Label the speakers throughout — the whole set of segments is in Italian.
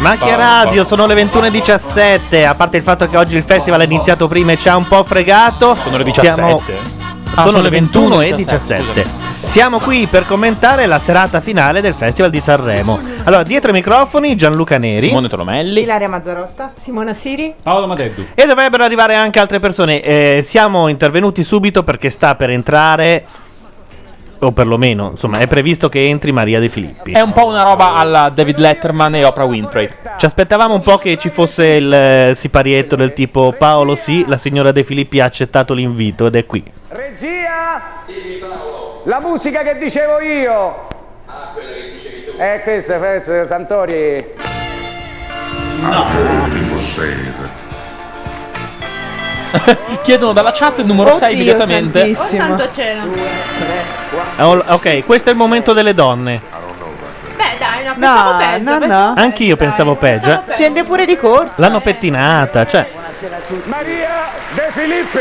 Speaker 1: Macchia Radio, sono le 21.17. A parte il fatto che oggi il festival è iniziato prima e ci ha un po' fregato. Sono
Speaker 2: le 17?
Speaker 1: sono,
Speaker 2: sono
Speaker 1: le
Speaker 2: le
Speaker 1: 21 e
Speaker 2: 17,
Speaker 1: 17. Siamo qui per commentare la serata finale del Festival di Sanremo. Allora, dietro i microfoni Gianluca Neri,
Speaker 2: Simone Tolomelli
Speaker 3: Ilaria Mazzarotta, Simona Siri.
Speaker 2: Paolo Madeddu.
Speaker 1: e dovrebbero arrivare anche altre persone. Eh, siamo intervenuti subito perché sta per entrare o perlomeno, insomma, è previsto che entri Maria De Filippi.
Speaker 2: È un po' una roba alla David Letterman e Oprah Winfrey.
Speaker 1: Ci aspettavamo un po' che ci fosse il eh, siparietto del tipo Paolo sì, la signora De Filippi ha accettato l'invito ed è qui.
Speaker 4: Regia! La musica che dicevo io! Eh, questo, questo, Santori.
Speaker 2: Chiedono dalla chat il numero 6 immediatamente.
Speaker 3: Oh, santo cielo.
Speaker 1: Ah, ol- Ok, questo è il momento delle donne.
Speaker 3: Beh, dai, no, pensavo
Speaker 5: No,
Speaker 3: peggio.
Speaker 5: no,
Speaker 3: pensavo-
Speaker 5: no.
Speaker 1: Anch'io pensavo peggio. eh.
Speaker 5: Scende pure di corsa.
Speaker 1: L'hanno pettinata, cioè.
Speaker 4: Maria De Filippi!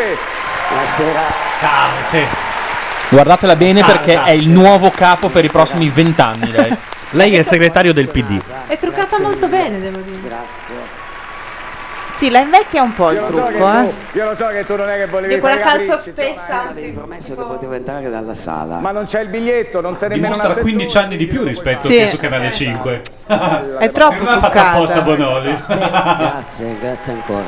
Speaker 2: Guardatela bene perché è il nuovo capo per i prossimi vent'anni. Lei.
Speaker 1: Lei è il segretario del PD.
Speaker 3: È truccata molto bene, devo dire.
Speaker 5: Sì, la invecchia un po' il
Speaker 4: Io lo, so che
Speaker 5: trucco, eh.
Speaker 4: tu, io lo so che tu non è che volevi
Speaker 3: Di quella
Speaker 4: fare i
Speaker 3: calza
Speaker 4: capricci,
Speaker 3: spessa, anzi.
Speaker 6: promesso che
Speaker 3: tipo-
Speaker 6: potevo entrare dalla sala.
Speaker 4: Ma non c'è il biglietto, non sei nemmeno un
Speaker 7: Dimostra
Speaker 4: assessore.
Speaker 7: 15 anni di più rispetto
Speaker 5: Sì.
Speaker 7: a su Canale
Speaker 4: Esatto.
Speaker 7: 5. Non
Speaker 5: È troppo
Speaker 7: l'ha fatta
Speaker 5: truccata.
Speaker 7: apposta Bonolis.
Speaker 6: Grazie, grazie ancora.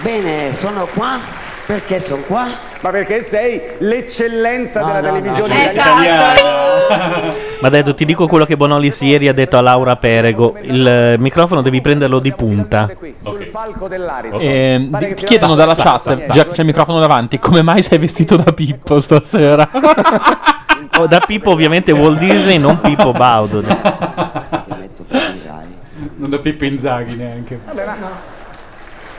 Speaker 6: Bene, sono qua. Perché sono qua?
Speaker 4: Ma perché sei l'eccellenza
Speaker 6: No,
Speaker 4: della
Speaker 6: no,
Speaker 4: televisione
Speaker 6: no.
Speaker 4: italiana?
Speaker 3: Esatto.
Speaker 1: Ma detto, ti dico quello che Bonolis ieri ha detto a Laura Perego. Il eh, microfono devi prenderlo di punta.
Speaker 4: Qui, Sul palco dell'Aris.
Speaker 2: Ehm,
Speaker 4: Pare
Speaker 2: di-
Speaker 4: che fino
Speaker 2: chiedono
Speaker 4: a-
Speaker 2: dalla
Speaker 4: sa-
Speaker 2: chat,
Speaker 4: sa- sa-
Speaker 2: già che c'è il microfono davanti, come mai sei vestito da Pippo stasera?
Speaker 1: Oh, da Pippo ovviamente Walt Disney, non Pippo Baudo.
Speaker 6: Mi metto per i Rai.
Speaker 7: non da Pippo Inzaghi neanche.
Speaker 4: Vabbè, ma-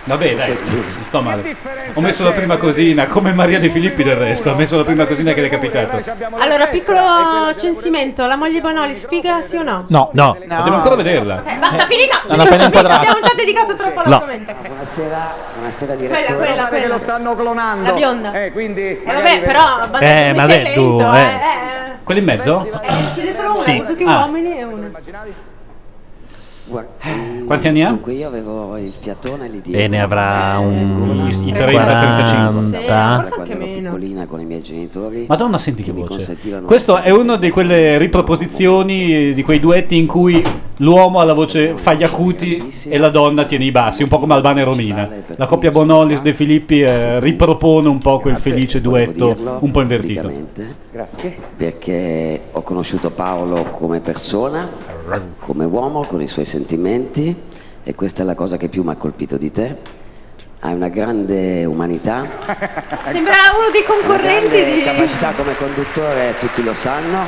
Speaker 7: Vabbè, dai, non sto
Speaker 4: Che
Speaker 7: male.
Speaker 4: differenza
Speaker 7: Ho messo la
Speaker 4: c'è?
Speaker 7: prima cosina, come Maria De Filippi del resto. Ho messo la prima cosina che le è capitato.
Speaker 4: Noi abbiamo
Speaker 3: Allora,
Speaker 4: l'orchestra e quella
Speaker 3: piccolo
Speaker 4: c'è
Speaker 3: censimento. La moglie Bonoli, sfiga sì o no?
Speaker 2: No,
Speaker 1: No,
Speaker 5: No.
Speaker 7: Devo ancora vederla.
Speaker 3: Eh, basta, finita.
Speaker 2: L'hanno appena inquadrata.
Speaker 3: Abbiamo già dedicato troppo
Speaker 1: No.
Speaker 3: l'argomento.
Speaker 6: Buonasera, buonasera
Speaker 3: Quella,
Speaker 6: direttore.
Speaker 3: quella,
Speaker 4: pure- che
Speaker 3: quella.
Speaker 4: lo stanno clonando.
Speaker 3: La bionda.
Speaker 4: Eh, quindi...
Speaker 3: Eh, vabbè, però, ma
Speaker 1: Eh, ma
Speaker 3: come sei
Speaker 1: dai, tu,
Speaker 3: lento,
Speaker 1: eh.
Speaker 3: eh, eh.
Speaker 7: Quello in mezzo?
Speaker 3: Eh, ce ne sono una,
Speaker 7: Sì.
Speaker 3: con tutti
Speaker 7: Ah.
Speaker 3: uomini e una.
Speaker 6: Guarda- mm,
Speaker 7: Quanti anni ha?
Speaker 6: Dunque io avevo il fiatone lì dietro. Eh,
Speaker 1: E ne avrà un
Speaker 6: I
Speaker 7: 30-35.
Speaker 1: 40.
Speaker 3: Forse
Speaker 6: quando
Speaker 3: anche
Speaker 6: ero
Speaker 3: meno.
Speaker 6: piccolina con i miei genitori.
Speaker 7: Madonna, senti che
Speaker 6: mi
Speaker 7: voce.
Speaker 6: consentivano-
Speaker 7: Questo è uno di quelle riproposizioni di quei duetti in cui l'uomo ha la voce fa gli acuti e la donna tiene i bassi, un po' come Albano e Romina. La coppia Bonolis De Filippi eh, ripropone un po' quel felice
Speaker 6: Volevo
Speaker 7: duetto
Speaker 6: dirlo
Speaker 7: un po' invertito.
Speaker 6: pubblicamente.
Speaker 4: Grazie.
Speaker 6: perché ho conosciuto Paolo come persona, come uomo, con i suoi sentimenti e questa è la cosa che più mi ha colpito di te. Hai una grande umanità, una
Speaker 3: Sembra uno dei concorrenti
Speaker 6: grande
Speaker 3: di...
Speaker 6: capacità come conduttore, tutti lo sanno.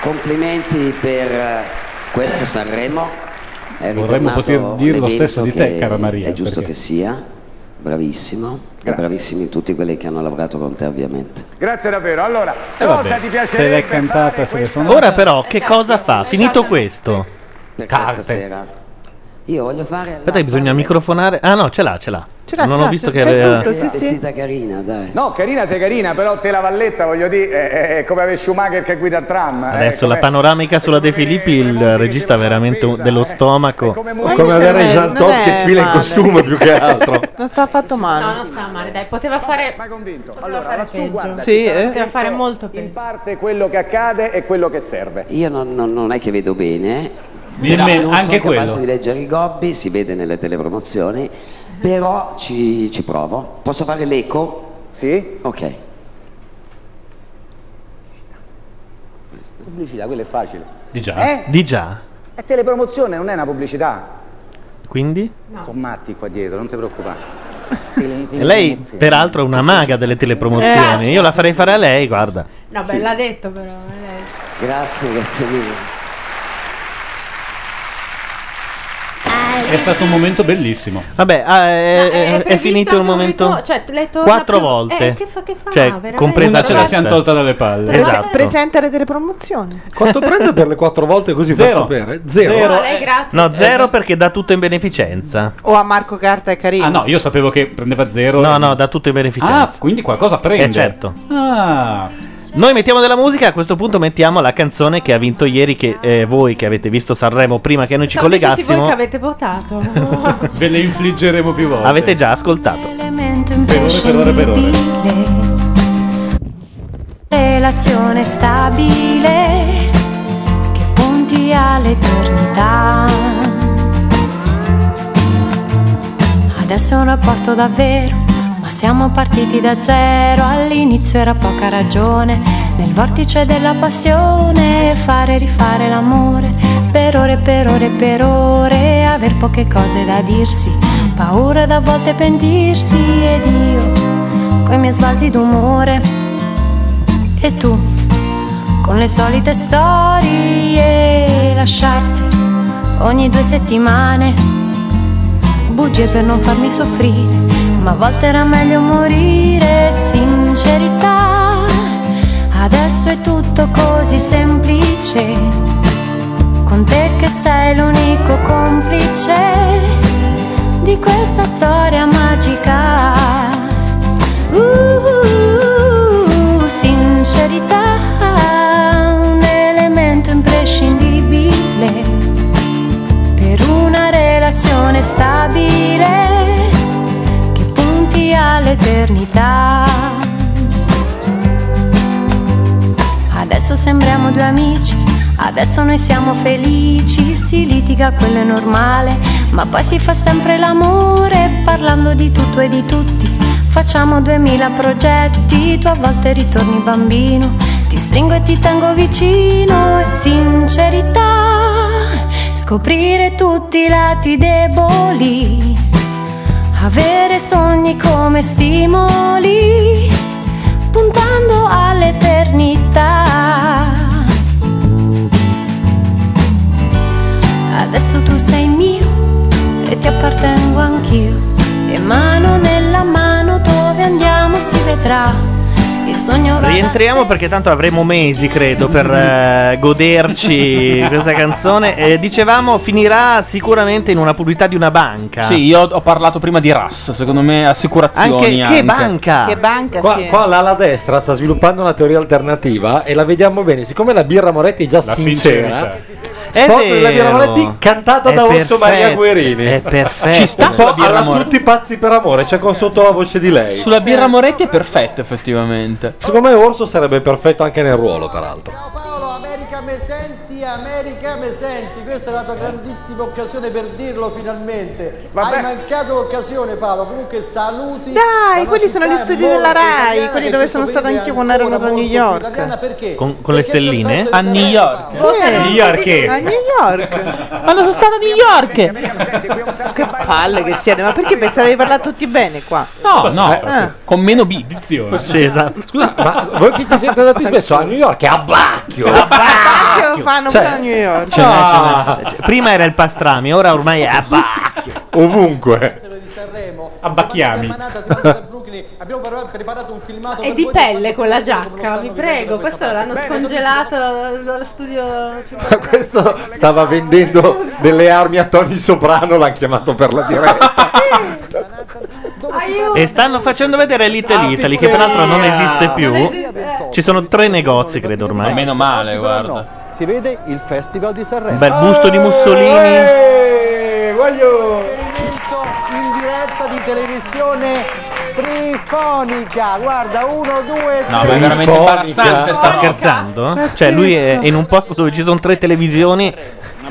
Speaker 6: Complimenti per eh, questo Sanremo. È
Speaker 7: Vorremmo
Speaker 6: ritornato
Speaker 7: poter dire
Speaker 6: un
Speaker 7: lo stesso di
Speaker 6: evento
Speaker 7: te,
Speaker 6: che
Speaker 7: cara Maria,
Speaker 6: È giusto
Speaker 7: perché-
Speaker 6: che sia, bravissimo, e bravissimi tutti quelli che hanno lavorato con te ovviamente.
Speaker 4: Grazie davvero. Allora, cosa
Speaker 7: vabbè,
Speaker 4: ti
Speaker 7: se
Speaker 4: piacerebbe
Speaker 7: l'è
Speaker 4: fare
Speaker 7: cantata, se l'è
Speaker 4: questa- Esatto.
Speaker 7: suonata.
Speaker 1: Ora però, che cosa fa? Finito questo.
Speaker 4: Eh,
Speaker 6: per
Speaker 7: Carte.
Speaker 6: questa sera. Io voglio fare. la
Speaker 1: Aspetta, che bisogna
Speaker 4: Esatto.
Speaker 6: parte-
Speaker 1: microfonare. Ah, no, ce l'ha, ce l'ha.
Speaker 5: Ce l'ha,
Speaker 1: non
Speaker 5: ce
Speaker 1: ho
Speaker 5: l'ha,
Speaker 1: visto
Speaker 5: ce-
Speaker 1: che
Speaker 5: c'è
Speaker 1: aveva.
Speaker 5: tutto, sì, sì.
Speaker 6: Vestita carina, dai.
Speaker 4: No, carina sei carina, però te la valletta, voglio dire, è, è- è come avere Schumacher che guida il tram. eh,
Speaker 1: Adesso la
Speaker 4: come-
Speaker 1: panoramica
Speaker 4: è
Speaker 1: sulla De
Speaker 4: come
Speaker 1: Filippi,
Speaker 4: Monti che
Speaker 1: il
Speaker 4: devono
Speaker 1: regista
Speaker 4: fare la
Speaker 1: veramente
Speaker 4: spesa,
Speaker 1: dello
Speaker 4: eh.
Speaker 1: stomaco.
Speaker 4: È come
Speaker 5: Ma
Speaker 4: Monti
Speaker 8: Come
Speaker 4: che-
Speaker 8: avere
Speaker 5: Non è-
Speaker 8: Jean
Speaker 5: non
Speaker 8: Todt
Speaker 5: è
Speaker 8: che sfila in
Speaker 5: male.
Speaker 8: costume più che altro.
Speaker 5: Non sta affatto
Speaker 3: No,
Speaker 5: male.
Speaker 3: non sta male, dai, poteva fare...
Speaker 4: Ma convinto.
Speaker 3: Poteva
Speaker 4: Allora,
Speaker 3: fare
Speaker 4: lassù,
Speaker 3: peggio.
Speaker 4: guarda,
Speaker 5: Sì,
Speaker 4: ci sarà
Speaker 5: eh.
Speaker 3: Poteva
Speaker 4: scritto
Speaker 3: fare molto peggio.
Speaker 4: In parte quello che accade e quello che serve.
Speaker 6: Io non, non- non è che vedo bene.
Speaker 7: Nemmeno-
Speaker 6: non
Speaker 7: anche
Speaker 6: sono capace
Speaker 7: quello.
Speaker 6: di leggere i gobbi, si vede nelle telepromozioni. Però ci, ci provo. Posso fare l'eco?
Speaker 4: Sì?
Speaker 6: Ok.
Speaker 4: Pubblicità, quello è facile.
Speaker 7: Di già.
Speaker 4: Eh?
Speaker 1: Di già.
Speaker 4: È telepromozione, non è una pubblicità.
Speaker 1: Quindi?
Speaker 4: Sono matti qua dietro, non ti preoccupare.
Speaker 1: E lei, peraltro, è una maga delle
Speaker 8: Eh,
Speaker 1: telepromozioni. Io la farei fare a lei, guarda.
Speaker 3: No, beh,
Speaker 6: Sì.
Speaker 3: l'ha detto però. eh, lei.
Speaker 6: Grazie, grazie mille.
Speaker 7: È stato un momento bellissimo.
Speaker 1: Vabbè, ah, è, è- è
Speaker 3: previsto
Speaker 1: finito
Speaker 3: anche
Speaker 1: il
Speaker 3: un
Speaker 1: momento.
Speaker 3: ritorno, cioè, lei torna
Speaker 1: quattro
Speaker 3: più-
Speaker 1: volte.
Speaker 3: eh, che fa- che fa?
Speaker 1: Cioè,
Speaker 3: Veramente?
Speaker 1: compresa
Speaker 7: Una ce la
Speaker 1: questa.
Speaker 7: siamo tolta dalle palle.
Speaker 5: Prese-
Speaker 1: Esatto.
Speaker 5: Presenta le telepromozioni.
Speaker 9: Quanto prende per le quattro volte così per
Speaker 7: Zero.
Speaker 9: sapere? Zero.
Speaker 3: No, lei grazie.
Speaker 1: No, zero perché dà tutto in beneficenza.
Speaker 5: O a Marco Carta e Carino.
Speaker 7: Ah no, io sapevo che prendeva zero.
Speaker 1: No, no, dà tutto in beneficenza.
Speaker 7: Ah, quindi qualcosa prende.
Speaker 1: Eh, certo.
Speaker 7: Ah,
Speaker 1: Noi mettiamo della musica, a questo punto mettiamo la canzone che ha vinto ieri che eh, voi che avete visto Sanremo prima che noi ci
Speaker 3: Sto dicendo voi che
Speaker 1: collegassimo
Speaker 3: avete votato.
Speaker 7: ve le infliggeremo più volte.
Speaker 1: avete già ascoltato.
Speaker 10: Elemento
Speaker 7: Per ore, per ore, per ore.
Speaker 10: imprescindibile. Relazione stabile che punti all'eternità. Adesso è un rapporto davvero, ma siamo partiti da zero. All'inizio era poca ragione. Nel vortice della passione, fare e rifare l'amore per ore, per ore, per ore. Aver poche cose da dirsi, paura da volte pentirsi. Ed io, coi miei sbalzi d'umore. E tu, con le solite storie, lasciarsi ogni due settimane bugie per non farmi soffrire, ma a volte era meglio morire, sincerità. Adesso è tutto così semplice, con te che sei l'unico complice di questa storia magica. Uh, sincerità, un elemento imprescindibile per una relazione stabile che punti all'eternità. Adesso sembriamo due amici, adesso noi siamo felici, si litiga, quello è normale, ma poi si fa sempre l'amore parlando di tutto e di tutti. Facciamo duemila progetti, tu a volte ritorni bambino, ti stringo e ti tengo vicino, sincerità scoprire tutti i lati deboli, avere sogni come stimoli, puntando all'eternità. Adesso tu sei mio e ti appartengo anch'io, e mano nella mano dove andiamo si vedrà. Il sogno va da
Speaker 1: Rientriamo
Speaker 10: sé.
Speaker 1: perché tanto avremo mesi, credo, per eh, goderci questa canzone. Eh, dicevamo finirà sicuramente in una pubblicità di una banca.
Speaker 2: Sì, io ho parlato prima di RAS, secondo me
Speaker 1: Anche,
Speaker 2: assicurazioni.
Speaker 1: che
Speaker 2: Anche,
Speaker 1: banca?
Speaker 5: Che banca
Speaker 9: Qua,
Speaker 5: sì.
Speaker 9: qua l'ala destra sta sviluppando una teoria alternativa e la vediamo bene. Siccome la birra Moretti è già
Speaker 7: La
Speaker 9: sincera,
Speaker 7: sincerità.
Speaker 1: È
Speaker 9: Spot
Speaker 1: vero.
Speaker 9: della Via Moretti cantata
Speaker 1: È
Speaker 9: da Orso
Speaker 1: perfetto,
Speaker 9: Maria Guerini.
Speaker 1: È perfetto.
Speaker 2: Ci sta
Speaker 9: un po'
Speaker 2: sulla birra
Speaker 9: alla
Speaker 2: Moretti.
Speaker 9: tutti pazzi per amore, cioè con sotto la voce di lei.
Speaker 2: Sulla birra Moretti è perfetto, effettivamente.
Speaker 9: Secondo me Orso sarebbe perfetto anche nel ruolo, peraltro.
Speaker 4: Ciao Paolo, America me senti, America me senti, questa è la tua grandissima occasione per dirlo finalmente.
Speaker 11: Vabbè.
Speaker 4: Hai mancato l'occasione Paolo, comunque saluti.
Speaker 5: Dai,
Speaker 4: da una
Speaker 5: quelli sono
Speaker 4: città
Speaker 5: gli studi della
Speaker 4: molto
Speaker 5: Rai,
Speaker 4: italiana,
Speaker 5: quelli
Speaker 4: che
Speaker 5: dove
Speaker 4: in
Speaker 5: sono
Speaker 4: questo
Speaker 5: stata
Speaker 4: periodo
Speaker 5: anch'io
Speaker 4: è
Speaker 5: quando ero
Speaker 4: ancora
Speaker 5: andata a New
Speaker 4: molto più
Speaker 5: York.
Speaker 4: italiana, perché?
Speaker 1: Con- con le
Speaker 4: Perché c'è il
Speaker 1: stelline?
Speaker 4: festival
Speaker 2: A
Speaker 4: di Sanremo,
Speaker 2: New York.
Speaker 4: Paolo.
Speaker 7: New
Speaker 5: Sì,
Speaker 7: York
Speaker 5: a
Speaker 7: che?
Speaker 5: New York.
Speaker 2: Ma non sono stata a New York!
Speaker 11: America, senti, qui è un sacco
Speaker 5: Che
Speaker 11: di ballo.
Speaker 5: palle che siete, ma perché pensate di parlare tutti bene qua?
Speaker 2: No, no,
Speaker 5: Ah.
Speaker 2: con meno B.
Speaker 7: Dizione.
Speaker 1: Sì, esatto.
Speaker 9: Scusa, ma voi che ci siete andati spesso a New York? È a Bacchio!
Speaker 5: Anche Ah, lo fanno
Speaker 9: Cioè-
Speaker 5: per New York.
Speaker 1: Ce n'è,
Speaker 9: Ah.
Speaker 1: ce n'è. Cioè, Prima era il pastrami, ora ormai è a bacchio.
Speaker 9: Ovunque!
Speaker 4: Festival di Sanremo.
Speaker 7: A Bacchiami.
Speaker 4: Siamo andati a Manhattan, siamo andati a Brooklyn, abbiamo pre- preparato un filmato
Speaker 3: È
Speaker 4: per
Speaker 3: di
Speaker 4: voi che
Speaker 3: pelle
Speaker 4: fate
Speaker 3: quella
Speaker 4: vedere come lo
Speaker 3: giacca,
Speaker 4: stanno
Speaker 3: vi
Speaker 4: vivendo da
Speaker 3: prego.
Speaker 4: questa
Speaker 3: Questo
Speaker 4: parte.
Speaker 3: l'hanno
Speaker 4: Bene, sono
Speaker 3: scongelato dallo studio. cioè,
Speaker 9: Questo stava vendendo delle armi a Tony Soprano, l'hanno chiamato per la diretta.
Speaker 3: Aiuto!
Speaker 1: E stanno facendo vedere Little Italy, che peraltro non esiste più.
Speaker 3: Non esiste.
Speaker 1: Ci sono tre negozi, credo ormai.
Speaker 2: Meno male, guarda.
Speaker 4: Si vede il Festival di Sanremo.
Speaker 1: Un bel busto di Mussolini.
Speaker 9: Eh, voglio-
Speaker 4: Esperimento in diretta di televisione trifonica. Guarda, uno, due,
Speaker 2: No, ma
Speaker 4: tre.
Speaker 2: è veramente
Speaker 9: Telefonica.
Speaker 2: imbarazzante sta
Speaker 1: Sta scherzando? Cioè, lui è in un posto dove ci sono tre televisioni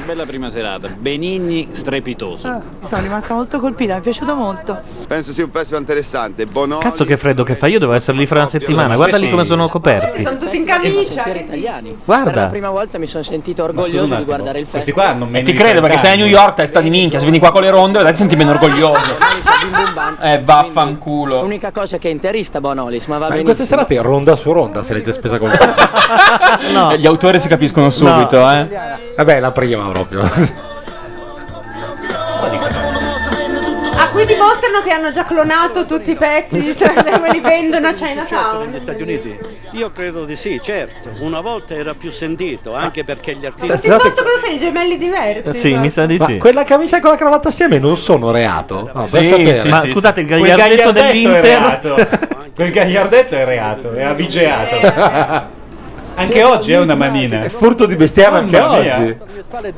Speaker 12: bella prima serata, Benigni strepitoso.
Speaker 13: Sono rimasta molto colpita, mi è piaciuto molto.
Speaker 14: Penso sia un festival interessante. Bono.
Speaker 1: Cazzo che freddo che fa, io devo essere lì fra una settimana, guarda lì come sono coperti.
Speaker 15: Sono tutti in camicia. italiani.
Speaker 1: Guarda.
Speaker 15: Per la prima volta mi sono sentito orgoglioso di guardare il
Speaker 2: Questi
Speaker 15: festival.
Speaker 2: qua non me
Speaker 15: E
Speaker 2: ne
Speaker 15: ti
Speaker 2: Ti
Speaker 15: credo,
Speaker 2: credo perché sei a New York, testa di minchia. Se vieni qua con le ronde, dai, ti senti meno orgoglioso. Eh, vaffanculo.
Speaker 15: L'unica cosa che è interista Bonolis, ma va
Speaker 9: Ma in
Speaker 15: benissimo.
Speaker 9: queste serate ronda su ronda se l'è già spesa con
Speaker 2: Gli autori si capiscono subito, eh.
Speaker 9: Vabbè, la prima proprio.
Speaker 3: Ah, qui dimostrano che hanno già clonato tutti i pezzi di Sanremo e li vendono a Chinatown.
Speaker 16: Ah,
Speaker 17: negli Stati Uniti? Io credo di sì, certo. Una volta era più sentito, anche perché gli
Speaker 1: Eh,
Speaker 17: artisti.
Speaker 3: Questi sotto cosa sono i gemelli
Speaker 9: Eh,
Speaker 3: diversi? guarda.
Speaker 1: di
Speaker 9: Ma
Speaker 1: sì.
Speaker 9: Quella camicia e quella cravatta assieme non sono reato. No,
Speaker 1: Sì, sì, Ma sì, scusate, sì. il
Speaker 10: Quel
Speaker 1: gagliardetto
Speaker 10: gagliardetto è reato. Quel gagliardetto è reato, è
Speaker 3: Eh.
Speaker 10: abigeato. Anche oggi è una manina. È
Speaker 9: furto di bestiame anche oggi.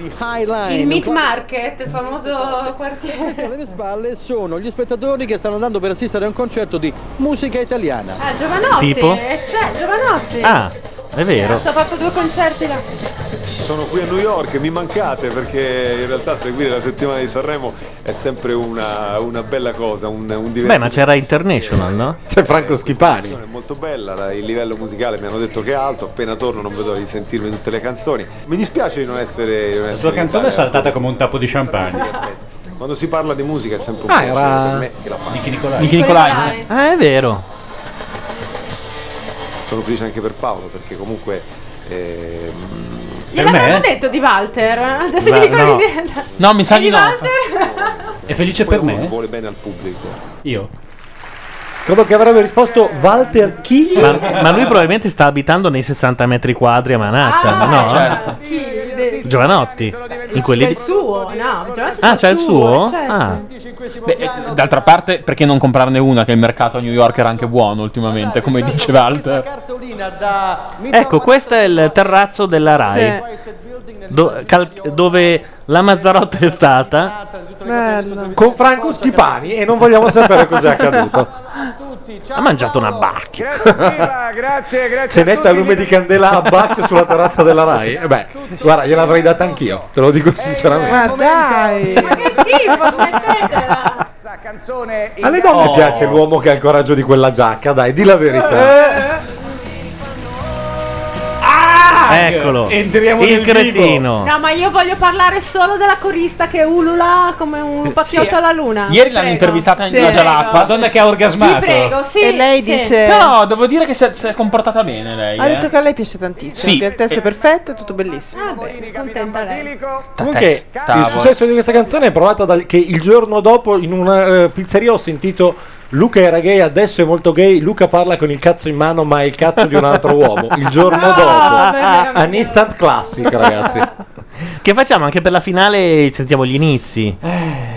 Speaker 3: Il Meat Market, il famoso quartiere.
Speaker 16: Alle mie spalle sono gli spettatori che stanno andando per assistere a un concerto di musica italiana.
Speaker 3: Ah, Giovanotti,
Speaker 16: Tipo?
Speaker 3: eh, c'è Giovanotti.
Speaker 1: Ah. è
Speaker 3: Cazzo, Ha fatto due concerti là.
Speaker 18: Sono qui a New York, mi mancate perché in realtà seguire la settimana di Sanremo è sempre una, una bella cosa, un, un divertimento.
Speaker 1: Beh, ma c'era International, no?
Speaker 9: C'è Franco Schipani.
Speaker 18: È molto bella, la- il livello musicale mi hanno detto che è alto, appena torno non vedo l'ora di sentirmi tutte le canzoni. Mi dispiace di non essere...
Speaker 10: La tua canzone è saltata come un tappo di champagne.
Speaker 18: Quando si parla di musica è sempre un
Speaker 10: Ah,
Speaker 18: piacere
Speaker 10: era-
Speaker 18: per me che la faccio.
Speaker 10: Nicky Nicolai.
Speaker 1: Ah, è vero.
Speaker 18: Sono felice anche per Paolo perché comunque... eh, mm,
Speaker 3: Gliel'avevamo detto di Walter? Adesso
Speaker 18: Beh,
Speaker 3: mi dicono
Speaker 18: no.
Speaker 3: di niente.
Speaker 2: No, mi sa
Speaker 3: Di
Speaker 2: di
Speaker 1: Ah, cioè,
Speaker 2: no.
Speaker 3: Walter?
Speaker 10: È felice
Speaker 18: poi
Speaker 10: per me?
Speaker 7: Eh?
Speaker 18: uno Vuole bene al pubblico.
Speaker 10: Io.
Speaker 9: Credo che avrebbe risposto Walter Chi.
Speaker 1: Ma, ma lui probabilmente sta abitando nei 60 metri quadri a Manhattan,
Speaker 3: Ah,
Speaker 1: no?
Speaker 3: certo. Chi? De-
Speaker 1: Giovanotti. In quelli
Speaker 3: C'è
Speaker 1: di-
Speaker 3: il suo, no? Giovanni
Speaker 1: Ah,
Speaker 3: fa
Speaker 1: c'è il suo?
Speaker 3: certo.
Speaker 1: Ah.
Speaker 2: Beh, eh, d'altra parte, perché non comprarne una? Che il mercato a New York era anche buono ultimamente, come dice Walter.
Speaker 1: Ecco, questo è il terrazzo della
Speaker 9: Eh,
Speaker 1: Rai. do- cal- dove la Mazzarotta è stata.
Speaker 9: Con Franco Schipani e non vogliamo sapere cos'è accaduto.
Speaker 1: Ha mangiato una bacchia.
Speaker 4: Ah, grazie, grazie.
Speaker 9: Se mette a lume di candela a bacio sulla terrazza della Rai. Certo, Eh beh, guarda, gliel'avrei data anch'io, te lo dico sinceramente.
Speaker 5: Ma dai!
Speaker 4: canzone in
Speaker 9: Alle donne
Speaker 16: Oh.
Speaker 4: gara.
Speaker 9: piace l'uomo che ha il coraggio di quella giacca, dai, di la verità. Ah!
Speaker 1: Eccolo.
Speaker 10: Entriamo
Speaker 1: il
Speaker 10: nel vivo.
Speaker 1: cretino.
Speaker 3: No, ma io voglio parlare solo della corista che ulula come un pacchiotto alla luna.
Speaker 2: Ieri l'hanno
Speaker 3: Prego.
Speaker 2: intervistata in
Speaker 3: Sì.
Speaker 2: Villa Giallappa.
Speaker 3: Prego.
Speaker 2: Madonna che ha orgasmato.
Speaker 3: Ti prego, sì.
Speaker 5: E lei
Speaker 3: sì.
Speaker 5: dice-
Speaker 2: No, devo dire che si è, si è comportata bene lei.
Speaker 5: Ha
Speaker 2: eh.
Speaker 5: Ah, detto che a lei piace tantissimo,
Speaker 2: Sì.
Speaker 5: che il testo
Speaker 2: Eh.
Speaker 5: è perfetto, è tutto bellissimo.
Speaker 3: Contenta lei.
Speaker 9: Comunque, il
Speaker 2: Tavola.
Speaker 9: successo di questa canzone è provata dal che il giorno dopo in una eh, pizzeria ho sentito Luca era gay, adesso è molto gay. Luca parla con il cazzo in mano, ma è il cazzo di un altro uomo. Il giorno dopo, an instant classic, ragazzi.
Speaker 1: Che facciamo anche per la finale? Sentiamo gli inizi.
Speaker 3: Eh,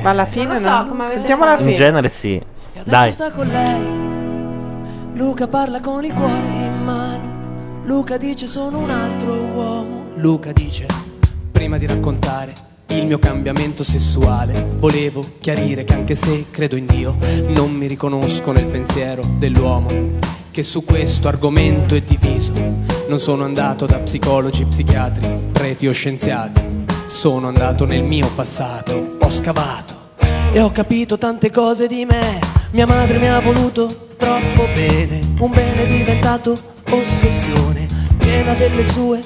Speaker 5: Ma alla fine
Speaker 3: Non lo so
Speaker 5: no.
Speaker 3: come avete
Speaker 5: Sentiamo la
Speaker 3: fatto.
Speaker 1: In
Speaker 5: fine.
Speaker 1: genere sì. Dai.
Speaker 19: sta con lei. Luca parla con il cuore in mano. Luca dice sono un altro uomo. Luca dice, prima di raccontare il mio cambiamento sessuale, volevo chiarire che anche se credo in Dio, non mi riconosco nel pensiero dell'uomo che su questo argomento è diviso. Non sono andato da psicologi, psichiatri, preti o scienziati. Sono andato nel mio passato, ho scavato e ho capito tante cose di me. Mia madre mi ha voluto troppo bene, un bene diventato ossessione, piena delle sue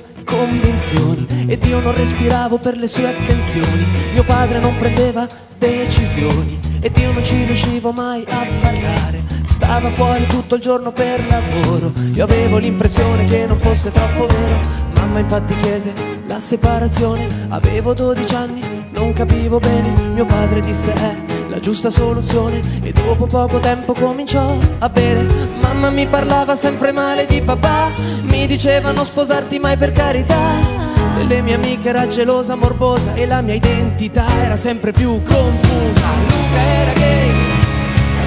Speaker 19: convinzioni ed io non respiravo per le sue attenzioni. Mio padre non prendeva decisioni ed io non ci riuscivo mai a parlare. Stava fuori tutto il giorno per lavoro, io avevo l'impressione che non fosse troppo vero. Mamma infatti chiese la separazione, avevo 12 anni, non capivo bene, mio padre disse è la giusta soluzione e dopo poco tempo cominciò a bere. Mamma mi parlava sempre male di papà, mi diceva non sposarti mai per carità. Delle mie amiche era gelosa, morbosa e la mia identità era sempre più confusa. Luca era gay,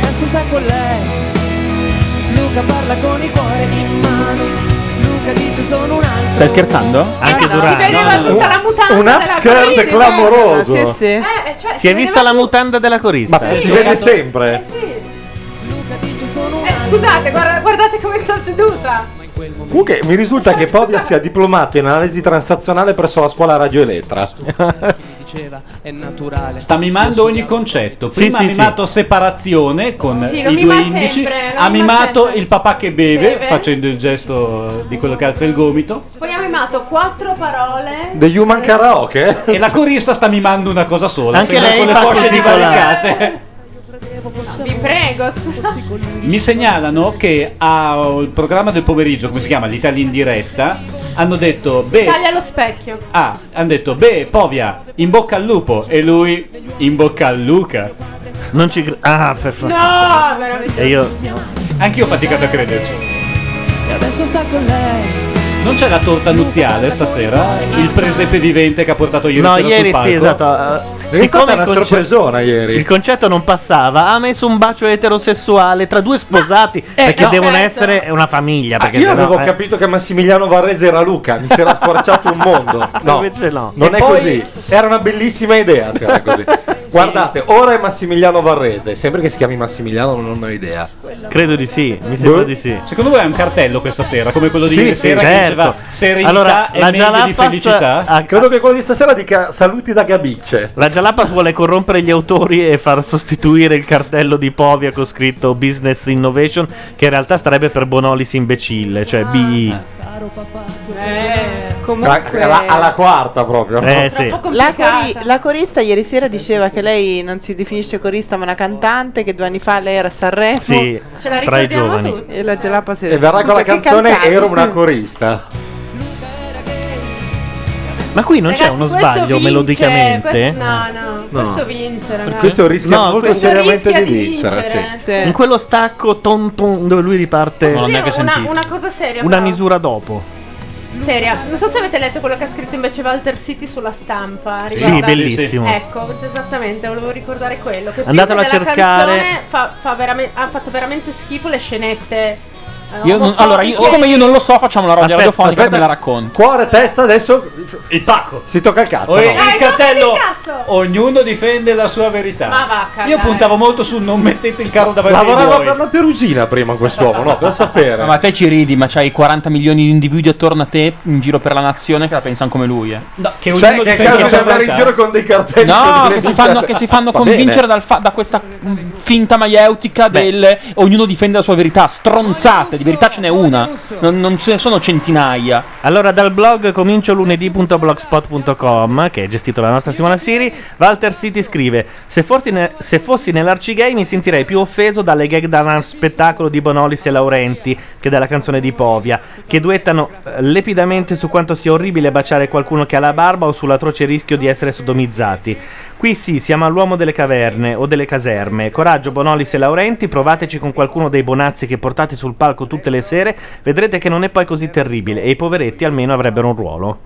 Speaker 19: adesso sta con lei. Luca parla con il cuore in mano. Luca dice sono un altro.
Speaker 2: Stai scherzando?
Speaker 1: Anche Durano.
Speaker 3: Eh, Si vedeva tutta la mutanda della corista.
Speaker 9: clamoroso.
Speaker 5: Sì, sì.
Speaker 3: Eh, cioè,
Speaker 1: Si è vista la mutanda della corista.
Speaker 9: Ma si vede sempre.
Speaker 3: Eh, scusate, guarda- guardate come sta seduta.
Speaker 19: quel momento.
Speaker 9: Comunque mi risulta che Povia sia diplomato in analisi transazionale presso la scuola Radio Elettra.
Speaker 19: Diceva, è naturale.
Speaker 7: Sta mimando ogni concetto.
Speaker 9: Sì,
Speaker 7: Prima
Speaker 9: sì,
Speaker 7: ha mimato separazione con
Speaker 3: Sì, lo
Speaker 7: i
Speaker 3: mima
Speaker 7: due indici.
Speaker 3: sempre, lo
Speaker 7: ha
Speaker 3: mima
Speaker 7: mimato
Speaker 3: sempre.
Speaker 7: il papà che beve,
Speaker 3: Beve.
Speaker 7: facendo il gesto di quello che alza il gomito.
Speaker 3: Poi ha mimato quattro parole.
Speaker 9: The Human Karaoke.
Speaker 7: E la corista sta mimando una cosa sola.
Speaker 9: Anche
Speaker 7: sembra
Speaker 9: lei
Speaker 7: con le
Speaker 9: fa
Speaker 7: cosce
Speaker 9: così
Speaker 7: di
Speaker 9: con la-
Speaker 7: barricate.
Speaker 3: Vi prego, scusa.
Speaker 7: Mi segnalano che al programma del pomeriggio, come si chiama? L'Italia in diretta. Hanno detto, beh,
Speaker 3: Taglia lo specchio.
Speaker 7: Ah, hanno detto, beh, Povia, in bocca al lupo. E lui, in bocca al Luca.
Speaker 1: Non ci credo. Ah, per
Speaker 3: No, veramente.
Speaker 7: Anch'io ho faticato a crederci.
Speaker 19: E adesso sta con lei.
Speaker 7: Non c'è la torta nuziale stasera? Il presepe vivente che ha portato ieri
Speaker 1: No,
Speaker 7: sera
Speaker 1: ieri
Speaker 7: sul palco?
Speaker 1: sì, esatto. eh, Siccome il, conce- il concetto non passava, ha messo un bacio eterosessuale tra due sposati
Speaker 3: eh,
Speaker 1: perché
Speaker 9: no.
Speaker 1: devono essere una famiglia.
Speaker 9: Ah,
Speaker 1: Perché
Speaker 9: io
Speaker 1: sennò,
Speaker 9: avevo
Speaker 1: eh.
Speaker 9: capito che Massimiliano Varrese era Luca, mi si era squarciato un mondo. No,
Speaker 1: Invece no.
Speaker 9: non
Speaker 1: E
Speaker 9: è
Speaker 1: poi-
Speaker 9: così. Era una bellissima idea se era così. Guardate, ora è Massimiliano Varrese, sembra che si chiami Massimiliano, non ho idea. Boh.
Speaker 1: Credo di sì, mi sembra di sì.
Speaker 7: Secondo voi è un cartello questa sera, come quello di
Speaker 9: Sì,
Speaker 7: ieri
Speaker 9: sì,
Speaker 7: sera che
Speaker 9: certo.
Speaker 7: diceva serenità
Speaker 9: Allora,
Speaker 7: è
Speaker 9: la
Speaker 7: meglio di
Speaker 9: Jalapas-
Speaker 7: felicità?
Speaker 9: Ah, credo che quello di stasera dica saluti da Gabicce.
Speaker 1: La Jalapas vuole corrompere gli autori e far sostituire il cartello di Povia con scritto Business Innovation, che in realtà starebbe per Bonolis imbecille,
Speaker 3: Ah.
Speaker 1: cioè BI.
Speaker 5: Eh, Comunque,
Speaker 9: Alla, alla quarta proprio.
Speaker 1: Eh, sì. Troppo
Speaker 5: la, cori- la corista ieri sera diceva che lei non si definisce corista ma una cantante, che due anni fa lei era a Sanremo.
Speaker 9: Sì, Ce la tra i ricordiamo giovani. tutti.
Speaker 5: E la gelapa si
Speaker 9: E verrà con la
Speaker 5: Scusa, che
Speaker 9: canzone
Speaker 5: cantante?
Speaker 9: Ero una corista.
Speaker 1: Ma qui non c'è
Speaker 3: Ragazzi,
Speaker 1: uno
Speaker 3: questo
Speaker 1: sbaglio
Speaker 3: vince,
Speaker 1: melodicamente?
Speaker 2: Eh.
Speaker 3: questo- no, no,
Speaker 1: No.
Speaker 3: questo vince, ragazzi.
Speaker 9: Questo rischia
Speaker 1: No,
Speaker 9: molto
Speaker 1: questo
Speaker 9: seriamente
Speaker 3: rischia
Speaker 9: di
Speaker 3: di
Speaker 9: vincere.
Speaker 3: vincere,
Speaker 9: sì.
Speaker 3: sì.
Speaker 1: In quello stacco ton ton dove lui riparte.
Speaker 3: Posso dire una, una cosa seria.
Speaker 1: Una
Speaker 3: però?
Speaker 1: misura dopo.
Speaker 3: Seria. Non so se avete letto quello che ha scritto invece Walter City sulla stampa.
Speaker 1: Sì,
Speaker 3: riguarda-
Speaker 1: bellissimo.
Speaker 3: Ecco, esattamente, volevo ricordare quello. Che
Speaker 1: Andatelo
Speaker 3: sì,
Speaker 1: a
Speaker 3: perché la
Speaker 1: cercare.
Speaker 3: canzone Fa, fa veramente- ha fatto veramente schifo le scenette. eh,
Speaker 2: Io non- allora, io- siccome io non lo so, facciamo la rodia
Speaker 9: Aspetta,
Speaker 2: radiofonica e
Speaker 9: aspetta.
Speaker 2: me la racconto.
Speaker 9: Cuore, testa, adesso.
Speaker 7: Il pacco.
Speaker 9: Si tocca il cazzo.
Speaker 7: Oh,
Speaker 9: no?
Speaker 7: il cartello,
Speaker 3: cazzo!
Speaker 7: ognuno difende la sua verità.
Speaker 3: Ma va a cagare.
Speaker 7: Io puntavo molto su non mettete il carro davanti ai
Speaker 9: Lavorava
Speaker 7: buoi.
Speaker 9: per la Perugina prima quest'uomo, no? Per sapere.
Speaker 2: Ma te ci ridi, ma c'hai 40 milioni di individui attorno a te in giro per la nazione che la pensano come lui, eh.
Speaker 7: No, che
Speaker 9: Cioè, che è il caso di andare in giro con dei cartelli. con
Speaker 2: No,
Speaker 9: delle
Speaker 2: che si
Speaker 9: picchiate.
Speaker 2: fanno, che si fanno
Speaker 9: Va
Speaker 2: convincere
Speaker 9: bene.
Speaker 2: dal fa- da questa mm, finta maieutica del ognuno difende la sua verità. Stronzate, di verità ce n'è una. Non, non ce ne sono centinaia.
Speaker 1: Allora, dal blog comincio lunedì.blogspot.com, che è gestito dalla nostra Simona Siri, Walter City scrive: Se fossi, ne- se fossi nell'arcigay mi sentirei più offeso dalle gag da spettacolo di Bonolis e Laurenti che dalla canzone di Povia, che duettano eh, lepidamente su quanto sia orribile baciare qualcuno che ha la barba o sull'atroce rischio di essere sodomizzati. Qui sì, siamo all'uomo delle caverne o delle caserme. Coraggio, Bonolis e Laurenti, provateci con qualcuno dei bonazzi che portate sul palco tutte le sere, vedrete che non è poi così terribile e i poveretti almeno avrebbero un ruolo.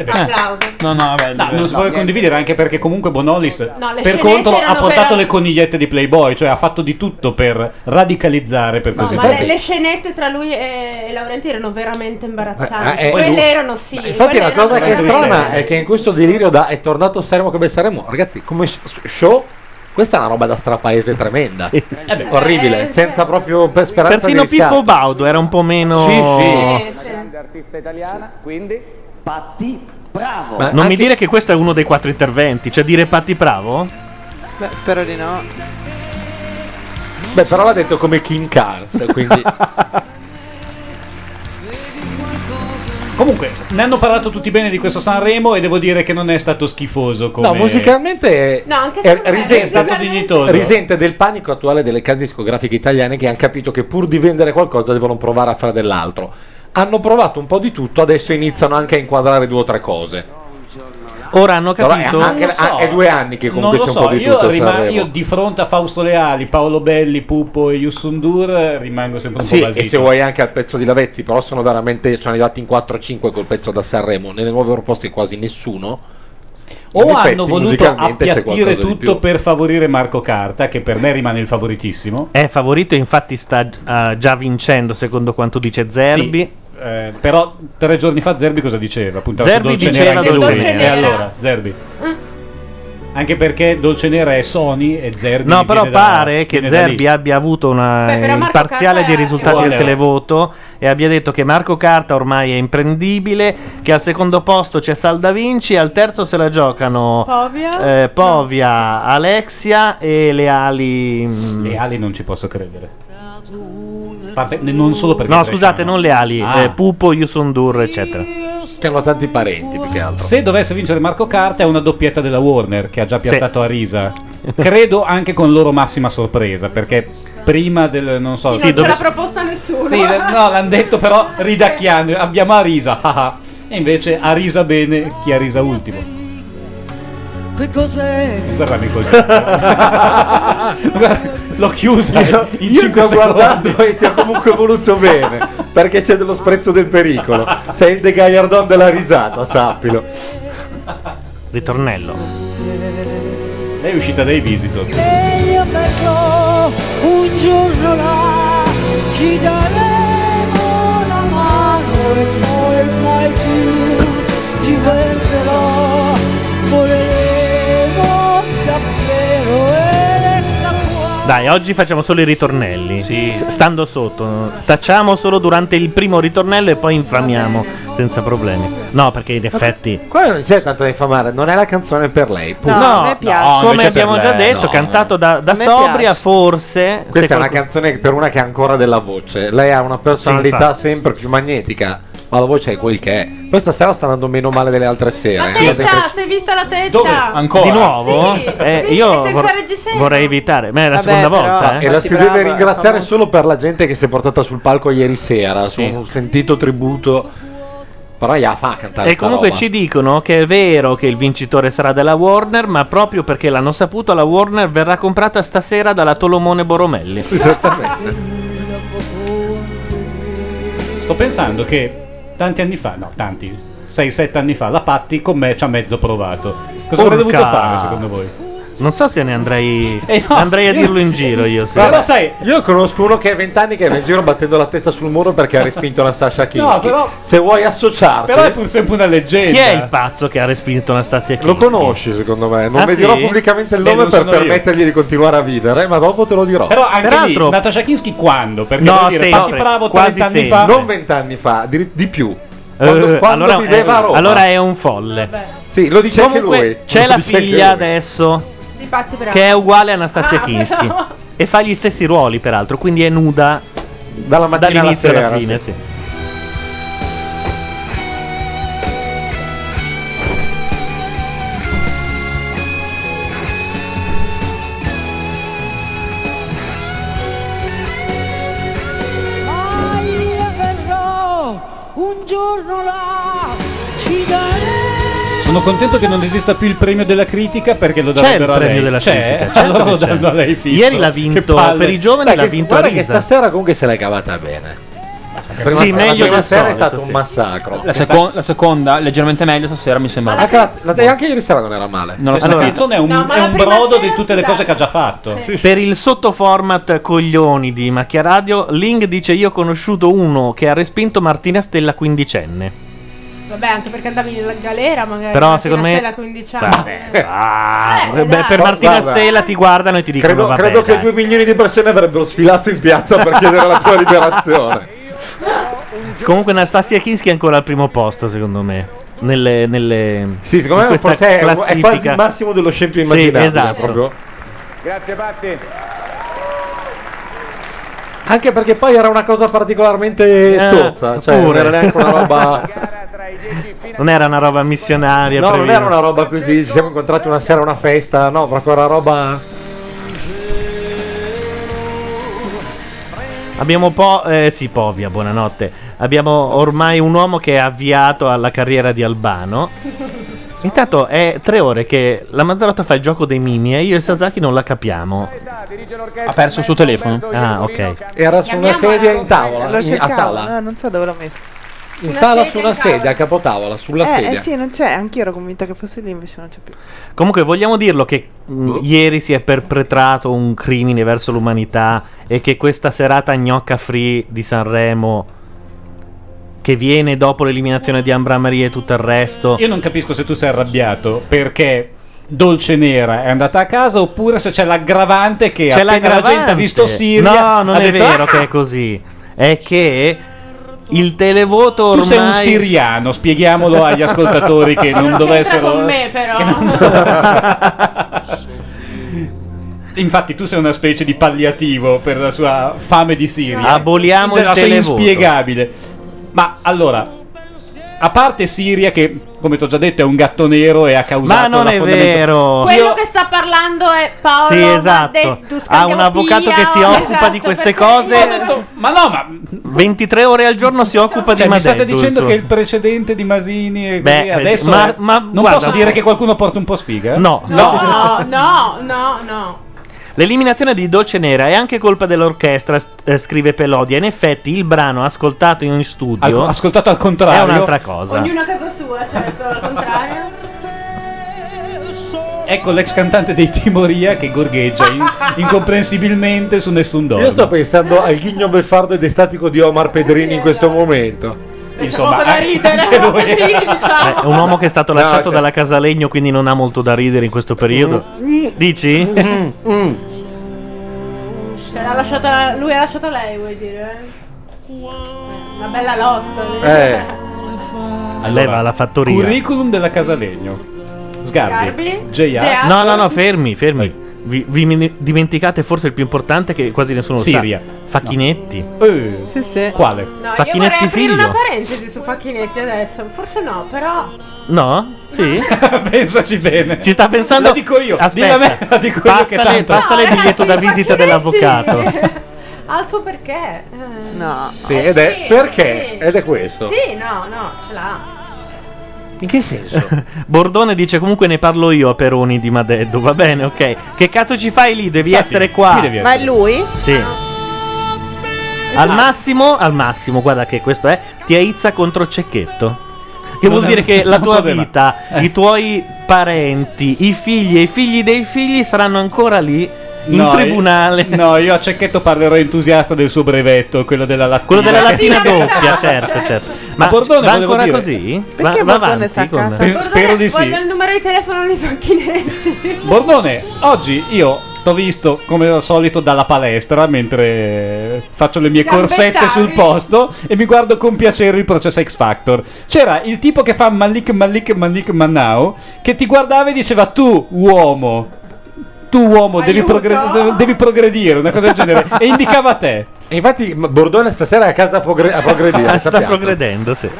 Speaker 16: Eh
Speaker 3: Applauso.
Speaker 2: No, no, vabbè,
Speaker 7: No, non si può condividere anche perché comunque Bonolis
Speaker 3: le
Speaker 7: per
Speaker 3: scenette
Speaker 7: contro ha
Speaker 3: erano
Speaker 7: portato
Speaker 3: però-
Speaker 7: le conigliette di Playboy, cioè ha fatto di tutto per radicalizzare per
Speaker 3: No,
Speaker 7: così
Speaker 3: ma le,
Speaker 7: dire.
Speaker 3: le scenette tra lui e, e Laurenti erano veramente imbarazzanti.
Speaker 9: Eh, eh,
Speaker 3: quelle
Speaker 9: lui-
Speaker 3: erano sì.
Speaker 9: Infatti,
Speaker 3: quelle
Speaker 9: la
Speaker 3: erano
Speaker 9: cosa che è
Speaker 3: veramente-
Speaker 9: strana è che in questo delirio da è tornato Saremo come saremo. Ragazzi, come s- show, questa è una roba da strapaese tremenda. Eh beh, Orribile,
Speaker 3: cioè.
Speaker 9: senza proprio per speranza
Speaker 1: Persino
Speaker 9: di riscatto.
Speaker 1: Pippo Baudo era un po' meno.
Speaker 9: Sì,
Speaker 16: grande artista italiana, quindi
Speaker 20: Patti Bravo.
Speaker 1: Ma non mi dire che questo è uno dei quattro interventi, cioè dire Patti Bravo?
Speaker 5: Beh, spero di no.
Speaker 9: Beh, però l'ha detto come Kim Cars, quindi
Speaker 7: Comunque, ne hanno parlato tutti bene di questo Sanremo e devo dire che non è stato schifoso come
Speaker 9: No, musicalmente
Speaker 3: No, anche
Speaker 9: è-
Speaker 3: secondo me,
Speaker 9: Eh, risente,
Speaker 7: è stato Eh, dignitoso.
Speaker 9: risente del panico attuale delle case discografiche italiane che hanno capito che pur di vendere qualcosa devono provare a fare dell'altro. Hanno provato un po' di tutto, adesso iniziano anche a inquadrare due o tre cose.
Speaker 1: Ora hanno
Speaker 9: Però è
Speaker 1: capito.
Speaker 9: anche-
Speaker 7: Non lo so.
Speaker 9: è due anni che
Speaker 7: Non
Speaker 9: comunque
Speaker 7: lo
Speaker 9: c'è un
Speaker 7: so,
Speaker 9: po' di tutto
Speaker 7: io,
Speaker 9: a
Speaker 7: rima-
Speaker 9: Sanremo.
Speaker 7: io di fronte a Fausto Leali, Paolo Belli, Pupo e Yusundur eh, rimango sempre un
Speaker 9: Sì,
Speaker 7: po'
Speaker 9: e
Speaker 7: basito.
Speaker 9: se vuoi anche al pezzo di Lavezzi, però sono veramente sono arrivati in 4-5 col pezzo da Sanremo, nelle nuove proposte quasi nessuno.
Speaker 7: o
Speaker 9: In effetti,
Speaker 7: hanno voluto
Speaker 9: musicalmente c'è qualcosa
Speaker 7: appiattire
Speaker 9: di più.
Speaker 7: tutto per favorire Marco Carta, che per me rimane il favoritissimo.
Speaker 1: È favorito, infatti sta eh, già vincendo secondo quanto dice Zerbi.
Speaker 7: Sì, eh, però tre giorni fa Zerbi cosa diceva? Puntava
Speaker 1: Zerbi
Speaker 7: su Dolce
Speaker 1: diceva
Speaker 7: Nera anche
Speaker 1: Dolce
Speaker 7: lui.
Speaker 1: Nera.
Speaker 7: E allora, Zerbi. Anche perché Dolce Nera è Sony e Zerbi.
Speaker 1: No, però
Speaker 7: viene da-
Speaker 1: pare che
Speaker 7: viene da lì.
Speaker 1: Zerbi abbia avuto una,
Speaker 7: Beh, però
Speaker 1: il
Speaker 7: Marco
Speaker 1: parziale
Speaker 7: Carta
Speaker 1: di risultati del
Speaker 7: Guarda.
Speaker 1: televoto e abbia detto che Marco Carta ormai è imprendibile, che al secondo posto c'è Salda Vinci, al terzo se la giocano
Speaker 3: Povia?
Speaker 1: eh, Povia, Alexia e le ali... mm. Le
Speaker 7: ali non ci posso credere. Parte- non solo perché
Speaker 1: No,
Speaker 7: è
Speaker 1: scusate, non le ali,
Speaker 7: Ah.
Speaker 1: eh, Pupo, Yusundur, eccetera.
Speaker 7: Siamo tanti parenti più che altro. Se dovesse vincere Marco Carta è una doppietta della Warner che ha già piazzato Arisa. Credo anche con loro massima sorpresa perché prima del non so
Speaker 3: Sì, non ce l'ha proposta nessuno.
Speaker 7: Sì, le- no, l'hanno detto però ridacchiando. Abbiamo Arisa. ah, ah. e invece Arisa bene chi Arisa ultimo.
Speaker 16: Che cos'è?
Speaker 7: Guardami così. Guarda, L'ho chiusa. Io,
Speaker 9: io ti ho guardato e ti ho comunque voluto bene. Perché c'è dello sprezzo del pericolo. Sei il De Gaiardon della risata, sappilo.
Speaker 1: Ritornello.
Speaker 7: Lei è uscita dai visitor.
Speaker 16: Meglio perché un giorno là ci daremo la mano e poi mai più ti verrò. Voleremo davvero e resta qua.
Speaker 1: Dai, oggi facciamo solo i ritornelli. S- Stando sotto. Tacciamo solo durante il primo ritornello e poi infamiamo senza problemi. No, perché in effetti.
Speaker 9: Qua non c'è tanto da infamare, non è la canzone per lei. punto.
Speaker 5: No, a me piace. no,
Speaker 1: come
Speaker 9: invece
Speaker 1: abbiamo
Speaker 9: per
Speaker 1: già
Speaker 9: lei,
Speaker 1: detto,
Speaker 9: no.
Speaker 1: cantato da, da
Speaker 9: A me
Speaker 1: sobria,
Speaker 9: piace.
Speaker 1: forse. se
Speaker 9: Questa è una
Speaker 1: qualcuno-
Speaker 9: canzone che- per una che ha ancora della voce. Lei ha una
Speaker 1: Sì,
Speaker 9: personalità
Speaker 1: infatti.
Speaker 9: sempre più magnetica, ma la voce è quel che è. Questa sera sta andando meno male delle altre sere. eh.
Speaker 3: La testa, sei vista la tetta?
Speaker 1: Di nuovo?
Speaker 3: Sì,
Speaker 1: Eh,
Speaker 3: sì,
Speaker 1: io
Speaker 3: e senza
Speaker 1: vor-
Speaker 3: reggiseno.
Speaker 1: vorrei evitare. Ma è la
Speaker 3: Vabbè,
Speaker 1: seconda
Speaker 3: però-
Speaker 1: volta. eh.
Speaker 9: e la si deve ringraziare solo per la gente che si è portata sul palco ieri sera, su un sentito tributo. Però ya fa cantare.
Speaker 1: E
Speaker 9: sta
Speaker 1: comunque
Speaker 9: roba.
Speaker 1: ci dicono che è vero che il vincitore sarà della Warner, ma proprio perché l'hanno saputo, la Warner verrà comprata stasera dalla Tolomone Boromelli.
Speaker 9: Esattamente.
Speaker 7: Sto pensando che tanti anni fa, no, tanti, 6-7 anni fa, la Patti con me ci ha mezzo provato. Cosa avrei
Speaker 1: Urca.
Speaker 7: dovuto fare secondo voi?
Speaker 1: Non so se ne andrei.
Speaker 7: Eh no,
Speaker 1: andrei a
Speaker 7: io-
Speaker 1: dirlo in giro io. se-
Speaker 9: Però sai, io conosco uno che è vent'anni che è in giro battendo la testa sul muro perché ha respinto Anastasia Kinski.
Speaker 7: però-
Speaker 9: Se vuoi associarti,
Speaker 7: Però è pur sempre una leggenda.
Speaker 1: Chi è il pazzo che ha respinto Anastasia Kinski?
Speaker 9: Lo conosci secondo me, non
Speaker 1: Ah,
Speaker 9: ne
Speaker 1: sì?
Speaker 9: dirò pubblicamente il
Speaker 1: Beh,
Speaker 9: nome
Speaker 1: non
Speaker 9: per
Speaker 1: sono io.
Speaker 9: permettergli di continuare a vivere, ma dopo te lo dirò.
Speaker 7: Però anche
Speaker 9: Peraltro-
Speaker 7: lì, Natasha Kinski quando? Perché
Speaker 9: No,
Speaker 7: vuol dire, Patti
Speaker 9: sempre,
Speaker 7: Bravo
Speaker 9: quasi
Speaker 7: 30 anni
Speaker 9: sempre.
Speaker 7: fa.
Speaker 9: Non 20 anni fa, di, di più.
Speaker 1: Eh,
Speaker 9: Quando, quando
Speaker 1: allora,
Speaker 9: viveva a
Speaker 1: eh,
Speaker 9: Roma.
Speaker 1: allora è un folle.
Speaker 9: Sì, lo dice anche
Speaker 1: Comunque,
Speaker 9: lui.
Speaker 1: C'è
Speaker 9: Lo
Speaker 1: la
Speaker 9: dice anche
Speaker 1: figlia
Speaker 9: lui.
Speaker 1: adesso
Speaker 3: Di Patti Bravo.
Speaker 1: che è uguale a Anastasia
Speaker 3: Ah,
Speaker 1: Kinski
Speaker 3: però-
Speaker 1: e fa gli stessi ruoli, peraltro. Quindi è nuda
Speaker 9: Dalla mattina alla
Speaker 1: dall'inizio alla,
Speaker 9: sera,
Speaker 1: fine.
Speaker 9: sì.
Speaker 1: Sì.
Speaker 16: Ma io verrò un giorno là, ci daremo.
Speaker 7: Sono contento che non esista più il premio della critica perché lo
Speaker 1: C'è il
Speaker 7: darebbero a
Speaker 1: premio
Speaker 7: lei.
Speaker 1: della
Speaker 7: C'è?
Speaker 1: critica, certo
Speaker 7: allora
Speaker 1: che
Speaker 7: lo
Speaker 1: c'è.
Speaker 7: danno a lei fisso.
Speaker 1: Ieri l'ha
Speaker 7: Che
Speaker 1: vinto
Speaker 7: palle.
Speaker 1: per i giovani,
Speaker 9: Dai,
Speaker 1: l'ha
Speaker 9: che-
Speaker 1: vinto
Speaker 9: guarda
Speaker 1: Risa.
Speaker 9: che stasera comunque se l'hai cavata bene. Prima
Speaker 1: Sì,
Speaker 9: sera-
Speaker 1: meglio
Speaker 9: la prima
Speaker 1: del
Speaker 9: sera
Speaker 1: solito,
Speaker 9: è stato
Speaker 1: sì.
Speaker 9: un massacro.
Speaker 2: La, secon- la seconda, leggermente meglio stasera, mi sembra.
Speaker 9: Anche, la- la- anche ieri sera non era male.
Speaker 2: Non l'ho
Speaker 7: Questa
Speaker 2: sentita.
Speaker 7: canzone è un,
Speaker 2: No, ma
Speaker 7: è
Speaker 2: la
Speaker 7: un
Speaker 2: prima
Speaker 7: brodo
Speaker 2: sera
Speaker 7: di tutte le
Speaker 2: scusa.
Speaker 7: cose che ha già fatto.
Speaker 1: Per il sottoformat coglioni di Macchiaradio, Ling dice: Io ho conosciuto uno che ha respinto Martina Stella quindicenne.
Speaker 3: Vabbè, anche perché andavi in galera magari.
Speaker 1: Però
Speaker 3: Martina
Speaker 1: secondo me-
Speaker 3: Stella, 15 anni.
Speaker 1: Vabbè, ah,
Speaker 3: Eh,
Speaker 1: beh,
Speaker 3: dai.
Speaker 1: per Martina
Speaker 9: Guarda.
Speaker 1: Stella ti guardano e ti dicono:
Speaker 9: Credo,
Speaker 1: Vabbè,
Speaker 9: credo che
Speaker 1: dai.
Speaker 9: due milioni di persone avrebbero sfilato in piazza per chiedere la tua liberazione.
Speaker 1: Comunque Anastasia Kinski è ancora al primo posto, secondo me. Nelle, nelle
Speaker 9: Sì, secondo
Speaker 1: in
Speaker 9: me
Speaker 1: questa
Speaker 9: forse è- è,
Speaker 1: classifica.
Speaker 9: quasi il massimo dello scempio
Speaker 1: Sì,
Speaker 9: immaginabile.
Speaker 1: esatto.
Speaker 9: proprio.
Speaker 21: Grazie Patti.
Speaker 5: Ah,
Speaker 9: Anche perché poi era una cosa particolarmente
Speaker 1: Eh,
Speaker 9: zozza, cioè non
Speaker 1: pure.
Speaker 9: era neanche una roba...
Speaker 1: Non era una roba missionaria.
Speaker 9: No, non
Speaker 1: prevista.
Speaker 9: era una roba così, ci siamo incontrati una sera a una festa, no, proprio era roba...
Speaker 1: Abbiamo po'. Eh, sì, Povia, buonanotte. Abbiamo ormai un uomo che è avviato alla carriera di Albano. Intanto è tre ore che la Mazzarotta fa il gioco dei mini e io e Sasaki non la capiamo. Ha perso il suo telefono. Ah, ok.
Speaker 9: Era su una sedia in tavola, in-
Speaker 5: Lo
Speaker 9: a
Speaker 5: cercavo,
Speaker 9: sala.
Speaker 5: no, non so dove l'ho messo.
Speaker 9: In sala su una sedia, a capotavola, sulla
Speaker 5: eh,
Speaker 9: sedia.
Speaker 5: eh sì, non c'è, anch'io ero convinta che fosse lì, invece non c'è più.
Speaker 1: Comunque vogliamo dirlo che mh, ieri si è perpetrato un crimine verso l'umanità e che questa serata gnocca free di Sanremo che viene dopo l'eliminazione di Ambra Maria e tutto il resto.
Speaker 7: Io non capisco se tu sei arrabbiato perché Dolce Nera è andata a casa oppure se c'è l'aggravante che
Speaker 1: C'è
Speaker 7: appena la gente ha
Speaker 1: l'aggravante.
Speaker 7: visto Siria
Speaker 1: No, non
Speaker 7: ha
Speaker 1: è
Speaker 7: detto,
Speaker 1: vero
Speaker 7: "Ah,
Speaker 1: che è così. È che il televoto
Speaker 7: tu
Speaker 1: ormai
Speaker 7: sei un siriano, spieghiamolo agli ascoltatori che non, dovessero
Speaker 3: con me però.
Speaker 7: Infatti tu sei una specie di palliativo per la sua fame di Siria.
Speaker 1: Ah, Aboliamo
Speaker 7: Per
Speaker 1: il
Speaker 7: la sua
Speaker 1: televoto.
Speaker 7: inspiegabile. Ma allora, a parte Siria che come ti ho già detto è un gatto nero e ha causato
Speaker 1: Ma non
Speaker 7: la
Speaker 1: è
Speaker 7: fondamenta-
Speaker 1: vero.
Speaker 3: Quello che sta parlando è Paolo
Speaker 1: Sì, esatto.
Speaker 3: Vandettu,
Speaker 1: Ha un
Speaker 3: Scandiano
Speaker 1: avvocato
Speaker 3: Pia,
Speaker 1: che si
Speaker 3: o-
Speaker 1: occupa
Speaker 3: esatto,
Speaker 1: di queste
Speaker 3: perché-
Speaker 1: cose.
Speaker 3: Io ho detto,
Speaker 1: 23 ore al giorno si occupa
Speaker 7: Cioè,
Speaker 1: di
Speaker 7: mi state
Speaker 1: Madeddu,
Speaker 7: dicendo
Speaker 1: insomma.
Speaker 7: che il precedente di Masini e
Speaker 1: Beh, eh,
Speaker 7: così adesso
Speaker 1: ma-
Speaker 7: è-
Speaker 1: ma
Speaker 7: non
Speaker 1: guarda-
Speaker 7: posso dire che qualcuno porta un po' sfiga? eh?
Speaker 1: No,
Speaker 3: No, no, no, no.
Speaker 1: L'eliminazione di Dolce Nera è anche colpa dell'orchestra, s- eh, scrive Pelodia. In effetti, il brano ascoltato in studio.
Speaker 7: Al- ascoltato al contrario.
Speaker 1: È un'altra cosa.
Speaker 3: Ognuno a casa sua, certo, al contrario.
Speaker 7: Ecco l'ex cantante dei Timoria che gorgheggia in- incomprensibilmente su Nessun Dormo.
Speaker 9: Io sto pensando al ghigno beffardo ed estatico di Omar Pedrini in questo momento.
Speaker 7: Insomma, eh,
Speaker 3: poco da
Speaker 7: anche
Speaker 3: ridere,
Speaker 7: lui era-
Speaker 3: Pedrini, diciamo.
Speaker 1: Beh, è un uomo che è stato
Speaker 9: No,
Speaker 1: lasciato
Speaker 9: cioè-
Speaker 1: dalla Casalegno, quindi non ha molto da ridere in questo periodo. Dici?
Speaker 3: Cioè, l'ha lasciata, lui ha lasciato lei, vuoi dire? eh? Una bella lotta.
Speaker 1: Lei va alla fattoria.
Speaker 7: Curriculum della Casalegno. Sgarbi.
Speaker 3: Sgarbi.
Speaker 7: J.A.
Speaker 1: No, no, no, fermi, fermi. Vi, vi min- dimenticate forse il più importante che quasi nessuno
Speaker 7: Siria. Eh.
Speaker 1: lo sa. Facchinetti.
Speaker 5: Sì, sì.
Speaker 7: Quale?
Speaker 3: No, io vorrei
Speaker 1: Facchinetti
Speaker 3: aprire
Speaker 1: figlio.
Speaker 3: una parentesi su Facchinetti adesso. Forse no, però.
Speaker 1: No? Sì.
Speaker 7: Pensaci bene.
Speaker 1: Ci sta pensando.
Speaker 7: La dico io.
Speaker 1: Aspetta.
Speaker 7: Dilla me, la dico io che
Speaker 1: Passale-
Speaker 7: tanto-
Speaker 1: passale il
Speaker 3: No,
Speaker 1: biglietto da
Speaker 3: ragazzi,
Speaker 1: visita
Speaker 3: Facchinetti.
Speaker 1: dell'avvocato.
Speaker 3: ha il suo perché. eh.
Speaker 5: No.
Speaker 9: Sì, ed è
Speaker 3: sì,
Speaker 9: perché?
Speaker 3: sì.
Speaker 9: Ed è questo.
Speaker 3: Sì, no, no, ce l'ha.
Speaker 9: In che senso?
Speaker 1: Bordone dice comunque ne parlo io a Peroni di Madeddu. Va bene, ok. Che cazzo ci fai lì? Devi
Speaker 5: Infatti,
Speaker 1: essere qua.
Speaker 5: qui devi Ma essere. è lui?
Speaker 1: Sì. Al massimo, al massimo, guarda che questo è, ti aizza contro Cecchetto. Che
Speaker 7: Non
Speaker 1: vuol
Speaker 7: è-
Speaker 1: dire che la
Speaker 7: non
Speaker 1: tua
Speaker 7: poteva.
Speaker 1: vita, i tuoi parenti, i figli e i figli dei figli saranno ancora lì in
Speaker 7: No,
Speaker 1: tribunale.
Speaker 7: io- No, io a Cecchetto parlerò entusiasta del suo brevetto, quello della lattina.
Speaker 1: Quello della lattina
Speaker 7: Che-
Speaker 1: doppia, certo, certo. Ma
Speaker 7: A Bordone
Speaker 1: va
Speaker 7: volevo
Speaker 1: ancora
Speaker 7: dire-
Speaker 1: così?
Speaker 7: Perché
Speaker 1: va, va
Speaker 7: Bordone
Speaker 1: avanti
Speaker 7: sta a
Speaker 1: con-
Speaker 7: casa? Spe-
Speaker 3: Guardate,
Speaker 7: spero di sì.
Speaker 3: Cioè, Voglio il numero di telefono di Facchinetti.
Speaker 7: Bordone, oggi io t'ho visto come al solito dalla palestra mentre faccio le mie
Speaker 3: Sgambettavi.
Speaker 7: corsette sul posto e mi guardo con piacere il processo X Factor. C'era il tipo che fa Malik Malik Malik Mannau che ti guardava e diceva tu uomo, tu uomo devi,
Speaker 9: Aiuto.
Speaker 7: progre- devi progredire, una cosa del genere. e indicava te.
Speaker 9: E infatti m- Bordone stasera è a casa a,
Speaker 7: eh,
Speaker 9: progre- a progredire.
Speaker 1: Sta progredendo, sì. È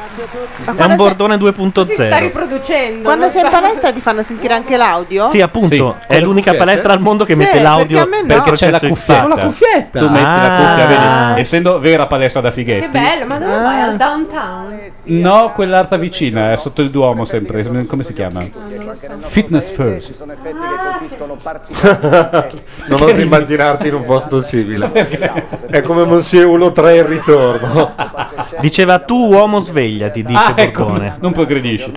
Speaker 1: un
Speaker 5: quando
Speaker 1: bordone 2.0.
Speaker 5: si
Speaker 3: Sta riproducendo.
Speaker 5: Quando
Speaker 3: non
Speaker 5: sei in
Speaker 3: sta-
Speaker 5: palestra ti fanno sentire anche l'audio?
Speaker 1: Sì, appunto,
Speaker 7: eh,
Speaker 1: è l'unica
Speaker 5: cuffiette?
Speaker 1: palestra al mondo che
Speaker 5: Sì,
Speaker 1: mette
Speaker 5: perché
Speaker 1: l'audio
Speaker 5: a me no.
Speaker 1: per
Speaker 5: Perché
Speaker 7: C'è la
Speaker 1: processo
Speaker 7: cuffietta. Ah.
Speaker 1: X-Factor.
Speaker 7: Tu metti la cuffia, vedi? Essendo vera palestra da
Speaker 3: Che
Speaker 7: fighetti.
Speaker 3: bello, ma dove vai? Al downtown?
Speaker 7: No, quell'altra vicina, è sotto il Duomo sempre. Come si chiama? Fitness First.
Speaker 4: sono effetti che colpiscono parti
Speaker 9: non oso immaginarti in un posto simile. È come Monsieur Ulo 3 il ritorno.
Speaker 1: Diceva tu uomo svegliati, dice
Speaker 9: Ah, ecco,
Speaker 1: Bordone.
Speaker 7: non progredisci.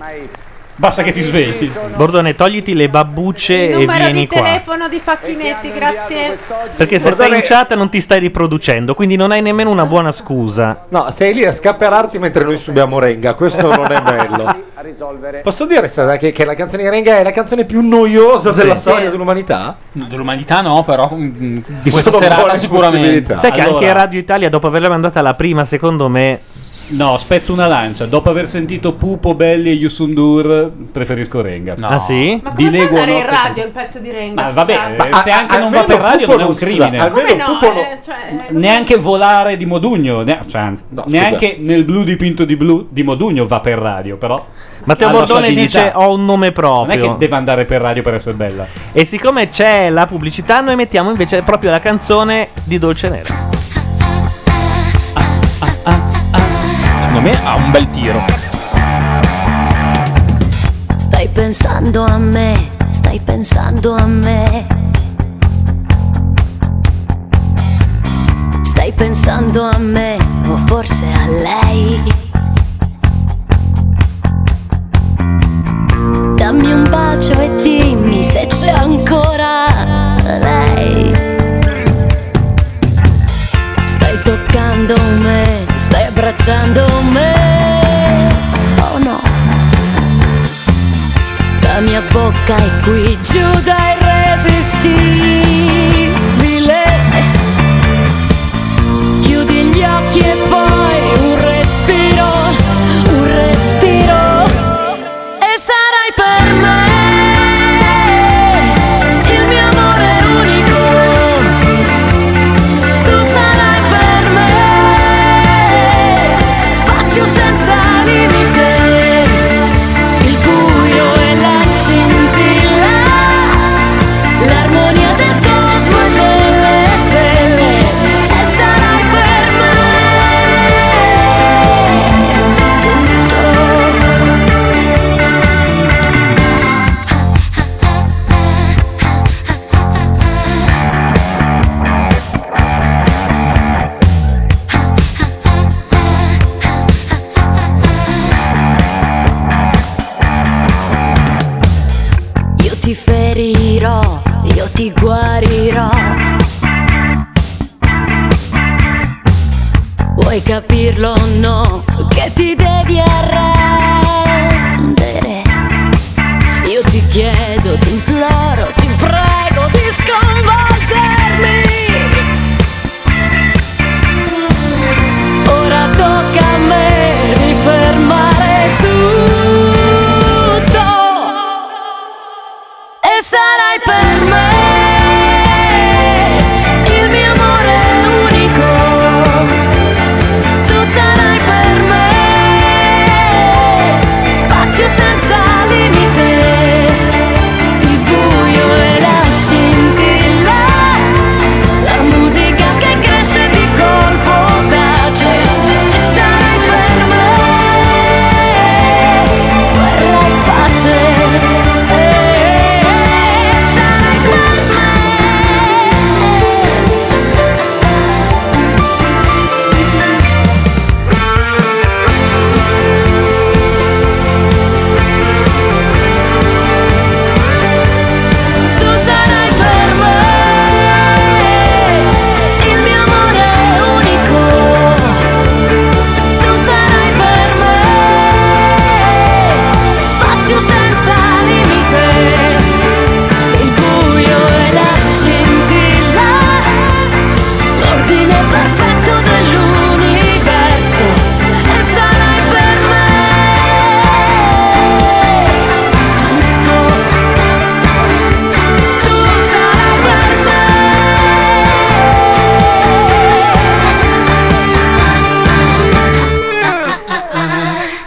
Speaker 7: Basta che ti svegli.
Speaker 1: Bordone, togliti le babbucce e
Speaker 3: Numero
Speaker 1: vieni
Speaker 3: di
Speaker 1: qua.
Speaker 3: telefono di Facchinetti, grazie.
Speaker 1: Perché se
Speaker 9: Bordone-
Speaker 1: sei in chat non ti stai riproducendo, quindi non hai nemmeno una buona scusa.
Speaker 9: No, sei lì a scapperarti mentre noi subiamo Renga, questo non è bello.
Speaker 4: a risolvere.
Speaker 9: Posso dire Sada, che, che la canzone di Renga è la canzone più noiosa
Speaker 7: Sì.
Speaker 9: della storia dell'umanità?
Speaker 2: Dell'umanità no, però mm, di questa
Speaker 9: Sono un po'
Speaker 2: serata
Speaker 9: le
Speaker 2: sicuramente.
Speaker 1: Sai che
Speaker 7: Allora-
Speaker 1: anche Radio Italia, dopo averla mandata alla prima, secondo me.
Speaker 7: No, aspetto una lancia. Dopo aver sentito Pupo, Belli e Yusundur, preferisco Renga.
Speaker 1: Ah, sì?
Speaker 3: Ma
Speaker 7: Di
Speaker 3: come fa
Speaker 7: Leguo
Speaker 3: andare in
Speaker 7: notte-
Speaker 3: radio il pezzo di Renga?
Speaker 7: Ma vabbè,
Speaker 3: Scusate.
Speaker 7: eh, se anche non va per radio non è un crimine.
Speaker 3: Come no? eh, cioè,
Speaker 7: Neanche volare di Modugno, ne- cioè, anzi,
Speaker 1: scusa.
Speaker 7: neanche nel blu dipinto di blu di Modugno va per radio, però.
Speaker 1: Matteo
Speaker 7: ha la sua
Speaker 1: Bordone
Speaker 7: dignità.
Speaker 1: dice: Ho un nome
Speaker 7: Non è
Speaker 1: proprio.
Speaker 7: che deve andare per radio per essere bella.
Speaker 1: E siccome c'è la pubblicità, noi mettiamo invece proprio la canzone di Dolce Nera.
Speaker 2: Secondo me ha un bel tiro.
Speaker 22: Stai pensando a me, stai pensando a me. Stai pensando a me o forse a lei. Dammi un bacio e dimmi se c'è ancora lei. Stai toccando me, stai abbracciando me. Oh no.
Speaker 16: La mia bocca è qui giù da irresistibile. Chiudi gli occhi e poi un respiro, un respiro. E sarai per me il mio amore unico. Tu sarai per me spazio senza limite. Il buio e la scintilla, l'armonia del cosmo e delle stelle, e sarai per me
Speaker 10: Io ti ferirò, io ti guarirò.
Speaker 16: Vuoi capirlo o no? Che ti devi arrendere. Io ti chiedo, ti imploro, ti prego di sconvolgermi. Ora tocca a me di fermare tutto.
Speaker 10: E sarai per me il mio amore unico.
Speaker 16: Tu sarai per me spazio senza limite. Il buio e la scintilla, la musica che cresce di colpo tace. E sarai per me guerra e pace. eh. E sarai per me. Tu sarai per me il mio amore unico. Tu sarai per me spazio senza limite. Il buio e la scintilla, l'ordine perfetto dell'universo. E sarai per me tutto. Tu sarai per me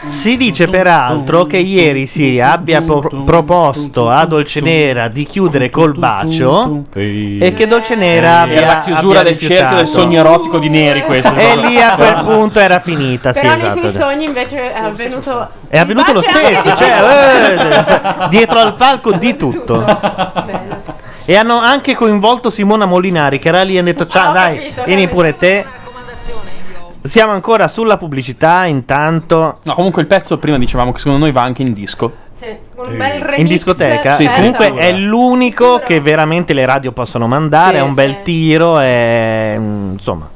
Speaker 1: Si dice peraltro che ieri si abbia pro- proposto a Dolcenera di chiudere col bacio e che Dolcenera abbia
Speaker 9: Era la chiusura
Speaker 1: abbia
Speaker 9: del cerchio del
Speaker 1: rifiutato.
Speaker 9: sogno erotico di Neri questo.
Speaker 1: E lì a quel punto era finita, sì,
Speaker 3: Però nei tuoi
Speaker 1: esatto.
Speaker 3: sogni invece eh, è avvenuto.
Speaker 1: È avvenuto lo stesso, cioè, eh, dietro al palco di tutto. E hanno anche coinvolto Simona Molinari che era lì e ha detto ciao, dai,
Speaker 3: capito,
Speaker 1: vieni pure te. Siamo ancora sulla pubblicità, intanto...
Speaker 9: No, comunque il pezzo prima dicevamo che secondo noi va anche in disco.
Speaker 3: Sì, eh, un bel remix.
Speaker 1: in discoteca.
Speaker 9: Sì, sì.
Speaker 1: Comunque
Speaker 9: Certo.
Speaker 1: è l'unico che veramente le radio possono mandare.
Speaker 9: Sì,
Speaker 1: è un bel tiro. È, mm, insomma,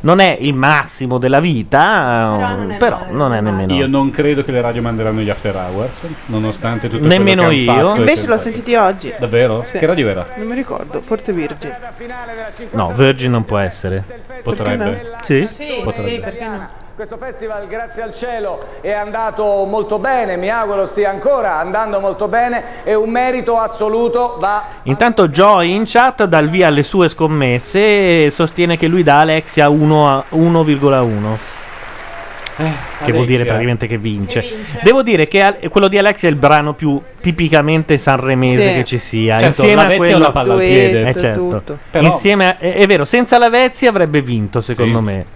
Speaker 1: non è il massimo della vita, però non è, nemmeno.
Speaker 7: Io non credo che le radio manderanno gli after hours, nonostante tutto
Speaker 1: Nemmeno
Speaker 7: quello che
Speaker 1: io.
Speaker 7: hanno fatto.
Speaker 5: Invece l'ho sentito oggi.
Speaker 7: Davvero?
Speaker 5: Sì.
Speaker 7: Che radio era?
Speaker 5: Non mi ricordo, forse Virgin.
Speaker 1: No, Virgin non può essere.
Speaker 7: Potrebbe.
Speaker 1: Sì.
Speaker 4: Questo festival, grazie al cielo, è andato molto bene, mi auguro stia ancora andando molto bene e un merito assoluto va
Speaker 1: Intanto Joy in chat dà il via alle sue scommesse e sostiene che lui dà Alexia 1 a 1,1. Eh, Che vuol dire
Speaker 9: Alexia.
Speaker 1: praticamente che vince. Devo dire che al- quello di Alexia è il brano più tipicamente sanremese
Speaker 9: Sì.
Speaker 1: che ci sia.
Speaker 9: Certo,
Speaker 1: insieme a
Speaker 9: Lavezia è
Speaker 1: quello
Speaker 9: una palla al piede.
Speaker 1: Eh,
Speaker 9: Duetto,
Speaker 1: certo.
Speaker 9: tutto. Però-
Speaker 1: Insieme a- è, è vero, senza la Vezia avrebbe vinto, secondo me.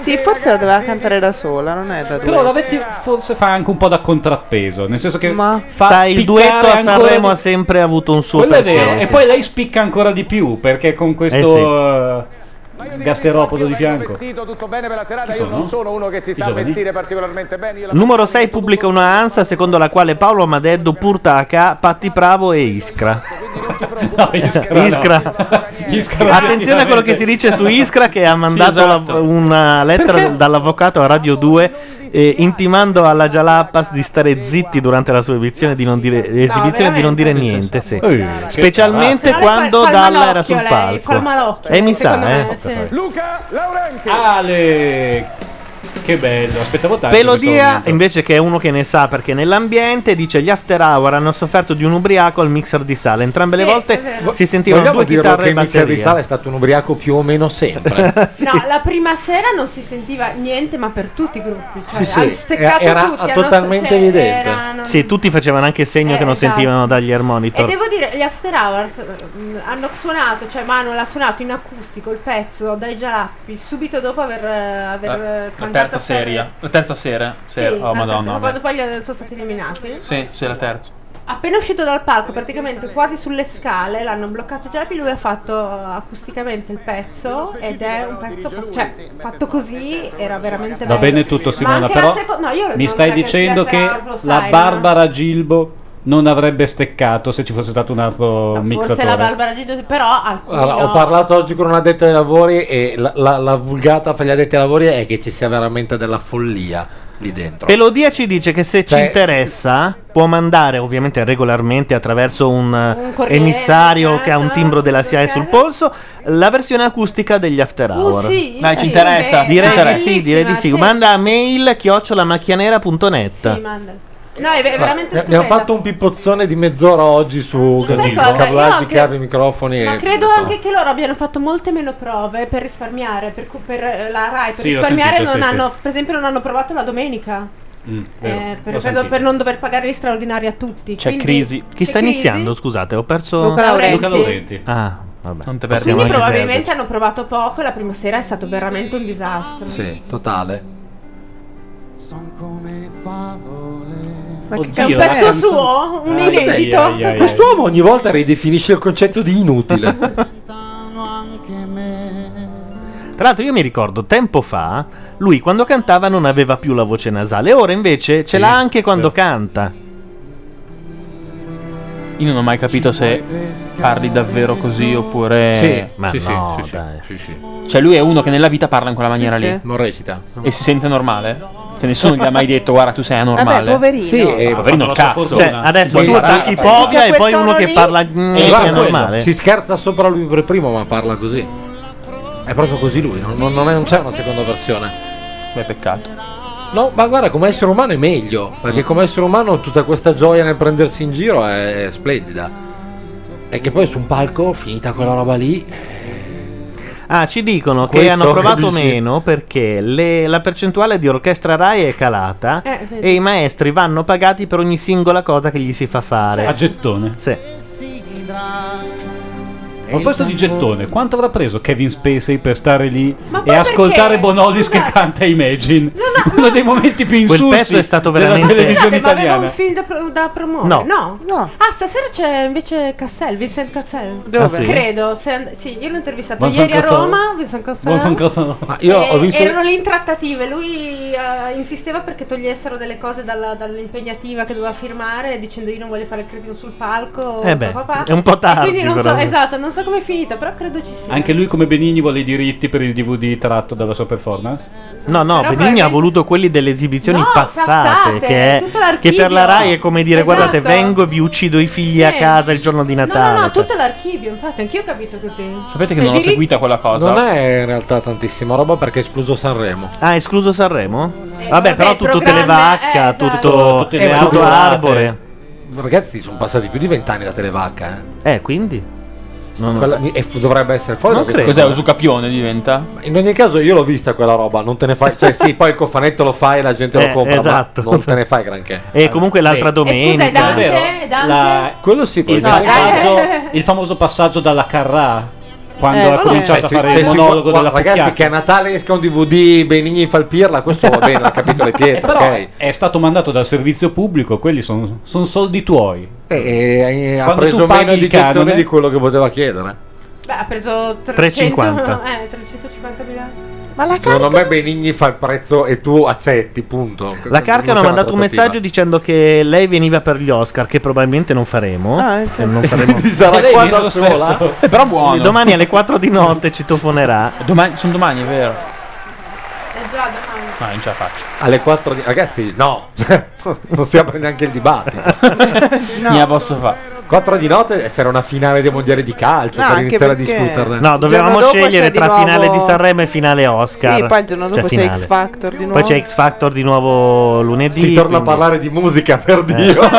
Speaker 5: Sì, forse la doveva cantare da sola, non è da due.
Speaker 7: Però la Vezzi forse fa anche un po' da contrappeso, nel senso che fa
Speaker 1: Sai, il
Speaker 7: spiccare
Speaker 1: duetto a
Speaker 7: ancora
Speaker 1: Sanremo
Speaker 7: di-
Speaker 1: ha sempre avuto un suo
Speaker 7: Quello è
Speaker 1: perché,
Speaker 7: vero, e
Speaker 1: sì.
Speaker 7: poi lei spicca ancora di più perché con questo eh, gasteropodo di fianco.
Speaker 4: vestito tutto bene per la serata,
Speaker 7: Mm-hmm. Chi
Speaker 4: io
Speaker 7: sono?
Speaker 4: non sono uno che si
Speaker 7: I
Speaker 4: sa
Speaker 7: giovani?
Speaker 4: vestire particolarmente bene, io la
Speaker 1: Numero 6 pubblica una ansa secondo la quale Paolo Amadeddo, Purtaca, Patti Pravo e Iskra.
Speaker 4: No, Iskra no.
Speaker 1: Iskra. Attenzione a quello che si dice su Iskra che ha mandato
Speaker 2: Sì, esatto.
Speaker 1: la- una lettera
Speaker 2: Perché?
Speaker 1: dall'avvocato a Radio 2 eh, intimando alla Jalapas di stare zitti durante la sua esibizione di non dire, esibizione di non dire niente. sì.
Speaker 10: Eh,
Speaker 1: Specialmente
Speaker 3: che-
Speaker 1: quando
Speaker 3: Fa il
Speaker 1: Dalla era
Speaker 3: malocchio
Speaker 1: sul
Speaker 3: lei, fa il
Speaker 1: palco.
Speaker 3: malocchio,
Speaker 1: E mi sa,
Speaker 3: secondo me,
Speaker 1: eh.
Speaker 3: sì.
Speaker 4: Luca Laurenti.
Speaker 10: Ale. Che bello, aspettavo tanto. questo
Speaker 1: Pelodia,
Speaker 10: momento.
Speaker 1: invece, che è uno che ne sa perché è nell'ambiente, dice gli after hour hanno sofferto di un ubriaco al mixer di sale. Entrambe le volte si sentivano
Speaker 9: Vogliamo
Speaker 1: due
Speaker 9: dirlo
Speaker 1: chitarre
Speaker 9: che
Speaker 1: e
Speaker 9: il mixer di
Speaker 1: batteria.
Speaker 9: sala è stato un ubriaco più o meno sempre.
Speaker 3: No, la prima sera non si sentiva niente, ma per tutti i gruppi. Cioè,
Speaker 9: Sì, sì.
Speaker 3: hanno steccato
Speaker 9: Era
Speaker 3: tutti, hanno-
Speaker 9: totalmente
Speaker 3: cioè,
Speaker 9: evidente.
Speaker 3: erano-
Speaker 1: Sì, tutti facevano anche segno
Speaker 3: Eh,
Speaker 1: che non
Speaker 3: esatto.
Speaker 1: sentivano dagli air monitor.
Speaker 3: E devo dire, gli After Hours mm, hanno suonato, cioè Manuel ha suonato in acustico il pezzo dai Gialappi subito dopo aver, eh, aver eh,
Speaker 2: La
Speaker 3: cantato
Speaker 2: terza
Speaker 3: per-
Speaker 2: serie. La terza sera.
Speaker 3: Sì,
Speaker 2: sera.
Speaker 3: la
Speaker 2: Oh,
Speaker 3: terza,
Speaker 2: madonna.
Speaker 3: quando
Speaker 2: vabbè.
Speaker 3: poi gli- sono stati eliminati.
Speaker 2: Sì, sì, la terza.
Speaker 3: Appena uscito dal palco, praticamente quasi sulle scale, l'hanno bloccato i Gialappi, lui ha fatto eh, acusticamente il pezzo ed è un pezzo, cioè, fatto così era veramente
Speaker 10: Va
Speaker 3: bello.
Speaker 10: bene tutto,
Speaker 3: Ma
Speaker 10: Simona,
Speaker 3: anche
Speaker 10: però
Speaker 3: la seco- no, io
Speaker 10: mi
Speaker 3: non
Speaker 10: stai
Speaker 3: credo
Speaker 10: dicendo
Speaker 3: sia
Speaker 10: che
Speaker 3: Sarlo,
Speaker 10: la
Speaker 3: sai,
Speaker 10: Barbara Gilbo non avrebbe steccato se ci fosse stato un altro
Speaker 3: no?
Speaker 10: mixatore.
Speaker 3: Forse la Barbara Gildo, però alcuni
Speaker 9: Allora, ho
Speaker 3: no.
Speaker 9: parlato oggi con un addetto ai lavori e la, la- la vulgata fra gli addetti ai lavori è che ci sia veramente della follia lì dentro.
Speaker 1: Pelodia ci dice che se ci
Speaker 9: Cioè-
Speaker 1: interessa può mandare ovviamente regolarmente attraverso un, eh,
Speaker 3: corriere,
Speaker 1: emissario che ha un timbro della SIAE sul polso la versione acustica degli after hour.
Speaker 3: Uh, sì, Dai, ci sì, interessa,
Speaker 1: interessa.
Speaker 3: beh,
Speaker 1: Direi di
Speaker 3: bellissima,
Speaker 1: sì, direi di sì.
Speaker 3: sì.
Speaker 1: Manda a mail chiocciolamacchianera.net.
Speaker 3: Sì, manda. No, è è veramente
Speaker 9: Ne-
Speaker 3: stupenda.
Speaker 9: Abbiamo fatto un pippozzone di mezz'ora oggi su
Speaker 3: Sai cosa? Io
Speaker 9: cablaggi,
Speaker 3: anche-
Speaker 9: chiavi, microfoni.
Speaker 3: Ma
Speaker 9: e
Speaker 3: credo
Speaker 9: tutto.
Speaker 3: anche che loro abbiano fatto molte meno prove per risparmiare, per, cu- per, eh, la Rai, per
Speaker 9: Sì, l'ho
Speaker 3: risparmiare
Speaker 9: sentito,
Speaker 3: non
Speaker 9: sì,
Speaker 3: hanno,
Speaker 9: sì.
Speaker 3: per esempio non hanno provato la domenica, eh, per, credo per non dover pagare gli straordinari a tutti. quindi-
Speaker 1: Chi
Speaker 3: c'è
Speaker 1: sta
Speaker 3: crisi?
Speaker 1: iniziando? Scusate, ho perso
Speaker 3: Luca Laurenti. Luca Laurenti.
Speaker 1: Ah, vabbè. Non te
Speaker 3: Quindi probabilmente hanno provato poco e la prima sera è stato veramente un disastro.
Speaker 9: Sì, totale.
Speaker 3: Ma che
Speaker 9: Oddio,
Speaker 3: un
Speaker 9: la
Speaker 3: pezzo
Speaker 9: canzone-
Speaker 3: suo, un
Speaker 9: Ai,
Speaker 3: inedito.
Speaker 9: ai, ai, ai. Quest'uomo ogni volta ridefinisce il concetto di inutile.
Speaker 1: Tra l'altro io mi ricordo tempo fa lui quando cantava non aveva più la voce nasale, ora invece ce l'ha anche quando canta.
Speaker 2: Io non ho mai capito se parli davvero così oppure.
Speaker 1: Sì, Ma sì, sì, no, sì, sì, dai.
Speaker 2: Cioè, lui è uno che nella vita parla in quella maniera
Speaker 9: sì.
Speaker 2: lì.
Speaker 9: Non recita.
Speaker 2: E si sente normale? Cioè, nessuno gli ha mai detto, guarda, tu sei anormale.
Speaker 9: Vabbè, poverino. Sì, eh,
Speaker 2: poverino
Speaker 9: la
Speaker 2: il
Speaker 9: sua
Speaker 2: cazzo.
Speaker 9: fortuna.
Speaker 1: Eh,
Speaker 9: Cioè, adesso tu attacchi Poppia
Speaker 1: e poi uno che parla mm,
Speaker 9: E
Speaker 1: è
Speaker 9: Eh, guarda quello,
Speaker 1: normale.
Speaker 9: Si scherza sopra lui per primo, ma parla così. È proprio così lui, non, non- non è- non c'è una seconda versione.
Speaker 2: Beh, peccato.
Speaker 9: No, ma guarda, come essere umano è meglio, perché come essere umano tutta questa gioia nel prendersi in giro è, è splendida. E che poi su un palco, finita quella roba lì,
Speaker 1: Ah, ci dicono che
Speaker 9: Questo,
Speaker 1: hanno provato
Speaker 9: capisci?
Speaker 1: meno perché le- la percentuale di orchestra Rai è calata
Speaker 9: Eh, vedi.
Speaker 1: e i maestri vanno pagati per ogni singola cosa che gli si fa fare.
Speaker 10: A gettone.
Speaker 1: Sì.
Speaker 10: A proposito di gettone, quanto avrà preso Kevin Spacey per stare lì
Speaker 3: Ma
Speaker 10: e
Speaker 3: poi
Speaker 10: ascoltare
Speaker 3: perché?
Speaker 10: Bonolis che canta Imagine? Uno dei momenti più
Speaker 1: Quel
Speaker 10: insulsi
Speaker 1: pezzo è stato veramente-
Speaker 10: della televisione
Speaker 3: Scusate, ma aveva un
Speaker 10: italiana.
Speaker 3: film da, pro- da promuovere? No. Ah, stasera c'è invece Cassel, Vincent Cassel.
Speaker 9: Dove? Ah, sì?
Speaker 3: Credo. se and- sì, io l'ho intervistato
Speaker 9: Vincent
Speaker 3: ieri
Speaker 9: Cassel.
Speaker 3: a Roma. Vincent Cassel.
Speaker 9: Ma io
Speaker 3: E-
Speaker 9: ho visto
Speaker 3: Eh, Erano lì in trattative. Lui eh, insisteva perché togliessero delle cose dalla- dall'impegnativa che doveva firmare, dicendo io non voglio fare il cretino sul palco.
Speaker 1: Eh beh,
Speaker 3: papà.
Speaker 1: è un po' tardi,
Speaker 3: Quindi non so,
Speaker 10: però.
Speaker 3: esatto, non so come è finita, però credo ci sia.
Speaker 10: Anche lui come Benigni vuole i diritti per il DVD tratto dalla sua performance?
Speaker 1: No, no,
Speaker 3: Però
Speaker 1: Benigni ha voluto quelli delle esibizioni
Speaker 3: No,
Speaker 1: passate,
Speaker 3: passate,
Speaker 1: che, è-
Speaker 3: tutto l'archivio.
Speaker 1: che per la Rai è come dire
Speaker 3: Esatto.
Speaker 1: guardate vengo e vi uccido i figli a
Speaker 3: Sì.
Speaker 1: casa il giorno di
Speaker 3: No,
Speaker 1: Natale.
Speaker 3: no, no,
Speaker 1: cioè.
Speaker 3: tutto l'archivio, infatti, anch'io ho capito così.
Speaker 2: Sapete
Speaker 3: che non ho Federico-
Speaker 2: seguita quella cosa.
Speaker 9: Non è in realtà tantissima roba perché è escluso Sanremo.
Speaker 1: Ah, escluso Sanremo?
Speaker 9: vabbè,
Speaker 1: vabbè, però tutto Televacca, tutto, eh, tutto Arbore.
Speaker 9: Ragazzi, sono passati più di vent'anni da Televacca.
Speaker 1: Eh, eh quindi? Non-
Speaker 9: Quella- e fu- dovrebbe essere fuori. da questa
Speaker 2: Cos'è
Speaker 9: roba.
Speaker 2: Usucapione diventa?
Speaker 9: In ogni caso, io l'ho vista quella roba. Non te ne fai. Cioè, sì, poi il cofanetto lo fai e la gente
Speaker 1: Eh,
Speaker 9: lo compra. ma
Speaker 1: esatto.
Speaker 9: non te ne fai granché. Eh.
Speaker 1: E comunque l'altra domenica.
Speaker 3: Eh, scusa, è Dante? Dante?
Speaker 9: Quello sì,
Speaker 10: il,
Speaker 9: quello sì.
Speaker 10: passaggio-
Speaker 3: Eh.
Speaker 10: il famoso passaggio dalla Carrà, quando
Speaker 9: Eh,
Speaker 10: ha
Speaker 9: sì.
Speaker 10: cominciato
Speaker 9: Cioè,
Speaker 10: a fare
Speaker 9: cioè,
Speaker 10: il
Speaker 9: sì,
Speaker 10: monologo
Speaker 9: guarda,
Speaker 10: della
Speaker 9: Ragazzi, che a Natale esca un DVD Benigni fa il pirla, questo va bene, l'ha capito le
Speaker 10: Eh,
Speaker 9: pietre,
Speaker 10: però
Speaker 9: ok?
Speaker 10: è stato mandato dal servizio pubblico, quelli sono soldi tuoi.
Speaker 9: E Eh, ha
Speaker 10: Quando tu
Speaker 9: preso
Speaker 10: paghi
Speaker 9: meno
Speaker 10: il
Speaker 9: di gettone
Speaker 10: canone-
Speaker 9: di quello che poteva chiedere.
Speaker 3: Beh, ha preso 300,
Speaker 9: 350.
Speaker 3: eh, 350.000.
Speaker 5: Ma la
Speaker 9: Secondo me Benigni fa il prezzo e tu accetti, punto.
Speaker 1: La Carca mi ha mandato un messaggio dicendo che lei veniva per gli Oscar, che probabilmente non faremo.
Speaker 5: Ah, infatti.
Speaker 1: E non faremo.
Speaker 9: Quindi sarà
Speaker 1: E lei
Speaker 9: qua
Speaker 1: viene
Speaker 9: da
Speaker 1: lo
Speaker 9: sola?
Speaker 1: stesso.
Speaker 2: Eh, però buono.
Speaker 1: Quindi Domani alle 4 di notte ci tofonerà.
Speaker 2: Domani, sono domani, è vero.
Speaker 3: È già domani.
Speaker 2: No, non ce la faccio.
Speaker 9: Alle 4 di... Ragazzi, no. non si apre neanche il dibattito.
Speaker 2: Ne la posso fare.
Speaker 9: 4 di notte eh, sarà una finale dei mondiali di calcio
Speaker 5: No,
Speaker 9: per
Speaker 5: anche
Speaker 9: iniziare a
Speaker 5: perché-
Speaker 9: discuterne.
Speaker 1: No, dovevamo scegliere tra finale di
Speaker 9: Sanremo
Speaker 1: Sanremo e finale Oscar.
Speaker 5: Sì, poi il giorno
Speaker 1: Cioè,
Speaker 5: dopo c'è
Speaker 1: finale.
Speaker 5: X Factor di nuovo.
Speaker 1: Poi c'è X Factor di nuovo lunedì.
Speaker 9: Si torna a
Speaker 1: quindi- Eh.
Speaker 9: parlare di musica, per Dio.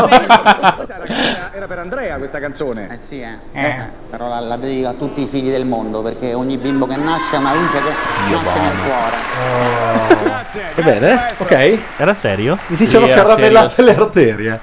Speaker 23: Era per Andrea questa canzone. Eh sì, eh.
Speaker 24: Eh, però la, la dedico a tutti i figli del mondo perché ogni bimbo che nasce è una luce che nasce nel cuore.
Speaker 9: Ebbene, ok.
Speaker 1: Era serio?
Speaker 9: Mi si sono
Speaker 2: Sì, era
Speaker 9: caramellate
Speaker 2: serio, sì.
Speaker 9: le arterie.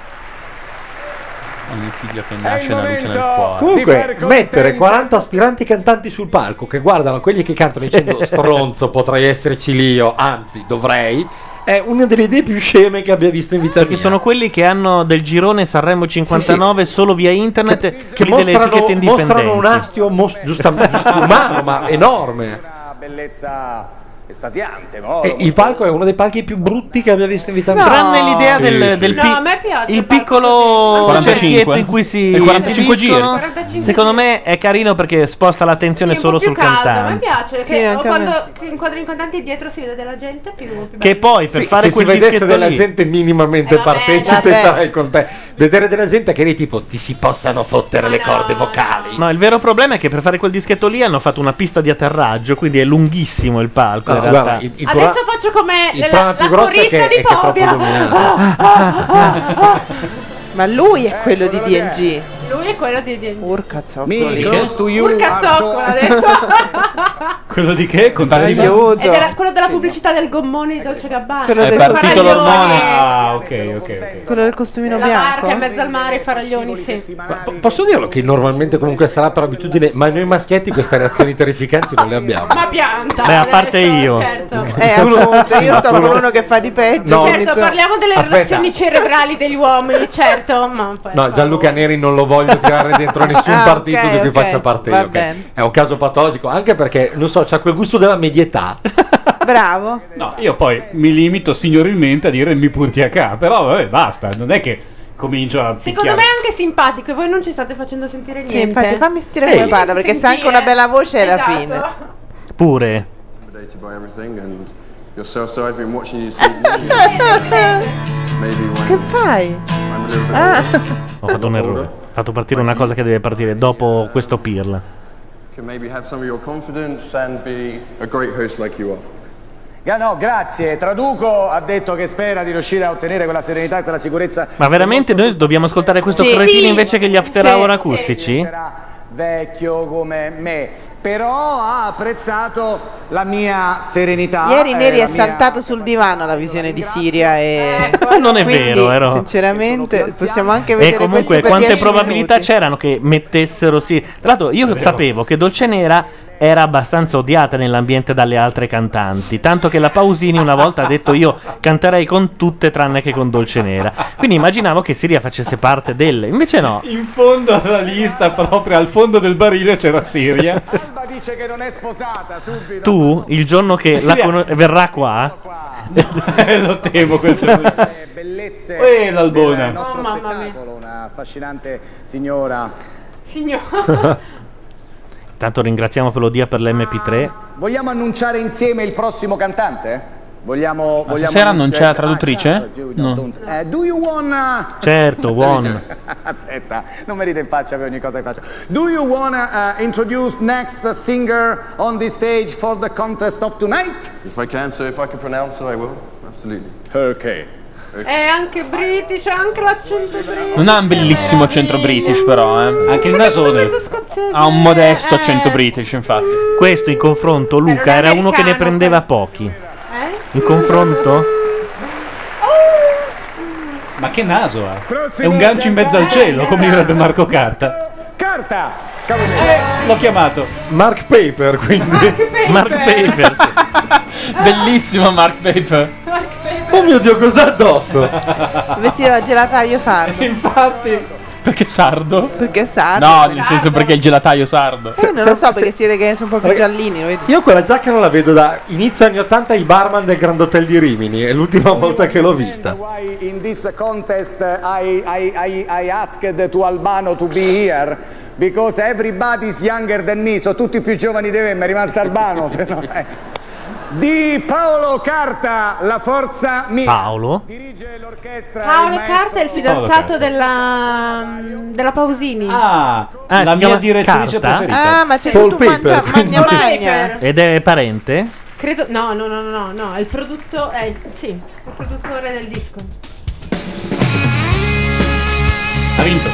Speaker 2: Ogni figlio che nasce è una luce nel cuore.
Speaker 9: Comunque, mettere 40 aspiranti cantanti sul palco che guardano quelli che cantano dicendo stronzo, potrei esserci lì io, anzi dovrei, è una delle idee più sceme che abbia visto in vita
Speaker 1: Che sono quelli che hanno del girone Sanremo 59 solo via internet, e
Speaker 9: Che
Speaker 1: quelli delle
Speaker 9: mostrano,
Speaker 1: etichette
Speaker 9: mostrano
Speaker 1: indipendenti.
Speaker 9: un astio mos- giusta- giust- umano, ma enorme.
Speaker 4: Una bellezza estasiante,
Speaker 9: E il palco è uno dei palchi più brutti che abbia visto in vita mia.
Speaker 1: Tranne l'idea
Speaker 9: Sì,
Speaker 1: del,
Speaker 9: sì.
Speaker 1: del
Speaker 3: No,
Speaker 1: pi-
Speaker 3: a me piace
Speaker 1: il
Speaker 3: il palco così.
Speaker 1: piccolo
Speaker 3: 45.
Speaker 1: cerchietto in cui si
Speaker 2: E 45 giri.
Speaker 1: esibiscono.
Speaker 3: 45
Speaker 1: Secondo me è carino perché sposta l'attenzione
Speaker 3: Sì, un
Speaker 1: solo
Speaker 3: po' più
Speaker 1: sul
Speaker 3: caldo, a me
Speaker 1: cantante.
Speaker 3: piace.
Speaker 5: Sì,
Speaker 3: Che
Speaker 5: anche a me.
Speaker 3: quando inquadri in cantante dietro si vede della gente più. più
Speaker 1: Che poi per
Speaker 9: Sì,
Speaker 1: fare
Speaker 9: se
Speaker 1: quel
Speaker 9: si vedesse
Speaker 1: dischetto
Speaker 9: della
Speaker 1: lì-
Speaker 9: gente minimamente
Speaker 3: Eh, vabbè,
Speaker 9: partecipe
Speaker 3: vabbè.
Speaker 9: sarei con te vedere della gente che lì tipo ti si possano fottere le corde vocali
Speaker 1: No, il vero problema è che per fare quel dischetto lì hanno fatto una pista di atterraggio, quindi è lunghissimo il palco.
Speaker 9: No,
Speaker 1: in realtà.
Speaker 9: guarda, il- il
Speaker 3: Adesso faccio come
Speaker 1: il
Speaker 3: la,
Speaker 1: problema
Speaker 3: la
Speaker 1: più grosso è
Speaker 3: corista
Speaker 1: che-
Speaker 3: di
Speaker 1: è che è
Speaker 3: Pobia.
Speaker 1: troppo dominante.
Speaker 3: Ah, ah, ah, ah.
Speaker 5: Ma lui è Eh, quello di DNG.
Speaker 3: Lui è quello di DNG.
Speaker 5: Urca zoccoli.
Speaker 3: Mi close to you, Urcazzocco, ha detto.
Speaker 2: Quello di che? Contare di
Speaker 3: Ed era quello della pubblicità del
Speaker 5: Eh,
Speaker 3: gommone di Dolce Gabbana.
Speaker 7: Eh,
Speaker 5: Quello
Speaker 2: È
Speaker 5: del
Speaker 2: partito
Speaker 5: Faraglione.
Speaker 2: l'ormone. Ah, ok, ok, ok.
Speaker 5: Quello del costumino
Speaker 3: La barca in
Speaker 5: bianco. eh?
Speaker 3: mezzo al mare, i faraglioni, sì.
Speaker 9: Po- posso dirlo che normalmente comunque sarà per abitudine ma noi maschietti queste reazioni terrificanti non le abbiamo
Speaker 3: Ma pianta.
Speaker 9: Beh, a parte
Speaker 3: adesso,
Speaker 9: io.
Speaker 3: Certo.
Speaker 5: Eh, appunto, io sto con uno che fa di peggio.
Speaker 9: No.
Speaker 5: quindi
Speaker 3: Certo,
Speaker 5: insomma-
Speaker 3: parliamo delle
Speaker 9: Aspetta.
Speaker 3: relazioni cerebrali degli uomini, certo, ma poi-
Speaker 9: No, Gianluca Neri non lo voglio tirare dentro nessun
Speaker 3: Ah,
Speaker 9: partito
Speaker 3: ok,
Speaker 9: di cui
Speaker 3: ok,
Speaker 9: faccia parte
Speaker 3: va
Speaker 9: io, ok?
Speaker 3: bene.
Speaker 9: È un caso patologico, anche perché, non so, c'ha quel gusto della medietà.
Speaker 5: Bravo.
Speaker 10: No, io poi mi limito signorilmente a dire mi punti a ca, però vabbè, basta, non è che comincio a
Speaker 3: Secondo me è anche simpatico e voi non ci state facendo sentire niente.
Speaker 5: Sì, infatti fammi sentire come parla, perché se ha anche una bella voce è la
Speaker 3: Esatto.
Speaker 5: fine.
Speaker 1: Pure.
Speaker 25: intimidated by everything and yourself. So I've been watching you since maybe when
Speaker 5: che fai?
Speaker 25: I'm a little bit
Speaker 5: Ah.
Speaker 25: older,
Speaker 1: Ho fatto un errore. Ho fatto partire una cosa che deve partire dopo questo pirla.
Speaker 25: can maybe have some of your confidence and be a great host like you are.
Speaker 4: Ga- no, grazie. Traduco ha detto che spera di riuscire a ottenere quella serenità e quella sicurezza
Speaker 1: Ma veramente noi dobbiamo ascoltare questo
Speaker 4: Sì.
Speaker 1: cretino
Speaker 4: Sì.
Speaker 1: invece che gli after
Speaker 4: Sì.
Speaker 1: hour acustici?
Speaker 4: vecchio come me. Però ha apprezzato la mia serenità.
Speaker 5: Ieri
Speaker 4: eh,
Speaker 5: Neri
Speaker 4: la
Speaker 5: è
Speaker 4: mia-
Speaker 5: saltato sul divano la visione di Siria e...
Speaker 1: Eh, Non è
Speaker 5: Quindi,
Speaker 1: vero, però.
Speaker 5: Sinceramente, possiamo anche
Speaker 1: E
Speaker 5: vedere
Speaker 1: comunque
Speaker 5: questo per
Speaker 1: quante
Speaker 5: 10
Speaker 1: probabilità c'erano che mettessero sì? Tra l'altro io sapevo che Dolce Nera era abbastanza odiata nell'ambiente dalle altre cantanti, tanto che la Pausini una volta ha detto io canterei con tutte tranne che con Dolce Nera. Quindi immaginavo che Siria facesse parte delle, invece no.
Speaker 10: In fondo alla lista, proprio al fondo del barile c'era Siria.
Speaker 4: Alba dice che non è sposata subito.
Speaker 1: Tu il giorno che la cono- verrà qua
Speaker 10: lo temo questo.
Speaker 4: Bellezze.
Speaker 10: Eh, l'albona.
Speaker 4: del nostro
Speaker 3: Oh, mamma mia.
Speaker 4: spettacolo, una affascinante signora.
Speaker 3: Signor.
Speaker 1: Tanto ringraziamo Pelodia per l'MP3.
Speaker 4: Vogliamo annunciare insieme il prossimo cantante? Vogliamo,
Speaker 1: Ma
Speaker 4: vogliamo
Speaker 1: stasera non c'è la
Speaker 4: Ah,
Speaker 1: traduttrice?
Speaker 4: certo,
Speaker 1: No.
Speaker 4: don't- eh, do you wanna
Speaker 1: Certo, buon.
Speaker 4: Aspetta, non mi ride in faccia per ogni cosa che faccio. Do you wanna uh, introduce next singer on the stage for the contest of tonight?
Speaker 25: If I can, so if I can pronounce it, I will. Absolutely.
Speaker 4: Okay.
Speaker 3: È anche british, ha anche l'accento british.
Speaker 2: Non ha un bellissimo centro british, però, eh. Anche il nasone.
Speaker 3: Mezzo scozzese.
Speaker 2: Ha un modesto
Speaker 5: Eh.
Speaker 2: accento british, infatti.
Speaker 1: Questo in confronto, Luca, era uno che ne prendeva pochi.
Speaker 5: Eh?
Speaker 1: In confronto?
Speaker 10: Ma che
Speaker 7: eh.
Speaker 10: naso ha? È
Speaker 4: Prossimo
Speaker 10: un gancio in mezzo al cielo, come direbbe Marco Carta.
Speaker 4: Carta!
Speaker 10: L'ho chiamato
Speaker 9: Mark Paper, quindi.
Speaker 2: Mark Paper, Bellissimo Mark Paper.
Speaker 9: Oh mio dio, cos'ha addosso?
Speaker 5: minuti. Vestiva gelataio sardo.
Speaker 10: Infatti.
Speaker 2: Perché sardo?
Speaker 5: Perché è sardo?
Speaker 2: No, nel senso perché il gelataio sardo.
Speaker 5: Eh, non lo so perché siete che sono un po' più giallini, lo vedi?
Speaker 9: Io quella giacca non la vedo da inizio anni 80 ai barman del Grand Hotel di Rimini, è l'ultima volta che l'ho vista.
Speaker 4: Why in this contest I, I, I, I asked to Albano to be here? Because everybody's younger than me, sono tutti più giovani di me, mi è rimasto Albano. se no, eh. Di Paolo Carta, la forza mia.
Speaker 1: Paolo?
Speaker 4: Dirige l'orchestra.
Speaker 3: Paolo
Speaker 4: il maestro-
Speaker 3: Carta è il fidanzato della, mm, della Pausini.
Speaker 10: Ah,
Speaker 1: Ah,
Speaker 10: la
Speaker 1: si
Speaker 10: mia
Speaker 1: chiama
Speaker 10: direttrice
Speaker 1: Carta?
Speaker 10: preferita.
Speaker 3: Ah, ma c'è
Speaker 1: Paul
Speaker 3: tutto un mangia-
Speaker 1: Piper, quindi.
Speaker 3: magna magna.
Speaker 1: Ed è parente?
Speaker 3: Credo no, no, no, no, no, no, è il prodotto è il, sì, il produttore del disco.
Speaker 2: Ha vinto.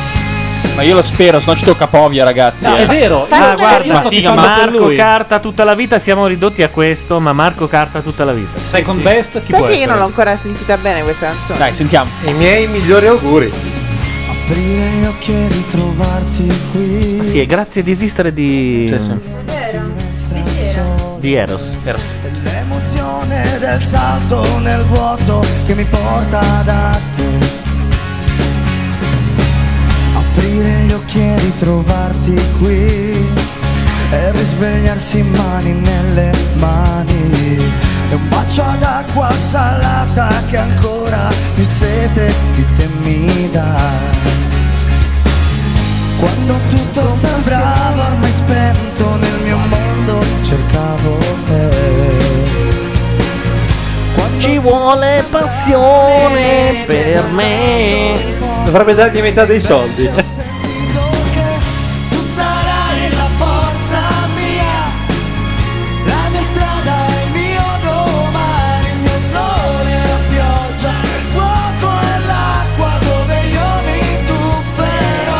Speaker 2: Ma io lo spero, se no ci tocca Povia, ragazzi.
Speaker 1: No,
Speaker 2: eh.
Speaker 1: è vero, ma guarda, figa, Marco
Speaker 2: Car-
Speaker 1: Carta tutta la vita, siamo ridotti a questo, ma Marco Carta tutta la vita.
Speaker 2: Second best
Speaker 5: Sai che io non l'ho ancora sentita bene questa canzone.
Speaker 1: Dai,
Speaker 2: sentiamo.
Speaker 9: I miei migliori auguri.
Speaker 19: Aprire gli occhi e ritrovarti qui.
Speaker 1: Sì, e grazie di esistere di di Eros.
Speaker 19: L'emozione del salto nel vuoto che mi porta da te. Aprire gli occhi e ritrovarti qui. E risvegliarsi mani nelle mani. E un bacio ad acqua salata che ancora più sete di te mi dà. Quando tutto sembrava ormai spento nel mio mondo cercavo te.
Speaker 1: Ci vuole passione
Speaker 9: per me. Dovrebbe dargli metà dei soldi.
Speaker 26: Tu sarai la forza mia, la mia strada, il mio domani, il mio sole, la pioggia, il fuoco e l'acqua dove io mi tufferò.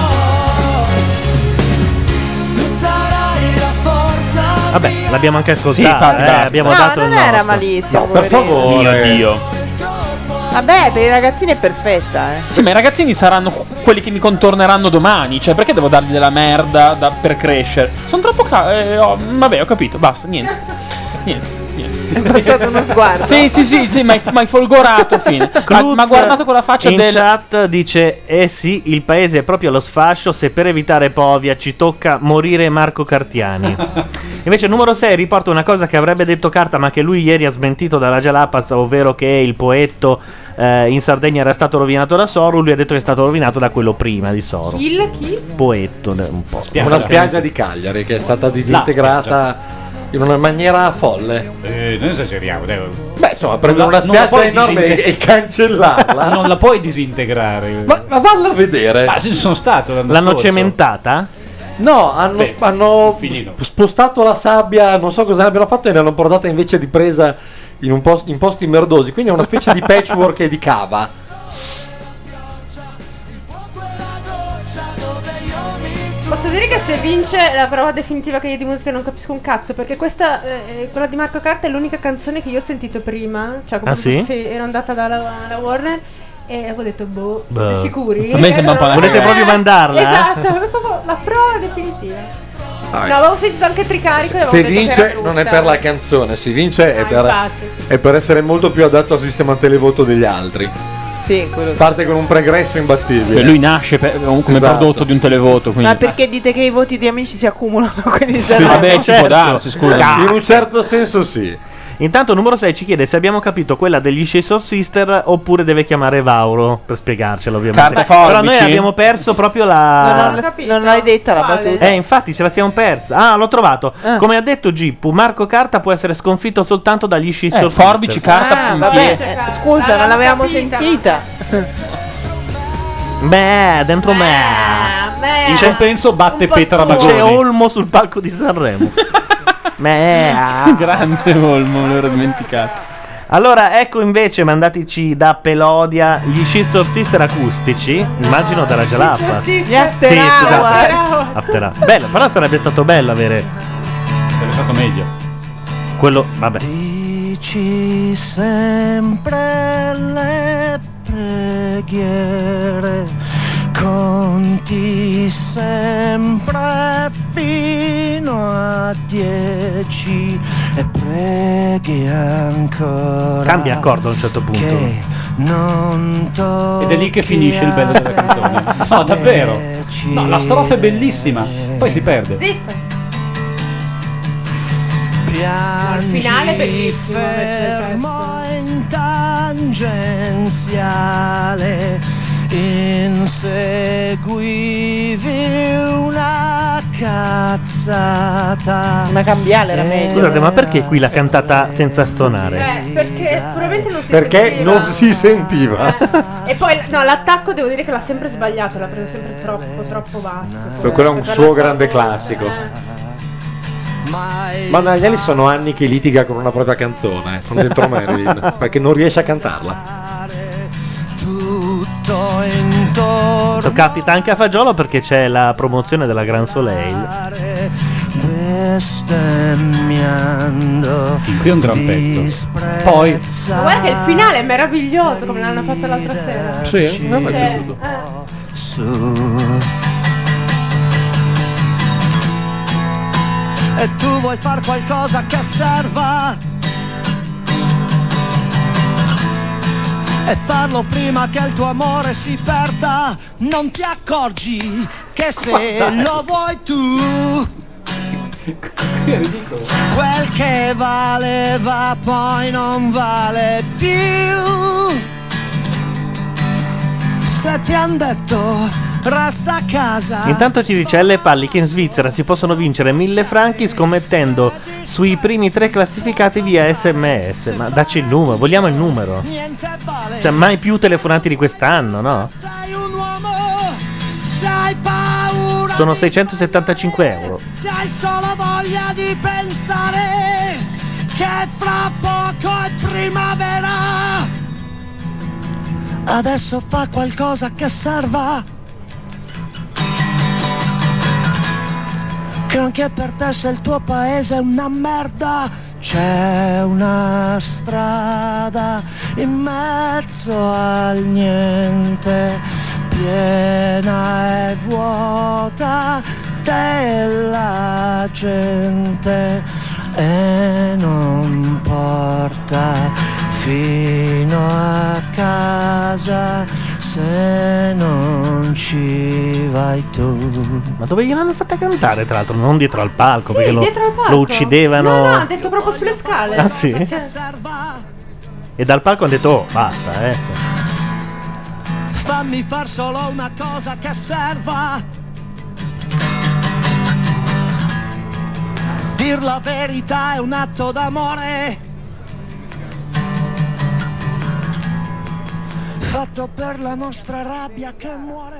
Speaker 26: Tu sarai la forza
Speaker 1: Vabbè, l'abbiamo anche
Speaker 2: Sì,
Speaker 1: ascoltata, eh,
Speaker 2: fantastico.
Speaker 1: abbiamo
Speaker 5: No,
Speaker 1: dato
Speaker 5: non
Speaker 1: il
Speaker 5: era
Speaker 1: nostro.
Speaker 5: malissimo, No,
Speaker 2: per favore. Mio Dio.
Speaker 5: Vabbè, per i ragazzini è perfetta, eh.
Speaker 2: Sì, ma i ragazzini saranno qu- quelli che mi contorneranno domani. Cioè, perché devo dargli della merda da- per crescere? Sono troppo ca- eh, oh, Vabbè, ho capito, basta, niente. Niente, niente. È
Speaker 5: passato uno sguardo.
Speaker 2: Sì, sì, sì, sì ma hai ma hai folgorato, fine. Ma, ma guardato con la faccia
Speaker 1: in
Speaker 2: del.
Speaker 1: chat dice: Eh sì, il paese è proprio allo sfascio. Se per evitare Povia ci tocca morire Marco Cartiani. Invece, il numero 6 riporta una cosa che avrebbe detto Carta, ma che lui ieri ha smentito dalla Jalapas, ovvero che il poetto eh, in Sardegna era stato rovinato da Soru. Lui ha detto che è stato rovinato da quello prima di Soru.
Speaker 3: Il chi?
Speaker 1: Poetto, eh, un po'.
Speaker 9: Una spiaggia di Cagliari che è stata disintegrata in una maniera folle.
Speaker 7: Eh, non esageriamo, dai.
Speaker 9: Beh, insomma, prendere
Speaker 7: Non la-
Speaker 9: una
Speaker 7: non la
Speaker 9: spiaggia
Speaker 7: puoi
Speaker 9: enorme
Speaker 7: disinte-
Speaker 9: e cancellarla.
Speaker 7: non la puoi disintegrare.
Speaker 9: Ma, ma valla a vedere.
Speaker 7: Ma ci sono stato l'anno
Speaker 1: L'hanno
Speaker 7: scorso.
Speaker 1: cementata?
Speaker 9: No, hanno,
Speaker 7: Beh,
Speaker 9: hanno
Speaker 7: finito.
Speaker 9: sp- spostato la sabbia, non so cosa ne abbiano fatto e ne hanno portata invece di presa in, un pos- in posti merdosi. Quindi è una specie di patchwork e di cava.
Speaker 3: Posso dire che se vince la prova definitiva che io di musica non capisco un cazzo, perché questa, eh, quella di Marco Carta, è l'unica canzone che io ho sentito prima, cioè come
Speaker 1: Ah, sì?
Speaker 3: ero andata dalla, alla Warner e avevo detto, boh,
Speaker 1: Boh.
Speaker 3: siete sicuri?
Speaker 1: A me sembra un po' una
Speaker 3: Allora-
Speaker 1: Volete proprio mandarla?
Speaker 3: Esatto, è proprio la prova definitiva.
Speaker 9: Dai.
Speaker 3: No, avevo sentito anche Tricarico e avevo
Speaker 9: Se
Speaker 3: detto che
Speaker 9: vince
Speaker 3: era
Speaker 9: non è
Speaker 3: brutta.
Speaker 9: per la canzone, si vince è
Speaker 3: Ah,
Speaker 9: per,
Speaker 3: infatti.
Speaker 9: è per essere molto più adatto al sistema televoto degli altri.
Speaker 5: Sì, quello
Speaker 9: Parte con un pregresso imbattibile.
Speaker 2: Cioè, lui nasce per- come
Speaker 9: Esatto.
Speaker 2: prodotto di un televoto. Quindi.
Speaker 5: Ma perché dite che i voti di amici si accumulano? Quindi sarà-
Speaker 2: Vabbè,
Speaker 1: Certo.
Speaker 2: ci può darsi, scusa.
Speaker 9: In un certo senso sì.
Speaker 1: Intanto numero 6 ci chiede se abbiamo capito quella degli Shades of Sister oppure deve chiamare Vauro per spiegarcelo ovviamente.
Speaker 2: Carta
Speaker 1: Però noi
Speaker 2: forbici?
Speaker 1: abbiamo perso proprio
Speaker 5: Non,
Speaker 1: la...
Speaker 5: ho- non l'hai detta la battuta.
Speaker 1: Eh, infatti ce la siamo persa. Ah, l'ho trovato. Come ha detto Gippu, Marco Carta può essere sconfitto soltanto dagli Shades
Speaker 2: Eh,
Speaker 1: of
Speaker 2: forbici,
Speaker 1: Sister.
Speaker 2: carta,
Speaker 5: Ah, vabbè, eh, scusa, non l'avevamo sentita.
Speaker 1: Beh, dentro me.
Speaker 3: Beh,
Speaker 10: In compenso batte Petra Magoni.
Speaker 1: C'è Olmo sul palco di Sanremo. Meh.
Speaker 2: Grande Olmo, l'ero dimenticato.
Speaker 1: Allora, ecco invece, mandatici da Pelodia gli Shits of Sister acustici. Immagino dalla Jalapa.
Speaker 5: Gli after
Speaker 1: Sì,
Speaker 5: hours.
Speaker 1: scusate. After Hours. Bello, però sarebbe stato bello avere.
Speaker 7: Sarebbe stato meglio.
Speaker 1: Quello, vabbè.
Speaker 26: Dici sempre le preghiere, conti sempre fino a dieci e preghi ancora.
Speaker 1: Cambia accordo a un certo punto.
Speaker 26: Che
Speaker 16: Non
Speaker 7: Ed è lì che finisce il bello della canzone. No, davvero. No, la strofa è bellissima, poi si perde.
Speaker 3: Zitto.
Speaker 16: piangi
Speaker 3: Il finale è bellissimo, invece, cioè.
Speaker 16: fermo in tangenziale inseguivi una cazzata
Speaker 5: Una cambiale era meglio.
Speaker 1: Scusate, ma perché qui la cantata senza stonare?
Speaker 3: Eh, perché probabilmente non si
Speaker 1: Perché
Speaker 3: sentiva.
Speaker 1: non
Speaker 16: si sentiva.
Speaker 3: E poi no, l'attacco devo dire che l'ha sempre sbagliato, l'ha preso sempre troppo troppo basso.
Speaker 9: So, quello è un suo grande classico. Ma Nagliani sono anni che litiga con una propria canzone, eh, sono dentro Marilyn, perché non riesce a cantarla.
Speaker 16: tutto intorno
Speaker 1: Questo Capita anche a Fagiolo perché c'è la promozione della Gran Soleil.
Speaker 16: bestemmiando
Speaker 1: Qui è un gran pezzo.
Speaker 16: poi
Speaker 3: Ma guarda che il finale è meraviglioso come l'hanno fatto l'altra
Speaker 1: eh,
Speaker 3: sera.
Speaker 16: Sì, no, ma è
Speaker 3: Cioè,
Speaker 16: giusto.
Speaker 3: eh.
Speaker 16: e tu vuoi far qualcosa che serva e farlo prima che il tuo amore si perda non ti accorgi che
Speaker 4: Ma
Speaker 16: se
Speaker 4: dai.
Speaker 16: lo vuoi tu quel che valeva poi non vale più se ti han detto resta a casa
Speaker 1: Intanto ci dice alle Palli che in Svizzera si possono vincere 1000 franchi scommettendo sui primi tre classificati via sms. Ma dacci il numero, vogliamo il numero. Cioè, mai più telefonati di quest'anno, no?
Speaker 16: Sai paura,
Speaker 1: Sono 675 euro.
Speaker 16: sai solo voglia di pensare che fra poco è primavera. Adesso fa qualcosa che serva. Che anche per te se il tuo paese è una merda, c'è una strada in mezzo al niente, piena e vuota della gente e non porta fino a casa se non ci vai tu.
Speaker 1: Ma dove gliel'hanno fatta cantare, tra l'altro? Non dietro al palco, perché lo,
Speaker 3: dietro al palco.
Speaker 1: lo uccidevano.
Speaker 3: No, no, ha detto proprio sulle scale. Cioè,
Speaker 1: Ah, sì? E dal palco hanno detto, oh, basta, eh.
Speaker 16: Fammi far solo una cosa che serva. Dir la verità è un atto d'amore. Fatto per la nostra rabbia che muore.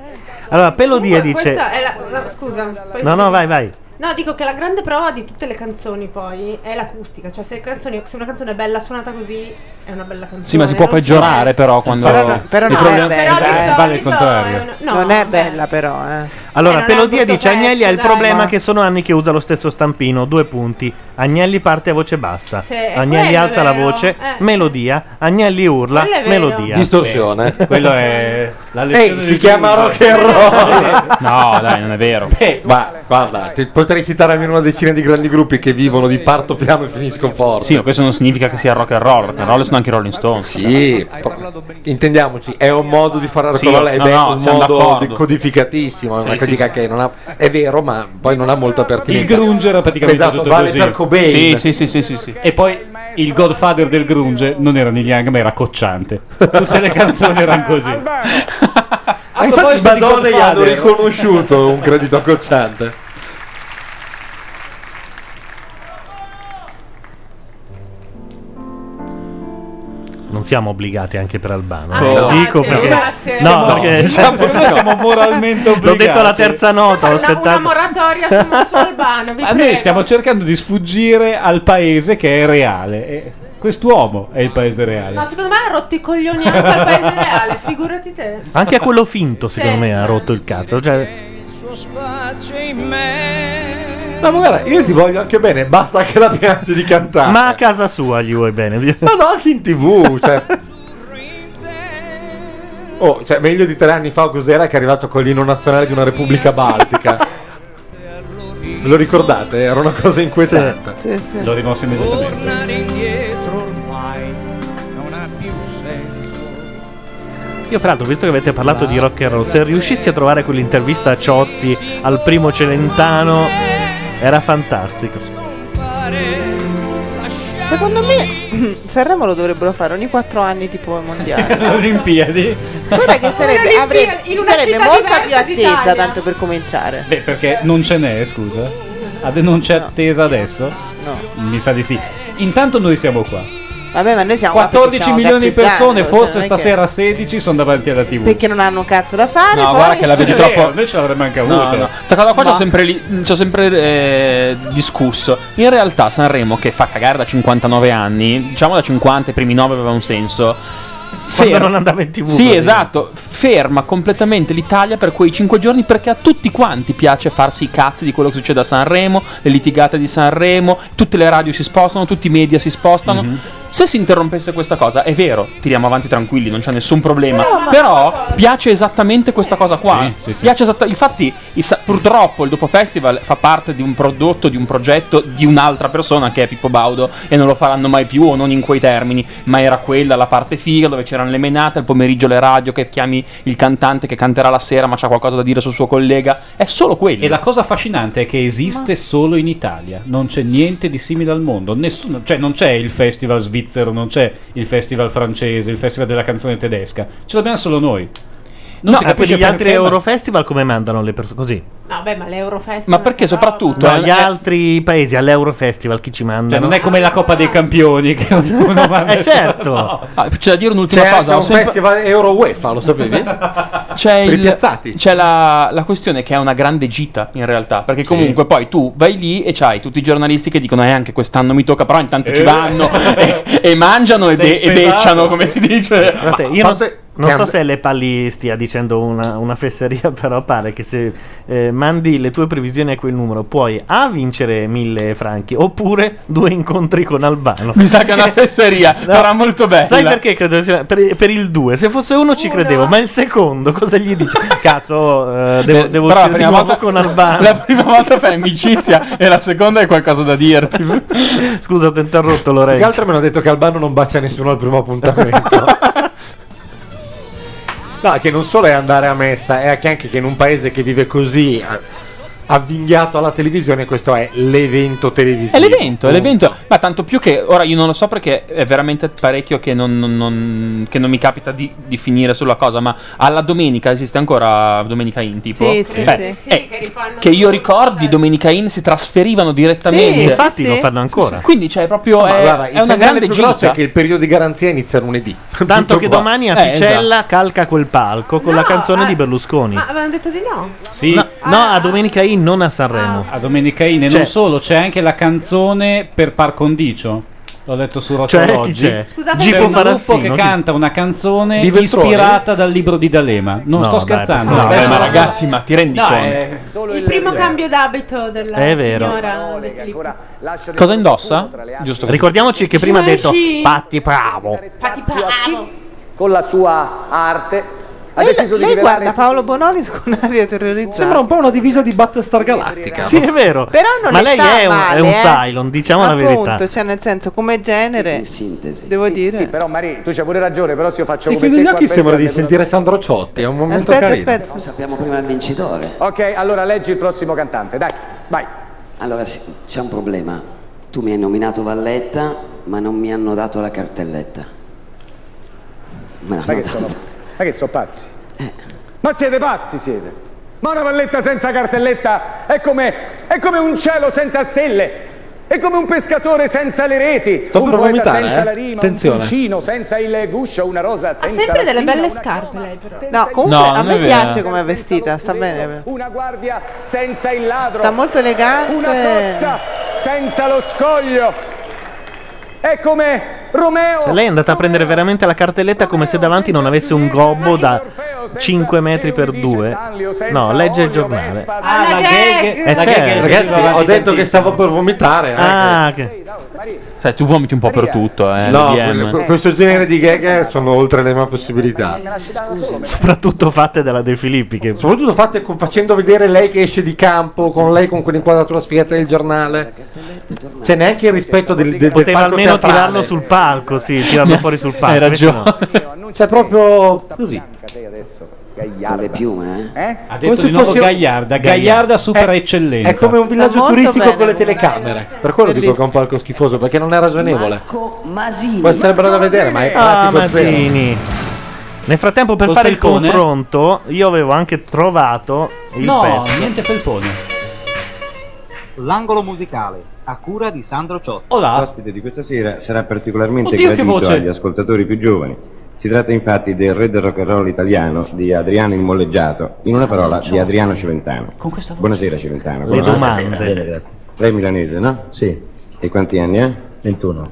Speaker 1: Allora, Pelodia
Speaker 3: Questa
Speaker 1: dice...
Speaker 3: è la, la- scusa. poi-
Speaker 1: No, no, vai, vai.
Speaker 2: Eh,
Speaker 3: No, dico che la grande prova di tutte le canzoni poi è l'acustica, cioè se, le canzoni- se una canzone è bella suonata così è una bella canzone.
Speaker 2: Sì, ma si può
Speaker 3: non c'è-
Speaker 2: peggiorare
Speaker 1: Cioè,
Speaker 2: però quando
Speaker 3: Però- però
Speaker 2: il
Speaker 3: no,
Speaker 2: problema-
Speaker 3: eh, però di
Speaker 2: eh, vale il
Speaker 3: solito
Speaker 2: contrario.
Speaker 3: è una- no,
Speaker 5: non è bella, però. Eh.
Speaker 1: Allora,
Speaker 5: Eh, non è un
Speaker 1: Pelodia
Speaker 5: brutto
Speaker 1: dice: Agnelli ha
Speaker 5: pezzo,
Speaker 1: il
Speaker 5: dai,
Speaker 1: problema
Speaker 5: ma-
Speaker 1: che sono anni che usa lo stesso stampino. Due punti. Agnelli parte a voce bassa.
Speaker 5: Sì, è
Speaker 1: Agnelli
Speaker 5: quello,
Speaker 1: alza
Speaker 5: è
Speaker 1: la
Speaker 5: vero.
Speaker 1: voce.
Speaker 5: Eh.
Speaker 1: Melodia. Agnelli urla.
Speaker 5: Quello è vero.
Speaker 1: Melodia.
Speaker 9: Distorsione.
Speaker 1: Beh,
Speaker 9: Quello è
Speaker 2: la
Speaker 9: lezione Ehi, si di chiama Bruno. rock and roll.
Speaker 2: No, dai, non è vero.
Speaker 9: Ma guarda, ti potrei citare almeno una decina di grandi gruppi che vivono di parto piano e finiscono forte.
Speaker 2: Sì, ma questo non significa che sia rock and roll, rock and roll sono anche i Rolling Stones.
Speaker 9: Sì, intendiamoci, è un modo di fare la
Speaker 2: Sì,
Speaker 9: parola ed
Speaker 2: no,
Speaker 9: è
Speaker 2: no,
Speaker 9: un
Speaker 2: siamo
Speaker 9: modo
Speaker 2: d'accordo.
Speaker 9: di- codificatissimo, è una
Speaker 2: Sì,
Speaker 9: critica
Speaker 2: sì,
Speaker 9: che non ha è vero, ma poi non ha molta pertinenza.
Speaker 7: Il grunge era praticamente
Speaker 9: Esatto,
Speaker 7: tutto
Speaker 9: vale
Speaker 7: così.
Speaker 9: per Cobain.
Speaker 7: Sì, sì, sì, sì, sì, sì. E poi il godfather del grunge non era Neil Young, ma era Cocciante. Tutte le canzoni erano così.
Speaker 9: Ma infatti
Speaker 7: proposito di
Speaker 9: Madonna gli hanno
Speaker 7: Godfather.
Speaker 9: riconosciuto un credito accocciante.
Speaker 1: Non siamo obbligati anche per Albano.
Speaker 2: Ah,
Speaker 1: eh, Lo
Speaker 2: grazie,
Speaker 1: dico perché.
Speaker 3: grazie.
Speaker 1: No,
Speaker 3: Siamo-
Speaker 1: perché
Speaker 2: siamo- siamo moralmente
Speaker 1: L'ho detto alla
Speaker 2: obbligati.
Speaker 1: terza nota. Ho
Speaker 3: Una, una
Speaker 1: aspettato.
Speaker 3: moratoria su, su Albano, vi
Speaker 2: Ma noi
Speaker 3: prego.
Speaker 2: stiamo cercando di sfuggire al paese che è reale. E quest'uomo è il paese
Speaker 3: No,
Speaker 2: reale.
Speaker 3: secondo me ha rotto i coglioni anche al paese reale, figurati te.
Speaker 1: Anche a quello finto, secondo me, ha rotto il cazzo. Cioè,
Speaker 16: Il suo spazio in me.
Speaker 9: No, ma guarda, io ti voglio anche bene, basta che la pianti di cantare.
Speaker 1: ma a casa sua gli vuoi bene.
Speaker 9: No, no, anche in tv. Cioè. Oh, cioè, meglio di tre anni fa cos'era che è arrivato con l'inno nazionale di una repubblica baltica. Ve lo ricordate? Era una cosa inquietante.
Speaker 5: Sì, sì.
Speaker 2: L'ho rimosso immediatamente.
Speaker 16: Tornare indietro ormai non ha più senso.
Speaker 1: Io peraltro, visto che avete parlato di rock and roll, se riuscissi a trovare quell'intervista a Ciotti al primo Celentano, era fantastico.
Speaker 5: Secondo me Sanremo lo dovrebbero fare ogni 4 anni tipo i mondiali.
Speaker 10: Olimpiadi.
Speaker 5: Guarda che sarebbe,
Speaker 3: Un'Olimpiade
Speaker 5: avrebbe,
Speaker 3: in
Speaker 5: ci
Speaker 3: una
Speaker 5: sarebbe
Speaker 3: città
Speaker 5: molta più
Speaker 3: diversa
Speaker 5: attesa
Speaker 3: d'Italia.
Speaker 5: tanto per cominciare.
Speaker 7: Beh, perché non ce n'è, scusa. Ade- non c'è attesa adesso?
Speaker 5: No.
Speaker 7: Mi sa di sì. Intanto noi siamo qua.
Speaker 5: Vabbè, ma noi siamo qua perché
Speaker 7: 14
Speaker 5: stiamo
Speaker 7: milioni di
Speaker 5: cazzeggiando,
Speaker 7: persone,
Speaker 5: cioè,
Speaker 7: forse
Speaker 5: non è che-
Speaker 7: stasera 16 sono davanti alla TV.
Speaker 5: Perché non hanno un cazzo da fare.
Speaker 2: No,
Speaker 5: poi-
Speaker 2: guarda che la vedi troppo.
Speaker 7: noi ce l'avremmo anche
Speaker 2: No,
Speaker 7: avuta.
Speaker 2: no. Questa cosa qua
Speaker 5: Ma-
Speaker 2: ci ho sempre, li- ci ho sempre, eh, discusso. In realtà Sanremo, che fa cagare da 59 anni, diciamo da 50, i primi 9 aveva un senso.
Speaker 1: Quando non andava in TV,
Speaker 2: Sì,
Speaker 1: volevo
Speaker 2: esatto. F- Ferma completamente l'Italia per quei 5 giorni perché a tutti quanti piace farsi i cazzi di quello che succede a Sanremo, le litigate di Sanremo, tutte le radio si spostano, tutti i media si spostano. Se si interrompesse questa cosa, è vero, tiriamo avanti tranquilli, non c'è nessun problema.
Speaker 1: Però, ma-
Speaker 2: Però piace esattamente questa cosa qua.
Speaker 7: Sì, sì, sì.
Speaker 2: Ah, Piace esatta- Infatti, i sa- purtroppo il Dopo Festival fa parte di un prodotto, di un progetto di un'altra persona che è Pippo Baudo e non lo faranno mai più o non in quei termini. Ma era quella la parte figa dove c'erano le menate, il pomeriggio le radio che chiami il cantante che canterà la sera ma c'ha qualcosa da dire sul suo collega. È solo quello.
Speaker 7: E la cosa affascinante è che esiste solo in Italia, non c'è niente di simile al mondo, nessuno, cioè non c'è il festival svizzero, non c'è il festival francese, il festival della canzone tedesca, ce l'abbiamo solo noi. Non
Speaker 1: No,
Speaker 7: si
Speaker 1: e poi
Speaker 7: capisce
Speaker 1: gli altri
Speaker 7: perché, ma-
Speaker 1: Eurofestival come mandano le persone? Così.
Speaker 3: No, beh, ma l'Eurofest.
Speaker 1: soprattutto agli
Speaker 2: eh,
Speaker 1: altri paesi all'Eurofestival chi ci manda?
Speaker 7: Cioè, non è
Speaker 1: come la Coppa dei Campioni che uno manda. eh certo.
Speaker 2: Ah, c'è da dire un'ultima
Speaker 9: C'è anche
Speaker 2: cosa. ho
Speaker 9: un
Speaker 2: sempre-
Speaker 9: Cioè, festival Euro UEFA, lo sapevi?
Speaker 2: C'è,
Speaker 9: Per i
Speaker 2: il- c'è la, la questione che è una grande gita in realtà, perché comunque poi tu vai lì e c'hai tutti i giornalisti che dicono eh anche quest'anno mi tocca, però intanto ci
Speaker 1: Eh.
Speaker 2: vanno e, e mangiano e,
Speaker 1: Sei
Speaker 2: be- e
Speaker 1: spesato.
Speaker 2: becciano come si dice.
Speaker 1: Guardate, io
Speaker 2: Ma-
Speaker 1: non,
Speaker 2: parte-
Speaker 1: non
Speaker 2: che
Speaker 1: so
Speaker 2: and-
Speaker 1: se Le Palli stia dicendo una, una fesseria, però pare che se eh, mandi le tue previsioni a quel numero puoi A vincere mille franchi oppure due incontri con Albano.
Speaker 2: Mi sa che è una fesseria, sarà molto bella.
Speaker 1: Sai perché credo sia per, per il 2? Se fosse uno ci credevo, ma il secondo cosa gli dice? Cazzo, eh, devo,
Speaker 2: Eh,
Speaker 1: devo
Speaker 2: però la
Speaker 1: uscire di
Speaker 2: prima
Speaker 1: nuovo
Speaker 2: volta-
Speaker 1: con Albano.
Speaker 2: La prima volta fai amicizia e la seconda è qualcosa da dirti.
Speaker 1: Scusa, ti ho interrotto
Speaker 9: Più che
Speaker 1: Lorenzo.
Speaker 9: altro mi hanno detto che Albano non bacia nessuno al primo appuntamento. no, che non solo è andare a messa, è che anche che in un paese che vive così eh, avvinghiato alla televisione, questo è l'evento televisivo.
Speaker 2: È l'evento, è l'evento. Ma tanto più che ora io non lo so perché è veramente parecchio che non, non- non- che non mi capita di, di finire sulla cosa. Ma alla domenica esiste ancora Domenica In, tipo.
Speaker 3: Sì, sì,
Speaker 1: Cioè,
Speaker 2: Eh,
Speaker 3: sì.
Speaker 2: eh,
Speaker 3: che rifanno
Speaker 2: che io ricordi Domenica In si trasferivano direttamente.
Speaker 9: Sì, infatti lo fanno ancora.
Speaker 2: Quindi cioè, proprio
Speaker 9: Ma
Speaker 2: è,
Speaker 9: guarda,
Speaker 2: è
Speaker 9: il
Speaker 2: una
Speaker 9: segnale
Speaker 2: grande
Speaker 9: più grosso
Speaker 2: gita.
Speaker 9: è che il periodo di garanzia inizia lunedì.
Speaker 1: Tanto
Speaker 9: Tutto
Speaker 1: che
Speaker 9: qua. Eh, esatto.
Speaker 1: domani a
Speaker 2: Eh,
Speaker 1: Ficella
Speaker 2: esatto.
Speaker 1: calca quel palco con la canzone di Berlusconi.
Speaker 3: eh, Ma avevano detto di no.
Speaker 7: Sì. Ah.
Speaker 1: No, no, a Domenica In, non a Sanremo.
Speaker 7: A Domenica In e
Speaker 1: Cioè-
Speaker 7: non solo, c'è anche la canzone per par condicio. L'ho letto su Roccia
Speaker 1: Cioè, chi
Speaker 7: oggi.
Speaker 1: c'è? Scusate, Gipo
Speaker 7: c'è un
Speaker 1: Farassino,
Speaker 7: gruppo che
Speaker 1: chi-
Speaker 7: canta una canzone
Speaker 1: Di Veltroni?
Speaker 7: ispirata dal libro di D'Alema. Non
Speaker 1: No,
Speaker 7: sto
Speaker 1: dai, per
Speaker 7: scherzando.
Speaker 1: favore.
Speaker 7: Adesso-
Speaker 1: Vabbè, ma
Speaker 2: ragazzi, ma ti rendi
Speaker 7: No, eh,
Speaker 2: conto?
Speaker 7: è-
Speaker 3: Il
Speaker 16: eh.
Speaker 3: primo cambio d'abito della
Speaker 1: È vero.
Speaker 3: signora. del clip.
Speaker 2: Cosa indossa? Giusto.
Speaker 1: Ricordiamoci che prima ha detto
Speaker 3: Sì.
Speaker 1: Patti Bravo.
Speaker 4: Spazio a chi con la sua arte ha
Speaker 5: Lei,
Speaker 4: deciso di
Speaker 5: lei
Speaker 4: rivelare
Speaker 5: guarda Paolo Bonolis con aria terrorizzata.
Speaker 9: Sembra un po' una divisa di Battlestar Galactica.
Speaker 1: Sì, è vero.
Speaker 5: Però non
Speaker 1: Ma
Speaker 5: le
Speaker 1: lei
Speaker 5: sta
Speaker 1: è un,
Speaker 5: male,
Speaker 1: è un
Speaker 5: eh.
Speaker 1: Cylon, diciamo
Speaker 5: Appunto,
Speaker 1: la verità.
Speaker 5: cioè nel senso, come genere, devo
Speaker 4: Sì,
Speaker 5: dire.
Speaker 4: Sì, però Mari, tu c'hai pure ragione, però se io faccio
Speaker 9: Se
Speaker 4: come
Speaker 9: chiudi
Speaker 4: te
Speaker 9: gli
Speaker 4: qua
Speaker 9: occhi
Speaker 4: al
Speaker 9: sembra di
Speaker 4: festival-
Speaker 9: sentire Sandro Ciotti, è un momento
Speaker 4: Aspetta,
Speaker 9: carino.
Speaker 4: aspetta.
Speaker 6: Però sappiamo prima il vincitore.
Speaker 4: Ok, allora leggi il prossimo cantante, dai, vai.
Speaker 6: Allora sì, c'è un problema. Tu mi hai nominato Valletta, ma non mi hanno dato la cartelletta. Me l'hanno
Speaker 4: Ma che
Speaker 6: data.
Speaker 4: sono, ma che sono pazzi? Ma siete pazzi siete? Ma una valletta senza cartelletta è come, è come un cielo senza stelle. È come un pescatore senza le reti,
Speaker 9: Sto
Speaker 4: un
Speaker 9: per
Speaker 4: poeta
Speaker 9: vomitare,
Speaker 4: senza
Speaker 9: eh.
Speaker 4: la rima,
Speaker 9: Attenzione.
Speaker 4: un pulcino senza il guscio, una rosa
Speaker 3: Ha
Speaker 4: senza
Speaker 3: sempre
Speaker 4: la
Speaker 3: delle
Speaker 4: spina,
Speaker 3: belle
Speaker 4: una
Speaker 3: scarpe lei, però.
Speaker 5: No, comunque
Speaker 4: No,
Speaker 5: a
Speaker 4: non è
Speaker 5: me
Speaker 4: vero.
Speaker 5: piace come è vestita, sta bene. eh.
Speaker 4: Una guardia senza il ladro.
Speaker 5: Sta molto elegante.
Speaker 4: Una cozza senza lo scoglio. È come Romeo.
Speaker 1: Lei è andata a prendere veramente la cartelletta come se davanti non avesse un gobbo da 5 metri per 2. No, legge il giornale.
Speaker 3: Ah, la
Speaker 1: gag! Eh, certo.
Speaker 9: Ragazzi, ho detto che stavo per vomitare. eh.
Speaker 1: Ah, che-
Speaker 2: Sai, Cioè, tu vomiti un po' per tutto, eh.
Speaker 9: No,
Speaker 2: DM.
Speaker 9: quelle- que- questo genere di gag eh, sono oltre le mie possibilità.
Speaker 1: Soprattutto fatte dalla De Filippi. Che...
Speaker 9: Soprattutto fatte con- facendo vedere lei che esce di campo, con lei con quell'inquadratura sfigata del giornale. C'è neanche il rispetto del, del, del
Speaker 1: Poteva
Speaker 9: palco
Speaker 1: almeno
Speaker 9: teatrale.
Speaker 1: tirarlo sul palco, sì, tirarlo fuori sul palco.
Speaker 9: Hai
Speaker 1: invece
Speaker 9: ragione.
Speaker 1: no.
Speaker 9: C'è Cioè, proprio così.
Speaker 6: Con le piume, eh?
Speaker 7: Ha detto di nuovo Gagliarda, Gagliarda supera eccellenza.
Speaker 9: È come un villaggio
Speaker 6: Molto
Speaker 9: turistico
Speaker 6: bene.
Speaker 9: con le telecamere. Per quello dico che è un palco schifoso, perché non è ragionevole.
Speaker 6: Masini.
Speaker 9: Può essere bello da vedere, ma è
Speaker 1: Ah,
Speaker 9: pratico zero.
Speaker 1: Mazzini. Nel frattempo, per
Speaker 9: Col
Speaker 1: fare
Speaker 9: felpone?
Speaker 1: il confronto, io avevo anche trovato il
Speaker 13: No,
Speaker 1: pezzo.
Speaker 13: niente
Speaker 1: felpone.
Speaker 13: L'angolo musicale a cura di Sandro Ciotto.
Speaker 14: L'ospite di questa sera sarà particolarmente
Speaker 13: Oddio, che
Speaker 14: gradito
Speaker 13: voce!
Speaker 14: agli ascoltatori più giovani. Si tratta infatti del re del rock and roll italiano di Adriano il Molleggiato, in una parola di Adriano Civentano.
Speaker 13: Con questa voce.
Speaker 14: Buonasera Civentano.
Speaker 13: Le
Speaker 14: Buonasera.
Speaker 13: domande.
Speaker 14: Bene, grazie. Lei è milanese, no? Sì. E quanti anni ha? 21.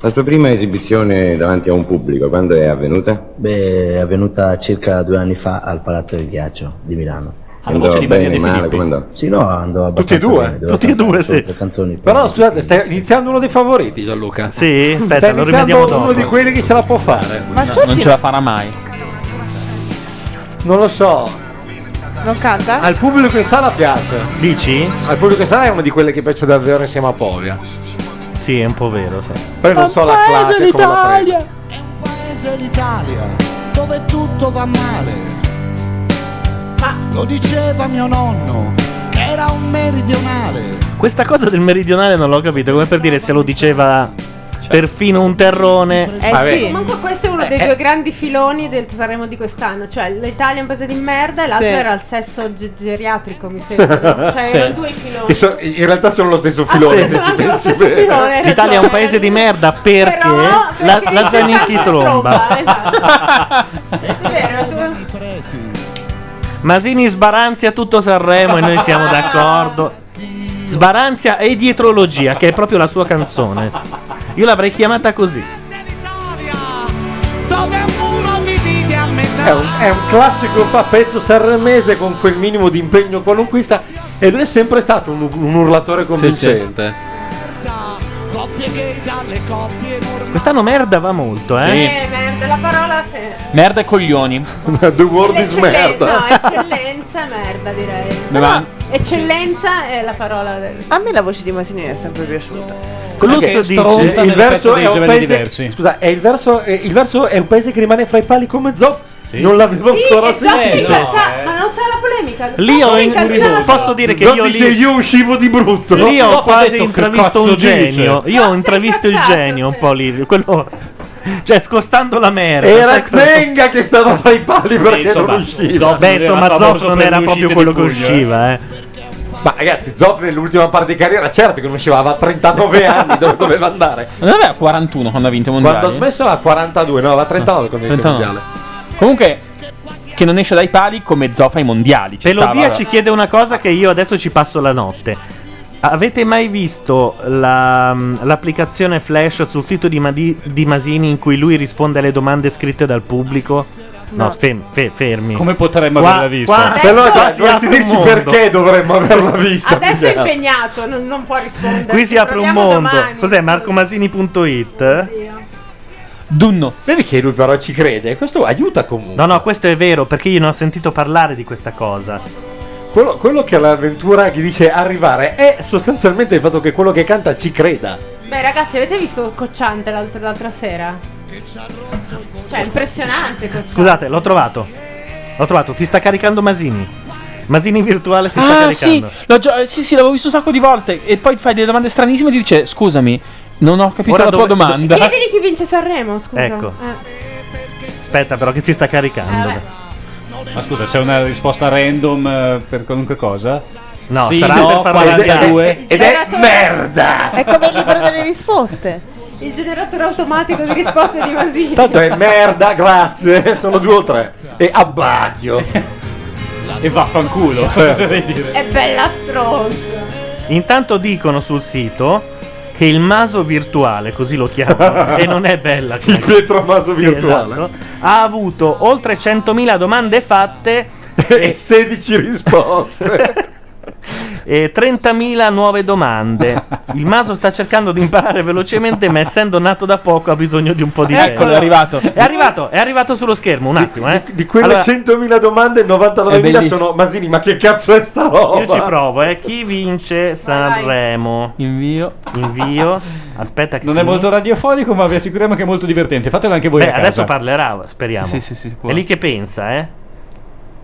Speaker 14: La sua prima esibizione davanti a un pubblico, quando è avvenuta?
Speaker 15: Beh, è avvenuta circa due anni fa al Palazzo del Ghiaccio di Milano.
Speaker 14: Alla voce di Maria De Filippi.
Speaker 15: Sì, no, andò
Speaker 9: Tutti
Speaker 15: abbastanza
Speaker 9: e due?
Speaker 15: bene, doveva
Speaker 9: Tutti e
Speaker 15: cantare
Speaker 9: due,
Speaker 15: solo
Speaker 9: sì.
Speaker 15: tre canzoni. poi-
Speaker 9: Però scusate, stai iniziando uno dei favoriti, Gianluca.
Speaker 1: Sì, aspetta,
Speaker 9: stai
Speaker 1: lo
Speaker 9: iniziando
Speaker 1: rivediamo
Speaker 9: uno
Speaker 1: dopo.
Speaker 9: di quelli che ce la può fare.
Speaker 5: Ma
Speaker 2: No,
Speaker 5: c'è
Speaker 2: non
Speaker 5: chi-
Speaker 2: ce la farà mai.
Speaker 9: Non lo so.
Speaker 5: Non canta?
Speaker 9: Al pubblico in sala piace.
Speaker 1: Dici?
Speaker 9: Al pubblico in sala è una di quelle che piace davvero insieme a Povia.
Speaker 1: Sì, è un po' vero, sì.
Speaker 9: Poi non so la classe come la prende.
Speaker 24: paese l'Italia dove tutto va male. Ma lo diceva mio nonno che era un meridionale.
Speaker 1: Questa cosa del meridionale non l'ho capito, come per dire se lo diceva
Speaker 9: Cioè,
Speaker 1: perfino un terrone.
Speaker 5: Eh Vabbè. sì.
Speaker 3: Comunque questo è uno dei
Speaker 1: Eh,
Speaker 3: due grandi filoni del Sanremo di quest'anno, cioè l'Italia è un paese di merda e l'altro
Speaker 9: Sì.
Speaker 3: era il sesso ge- geriatrico, mi sembra. Cioè erano due i filoni.
Speaker 9: Che so- in realtà sono lo stesso
Speaker 3: Ah,
Speaker 9: filone.
Speaker 3: sì,
Speaker 9: se
Speaker 3: sono
Speaker 9: ci
Speaker 3: anche lo
Speaker 9: pensi
Speaker 3: stesso
Speaker 9: bene.
Speaker 3: filone, hai
Speaker 1: L'Italia è un paese di merda perché
Speaker 3: Però, perché
Speaker 1: la,
Speaker 3: non
Speaker 1: la
Speaker 3: si sa
Speaker 1: Zanicchi
Speaker 3: la
Speaker 1: tromba.
Speaker 3: tromba, eh. esatto.
Speaker 1: Masini sbaranzia tutto Sanremo e noi siamo d'accordo. Sbaranzia e dietrologia, che è proprio la sua canzone. Io l'avrei chiamata così.
Speaker 26: Dove un muro divide a metà.
Speaker 9: È un, è un classico pappezzo sanremese con quel minimo di impegno qualunquista. E lui è sempre stato un, un urlatore convincente.
Speaker 26: Coppie che dalle coppie non
Speaker 1: Quest'anno merda va molto, eh?
Speaker 3: Eh, merda, la parola se...
Speaker 2: Merda e coglioni.
Speaker 9: The world
Speaker 3: Eccellen- no, eccellenza è merda direi.
Speaker 2: Ma-
Speaker 3: Però eccellenza è la parola del...
Speaker 5: A me la voce di Masini è sempre piaciuta.
Speaker 9: Quello
Speaker 5: Perché
Speaker 9: che
Speaker 5: stronza
Speaker 9: il
Speaker 5: nel
Speaker 9: verso
Speaker 5: pezzo dei
Speaker 9: è un
Speaker 5: gemelli
Speaker 9: paese,
Speaker 5: diversi.
Speaker 9: Scusa, è il verso, è- il verso è un paese che rimane fra i pali come Zoff. Non l'avevo
Speaker 3: Sì,
Speaker 9: ancora
Speaker 3: e Zoppi
Speaker 9: sentito.
Speaker 3: sa-
Speaker 1: eh.
Speaker 3: sa- ma non sa la polemica.
Speaker 9: Lì ho
Speaker 3: Zoppi
Speaker 9: in-
Speaker 3: calzava-
Speaker 1: Posso dire che
Speaker 9: Zoff
Speaker 1: io
Speaker 9: dice,
Speaker 1: lì,
Speaker 9: io uscivo di brutto.
Speaker 1: lì ho
Speaker 9: Zoff ha
Speaker 1: quasi
Speaker 9: detto, "Che
Speaker 1: intravisto
Speaker 9: cazzo
Speaker 1: un
Speaker 9: dice?"
Speaker 1: genio. Io ho intravisto il genio un po' lì. quello- cioè, scostando la merda.
Speaker 9: Era
Speaker 1: sai cosa-
Speaker 9: Zenga che stava fra i pali perché
Speaker 1: insomma,
Speaker 9: non usciva.
Speaker 1: Zoff Beh, non era insomma, famoso Zoff non per era le uscite proprio quello di che Puglia,
Speaker 2: eh.
Speaker 1: usciva, eh.
Speaker 9: Ma ragazzi, Zoff nell'ultima parte di carriera, certo che non usciva, aveva 39 anni dove doveva andare.
Speaker 2: Non aveva 41 quando ha vinto i mondiali?
Speaker 9: Quando ha smesso aveva 42, no, aveva 39 quando ha vinto il
Speaker 2: 39.
Speaker 9: mondiale.
Speaker 2: Comunque, che non esce dai pali come Zofa ai mondiali. Ci stava,
Speaker 1: Pelodia
Speaker 2: vabbè.
Speaker 1: ci chiede una cosa che io adesso ci passo la notte. Avete mai visto la- mm, l'applicazione Flash sul sito di, Madi- di Masini in cui lui risponde alle domande scritte dal pubblico? No,
Speaker 7: No.
Speaker 1: ferm- fe- fermi.
Speaker 7: Come potremmo
Speaker 1: Qua-
Speaker 7: averla vista?
Speaker 1: qua-
Speaker 7: Adesso-
Speaker 9: Allora,
Speaker 1: qua si
Speaker 9: dovresti
Speaker 1: apre un
Speaker 9: dirci
Speaker 1: mondo.
Speaker 9: perché dovremmo averla vista.
Speaker 3: Adesso è
Speaker 9: Miguel.
Speaker 3: impegnato, non, non può rispondere.
Speaker 1: Qui si apre un
Speaker 3: Proviamo
Speaker 1: mondo.
Speaker 3: domani.
Speaker 1: Cos'è? Marcomasini.it?
Speaker 2: Dunno.
Speaker 9: Vedi che lui però ci crede, questo aiuta comunque.
Speaker 1: No, no, questo è vero perché io non ho sentito parlare di questa cosa.
Speaker 9: Quello, quello che è l'avventura che dice arrivare è sostanzialmente il fatto che quello che canta ci creda.
Speaker 3: Beh, ragazzi, avete visto Cocciante l'altra, l'altra sera? Cioè, impressionante Cocciante.
Speaker 1: Scusate, l'ho trovato. L'ho trovato, si sta caricando Masini. Masini virtuale si sta
Speaker 2: Ah, sì,
Speaker 1: caricando.
Speaker 2: l'ho già- sì, sì, l'avevo visto un sacco di volte. E poi fai delle domande stranissime e ti dice: Scusami, non ho capito
Speaker 1: Ora
Speaker 2: la tua
Speaker 1: dove-
Speaker 2: domanda.
Speaker 3: Chiedili chi vince Sanremo, scusa.
Speaker 1: Ecco.
Speaker 3: Eh,
Speaker 1: Aspetta, però, che si sta caricando.
Speaker 3: vabbè.
Speaker 7: Ma scusa, c'è una risposta random eh, per qualunque cosa?
Speaker 1: No,
Speaker 7: sì,
Speaker 1: sarà
Speaker 7: no,
Speaker 1: per farlo vedere.
Speaker 7: 42
Speaker 1: Ed è
Speaker 9: merda!
Speaker 5: È come il libro delle risposte.
Speaker 3: Il generatore automatico di risposte di Masini.
Speaker 9: Tanto è merda, grazie. Sono due o tre. E abbaglio.
Speaker 7: E vaffanculo.
Speaker 1: Certo.
Speaker 7: Cosa devi dire?
Speaker 3: È bella stronza.
Speaker 1: Intanto dicono sul sito che il maso virtuale, così lo chiamano, e non è bella. Il
Speaker 9: Pietro Maso
Speaker 1: Sì,
Speaker 9: virtuale.
Speaker 1: esatto. ha avuto oltre 100.000 domande fatte
Speaker 9: e 16 risposte.
Speaker 1: E 30.000 nuove domande. Il Maso sta cercando di imparare velocemente, ma essendo nato da poco ha bisogno di un po' di tempo.
Speaker 2: Eccolo, è arrivato.
Speaker 1: È arrivato, è arrivato sullo schermo, un attimo, eh.
Speaker 9: Di quelle
Speaker 1: Allora,
Speaker 9: 100.000 domande, 99.000
Speaker 1: bellissimo.
Speaker 9: sono Masini, ma che cazzo è sta roba?
Speaker 1: Io ci provo, eh. Chi vince Sanremo?
Speaker 2: Invio.
Speaker 1: Invio. Aspetta che
Speaker 7: Non è
Speaker 1: finisca.
Speaker 7: molto radiofonico, ma vi assicuriamo che è molto divertente. Fatelo anche voi.
Speaker 1: Beh,
Speaker 7: a casa.
Speaker 1: adesso parlerà, speriamo.
Speaker 7: Sì, sì, sì, sicuro. Ecco.
Speaker 1: è lì che pensa, eh.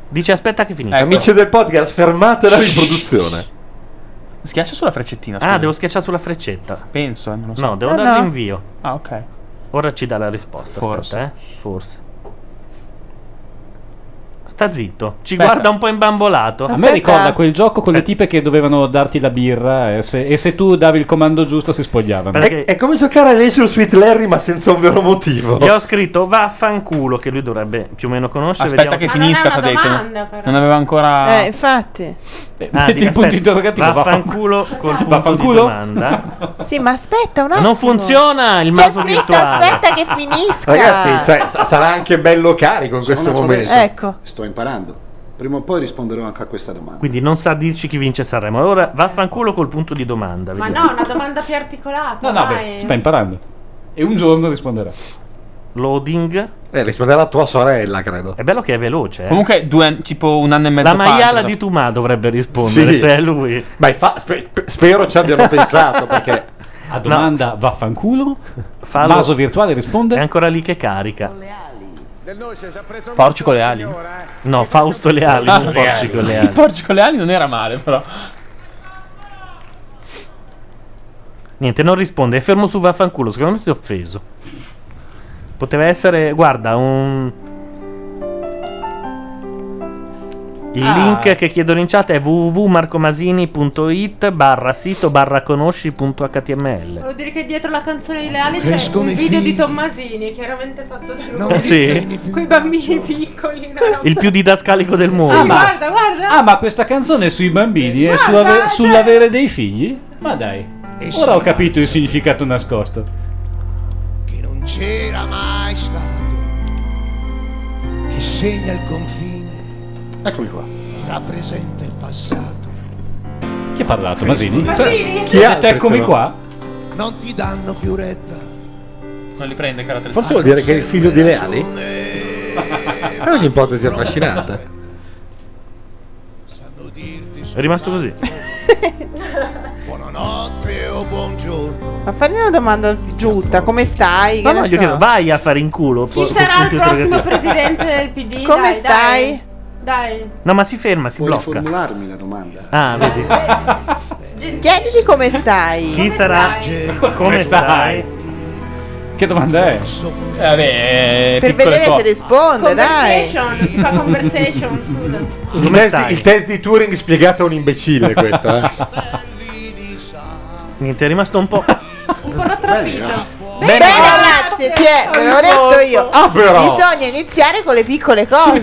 Speaker 1: Dice aspetta che finisce.
Speaker 9: Eh, Amici del podcast, fermate la riproduzione.
Speaker 2: Schiaccia sulla freccettina.
Speaker 1: Ah, devo schiacciare sulla freccetta.
Speaker 2: Penso, eh, non lo so.
Speaker 1: No, devo
Speaker 2: Ah,
Speaker 1: dare
Speaker 2: no.
Speaker 1: l'invio.
Speaker 2: Ah, ok.
Speaker 1: Ora ci dà la risposta. Forse. Forse. Sta zitto. Ci
Speaker 7: Aspetta.
Speaker 1: guarda un po' imbambolato.
Speaker 7: A me ricorda quel gioco con le tipe che dovevano darti la birra e se, e se tu davi il comando giusto si spogliavano.
Speaker 9: È, è come giocare a Nature Sweet Larry, ma senza un vero motivo.
Speaker 1: Gli ho scritto vaffanculo, che lui dovrebbe più o meno conoscere.
Speaker 2: Aspetta
Speaker 1: vediamo-
Speaker 2: che finisca, ti ha detto. Non aveva ancora.
Speaker 5: Eh, infatti.
Speaker 1: Ah,
Speaker 2: metti
Speaker 1: dica,
Speaker 2: il punto
Speaker 1: aspetta,
Speaker 2: interrogativo,
Speaker 1: Vaffanculo col
Speaker 3: Esatto.
Speaker 1: punto di
Speaker 2: Vaffanculo?
Speaker 1: domanda.
Speaker 5: Sì, ma aspetta un attimo.
Speaker 1: Non funziona il maso
Speaker 5: Aspetta,
Speaker 1: virtuale.
Speaker 5: aspetta che finisca.
Speaker 9: Ragazzi, cioè, sa- sarà anche bello carico in questo
Speaker 16: Sono
Speaker 9: momento.
Speaker 16: adesso.
Speaker 5: Ecco.
Speaker 16: Sto imparando. Prima o poi risponderò anche a questa domanda.
Speaker 1: Quindi non sa dirci chi vince Sanremo. Allora vaffanculo col punto di domanda.
Speaker 3: Eh. Ma
Speaker 1: vediamo.
Speaker 3: no, una domanda più articolata. dai.
Speaker 7: imparando. E un giorno risponderà.
Speaker 1: Loading.
Speaker 9: Eh, risponderà a tua sorella, credo.
Speaker 1: È bello che è veloce. eh.
Speaker 2: Comunque, due an- tipo un anno e mezzo
Speaker 1: la
Speaker 2: fa.
Speaker 1: maiala
Speaker 2: cosa-
Speaker 1: di Tumà dovrebbe rispondere
Speaker 2: Sì.
Speaker 1: se è lui.
Speaker 9: Ma spero ci abbiano pensato perché
Speaker 7: A domanda vaffanculo. Maso virtuale risponde. È
Speaker 1: ancora lì che carica.
Speaker 2: Porci con le ali.
Speaker 1: No, Fausto le ali,
Speaker 2: Ah,
Speaker 1: non porci con le ali.
Speaker 2: Il porci con le ali non era male, però.
Speaker 1: Niente, non risponde. È fermo su vaffanculo. Secondo me si è offeso. Poteva essere, guarda, un. Il
Speaker 17: Ah.
Speaker 1: link che chiedono in chat è www.marcomasini.it barra sito barra conosci.html.
Speaker 3: Devo dire che dietro la canzone di Leali c'è
Speaker 1: Crescono
Speaker 3: un
Speaker 1: i
Speaker 3: video
Speaker 1: figli.
Speaker 3: di Tommasini, chiaramente fatto da
Speaker 1: Eh
Speaker 3: lui.
Speaker 1: sì.
Speaker 3: Quei bambini piccoli. no?
Speaker 1: Il più didascalico del
Speaker 9: Oh,
Speaker 1: mondo.
Speaker 7: Ah, ma,
Speaker 3: Guarda, guarda.
Speaker 7: ah, ma questa canzone è sui bambini e
Speaker 3: Guarda,
Speaker 7: sulla-
Speaker 3: cioè-
Speaker 7: sull'avere dei figli? Ma dai.
Speaker 3: E
Speaker 7: Ora
Speaker 3: sono
Speaker 7: ho capito il significato nascosto.
Speaker 16: Non c'era mai stato chi segna il confine. Eccomi qua. Tra presente e passato.
Speaker 7: Chi ha parlato? Masini? Cioè,
Speaker 16: Masini?
Speaker 7: Chi ha detto
Speaker 16: Altri
Speaker 7: eccomi
Speaker 16: sono-
Speaker 7: qua?
Speaker 16: Non ti danno più retta.
Speaker 2: Non li prende Ah. caratteristiche.
Speaker 9: Forse vuol dire che è il figlio di Leali? È un'ipotesi affascinante.
Speaker 1: È rimasto così.
Speaker 16: Buonanotte o buongiorno.
Speaker 5: Ma fagli una domanda giusta, come stai?
Speaker 1: No,
Speaker 5: Che
Speaker 1: no,
Speaker 5: ne
Speaker 1: io
Speaker 5: so.
Speaker 1: chiedo, vai a fare in culo.
Speaker 3: Chi
Speaker 1: po-
Speaker 3: sarà il
Speaker 1: punto interrogativo.
Speaker 3: prossimo presidente del PD?
Speaker 5: Come
Speaker 3: Dai, dai. Dai.
Speaker 1: No, ma si ferma, si
Speaker 16: Puoi
Speaker 1: blocca.
Speaker 16: riformularmi la domanda?
Speaker 1: Ah, vedi.
Speaker 5: Chiediti come stai.
Speaker 1: Chi sarà? Come stai?
Speaker 7: Che domanda è?
Speaker 1: Eh,
Speaker 2: vabbè,
Speaker 5: Per vedere se risponde, dai.
Speaker 3: Conversation, si fa conversation, scusa.
Speaker 9: Il test, il test di Turing spiegato a un imbecille questo, eh.
Speaker 1: Niente, è rimasto un po'.
Speaker 3: Un po' rattrappito.
Speaker 5: Bene, grazie, ti è, ve l'ho detto io.
Speaker 1: Ah, però.
Speaker 5: Bisogna iniziare con le piccole cose.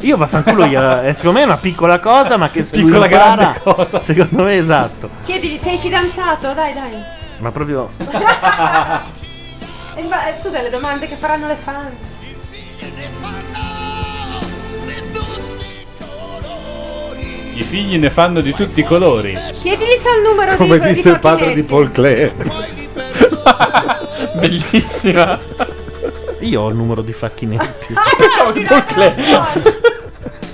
Speaker 1: Io vaffanculo, io, eh, secondo me è una piccola cosa, ma che se lui
Speaker 7: Piccola
Speaker 1: impara,
Speaker 7: grande cosa.
Speaker 1: Secondo me esatto.
Speaker 3: Chiedigli, sei fidanzato? Dai, dai.
Speaker 1: Ma proprio
Speaker 3: E va- eh, scusa, le domande che faranno le fan.
Speaker 7: I figli ne fanno di tutti i colori.
Speaker 3: Chiedigli se ha il numero
Speaker 9: Come
Speaker 3: di di
Speaker 9: disse il padre di
Speaker 3: Facchinetti.
Speaker 9: Paul Klee.
Speaker 1: bellissima. Io ho il numero di facchinetti.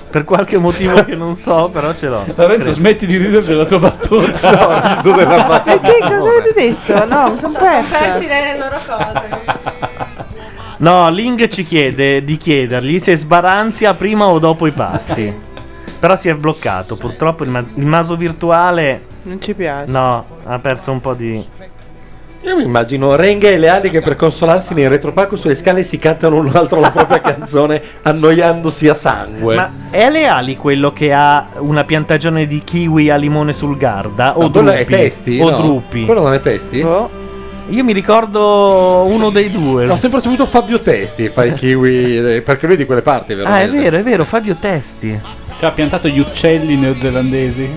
Speaker 1: per qualche motivo che non so, però ce l'ho.
Speaker 7: Lorenzo,
Speaker 1: Credo.
Speaker 7: smetti di ridere della tua battuta.
Speaker 5: Perché cosa avete detto? No, mi sono
Speaker 3: Persi
Speaker 5: persa.
Speaker 3: le loro cose.
Speaker 1: No, Ling ci chiede di chiedergli se sbaranzia prima o dopo i pasti. Però si è bloccato. Purtroppo il, ma- il maso virtuale.
Speaker 5: Non ci piace.
Speaker 1: No, ha perso un po' di.
Speaker 9: Io mi immagino Renga e Leali che per consolarsi nel retroparco sulle scale si cantano l'un l'altro la propria canzone annoiandosi a sangue.
Speaker 1: Ma è Leali quello che ha una piantagione di kiwi a limone sul Garda? O
Speaker 9: No, quello
Speaker 1: Druppi?
Speaker 9: è Testi,
Speaker 1: O
Speaker 9: no?
Speaker 1: Druppi?
Speaker 9: Quello non è Testi?
Speaker 1: Io mi ricordo uno dei due.
Speaker 9: Ho sempre saputo Fabio Testi fa i kiwi, eh, perché lui è di quelle parti, vero?
Speaker 1: Ah, è vero, è vero, Fabio Testi.
Speaker 7: Ci ha piantato gli uccelli neozelandesi.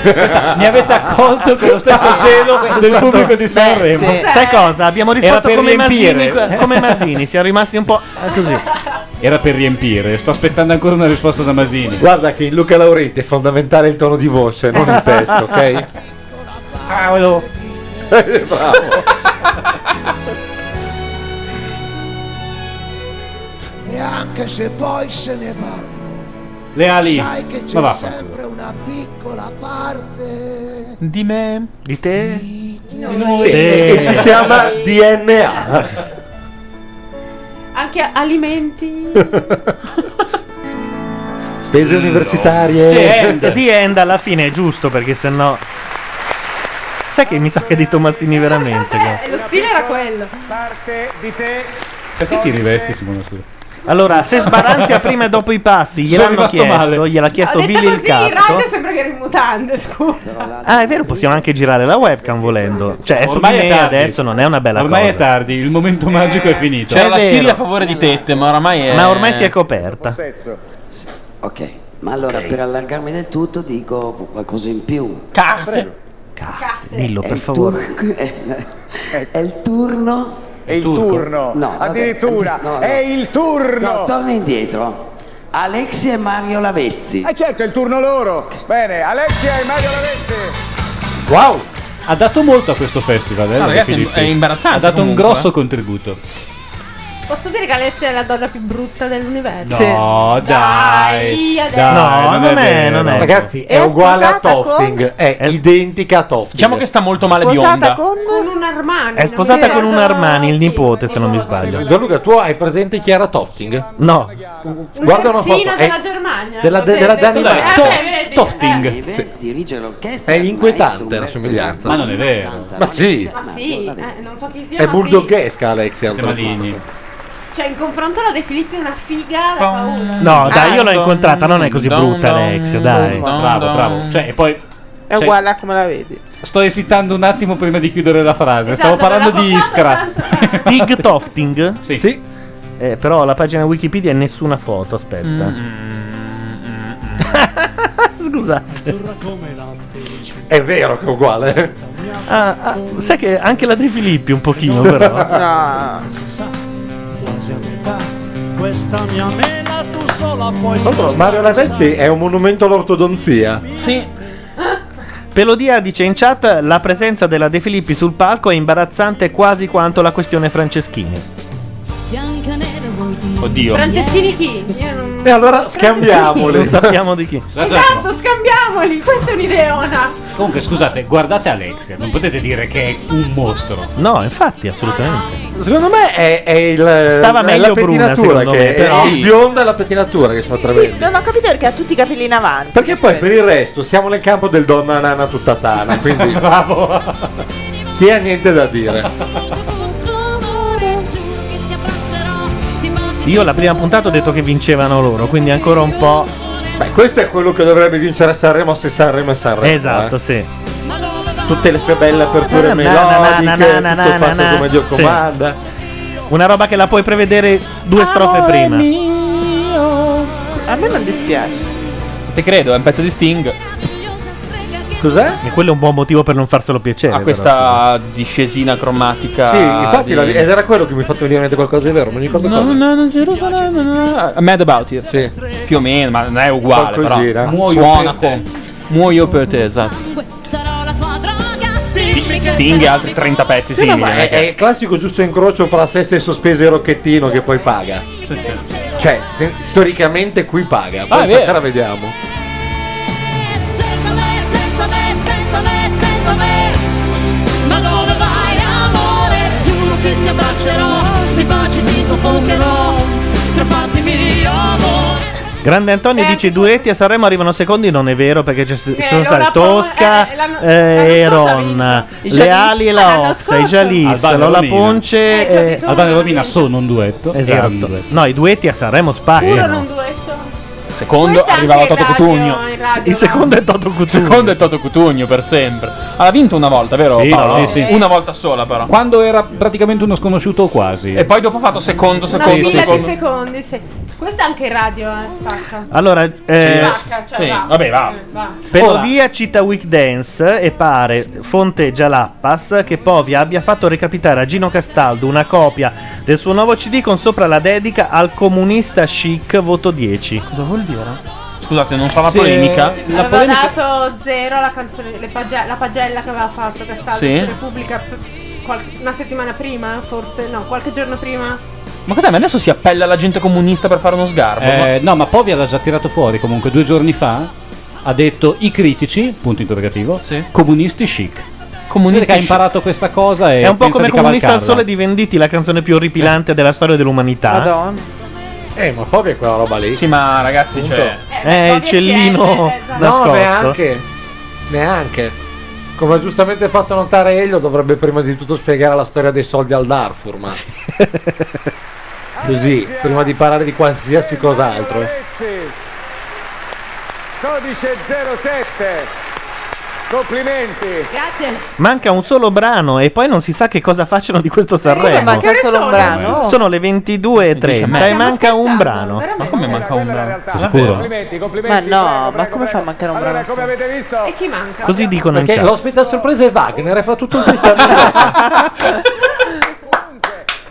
Speaker 16: Questa-
Speaker 7: Mi avete accolto con lo stesso gelo del pubblico di Sanremo.
Speaker 1: Sai cosa? Abbiamo
Speaker 7: Era
Speaker 1: risposto
Speaker 7: per
Speaker 1: come
Speaker 7: riempire. Ah,
Speaker 1: Masini, come Masini, siamo rimasti un po' eh, così.
Speaker 7: Era per riempire. Sto aspettando ancora una risposta da Masini.
Speaker 9: Guarda che in Luca Laurenti è fondamentale il tono di voce, non il testo, ok?
Speaker 1: Ah, volevo.
Speaker 9: Bravo.
Speaker 16: E anche se poi se ne vanno,
Speaker 7: Le ali.
Speaker 16: sai che c'è
Speaker 7: Ma va.
Speaker 16: sempre una piccola parte.
Speaker 1: Di me. Di te.
Speaker 9: Sì, E si chiama DNA.
Speaker 3: Anche alimenti.
Speaker 9: Spese universitarie.
Speaker 1: The end. The end alla fine è giusto perché sennò. Sai che mi sa che è di Tomassini veramente. guarda.
Speaker 3: Eh, Lo stile era quello.
Speaker 4: Parte di te.
Speaker 7: Perché ti rivesti, Simona? Scusa.
Speaker 1: Allora, se sbaranzia prima e dopo i pasti, gliel'hanno
Speaker 7: rimasto
Speaker 1: chiesto,
Speaker 7: male.
Speaker 1: gliel'ha chiesto
Speaker 3: Ho detto
Speaker 1: Billy il
Speaker 3: così, in radio
Speaker 1: gatto.
Speaker 3: sembra che eri in mutande, scusa.
Speaker 1: Ah, è vero, possiamo anche girare la webcam volendo. Cioè, è su di
Speaker 7: Ormai è
Speaker 1: me
Speaker 7: tardi.
Speaker 1: adesso non è una bella
Speaker 7: Ormai
Speaker 1: cosa.
Speaker 7: è tardi, il momento magico è finito.
Speaker 2: C'era la Siria a favore di Tette, ma oramai è.
Speaker 1: Ma ormai si è coperta.
Speaker 6: Ok, ma allora
Speaker 1: Ok.
Speaker 6: per allargarmi del tutto dico qualcosa in più.
Speaker 2: Carte!
Speaker 1: Dillo,
Speaker 6: È
Speaker 1: per
Speaker 6: il
Speaker 1: favore.
Speaker 6: tur- è, il turno.
Speaker 4: Eh. È il
Speaker 6: turco.
Speaker 4: turno.
Speaker 6: No, vabbè,
Speaker 4: Addirittura,
Speaker 6: no, no.
Speaker 4: è il turno.
Speaker 6: No, torna indietro. Alexi e Mario Lavezzi.
Speaker 4: Eh certo, è il turno loro. Bene, Alexia e Mario Lavezzi.
Speaker 7: Wow! Ha dato molto a questo festival, eh,
Speaker 2: Ah,
Speaker 7: la De
Speaker 2: ragazzi,
Speaker 7: Filippi.
Speaker 2: è imbarazzante
Speaker 7: Ha dato
Speaker 2: comunque,
Speaker 7: un grosso
Speaker 2: eh.
Speaker 7: contributo.
Speaker 3: Posso dire che Alessia è la donna più brutta dell'universo?
Speaker 7: No, dai.
Speaker 3: Dai, adesso.
Speaker 9: Oh, Dai,
Speaker 1: No, non è,
Speaker 9: vero.
Speaker 1: non è.
Speaker 9: Ragazzi, è,
Speaker 3: Era
Speaker 9: uguale a
Speaker 3: sposata
Speaker 9: Tofting, è, identica a Tofting. Diciamo che
Speaker 2: sta molto male
Speaker 3: con... un Armani.
Speaker 1: È
Speaker 3: non
Speaker 1: sposata
Speaker 3: mi
Speaker 1: con un
Speaker 3: ricordo-
Speaker 1: Armani, il nipote, se non mi sbaglio.
Speaker 9: Gianluca, tu hai presente chi era Tofting?
Speaker 1: No.
Speaker 3: Un
Speaker 9: Guarda una
Speaker 3: terzino
Speaker 9: foto,
Speaker 3: della
Speaker 9: è-
Speaker 3: Germania.
Speaker 9: della-
Speaker 3: vabbè,
Speaker 9: della
Speaker 3: detto
Speaker 9: Danimarca.
Speaker 3: bene. Eh, beh, vedi, eh.
Speaker 9: Tofting.
Speaker 6: Dirige l'orchestra.
Speaker 9: È inquietante la somiglianza.
Speaker 7: Ma non è vero.
Speaker 9: Ma sì,
Speaker 3: Ma sì, eh, non so chi sia.
Speaker 9: è
Speaker 3: ma
Speaker 9: bulldogghesca Alexia. oltretutto.
Speaker 3: sì. Cioè, in confronto alla De Filippi è una figa da paura.
Speaker 1: No, dai, io l'ho incontrata, non è così brutta Alexio, dai.
Speaker 7: Bravo,
Speaker 2: Eh.
Speaker 7: bravo. Cioè, e poi
Speaker 5: È uguale a come la vedi.
Speaker 7: sto esitando un attimo prima di chiudere la frase.
Speaker 5: Esatto,
Speaker 7: Stavo parlando
Speaker 5: aveva
Speaker 7: di
Speaker 5: portato
Speaker 7: Iskra.
Speaker 1: Stig Tofting?
Speaker 7: Sì.
Speaker 1: Eh, però la pagina Wikipedia è nessuna foto, aspetta.
Speaker 7: Mm.
Speaker 1: Scusate.
Speaker 9: È vero che è uguale.
Speaker 1: Ah, ah, sai che anche la De Filippi un pochino però.
Speaker 16: Si sa, quasi a metà, questa mia mela tu sola puoi
Speaker 9: Tra l'altro, Mario Lavezzi è un monumento all'ortodonzia.
Speaker 2: Sì.
Speaker 1: Pelodia dice in chat la presenza della De Filippi sul palco è imbarazzante quasi quanto la questione Franceschini. Oddio.
Speaker 3: Franceschini chi? Io non-
Speaker 9: E allora
Speaker 1: scambiamoli. Non sappiamo di chi.
Speaker 3: Esatto, scambiamoli. Questa è un'ideona.
Speaker 7: Comunque, scusate, guardate Alexia, non potete dire che è un mostro.
Speaker 1: No, infatti, assolutamente.
Speaker 9: Secondo me è, è il.
Speaker 1: Eh, Stava
Speaker 9: è
Speaker 1: meglio
Speaker 9: la
Speaker 1: Bruna,
Speaker 9: pettinatura
Speaker 1: secondo
Speaker 9: che
Speaker 1: me,
Speaker 9: è-
Speaker 1: però.
Speaker 9: Il biondo e la pettinatura che sono
Speaker 5: Sì,
Speaker 9: travesti.
Speaker 5: non ho capito perché ha tutti i capelli in avanti.
Speaker 9: Perché poi per il resto siamo nel campo del donna nana tutta tana, quindi
Speaker 7: bravo.
Speaker 9: Chi ha niente da dire?
Speaker 1: Io la prima puntata ho detto che vincevano loro, quindi ancora un po'.
Speaker 9: Beh, questo è quello che dovrebbe vincere a Sanremo se Sanremo è Sanremo. eh.
Speaker 1: Esatto, sì.
Speaker 9: Tutte le sue belle aperture
Speaker 1: Na, na, na,
Speaker 9: melodiche,
Speaker 1: na, na,
Speaker 9: tutto
Speaker 1: na,
Speaker 9: fatto
Speaker 1: na.
Speaker 9: come Dio
Speaker 1: Sì.
Speaker 9: comanda.
Speaker 1: Una roba che la puoi prevedere due strofe prima.
Speaker 5: A me non dispiace.
Speaker 2: Te credo, è un pezzo di Sting.
Speaker 9: Cos'è?
Speaker 1: E quello è un buon motivo per non farselo piacere.
Speaker 2: Ha Ah, questa discesina cromatica.
Speaker 9: Sì, infatti
Speaker 2: Ah, di-
Speaker 9: la- ed era quello che mi ha fatto venire in mente qualcosa di vero, mi ricordo
Speaker 2: No,
Speaker 9: cosa.
Speaker 2: no, no, Gerusalemme, no, no. Mad About You. Più o meno, ma non è uguale.
Speaker 9: Qualcosina.
Speaker 2: Però.
Speaker 9: Muoio
Speaker 2: Suona
Speaker 9: per te.
Speaker 2: con- Muoio per te, esatto. Sting e altri 30 pezzi
Speaker 9: Sì, no,
Speaker 2: simili.
Speaker 9: ma
Speaker 2: non
Speaker 9: è,
Speaker 2: è che-
Speaker 9: è il classico giusto incrocio fra sesta e sospese e rocchettino che poi paga. Cioè, se- storicamente qui paga. Poi
Speaker 2: Ah, è vero.
Speaker 9: stasera vediamo.
Speaker 22: Senza me, senza me, senza me, senza me. Ma dove vai, amore? Giuro che ti abbraccerò, ti baci, ti soffocherò. Per farti mio amore.
Speaker 1: Grande Antonio dice i duetti a Sanremo arrivano secondi, non è vero perché ci sono
Speaker 22: Eh,
Speaker 1: stati
Speaker 22: Lola Pom-
Speaker 1: Tosca
Speaker 22: eh, l'anno- l'anno
Speaker 1: eh, e
Speaker 22: scorso ha
Speaker 1: Ron,
Speaker 22: vinto. I
Speaker 1: le ali e la
Speaker 22: Jalis,
Speaker 1: Ossa,
Speaker 22: l'anno Eh,
Speaker 1: i Jalis,
Speaker 7: scorso.
Speaker 1: Lola
Speaker 7: Albano e
Speaker 1: Ponce
Speaker 7: Romina.
Speaker 1: e...
Speaker 7: Albano e Romina sono un duetto. erano un
Speaker 1: Esatto.
Speaker 7: duetto.
Speaker 1: No, i duetti a Sanremo
Speaker 2: Ah,
Speaker 3: Puro
Speaker 2: eh.
Speaker 1: spaccano.
Speaker 3: non duetto.
Speaker 2: Secondo
Speaker 3: Questa
Speaker 2: arrivava
Speaker 3: anche
Speaker 2: Toto
Speaker 3: in radio,
Speaker 2: Cutugno.
Speaker 3: in radio,
Speaker 2: Il
Speaker 3: secondo
Speaker 1: è Toto Cutugno.
Speaker 2: secondo è Toto Cutugno per sempre. Ha vinto una volta, vero?
Speaker 7: Sì,
Speaker 2: Paolo?
Speaker 7: no, sì, sì.
Speaker 2: Una volta sola, però.
Speaker 7: Quando era praticamente uno sconosciuto o quasi.
Speaker 2: E poi dopo ha fatto secondo,
Speaker 3: Una fila
Speaker 2: secondo,
Speaker 3: di
Speaker 2: secondo.
Speaker 3: secondi, sì. Questa anche in radio eh, spacca.
Speaker 1: Allora, eh,
Speaker 3: spacca, cioè, va. Va.
Speaker 1: Perodia cita Weekdance e pare fonte Gialappas che Povia abbia fatto recapitare a Gino Castaldo una copia del suo nuovo CD con sopra la dedica al comunista chic voto 10. Cosa vuol dire?
Speaker 2: Scusate, non fa la
Speaker 1: Sì,
Speaker 2: polemica.
Speaker 1: eh,
Speaker 2: La
Speaker 3: Aveva
Speaker 2: polemica.
Speaker 3: dato zero alla canzone, le page- la pagella che aveva fatto Castaldo
Speaker 2: Sì.
Speaker 3: su Repubblica f- qual- una settimana prima, forse, no, qualche giorno prima.
Speaker 2: Ma cos'è? Ma adesso si appella alla gente comunista per fare uno sgarbo?
Speaker 7: Eh, no, ma Povia l'ha già tirato fuori comunque due giorni fa. Ha detto i critici, punto interrogativo, comunisti chic.
Speaker 1: Comunisti
Speaker 7: Sì, che ha
Speaker 1: chic.
Speaker 7: imparato questa cosa e
Speaker 1: È un po'
Speaker 7: pensa
Speaker 1: come
Speaker 7: di
Speaker 1: Comunista al
Speaker 7: cavalcarla.
Speaker 1: Sole di Venditti, la canzone più orripilante della storia dell'umanità.
Speaker 7: Madonna.
Speaker 9: Eh, ma Fabio è quella roba lì.
Speaker 2: Sì, ma ragazzi,
Speaker 1: Punto.
Speaker 2: cioè.
Speaker 1: Eh, il cellino
Speaker 9: No,
Speaker 1: nascosto.
Speaker 9: neanche. Neanche. Come ha giustamente fatto notare Elio, dovrebbe prima di tutto spiegare la storia dei soldi al Darfur, ma... Così, prima di parlare di qualsiasi cos'altro.
Speaker 4: Pezzi. Codice 07. Complimenti.
Speaker 22: Grazie.
Speaker 1: Manca un solo brano e poi non si sa che cosa facciano di questo Sanremo.
Speaker 5: manca
Speaker 22: Eh, solo un brano?
Speaker 1: Sono le 22.30 e
Speaker 5: Stiamo
Speaker 1: manca un brano.
Speaker 5: veramente?
Speaker 1: come manca un brano?
Speaker 4: Complimenti, complimenti.
Speaker 5: Ma no, ma come fa a mancare un brano?
Speaker 4: Come avete visto?
Speaker 3: E chi manca?
Speaker 1: Così dicono in
Speaker 9: Perché
Speaker 1: chat.
Speaker 9: l'ospite a sorpresa è Wagner e fa tutto il festival.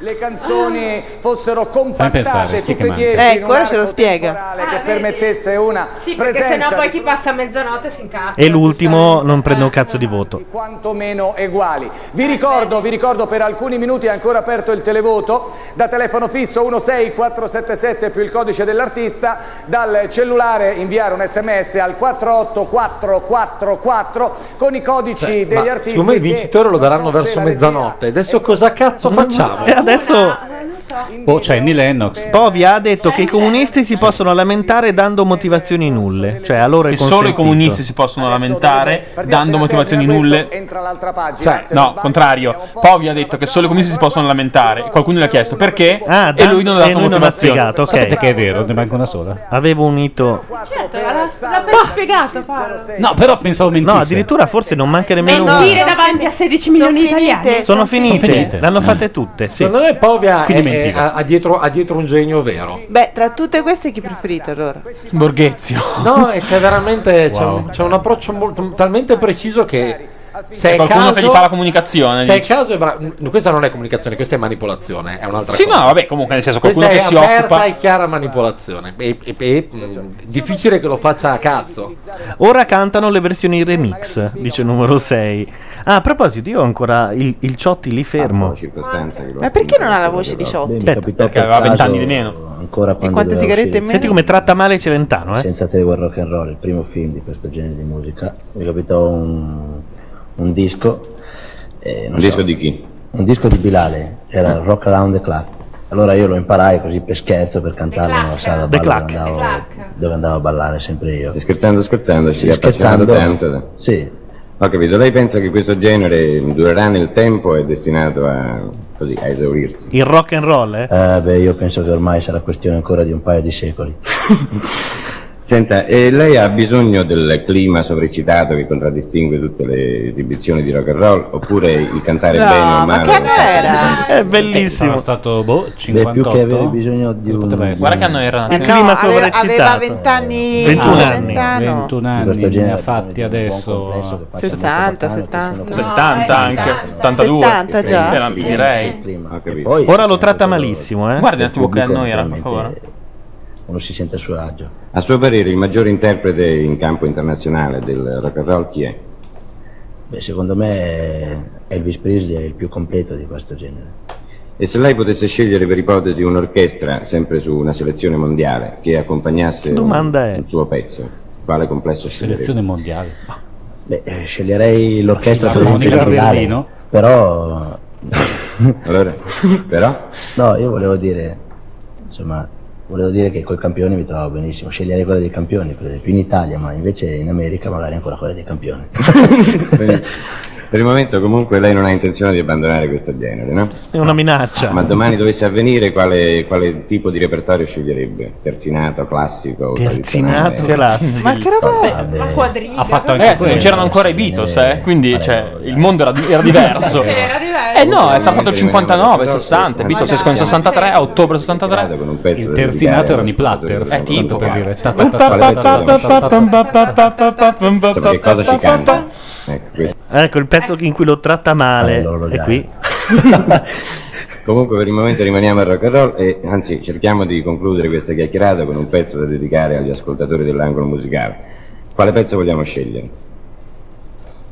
Speaker 4: Le canzoni fossero
Speaker 9: pensare,
Speaker 4: compattate
Speaker 9: chi è che
Speaker 4: tutte e
Speaker 9: manca?
Speaker 4: dieci
Speaker 5: Eh,
Speaker 4: in un
Speaker 5: ora ce lo
Speaker 4: arco
Speaker 5: spiega.
Speaker 4: temporale che permettesse una
Speaker 3: Ah, Sì, perché
Speaker 4: presenza
Speaker 3: sennò poi chi passa a mezzanotte si incazza.
Speaker 1: Eh, E l'ultimo non prende un cazzo di voto.
Speaker 4: quantomeno uguali. Vi ricordo, vi ricordo per alcuni minuti è ancora aperto il televoto da telefono fisso 16477 più il codice dell'artista, dal cellulare inviare un sms al 48444 con i codici degli
Speaker 9: Ma
Speaker 4: artisti.
Speaker 9: Secondo me il
Speaker 4: che
Speaker 9: vincitore lo
Speaker 4: non
Speaker 9: daranno
Speaker 4: so se
Speaker 9: verso
Speaker 4: la
Speaker 9: mezzanotte.
Speaker 4: Ecco.
Speaker 9: Adesso cosa cazzo facciamo?
Speaker 1: E adesso
Speaker 7: Boh, c'è Annie Lennox.
Speaker 1: Povia ha
Speaker 22: Cioè,
Speaker 1: detto che i comunisti si possono lamentare dando motivazioni nulle. Cioè, a loro è
Speaker 2: Che solo i
Speaker 1: consentito.
Speaker 2: comunisti si possono lamentare dando motivazioni nulle.
Speaker 4: Entra l'altra pagina.
Speaker 2: Cioè, no, contrario. Povi ha detto che solo i comunisti si possono lamentare. Qualcuno gli ha chiesto perché e
Speaker 1: Dan-
Speaker 2: lui non ha dato
Speaker 1: e lui non ha
Speaker 2: motivazione.
Speaker 1: spiegato, ok.
Speaker 7: Sapete che è vero, ne manca una sola.
Speaker 1: Avevo unito.
Speaker 3: Certo, l'ha, l'ha ben spiegato Paolo.
Speaker 7: No, però pensavo mentisse.
Speaker 1: No, addirittura forse non manca nemmeno una.
Speaker 3: Mentire davanti a 16 milioni di italiani.
Speaker 1: Sono finite. L'hanno fatte tutte. Sì.
Speaker 9: Mm. Secondo me Povia è- è-
Speaker 1: Quindi mentiva.
Speaker 9: ha, ha dietro, ha dietro un genio vero.
Speaker 5: Beh, tra tutte queste chi preferite allora?
Speaker 2: Borghezio.
Speaker 9: No, e c'è veramente c'è,
Speaker 2: Wow.
Speaker 9: un, c'è un approccio molto, talmente preciso che se
Speaker 2: C'è
Speaker 9: è
Speaker 2: Cioè, qualcuno
Speaker 9: caso,
Speaker 2: che gli fa la comunicazione.
Speaker 9: se è
Speaker 2: dici.
Speaker 9: caso è bra- no, questa non è comunicazione, questa è manipolazione, è un'altra
Speaker 2: Sì,
Speaker 9: cosa.
Speaker 2: no, vabbè, comunque nel senso
Speaker 9: Questa
Speaker 2: qualcuno che
Speaker 9: è
Speaker 2: si
Speaker 9: aperta
Speaker 2: occupa.
Speaker 9: e chiara manipolazione. E, e- e- mh, difficile che lo faccia a cazzo.
Speaker 1: Ora cantano le versioni remix, dice numero 6. Ah, a proposito, io ho ancora il, il Ciotti lì fermo.
Speaker 5: Ma perché non ha la voce di Ciotti?
Speaker 1: perché aveva vent'anni di meno.
Speaker 15: Ancora quando
Speaker 1: quante
Speaker 15: doveva uscire
Speaker 1: sigarette in meno? Senti come tratta male Celentano, eh?
Speaker 15: Senza Tregua al Rock and Roll, il primo film di questo genere di musica. Mi capitò un, un disco. eh, non
Speaker 14: Un disco di chi?
Speaker 15: Un disco di Bilale, era Rock Around the Clock. Allora io lo imparai così per scherzo per cantarlo nella sala
Speaker 14: The
Speaker 15: ballo dove
Speaker 14: Clack.
Speaker 15: andavo, dove andavo a ballare sempre io.
Speaker 14: Scherzando, scherzando, ci
Speaker 15: Sì,
Speaker 14: è appassionato
Speaker 15: scherzando.
Speaker 14: tanto.
Speaker 15: Sì.
Speaker 14: Ho capito, lei pensa che questo genere durerà nel tempo e è destinato a, così, a esaurirsi.
Speaker 1: Il rock and roll, eh?
Speaker 15: Eh, beh, io penso che ormai sarà questione ancora di un paio di secoli.
Speaker 14: Senta, e lei ha bisogno del clima sovreccitato che contraddistingue tutte le esibizioni di rock and roll oppure il cantare bene o male?
Speaker 5: era?
Speaker 1: È bellissimo.
Speaker 7: È Eh, stato boh,
Speaker 15: Beh, più che avere
Speaker 7: 58.
Speaker 15: bisogno di un...
Speaker 7: Guarda che
Speaker 15: anno
Speaker 7: era?
Speaker 5: Eh, no, aveva, aveva 20 anni,
Speaker 7: 21
Speaker 5: no,
Speaker 7: anni,
Speaker 5: 20 anni.
Speaker 7: 21 anni,
Speaker 15: questo
Speaker 7: ne ha
Speaker 15: genere,
Speaker 7: fatti adesso
Speaker 5: 60, 70.
Speaker 2: 70 anche, 72.
Speaker 5: 70 già.
Speaker 2: Te la direi.
Speaker 1: Ora lo tratta malissimo, eh?
Speaker 2: Guardi un attimo che anno era, per favore.
Speaker 15: Uno si sente a suo agio.
Speaker 14: A suo parere il maggiore interprete in campo internazionale del rock and roll chi è?
Speaker 15: Beh, secondo me Elvis Presley è il più completo di questo genere.
Speaker 14: E se lei potesse scegliere per ipotesi un'orchestra, sempre su una selezione mondiale, che accompagnasse un,
Speaker 1: Domanda è.
Speaker 14: un suo pezzo, quale complesso sceglierebbe?
Speaker 7: Selezione mondiale.
Speaker 15: Beh, eh, sceglierei l'orchestra per
Speaker 7: Filarmonica
Speaker 15: il
Speaker 7: Berlino?
Speaker 15: Però...
Speaker 14: allora, però?
Speaker 15: No, io volevo dire, insomma, volevo dire che coi campioni mi trovavo benissimo. Sceglierei quella dei campioni, per esempio in Italia, ma invece in America magari ancora quella dei campioni.
Speaker 14: Per il momento comunque lei non ha intenzione di abbandonare questo genere, no?
Speaker 1: È una minaccia.
Speaker 14: Ma domani dovesse avvenire, quale, quale tipo di repertorio sceglierebbe? Terzinato, classico?
Speaker 1: Terzinato,
Speaker 14: tradizionale?
Speaker 1: Ma che roba
Speaker 3: Ma quadriga.
Speaker 14: Ha fatto anche
Speaker 3: cosa-
Speaker 2: Ragazzi, non
Speaker 14: quello.
Speaker 2: c'erano ancora i Beatles, eh? quindi cioè, il mondo era, era diverso.
Speaker 3: Sì, era diverso.
Speaker 2: Eh no, è stato fatto il 59, 60, Beatles escono nel 63, a ottobre 63.
Speaker 14: Il
Speaker 7: terzinato erano i platter.
Speaker 2: Eh, tipo.
Speaker 7: per dire.
Speaker 1: Che
Speaker 14: cosa ci canta? Ecco, questo.
Speaker 15: Eh.
Speaker 1: Ecco il pezzo in cui lo tratta male. E qui.
Speaker 14: Comunque per il momento rimaniamo al rock and roll e anzi cerchiamo di concludere questa chiacchierata con un pezzo da dedicare agli ascoltatori dell'angolo musicale. Quale pezzo vogliamo scegliere?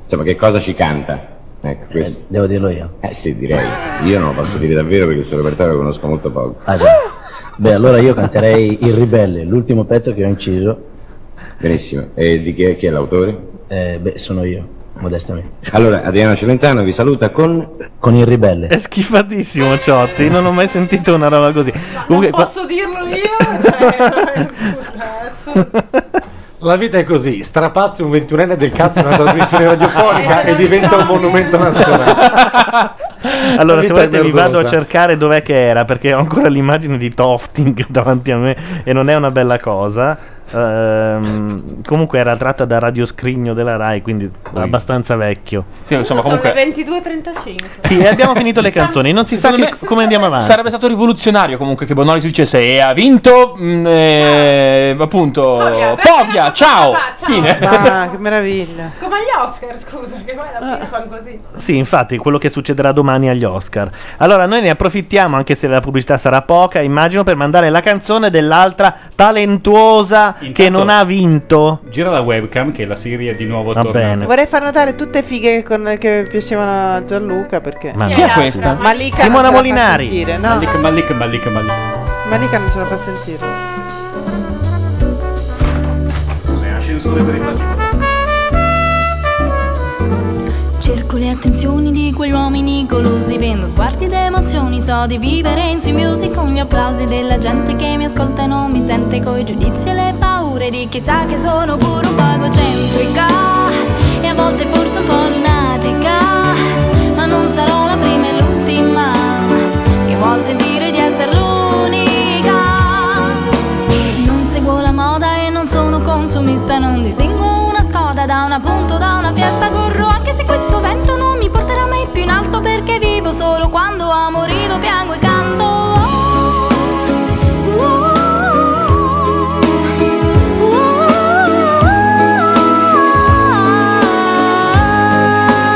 Speaker 14: Insomma, che cosa ci canta? Ecco, questo.
Speaker 15: Devo dirlo io.
Speaker 14: Eh sì, direi. Io non lo posso dire davvero perché il suo repertorio lo conosco molto poco.
Speaker 15: Ah, già. Beh, allora io canterei Il Ribelle, l'ultimo pezzo che ho inciso.
Speaker 14: Benissimo. E di chi è, chi è l'autore?
Speaker 15: Eh, beh, sono io, modestamente.
Speaker 14: Allora, Adriano Celentano vi saluta con...
Speaker 15: Con Il Ribelle.
Speaker 1: È schifatissimo Ciotti, non ho mai sentito una roba così. Comunque, qua-
Speaker 3: Posso dirlo io? Cioè, scusa, adesso-
Speaker 9: La vita è così, strapazzi un ventunenne del cazzo in una trasmissione radiofonica e diventa un monumento nazionale.
Speaker 1: allora, se
Speaker 9: vita
Speaker 1: volete
Speaker 9: è
Speaker 1: vi vado a
Speaker 9: merdosa.
Speaker 1: cercare dov'è che era, perché ho ancora l'immagine di Tofting davanti a me e non è una bella cosa. Ehm, comunque era tratta da Radio Scrigno della Rai, quindi abbastanza vecchio.
Speaker 2: Sì, insomma,
Speaker 3: sono
Speaker 2: comunque-
Speaker 3: le 22.35.
Speaker 1: Sì, e abbiamo finito le canzoni, non si sa
Speaker 2: Secondo
Speaker 1: che-
Speaker 2: me-
Speaker 1: come andiamo avanti.
Speaker 2: Sarebbe stato rivoluzionario comunque che Bonoli si dicesse e ha vinto mm, eh, appunto Povia, ciao.
Speaker 3: Ah, ciao.
Speaker 2: Fine.
Speaker 5: Ah, che meraviglia.
Speaker 3: Come agli Oscar, scusa, che poi alla
Speaker 1: Ah.
Speaker 3: fine fanno così.
Speaker 1: Sì, infatti, quello che succederà domani agli Oscar. Allora, noi ne approfittiamo, anche se la pubblicità sarà poca, immagino, per mandare la canzone dell'altra talentuosa che non ha vinto.
Speaker 7: Gira la webcam che la Siri è di nuovo
Speaker 1: Va
Speaker 7: tornata.
Speaker 1: bene.
Speaker 5: Vorrei far notare tutte fighe con- che piacevano a Gianluca perché.
Speaker 7: Ma Chi è chi è l'altra? questa?
Speaker 5: Malika
Speaker 7: Simona
Speaker 5: non ce la fa
Speaker 7: Molinari.
Speaker 5: sentire, no.
Speaker 7: Malik, Malik, Malik, Malik.
Speaker 5: Malika non ce la fa sentire.
Speaker 27: Cerco le attenzioni di quegli uomini golosi, vendo sguardi ed emozioni, so di vivere in simbiosi con gli applausi della gente che mi ascolta e non mi sente coi giudizi e le paure di chi sa che sono pure un po' egocentrica e a volte forse un po' lunatica, ma non sarò la prima e l'ultima che vuol sentire di essere l'unica. Non seguo la moda e non sono consumista, non distingo una scoda da un appunto, da una fiesta corro, anche se questo vento non mi porterà mai più in alto perché vivo solo quando amo, rido, piango e canto. Oh, oh,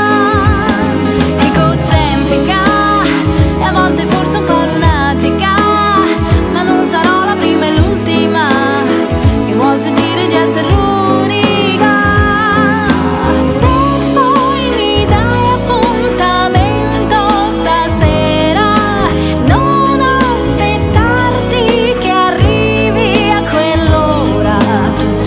Speaker 27: oh, oh. Egocentrica e a volte forse un po' lunatica, ma non sarò la prima e l'ultima che vuol sentire di essere l'unica. Se poi mi dai appuntamento stasera, non aspettarti che arrivi a quell'ora.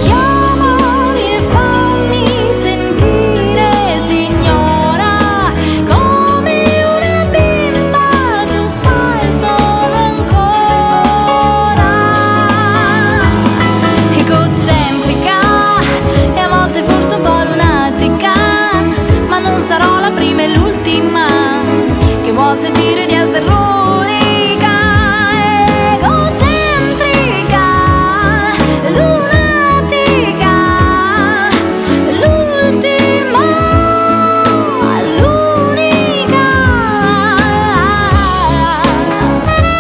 Speaker 27: Chiamami e fammi sentire, signora, come una bimba tu sai solo ancora. Egocentrica e a volte forse un po' lunatica, ma non sarò la prima e l'ultima che vuol sentire di essere l'unica. Egocentrica, lunatica, l'ultima, l'unica.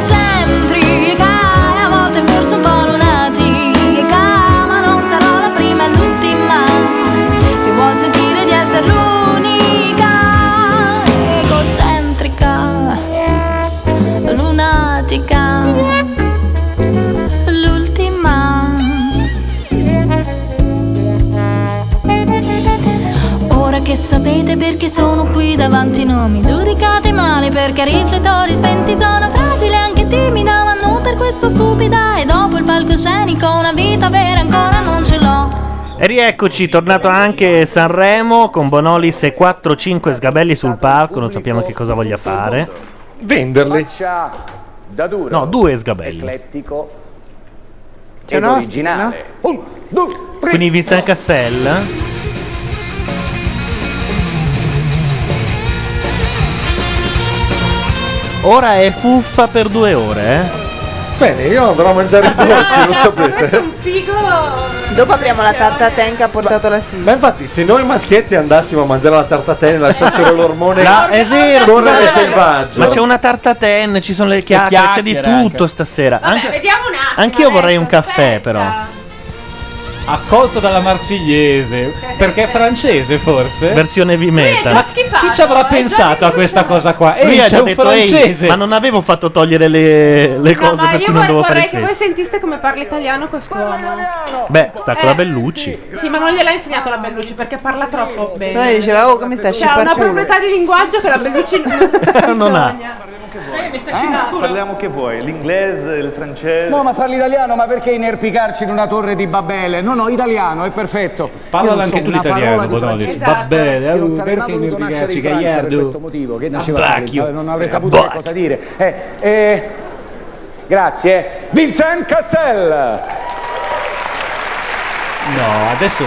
Speaker 27: Egocentrica e a volte forse un po' lunatica Ma non sarò la prima e l'ultima Che vuol sentire di essere l'unica Egocentrica Lunatica L'ultima Ora che sapete perché sono qui davanti non mi giudicate male perché ai riflettori spenti sono fragile anche timida ma non per questo stupida e dopo il palcoscenico una vita vera ancora non ce l'ho
Speaker 1: E rieccoci, tornato anche Sanremo con Bonolis e 4-5 sgabelli sul palco, non sappiamo che cosa voglia fare.
Speaker 9: Venderli.
Speaker 4: Faccia da duro,
Speaker 1: No, due sgabelli.
Speaker 4: eclettico
Speaker 1: C'è
Speaker 4: ed
Speaker 1: un ospite,
Speaker 4: originale. Un, due, tre.
Speaker 1: Quindi Vincent Cassel. Ora è fuffa per due ore. eh?
Speaker 9: Bene, io andrò a mangiare i dolci, lo sapete.
Speaker 3: Figo!
Speaker 5: Dopo apriamo la tarta tenca ha portato la sigla.
Speaker 9: Ma infatti, se noi maschietti andassimo a mangiare la tartatella e lasciassero l'ormone
Speaker 1: No, è vero,
Speaker 9: correre
Speaker 1: ma-
Speaker 9: selvaggio.
Speaker 1: Ma c'è una tarta ten, ci sono le chiacchiere, c'è di
Speaker 9: chiacchiere
Speaker 1: tutto stasera.
Speaker 3: Vabbè,
Speaker 1: Anche,
Speaker 3: vediamo un attimo.
Speaker 1: anch'io vorrei
Speaker 3: adesso.
Speaker 1: un caffè, però.
Speaker 7: Accolto dalla Marsigliese, perché è francese forse?
Speaker 1: Versione Vimeta.
Speaker 7: Ma chi ci avrà pensato a questa cosa qua?
Speaker 1: Lui
Speaker 7: Ehi,
Speaker 1: ha
Speaker 7: c'è
Speaker 1: già
Speaker 7: un
Speaker 1: detto, "Ehi,
Speaker 7: francese!
Speaker 1: ma non avevo fatto togliere le, le
Speaker 3: No,
Speaker 1: cose
Speaker 3: ma
Speaker 1: per
Speaker 3: io
Speaker 1: cui
Speaker 3: vor-
Speaker 1: non dovevo fare
Speaker 3: vorrei
Speaker 1: il
Speaker 3: che voi
Speaker 1: sesso.
Speaker 3: sentiste come parla italiano quest'uomo.
Speaker 1: Beh, sta con la Bellucci.
Speaker 3: Sì, ma non gliel'ha insegnato la Bellucci perché parla troppo bene.
Speaker 5: Cioè, diceva, "Oh, come stai
Speaker 3: C'ha una
Speaker 5: scipacciulo?"
Speaker 3: proprietà di linguaggio che la Bellucci non,
Speaker 1: Non ha.
Speaker 3: Eh, mi sta
Speaker 1: Ah.
Speaker 23: Parliamo che vuoi, l'inglese, il francese.
Speaker 4: No, ma parli italiano, ma perché inerpicarci in una torre di Babele? No, no, italiano, è perfetto.
Speaker 7: Parla
Speaker 4: Io non so
Speaker 7: anche tu
Speaker 4: una
Speaker 7: l'italiano,
Speaker 4: parola di
Speaker 7: Bonolis.
Speaker 4: francese.
Speaker 7: Va bene,
Speaker 4: Io non
Speaker 7: oh,
Speaker 4: sarei mai
Speaker 7: perché
Speaker 4: voluto
Speaker 7: mi
Speaker 4: nascere in
Speaker 7: ragazzi,
Speaker 4: Francia per
Speaker 7: Gagliardo?
Speaker 4: questo motivo, che nasceva
Speaker 7: Abbacchio.
Speaker 4: Fabrizio, non avrei
Speaker 7: Sei
Speaker 4: saputo che
Speaker 7: abbacchio.
Speaker 4: cosa dire. Eh, eh, grazie. Vincent Cassel!
Speaker 7: No, adesso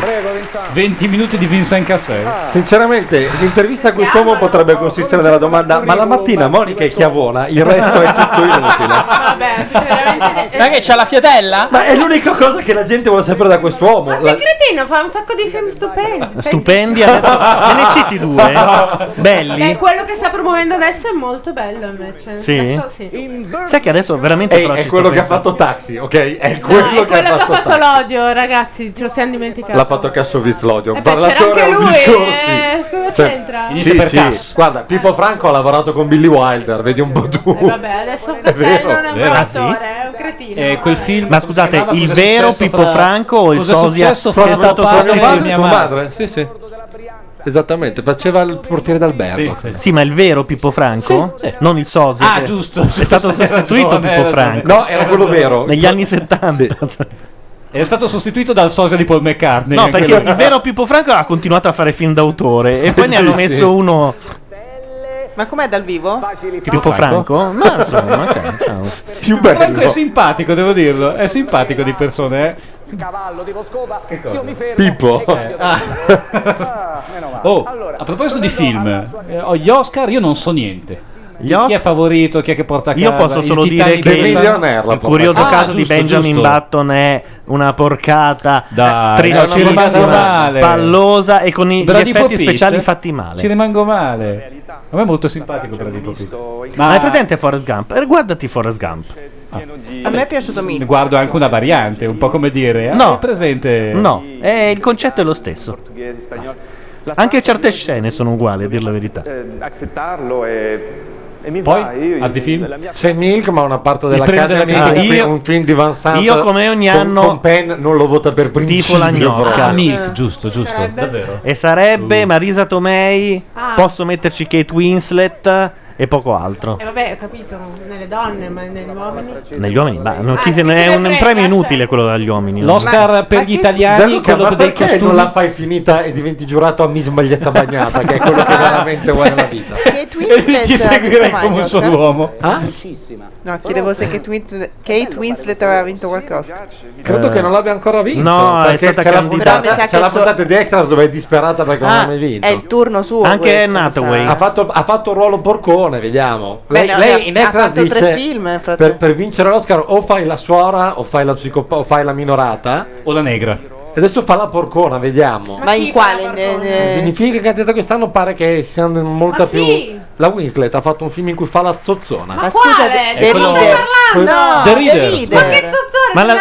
Speaker 7: 20 minuti di Vincent Cassel.
Speaker 9: Ah. Sinceramente, l'intervista a quest'uomo
Speaker 3: Oh,
Speaker 9: potrebbe consistere nella domanda: Ma la mattina Monica è chiavona, il resto è tutto inutile.
Speaker 3: Vabbè, siete veramente...
Speaker 2: Ma che c'ha la fiatella?
Speaker 9: Ma è l'unica cosa che la gente vuole sapere da quest'uomo.
Speaker 3: Ma
Speaker 9: La-
Speaker 3: sei cretino, fa un sacco di film stupendi.
Speaker 1: Stupendi adesso. Me ne citi due?
Speaker 3: Beh,
Speaker 1: Belli.
Speaker 3: quello che sta promuovendo adesso è molto bello invece.
Speaker 1: Sì?
Speaker 3: Adesso sì.
Speaker 1: Sai che adesso veramente
Speaker 9: Ehi, è quello che ha fatto taxi, ok? È
Speaker 3: No,
Speaker 9: quello,
Speaker 3: è quello che ha fatto
Speaker 9: taxi.
Speaker 3: l'odio, ragazzi, ce lo siamo dimenticati.
Speaker 9: L'ha fatto Cassoviz l'odio.
Speaker 3: Eh
Speaker 9: Un
Speaker 3: beh, c'era
Speaker 9: parlatore
Speaker 3: anche
Speaker 9: a
Speaker 3: lui,
Speaker 9: un discorsi.
Speaker 3: eh, cosa
Speaker 9: Cioè,
Speaker 3: c'entra?
Speaker 9: sì, sì. Guarda, Pippo Franco ha lavorato con Billy Wilder, vedi un po' tu.
Speaker 3: Eh, vabbè, adesso
Speaker 9: È vero,
Speaker 3: Castello non è un
Speaker 9: vero.
Speaker 1: Ah,
Speaker 3: operatore, è un cretino.
Speaker 7: Eh, quel film.
Speaker 1: Eh, Ma scusate,
Speaker 7: chiamava?
Speaker 1: il
Speaker 7: Cos'è
Speaker 1: vero
Speaker 7: successo
Speaker 1: Pippo
Speaker 7: fra-
Speaker 1: Franco o il
Speaker 7: cos'è
Speaker 1: sosia
Speaker 7: successo
Speaker 1: che
Speaker 7: fra
Speaker 1: è
Speaker 7: mio
Speaker 1: stato
Speaker 7: padre
Speaker 1: sosia
Speaker 7: e
Speaker 1: di
Speaker 7: mia
Speaker 1: mia
Speaker 9: Tua
Speaker 1: madre?
Speaker 9: madre, sì, sì. Esattamente, faceva il portiere d'albergo.
Speaker 1: Sì, ma il vero Pippo Franco? Non il sosia.
Speaker 9: Ah,
Speaker 1: che-
Speaker 9: giusto,
Speaker 1: È stato
Speaker 7: giusto, hai
Speaker 1: sostituito
Speaker 7: ragione,
Speaker 1: Pippo
Speaker 7: hai ragione.
Speaker 1: Franco.
Speaker 7: No, era quello vero.
Speaker 1: Negli anni 70.
Speaker 7: È stato sostituito dal sosia di Paul McCartney. eh,
Speaker 1: No,
Speaker 7: anche
Speaker 1: perché
Speaker 7: lui.
Speaker 1: il vero Pippo Franco ha continuato a fare film d'autore e poi ne hanno
Speaker 7: Sì, sì.
Speaker 1: messo uno
Speaker 5: Ma com'è dal vivo?
Speaker 1: Pippo Franco. No, insomma, ok, ciao.
Speaker 7: più bello. Franco è simpatico, devo dirlo. È simpatico di persone, eh.
Speaker 9: Pippo.
Speaker 4: Eh.
Speaker 7: Ah, Oh, a proposito di film, eh, ho gli Oscar, io non so niente. Di
Speaker 1: Os-
Speaker 7: chi è favorito, chi è che porta a casa?
Speaker 1: Io posso
Speaker 7: il
Speaker 1: solo dire
Speaker 7: Titanic
Speaker 1: che
Speaker 7: di
Speaker 1: il,
Speaker 7: quest'anno?
Speaker 1: il curioso
Speaker 7: Ah,
Speaker 1: caso
Speaker 7: giusto,
Speaker 1: di Benjamin
Speaker 7: giusto.
Speaker 1: Button è una porcata
Speaker 7: Dai, ci rimango
Speaker 1: tristissima,
Speaker 7: male.
Speaker 1: pallosa e con i- gli
Speaker 7: Bradipo
Speaker 1: effetti
Speaker 7: Pitt,
Speaker 1: speciali fatti male.
Speaker 7: eh? Ci rimango male. A me è molto simpatico per Pitt.
Speaker 1: Ma hai Ah, presente Forrest Gump? Eh, Guardati Forrest Gump.
Speaker 5: A me è piaciuto Milo.
Speaker 7: Guardo anche una variante, un po' come dire. ah,
Speaker 1: No.
Speaker 7: è presente.
Speaker 1: No, eh, il concetto è lo stesso. Anche certe scene sono uguali, a dir la verità.
Speaker 23: Eh, accettarlo e, e mi
Speaker 1: Poi,
Speaker 23: va. Io,
Speaker 1: altri film?
Speaker 23: la mia-
Speaker 9: C'è Milk, ma una parte
Speaker 1: Il
Speaker 9: della
Speaker 1: premio
Speaker 9: Academy
Speaker 1: della Academy.
Speaker 9: che
Speaker 1: Ah, io-
Speaker 9: un film di Van Sant
Speaker 1: io come ogni
Speaker 9: con-
Speaker 1: anno
Speaker 9: con Penn non lo vota per principio.
Speaker 1: la gnocca.
Speaker 9: proprio.
Speaker 1: Ah, Milk,
Speaker 7: giusto, giusto.
Speaker 1: Sarebbe-
Speaker 7: Davvero. Uh.
Speaker 1: E sarebbe Marisa Tomei,
Speaker 3: Ah.
Speaker 1: posso metterci Kate Winslet e poco altro.
Speaker 3: E Eh, vabbè, ho capito, nelle donne, ma negli uomini.
Speaker 1: Negli uomini, ma non-
Speaker 3: Ah,
Speaker 1: chi se
Speaker 3: chi
Speaker 1: ne-
Speaker 3: se
Speaker 1: è
Speaker 3: ne
Speaker 1: un, un
Speaker 3: frega,
Speaker 1: premio
Speaker 3: cioè.
Speaker 1: inutile quello dagli uomini.
Speaker 7: L'Oscar per gli italiani,
Speaker 9: Gianluca,
Speaker 7: quello
Speaker 9: ma
Speaker 7: dei
Speaker 9: perché
Speaker 7: costumi.
Speaker 9: non la fai finita e diventi giurato a mi sbagliata bagnata, che è quello
Speaker 1: Esatto.
Speaker 9: che veramente vuoi nella vita. Ah?
Speaker 5: Kate Winslet
Speaker 7: Ti seguirei
Speaker 5: aveva vinto
Speaker 7: come un
Speaker 5: mai
Speaker 7: solo
Speaker 5: l'Oscar?
Speaker 7: uomo.
Speaker 5: No, chiedevo se Kate Winslet, Kate Winslet aveva vinto qualche Oscar.
Speaker 9: Credo che non l'abbia ancora vinto.
Speaker 1: No, è
Speaker 9: perché
Speaker 1: stata
Speaker 9: c'è la
Speaker 1: candidata.
Speaker 9: puntata-
Speaker 5: Però mi sa
Speaker 9: c'è
Speaker 5: che
Speaker 9: la
Speaker 5: il suo-
Speaker 9: puntata di Extras dove è disperata perché
Speaker 5: Ah,
Speaker 9: non ha mai vinto.
Speaker 5: È il turno suo. questo, mi sa.
Speaker 9: Ha fatto, ha fatto un ruolo porcone, vediamo.
Speaker 5: Beh,
Speaker 9: Lei,
Speaker 5: no,
Speaker 9: lei
Speaker 5: no,
Speaker 9: in
Speaker 5: ha
Speaker 9: Extras
Speaker 5: fatto
Speaker 9: dice,
Speaker 5: tre film, eh, frate-
Speaker 9: per, per vincere l'Oscar o fai la suora o fai la psicopa- o fai la minorata
Speaker 7: o la negra.
Speaker 9: E adesso fa la porcona, vediamo.
Speaker 5: Ma in quale? Eh. Ne- ne-
Speaker 9: Quindi film che è candidata quest'anno pare che sia molta
Speaker 5: Ma
Speaker 9: più
Speaker 5: chi?
Speaker 9: la Winslet ha fatto un film in cui fa la zozzona.
Speaker 5: Ma Ma scusa, quale? The- The Reader. No, The The Reader. Reader. Ma che
Speaker 3: zozzona,
Speaker 1: Ma la,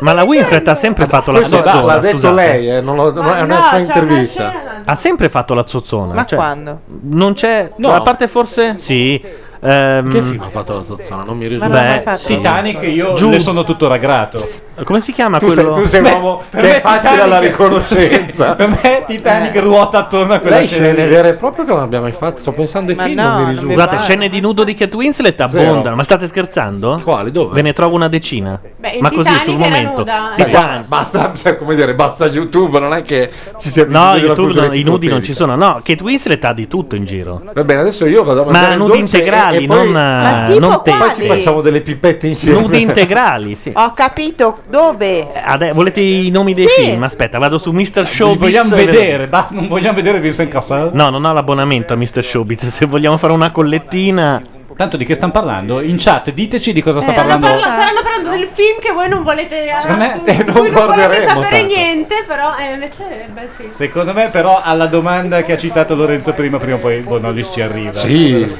Speaker 1: ma la Winfred ha sempre fatto la
Speaker 9: Questo
Speaker 1: zozzona.
Speaker 9: l'ha detto
Speaker 1: scusate.
Speaker 9: lei, eh, non lo- Ma è una no, sua c'è una intervista.
Speaker 1: Ha sempre fatto la zozzona.
Speaker 9: Ma
Speaker 1: cioè,
Speaker 9: quando?
Speaker 1: Non c'è.
Speaker 9: No.
Speaker 1: A parte forse. Sì. ehm,
Speaker 9: Che film ha fatto la zozzona? Non mi risulta.
Speaker 1: Beh,
Speaker 7: Titanic, io
Speaker 1: Giù.
Speaker 7: ne sono tuttora grato.
Speaker 1: Come si chiama
Speaker 9: Tu
Speaker 1: quello?
Speaker 9: sei- tu sei un
Speaker 1: Beh,
Speaker 9: uomo
Speaker 1: per
Speaker 9: che
Speaker 1: me
Speaker 9: è facile alla riconoscenza.
Speaker 1: per me
Speaker 7: Titanic ruota attorno a quella
Speaker 9: Eh. Lei
Speaker 7: scena
Speaker 9: scene
Speaker 7: lì.
Speaker 9: vere e proprie non abbiamo mai fatte. Sto pensando ai film, non mi risulta.
Speaker 1: Scusate, scene di nudo di Kate Winslet abbondano.
Speaker 9: Zero.
Speaker 1: Ma state scherzando? Quali? Dove? Ve ne trovo una decina.
Speaker 3: Beh, in
Speaker 1: ma così
Speaker 3: Titanic era
Speaker 1: sul momento.
Speaker 3: nuda,
Speaker 9: Di
Speaker 3: eh.
Speaker 9: qua, basta, cioè, come dire, basta YouTube, non è che ci sia
Speaker 1: No, YouTube no, i nudi non ci sono. No, Kate Winslet ha di tutto in giro.
Speaker 9: Va bene, adesso io vado a
Speaker 1: Ma
Speaker 9: mangiare il
Speaker 1: nudi
Speaker 9: dolce
Speaker 1: integrali,
Speaker 9: e, e poi,
Speaker 1: non,
Speaker 9: eh,
Speaker 1: Ma tipo non te-
Speaker 9: Poi ci
Speaker 1: quali?
Speaker 9: facciamo delle pipette insieme.
Speaker 1: Nudi integrali, sì.
Speaker 5: Ho capito dove.
Speaker 1: Ade- volete i nomi dei
Speaker 5: Ah. Sì.
Speaker 1: film? Aspetta, vado su Mr. Showbiz.
Speaker 7: Li vogliamo
Speaker 1: e vedo-
Speaker 7: vedere, basta, non vogliamo vedere Vincent Cassel.
Speaker 1: No, non ho l'abbonamento a Mr. Showbiz. Se vogliamo fare una collettina.
Speaker 7: Tanto di che stanno parlando? In chat diteci di cosa sta
Speaker 3: Eh,
Speaker 7: parlando.
Speaker 3: stanno parlando- Staranno parlando del film che voi non volete
Speaker 7: Secondo me-
Speaker 3: su-
Speaker 7: eh,
Speaker 3: di
Speaker 7: non
Speaker 3: cui Ah, non volete
Speaker 7: guarderemo
Speaker 3: sapere
Speaker 7: tanto.
Speaker 3: niente, però eh, invece è un bel film.
Speaker 7: Secondo me, però, alla domanda che ha citato Lorenzo prima, prima o poi Bonolis ci arriva.
Speaker 9: Sì.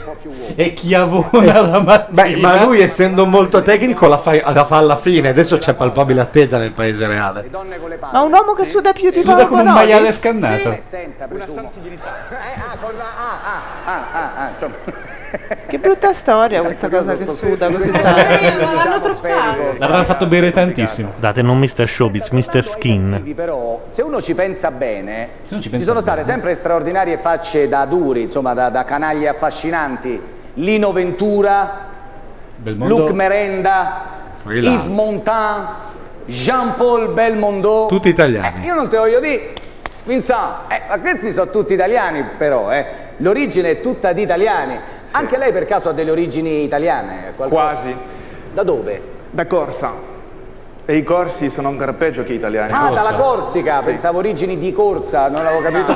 Speaker 7: E chiavona la mattina.
Speaker 9: Beh, ma lui essendo molto tecnico la fa, la fa alla fine, adesso c'è palpabile attesa nel paese reale.
Speaker 5: Ma un uomo che suda più di
Speaker 9: Suda
Speaker 5: Paolo
Speaker 9: come un
Speaker 5: Bonolis?
Speaker 9: maiale scannato.
Speaker 5: Sì.
Speaker 4: Senza, presumo. Una sensibilità. Eh, ah, con la... Ah, ah, ah, ah, ah, insomma.
Speaker 5: Che brutta storia questa cosa che suda così
Speaker 4: Diciamo
Speaker 5: tanto.
Speaker 4: sferico.
Speaker 1: L'avranno fatto bere tantissimo. Date, non Mr. Showbiz, Mr. Skin.
Speaker 4: Però, se uno ci pensa bene,
Speaker 1: ci
Speaker 4: ci,
Speaker 1: pensa
Speaker 4: sono state
Speaker 1: bene.
Speaker 4: sempre straordinarie facce da duri, insomma, da, da canaglie affascinanti. Lino Ventura,
Speaker 7: Belmondo.
Speaker 4: Luc Merenda,
Speaker 9: Quella.
Speaker 4: Yves Montand, Jean-Paul Belmondo.
Speaker 9: Tutti italiani.
Speaker 4: Io non te voglio dire, Vincent, eh, ma questi sono tutti italiani però, eh. l'origine è tutta di italiani. Anche lei per caso ha delle origini italiane? Quasi. Da dove?
Speaker 23: Da Corsa. E i corsi sono un carpeggio che italiani.
Speaker 4: Ah, dalla Corsica,
Speaker 23: Sì.
Speaker 4: pensavo origini di corsa, non avevo capito.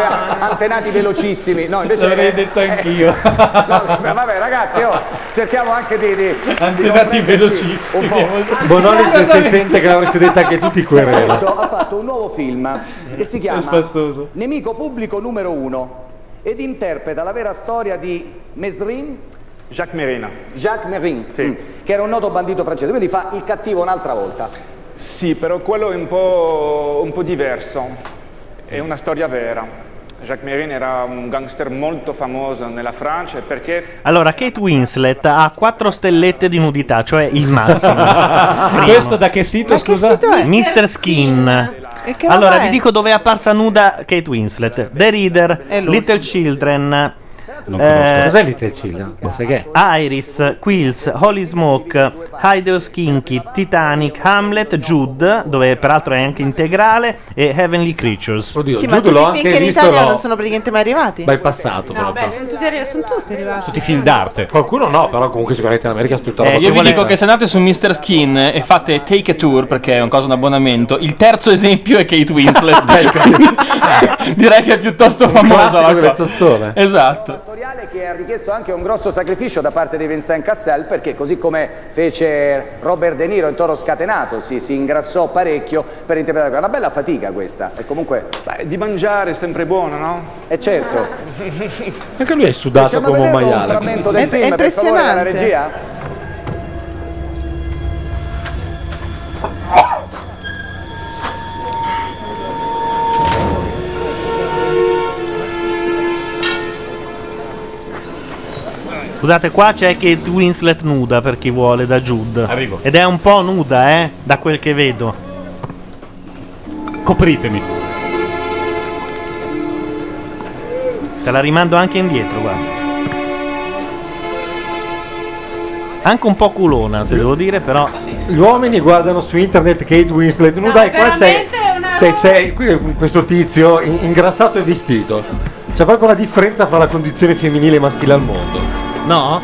Speaker 4: Antenati velocissimi. No, invece
Speaker 7: L'avrei detto anch'io.
Speaker 4: Ma vabbè, ragazzi, oh, cerchiamo anche di. di di non
Speaker 7: Antenati
Speaker 4: prenderci
Speaker 7: velocissimi,
Speaker 4: un po'.
Speaker 7: è molto-
Speaker 9: Bonolis se si
Speaker 4: Antenati-
Speaker 9: sente che l'avresti detta anche tu ti querela.
Speaker 4: Adesso ha fatto un nuovo film che si
Speaker 9: È
Speaker 4: chiama
Speaker 9: spassoso.
Speaker 4: Nemico pubblico numero uno ed interpreta la vera storia di Mesrin
Speaker 23: Jacques Merina.
Speaker 4: Jacques Merrin, mm, che era un noto bandito francese, quindi fa il cattivo un'altra volta.
Speaker 17: Sì, però quello è un po', un po' diverso. È una storia vera. Jacques Merin era un gangster molto famoso nella Francia perché
Speaker 1: Allora, Kate Winslet ha 4 stellette di nudità, cioè il massimo.
Speaker 7: Questo da che sito, Ma che scusa? sito è?
Speaker 1: Mr. Skin.
Speaker 5: E che
Speaker 1: allora,
Speaker 5: roba è?
Speaker 1: vi dico dove è apparsa nuda Kate Winslet. The Reader, Little Children. eh,
Speaker 9: Cos'è Little Children? Non sai che è?
Speaker 1: Iris, Quills, Holy Smoke, Hideous Kinky, Titanic, Hamlet, Jude, dove peraltro è anche integrale, e Heavenly Creatures. Oddio,
Speaker 5: Sì, ma tutti i film che in Italia non sono praticamente mai arrivati.
Speaker 9: bypassato
Speaker 3: No, beh, sono tutti, arri- sono tutti arrivati.
Speaker 9: i film d'arte. Qualcuno no, però comunque sicuramente in America tutta la
Speaker 2: Eh,
Speaker 9: roba
Speaker 2: io vi
Speaker 9: che
Speaker 2: dico
Speaker 9: vuole-
Speaker 2: che se andate su Mr. Skin e fate Take a Tour, perché è un caso un abbonamento, il terzo esempio è Kate Winslet. Direi che è piuttosto famosa la cosa. Esatto.
Speaker 4: che ha richiesto anche un grosso sacrificio da parte di Vincent Cassel perché così come fece Robert De Niro in Toro Scatenato si, si ingrassò parecchio per interpretare è una bella fatica questa e comunque
Speaker 17: Di mangiare è sempre buono, no?
Speaker 4: E certo.
Speaker 9: Anche lui è sudato
Speaker 4: Riusciamo a
Speaker 9: come un
Speaker 4: vedere un
Speaker 9: maiale.
Speaker 4: frammento del
Speaker 9: È-
Speaker 4: film
Speaker 9: è
Speaker 4: per favore dalla
Speaker 9: impressionante.
Speaker 4: regia
Speaker 1: Scusate, qua c'è Kate Winslet nuda per chi vuole da Jude.
Speaker 7: Arrivo.
Speaker 1: Ed è un po' nuda, eh, da quel che vedo.
Speaker 7: Copritemi.
Speaker 1: Te la rimando anche indietro, guarda. Anche un po' culona, se devo dire, però.
Speaker 9: Gli uomini guardano su internet Kate Winslet nuda e qua c'è, c'è- c'è qui- questo tizio in- ingrassato e vestito. C'è proprio una differenza fra la condizione femminile e maschile al mondo.
Speaker 1: No?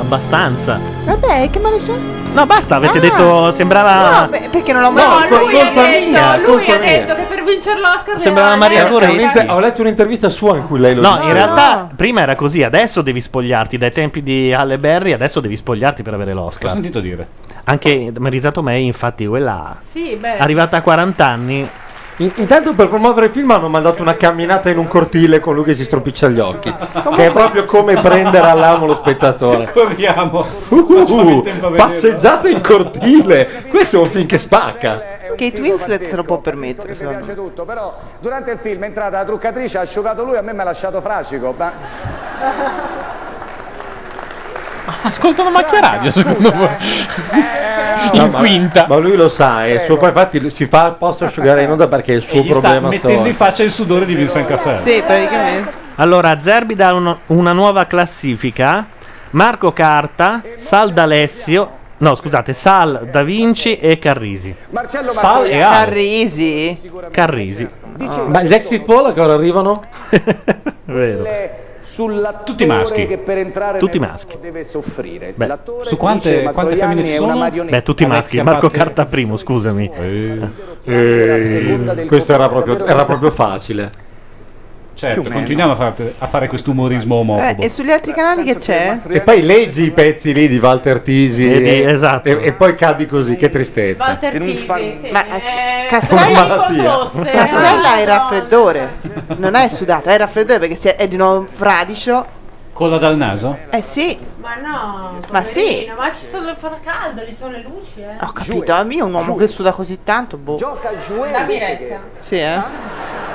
Speaker 1: Abbastanza.
Speaker 5: Vabbè, che male c'è?
Speaker 1: No, basta, avete detto. Sembrava.
Speaker 5: Ah, No, beh, perché non l'ho mai
Speaker 9: No,
Speaker 5: visto.
Speaker 9: no,
Speaker 3: Lui ha
Speaker 9: Colpa
Speaker 3: detto,
Speaker 9: mia,
Speaker 3: lui
Speaker 9: colpa
Speaker 3: ha
Speaker 9: mia.
Speaker 3: detto che per vincere l'Oscar
Speaker 1: Sembrava
Speaker 3: doveva
Speaker 1: Maria
Speaker 3: andare-
Speaker 9: Era
Speaker 1: Goretti.
Speaker 9: un'inter- Ho letto un'intervista sua in cui lei lo
Speaker 1: No,
Speaker 9: dice.
Speaker 1: in realtà prima era così, adesso devi spogliarti. Dai tempi di Halle Berry, adesso devi spogliarti per avere l'Oscar.
Speaker 7: Ho sentito dire.
Speaker 1: Anche Marisa Tomei, infatti, quella
Speaker 3: Sì, beh.
Speaker 1: arrivata a 40 anni.
Speaker 9: In- intanto per promuovere il film hanno mandato una camminata in un cortile con lui che si stropiccia gli occhi. Che è proprio come prendere all'amo lo spettatore.
Speaker 7: Corriamo.
Speaker 9: Uh,
Speaker 7: tempo a vederlo.
Speaker 9: passeggiata in cortile. Questo è un film che spacca.
Speaker 5: Kate Winslet se lo può permettere,
Speaker 4: mi
Speaker 5: secondo
Speaker 4: piace
Speaker 5: me.
Speaker 4: tutto però durante il film è entrata la truccatrice ha asciugato lui a me mi ha lasciato fracico ma
Speaker 2: Ascoltano macchia radio, secondo voi.
Speaker 4: eh,
Speaker 2: in quinta.
Speaker 9: Ma lui lo sa, e il suo, poi infatti si fa posto asciugare in onda perché è il suo
Speaker 7: E gli sta
Speaker 9: problema
Speaker 7: mettendo in
Speaker 9: storico.
Speaker 7: faccia il sudore di Vincent Cassel.
Speaker 5: Sì, praticamente.
Speaker 1: Allora, Zerbi dà uno- una nuova classifica. Marco Carta, Sal D'Alessio. No, scusate, Sal Da Vinci e Carrisi.
Speaker 4: Marcello
Speaker 1: Sal e Ale.
Speaker 5: Carrisi.
Speaker 1: Carrisi.
Speaker 9: Ma l'exit poll a che ora arrivano?
Speaker 4: Sull'attore
Speaker 9: Tutti maschi.
Speaker 4: che per entrare
Speaker 1: Tutti
Speaker 4: nel
Speaker 1: maschi.
Speaker 4: ruolo deve soffrire.
Speaker 1: Beh,
Speaker 4: L'attore
Speaker 1: su
Speaker 7: quante-
Speaker 4: dice, "Ma
Speaker 7: quante
Speaker 4: Troiani
Speaker 7: femmine ci
Speaker 4: è una
Speaker 7: sono?"
Speaker 4: marionetta.
Speaker 1: Beh, tutti maschi.
Speaker 7: Alexia
Speaker 1: Marco
Speaker 7: Patti-
Speaker 1: Carta primo, scusami.
Speaker 9: Eh, questo era proprio, era proprio facile.
Speaker 7: Certo,
Speaker 9: Più o meno.
Speaker 7: continuiamo a, fare- a fare quest'umorismo
Speaker 5: Eh,
Speaker 7: omofobo.
Speaker 5: e sugli altri canali che c'è?
Speaker 9: E poi leggi i pezzi lì di Walter Tisi
Speaker 7: E di-
Speaker 4: esatto.
Speaker 9: e- e poi cadi così, che tristezza.
Speaker 5: Walter
Speaker 9: Tisi,
Speaker 5: Ma eh,
Speaker 9: Una
Speaker 5: Cassella,
Speaker 9: malattia.
Speaker 5: Cassella è raffreddore, non è sudato, è raffreddore perché si è, è di nuovo fradicio.
Speaker 7: Colla dal naso?
Speaker 5: Eh sì,
Speaker 3: Ma no,
Speaker 5: Ma sì.
Speaker 3: poverino, ma ci sono farà caldo, ci sono le luci, eh.
Speaker 5: ho capito, a me un uomo che suda così tanto, boh.
Speaker 4: Gioca Jouet
Speaker 3: Dammi
Speaker 4: invece
Speaker 3: retta.
Speaker 4: che-
Speaker 5: Sì, eh.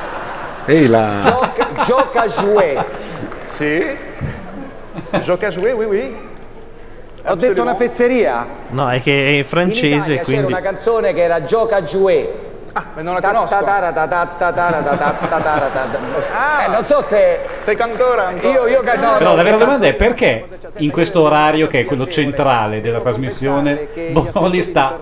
Speaker 9: Ehi là.
Speaker 4: Gioca, gioca Jouet. Sì. Gioca Jouet, oui, oui. Ho detto una fesseria.
Speaker 1: No, è che è
Speaker 4: In
Speaker 1: francese,
Speaker 4: Italia c'era
Speaker 1: quindi.
Speaker 4: una canzone che era Gioca Jouet. Ah, ma non la conosco. Ah, non so se sei cantora. Io io can- no,
Speaker 7: Però
Speaker 4: no,
Speaker 7: la vera
Speaker 4: perché-
Speaker 7: domanda è perché in questo orario che è quello centrale della trasmissione Boli sta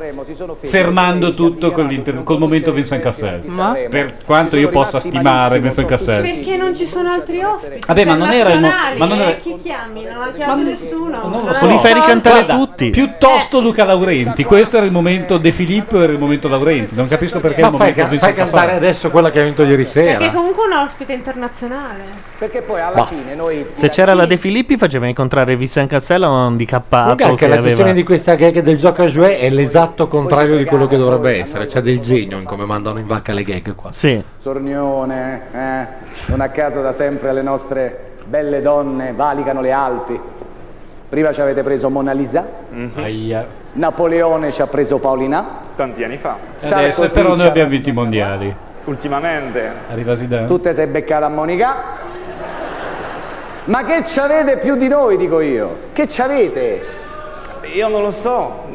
Speaker 7: fermando tutto con l'inter- col momento Vincent Cassel.
Speaker 3: Ma?
Speaker 7: Per quanto io possa stimare Vincent Cassel.
Speaker 3: Perché non ci sono altri ospiti?
Speaker 7: Vabbè, ma non era il mo-
Speaker 3: internazionali,
Speaker 7: ma non era-
Speaker 3: eh? Chi chiami? Non ha chiamato nessuno. Non
Speaker 7: Lo
Speaker 3: ha
Speaker 7: so.
Speaker 3: risolto.
Speaker 7: Guarda, Piuttosto
Speaker 9: Eh.
Speaker 7: Luca Laurenti. Questo era il momento De Filippo era il momento Laurenti. Non capisco perché
Speaker 9: Ma
Speaker 7: è il
Speaker 9: fai
Speaker 7: momento
Speaker 9: ca-
Speaker 7: Vincent
Speaker 9: fai cantare
Speaker 7: Cassel.
Speaker 9: adesso quella che ha vinto ieri
Speaker 3: Perché
Speaker 9: sera.
Speaker 3: comunque è un ospite internazionale.
Speaker 4: Perché poi alla
Speaker 1: Ma-
Speaker 4: fine noi
Speaker 1: Se c'era la De Filippi faceva incontrare Vincent Cassella un handicappato
Speaker 9: Comunque anche
Speaker 1: che
Speaker 9: la
Speaker 1: aveva...
Speaker 9: gestione di questa gag del gioco a jouet è l'esatto contrario di quello che dovrebbe essere. C'è del genio in come mandano in vacca le gag qua.
Speaker 1: Sì.
Speaker 4: Sornione, eh, non a caso da sempre le nostre belle donne valicano le Alpi. Prima ci avete preso Mona Lisa, Napoleone ci ha preso Paolina.
Speaker 17: Tanti anni fa.
Speaker 7: Adesso
Speaker 4: Sarkozy
Speaker 7: però
Speaker 4: ci
Speaker 7: noi
Speaker 4: ha-
Speaker 7: abbiamo Eh. vinto i mondiali.
Speaker 17: Ultimamente.
Speaker 7: Arriva Zidane.
Speaker 4: Tu te sei beccata a Monica. Ma che c'avete più di noi, dico io? Che c'avete?
Speaker 17: Io non lo so.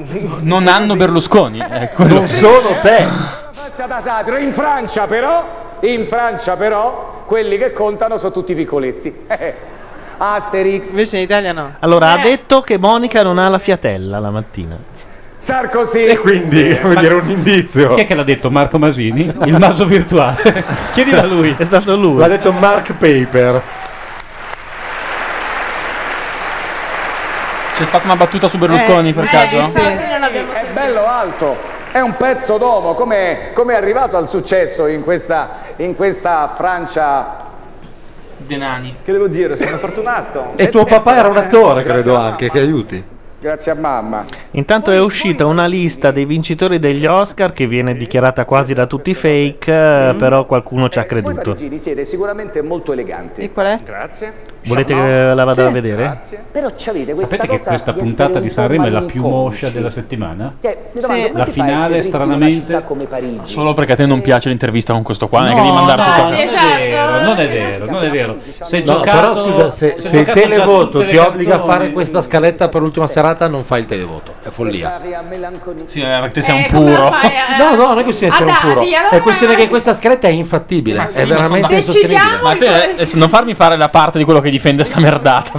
Speaker 2: Non hanno Berlusconi. eh, non
Speaker 9: sono te.
Speaker 4: Faccia da satiro, in Francia però, in Francia però, quelli che contano sono tutti i piccoletti. Eh, Asterix.
Speaker 5: Invece in Italia no.
Speaker 1: Allora,
Speaker 9: Eh.
Speaker 1: ha detto che Monica non ha la fiatella la mattina.
Speaker 4: Sarkozy.
Speaker 1: E quindi, come dire, un
Speaker 9: indizio.
Speaker 7: Chi è che l'ha detto? Marco Masini? Il naso virtuale. Chiedilo a lui.
Speaker 1: È stato lui.
Speaker 9: L'ha detto Mark Paper.
Speaker 2: C'è stata una battuta su
Speaker 4: Eh,
Speaker 2: Berlusconi per caso?
Speaker 4: È bello alto. È un pezzo d'uomo, come, come è arrivato al successo in questa, in questa Francia?
Speaker 2: Denani.
Speaker 17: Che devo dire? Sono fortunato.
Speaker 9: E
Speaker 4: Certo.
Speaker 9: tuo papà era un attore, credo anche, che aiuti.
Speaker 4: Grazie a mamma.
Speaker 1: Intanto è uscita una lista dei vincitori degli Oscar che viene dichiarata quasi da tutti fake, eh, però qualcuno ci ha
Speaker 4: Voi
Speaker 1: creduto.
Speaker 4: parigini siete sicuramente molto eleganti. E
Speaker 5: qual è?
Speaker 4: Grazie.
Speaker 1: Volete che la vado a vedere?
Speaker 4: Però c'avete Ah, questa
Speaker 7: Sapete che
Speaker 4: cosa
Speaker 7: questa
Speaker 4: di
Speaker 7: puntata
Speaker 4: essere
Speaker 7: di
Speaker 4: un po'
Speaker 7: Sanremo è la più
Speaker 4: malinconici.
Speaker 7: moscia della settimana?
Speaker 4: Cioè, mi domando,
Speaker 7: Sì.
Speaker 4: come
Speaker 7: La
Speaker 4: si fa a
Speaker 7: finale,
Speaker 4: esserissimo in una
Speaker 7: stranamente-
Speaker 4: città come Parigi?
Speaker 2: Solo perché a te non piace l'intervista con questo qua, non è
Speaker 7: No,
Speaker 2: che devi
Speaker 7: no,
Speaker 2: mandarti
Speaker 7: non
Speaker 4: esatto.
Speaker 7: è vero, non è vero, non è vero. Se
Speaker 9: No,
Speaker 7: giocato,
Speaker 9: però scusa, se,
Speaker 7: se
Speaker 9: se il
Speaker 7: giocato già
Speaker 9: televoto
Speaker 7: tutte le
Speaker 9: ti obbliga a
Speaker 7: canzoni-
Speaker 9: fare questa scaletta per l'ultima serata, non fai il televoto. È follia.
Speaker 2: Sì, eh, perché sei un
Speaker 9: Eh, come
Speaker 2: puro.
Speaker 9: fai No, no, non è questione di essere un
Speaker 2: Ah, dai,
Speaker 9: puro.
Speaker 2: allora-
Speaker 9: È questione che questa scaletta è infattibile.
Speaker 2: Ma sì,
Speaker 9: è
Speaker 2: ma sono
Speaker 9: veramente
Speaker 2: d'accordo.
Speaker 9: insostenibile.
Speaker 2: Ma te adesso non farmi fare la parte di quello che difende sta merdata,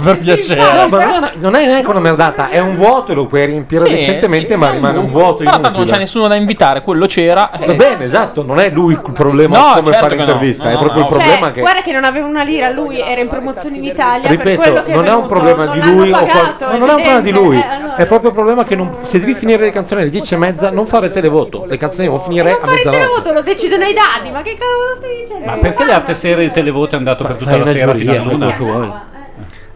Speaker 2: per piacere.
Speaker 9: No, ma non è, una- non è neanche una merdata, è un vuoto e lo puoi riempire
Speaker 2: Sì,
Speaker 9: decentemente,
Speaker 2: sì,
Speaker 9: ma rimane un vuoto.
Speaker 2: Però tanto non c'è nessuno da invitare, quello c'era.
Speaker 9: Va bene, esatto, non è lui il problema
Speaker 2: No,
Speaker 9: come
Speaker 2: certo
Speaker 9: fare
Speaker 2: che no.
Speaker 9: l'intervista,
Speaker 2: No,
Speaker 9: è
Speaker 2: no,
Speaker 9: proprio
Speaker 2: no.
Speaker 9: il problema
Speaker 3: Cioè,
Speaker 9: che
Speaker 3: guarda che non aveva una lira, lui era in promozione in Italia. per quello
Speaker 9: Ripeto,
Speaker 3: che
Speaker 9: non è un
Speaker 3: venuto.
Speaker 9: problema di
Speaker 3: Non
Speaker 9: lui,
Speaker 3: l'hanno
Speaker 9: o qual-
Speaker 3: pagato,
Speaker 9: no, non è un problema di
Speaker 3: evidente.
Speaker 9: lui,
Speaker 3: Eh, allora.
Speaker 9: è proprio il problema che non- se devi finire le canzoni alle 10 e mezza non fare televoto, le canzoni devono finire a
Speaker 3: Fare il
Speaker 9: mezzanotte.
Speaker 3: televoto lo decidono i dadi, ma che cavolo stai dicendo?
Speaker 7: Ma
Speaker 5: Eh.
Speaker 7: perché le altre sere il televoto è andato per tutta
Speaker 9: fai
Speaker 7: la
Speaker 9: una
Speaker 7: sera fino
Speaker 9: giuria,
Speaker 7: all'una?
Speaker 9: fai quello che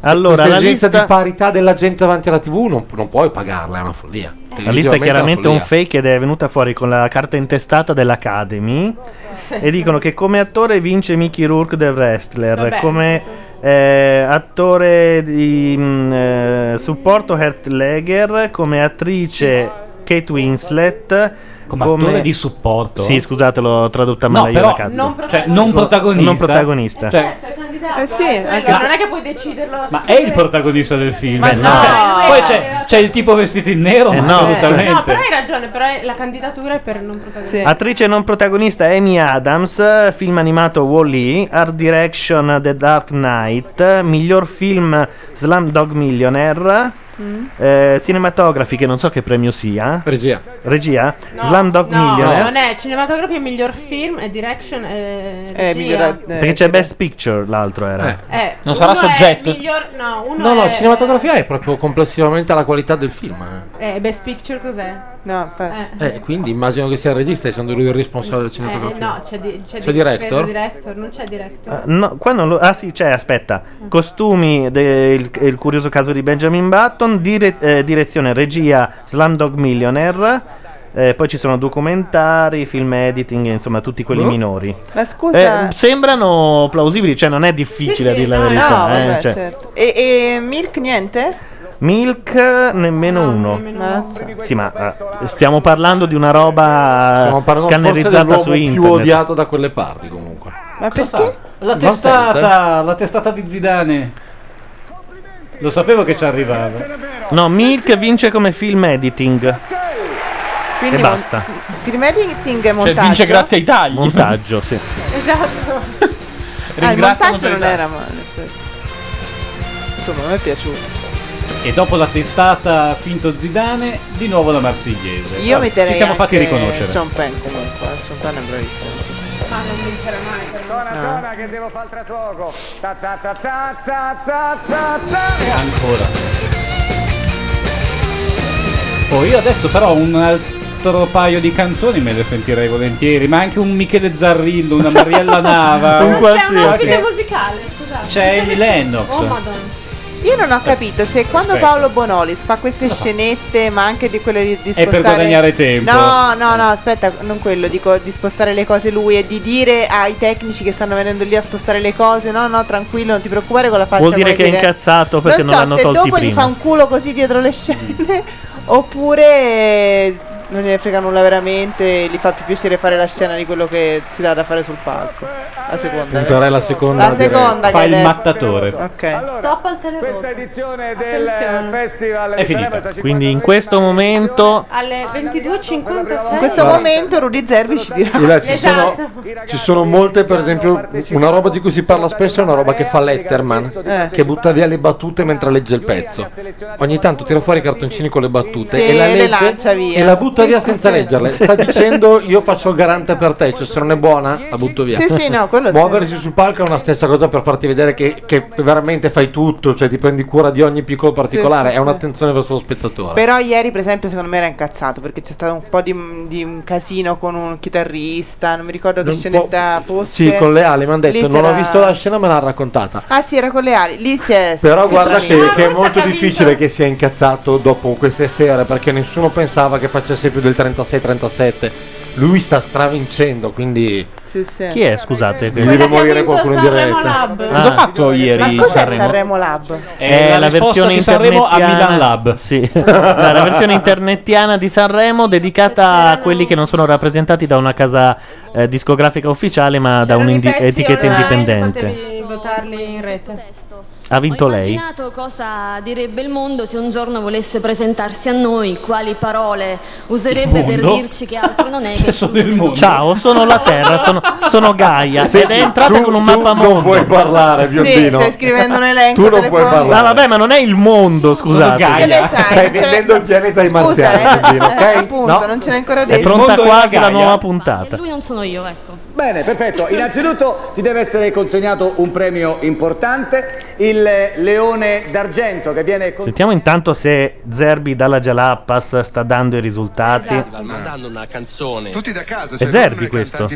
Speaker 1: Allora,
Speaker 9: Questa
Speaker 1: la
Speaker 9: esigenza
Speaker 1: lista,
Speaker 9: di parità della gente davanti alla TV non, non puoi pagarla, è una follia.
Speaker 1: la lista è chiaramente un
Speaker 9: fake
Speaker 1: fake ed è venuta fuori con la carta intestata dell'Academy. E dicono che come attore vince Mickey Rourke del wrestler,
Speaker 18: Vabbè.
Speaker 1: come eh, attore di mh, eh, supporto Heath Ledger, come attrice Kate Winslet, come,
Speaker 7: attore di supporto?
Speaker 1: Sì, scusate, l'ho tradotta
Speaker 7: No,
Speaker 1: male io
Speaker 7: però Cioè,
Speaker 1: la cazzo.
Speaker 7: non Cioè, non protagonista.
Speaker 1: Non protagonista.
Speaker 7: Cioè,
Speaker 5: candidato. Eh sì,
Speaker 3: quello,
Speaker 5: anche se-
Speaker 3: non è che puoi deciderlo.
Speaker 7: Ma è il protagonista del film.
Speaker 5: Ma no!
Speaker 7: Eh, Poi c'è, c'è il tipo vestito in nero,
Speaker 1: Eh,
Speaker 7: ma
Speaker 1: no.
Speaker 7: assolutamente.
Speaker 3: No, però hai ragione, però è- la candidatura è per non protagonista.
Speaker 1: Attrice non protagonista Amy Adams, film animato Wall-E, Art Direction The Dark Knight, miglior film Slumdog Millionaire,
Speaker 22: Mm.
Speaker 1: eh, cinematografi che non so che premio sia.
Speaker 9: Regia.
Speaker 1: Regia?
Speaker 3: No,
Speaker 1: Slumdog
Speaker 3: no,
Speaker 1: Millionaire.
Speaker 3: non è cinematografia, miglior film e direction
Speaker 4: Eh,
Speaker 3: e regia.
Speaker 1: Perché c'è Best Picture, l'altro era.
Speaker 3: Eh,
Speaker 1: Non sarà
Speaker 3: uno è
Speaker 1: soggetto.
Speaker 3: miglior- no, uno
Speaker 9: No, no,
Speaker 3: è,
Speaker 9: cinematografia è proprio complessivamente alla qualità del film.
Speaker 3: eh, Best Picture cos'è?
Speaker 5: No,
Speaker 9: Eh, quindi immagino che sia il regista essendo lui il responsabile della cinematografia.
Speaker 3: Eh, no, c'è, di- c'è,
Speaker 9: C'è
Speaker 3: di-
Speaker 9: director?
Speaker 3: credo director, non c'è director.
Speaker 1: Eh, no, qua non lo- ah sì, c'è, aspetta.
Speaker 5: Ah.
Speaker 1: Costumi del il curioso caso di Benjamin Button, dire- eh, direzione, regia Slumdog Millionaire. eh, poi ci sono documentari, film editing, insomma, tutti quelli
Speaker 5: Mm.
Speaker 1: minori.
Speaker 5: Ma scusa. Ah,
Speaker 1: Eh, sembrano plausibili, cioè non è difficile a dire la verità.
Speaker 5: No,
Speaker 1: eh,
Speaker 5: vabbè,
Speaker 1: cioè.
Speaker 5: certo. E, e Milk niente?
Speaker 1: Milk
Speaker 5: Ah,
Speaker 1: nemmeno uno. Sì, ma eh, stiamo parlando di una roba
Speaker 9: Stiamo parlando forse
Speaker 1: scannerizzata
Speaker 9: dell'uomo
Speaker 1: su
Speaker 9: più
Speaker 1: internet.
Speaker 9: odiato da quelle parti comunque.
Speaker 5: Ma perché?
Speaker 7: La testata, la testata di Zidane. Lo sapevo che ci arrivava.
Speaker 1: No, Milk vince come film editing.
Speaker 5: Quindi
Speaker 1: e
Speaker 5: mon-
Speaker 1: basta. Cioè,
Speaker 5: Film editing e montaggio.
Speaker 1: ai tagli. Montaggio, sì.
Speaker 5: Esatto. ah, il
Speaker 7: Ringraziano
Speaker 5: montaggio
Speaker 7: per i
Speaker 5: non
Speaker 7: tagli.
Speaker 5: era male. Insomma, a me è piaciuto.
Speaker 7: E dopo la testata finto Zidane, di nuovo la Marsigliese.
Speaker 5: Io
Speaker 7: Vabbè,
Speaker 5: metterei
Speaker 7: Ci siamo fatti
Speaker 5: anche
Speaker 7: riconoscere.
Speaker 5: Sean Penn comunque, eh, Sean Penn è bravissimo.
Speaker 3: Ma Ah, non vincerà mai. per me.
Speaker 4: Zona, zona, che devo fare il trasloco. Ta za za za za za za za.
Speaker 7: Ancora. Oh, io adesso però un altro paio di canzoni me le sentirei volentieri, ma anche un Michele Zarrillo, una Mariella Nava.
Speaker 3: Non c'è un'ottica musicale, scusate.
Speaker 7: C'è Annie Lennox.
Speaker 3: Oh madonna.
Speaker 5: Io non ho
Speaker 1: Eh,
Speaker 5: capito se quando
Speaker 7: Aspetta.
Speaker 5: Paolo Bonolis fa queste scenette, ma anche di quelle di, di
Speaker 7: È per
Speaker 5: spostare
Speaker 7: guadagnare tempo.
Speaker 5: No, no,
Speaker 1: Eh.
Speaker 5: no, aspetta, non quello, dico di spostare le cose lui e di dire ai tecnici che stanno venendo lì a spostare le cose, no, no, tranquillo, non ti preoccupare con la faccia.
Speaker 1: Vuol dire
Speaker 5: come
Speaker 1: che è incazzato perché non
Speaker 5: so
Speaker 1: l'hanno
Speaker 5: se
Speaker 1: tolti
Speaker 5: dopo gli
Speaker 1: prima.
Speaker 5: fa un culo così dietro le scene oppure non gliene frega nulla veramente, gli fa più piacere fare la scena di quello che si dà da fare sul palco. La seconda. eh.
Speaker 9: Punterei la seconda,
Speaker 5: La
Speaker 9: direi.
Speaker 5: seconda che
Speaker 9: Fa
Speaker 5: hai
Speaker 9: il
Speaker 5: detto.
Speaker 9: mattatore.
Speaker 5: Ok.
Speaker 3: Stop al televoto.
Speaker 4: Questa edizione del
Speaker 3: Attenzione.
Speaker 4: Festival
Speaker 1: È
Speaker 4: di Sanremo
Speaker 1: finita.
Speaker 4: sta cinquanta-
Speaker 1: Quindi in questo
Speaker 9: Ah,
Speaker 1: momento
Speaker 3: Alle 22.56.
Speaker 5: In questo momento Rudy Zerbi ci dirà
Speaker 9: Là ci, sono,
Speaker 5: Esatto.
Speaker 9: ci sono molte, per esempio, una roba di cui si parla spesso è una roba che fa Letterman,
Speaker 5: Eh.
Speaker 9: che butta via le battute mentre legge il pezzo. Ogni tanto tira fuori i cartoncini con le battute
Speaker 5: Sì,
Speaker 9: e, la
Speaker 5: le
Speaker 9: legge
Speaker 5: lancia via.
Speaker 9: e la butta
Speaker 5: Sì,
Speaker 9: via
Speaker 5: sì,
Speaker 9: senza
Speaker 5: sì.
Speaker 9: leggerle.
Speaker 5: Sì.
Speaker 9: Sta dicendo io faccio il garante per te, cioè se non è buona la butto via.
Speaker 5: Sì, sì, no, quello sì.
Speaker 9: Muoversi sul palco è una stessa cosa per farti vedere che, che veramente fai tutto, cioè ti prendi cura di ogni piccolo particolare,
Speaker 5: sì,
Speaker 9: è
Speaker 5: sì.
Speaker 9: un'attenzione verso lo spettatore.
Speaker 5: Però ieri, per esempio, secondo me era incazzato perché c'è stato un po' di, di un casino con un chitarrista. Non mi ricordo che
Speaker 9: Un po'
Speaker 5: scenetta fosse.
Speaker 9: Sì, con le ali mi hanno detto,
Speaker 5: Lì
Speaker 9: non ho
Speaker 5: c'era-
Speaker 9: visto la scena, me l'ha raccontata.
Speaker 5: Ah, sì, era con le ali. Lì si è.
Speaker 9: Però
Speaker 5: si è
Speaker 9: guarda
Speaker 5: stranito.
Speaker 9: che, che è molto difficile che sia incazzato dopo queste sere perché nessuno pensava che facesse più del 36-37. Lui sta stravincendo, quindi
Speaker 5: Sì, sì.
Speaker 1: Chi è, scusate?
Speaker 9: Deve Quella che morire ha vinto qualcuno in Sanremo diretta. Lab.
Speaker 1: Cosa ha fatto
Speaker 5: Ah, Ma
Speaker 1: ieri
Speaker 5: cos'è Sanremo, Lab?
Speaker 9: Eh,
Speaker 1: È la, versione
Speaker 7: Sanremo a
Speaker 1: internetiana-
Speaker 7: Milan Lab.
Speaker 1: Sì. la la versione internettiana di Sanremo dedicata a quelli che non sono rappresentati da una casa eh, discografica ufficiale, ma da
Speaker 3: C'erano i pezzi
Speaker 1: un'etichetta
Speaker 3: online,
Speaker 1: indipendente.
Speaker 3: Potevi votarli in rete.
Speaker 1: Ha vinto
Speaker 3: Ho
Speaker 1: lei.
Speaker 3: immaginato
Speaker 18: Cosa direbbe il mondo se un giorno volesse presentarsi a noi? Quali parole userebbe
Speaker 1: Il
Speaker 18: per
Speaker 1: mondo? Cioè,
Speaker 18: dirci che altro non è che
Speaker 1: Ciao, sono la Terra, sono, sono Gaia. Ed è entrata con un mappamondo. Non puoi
Speaker 9: parlare,
Speaker 5: Biondino. stai scrivendo un elenco
Speaker 1: Tu non puoi
Speaker 5: telefonico.
Speaker 1: parlare. Ah, vabbè, ma non è il mondo, scusate.
Speaker 5: Gaia. Che ne sai, Stai non ce l'hai- vendendo
Speaker 9: il pianeta ai
Speaker 5: Scusa, eh, eh,
Speaker 9: ok?
Speaker 5: appunto, non ce l'hai ancora detto.
Speaker 1: È pronta quasi la nuova puntata.
Speaker 18: lui non sono io, ecco.
Speaker 4: Bene, perfetto. Innanzitutto ti deve essere consegnato un premio importante, il Leone d'Argento che viene consegnato.
Speaker 1: Sentiamo intanto se Zerbi dalla Jalappas sta dando i
Speaker 3: Esatto.
Speaker 1: risultati.
Speaker 4: Esatto.
Speaker 19: mandando una canzone. Tutti da casa, cioè,
Speaker 1: È Zerbi questo?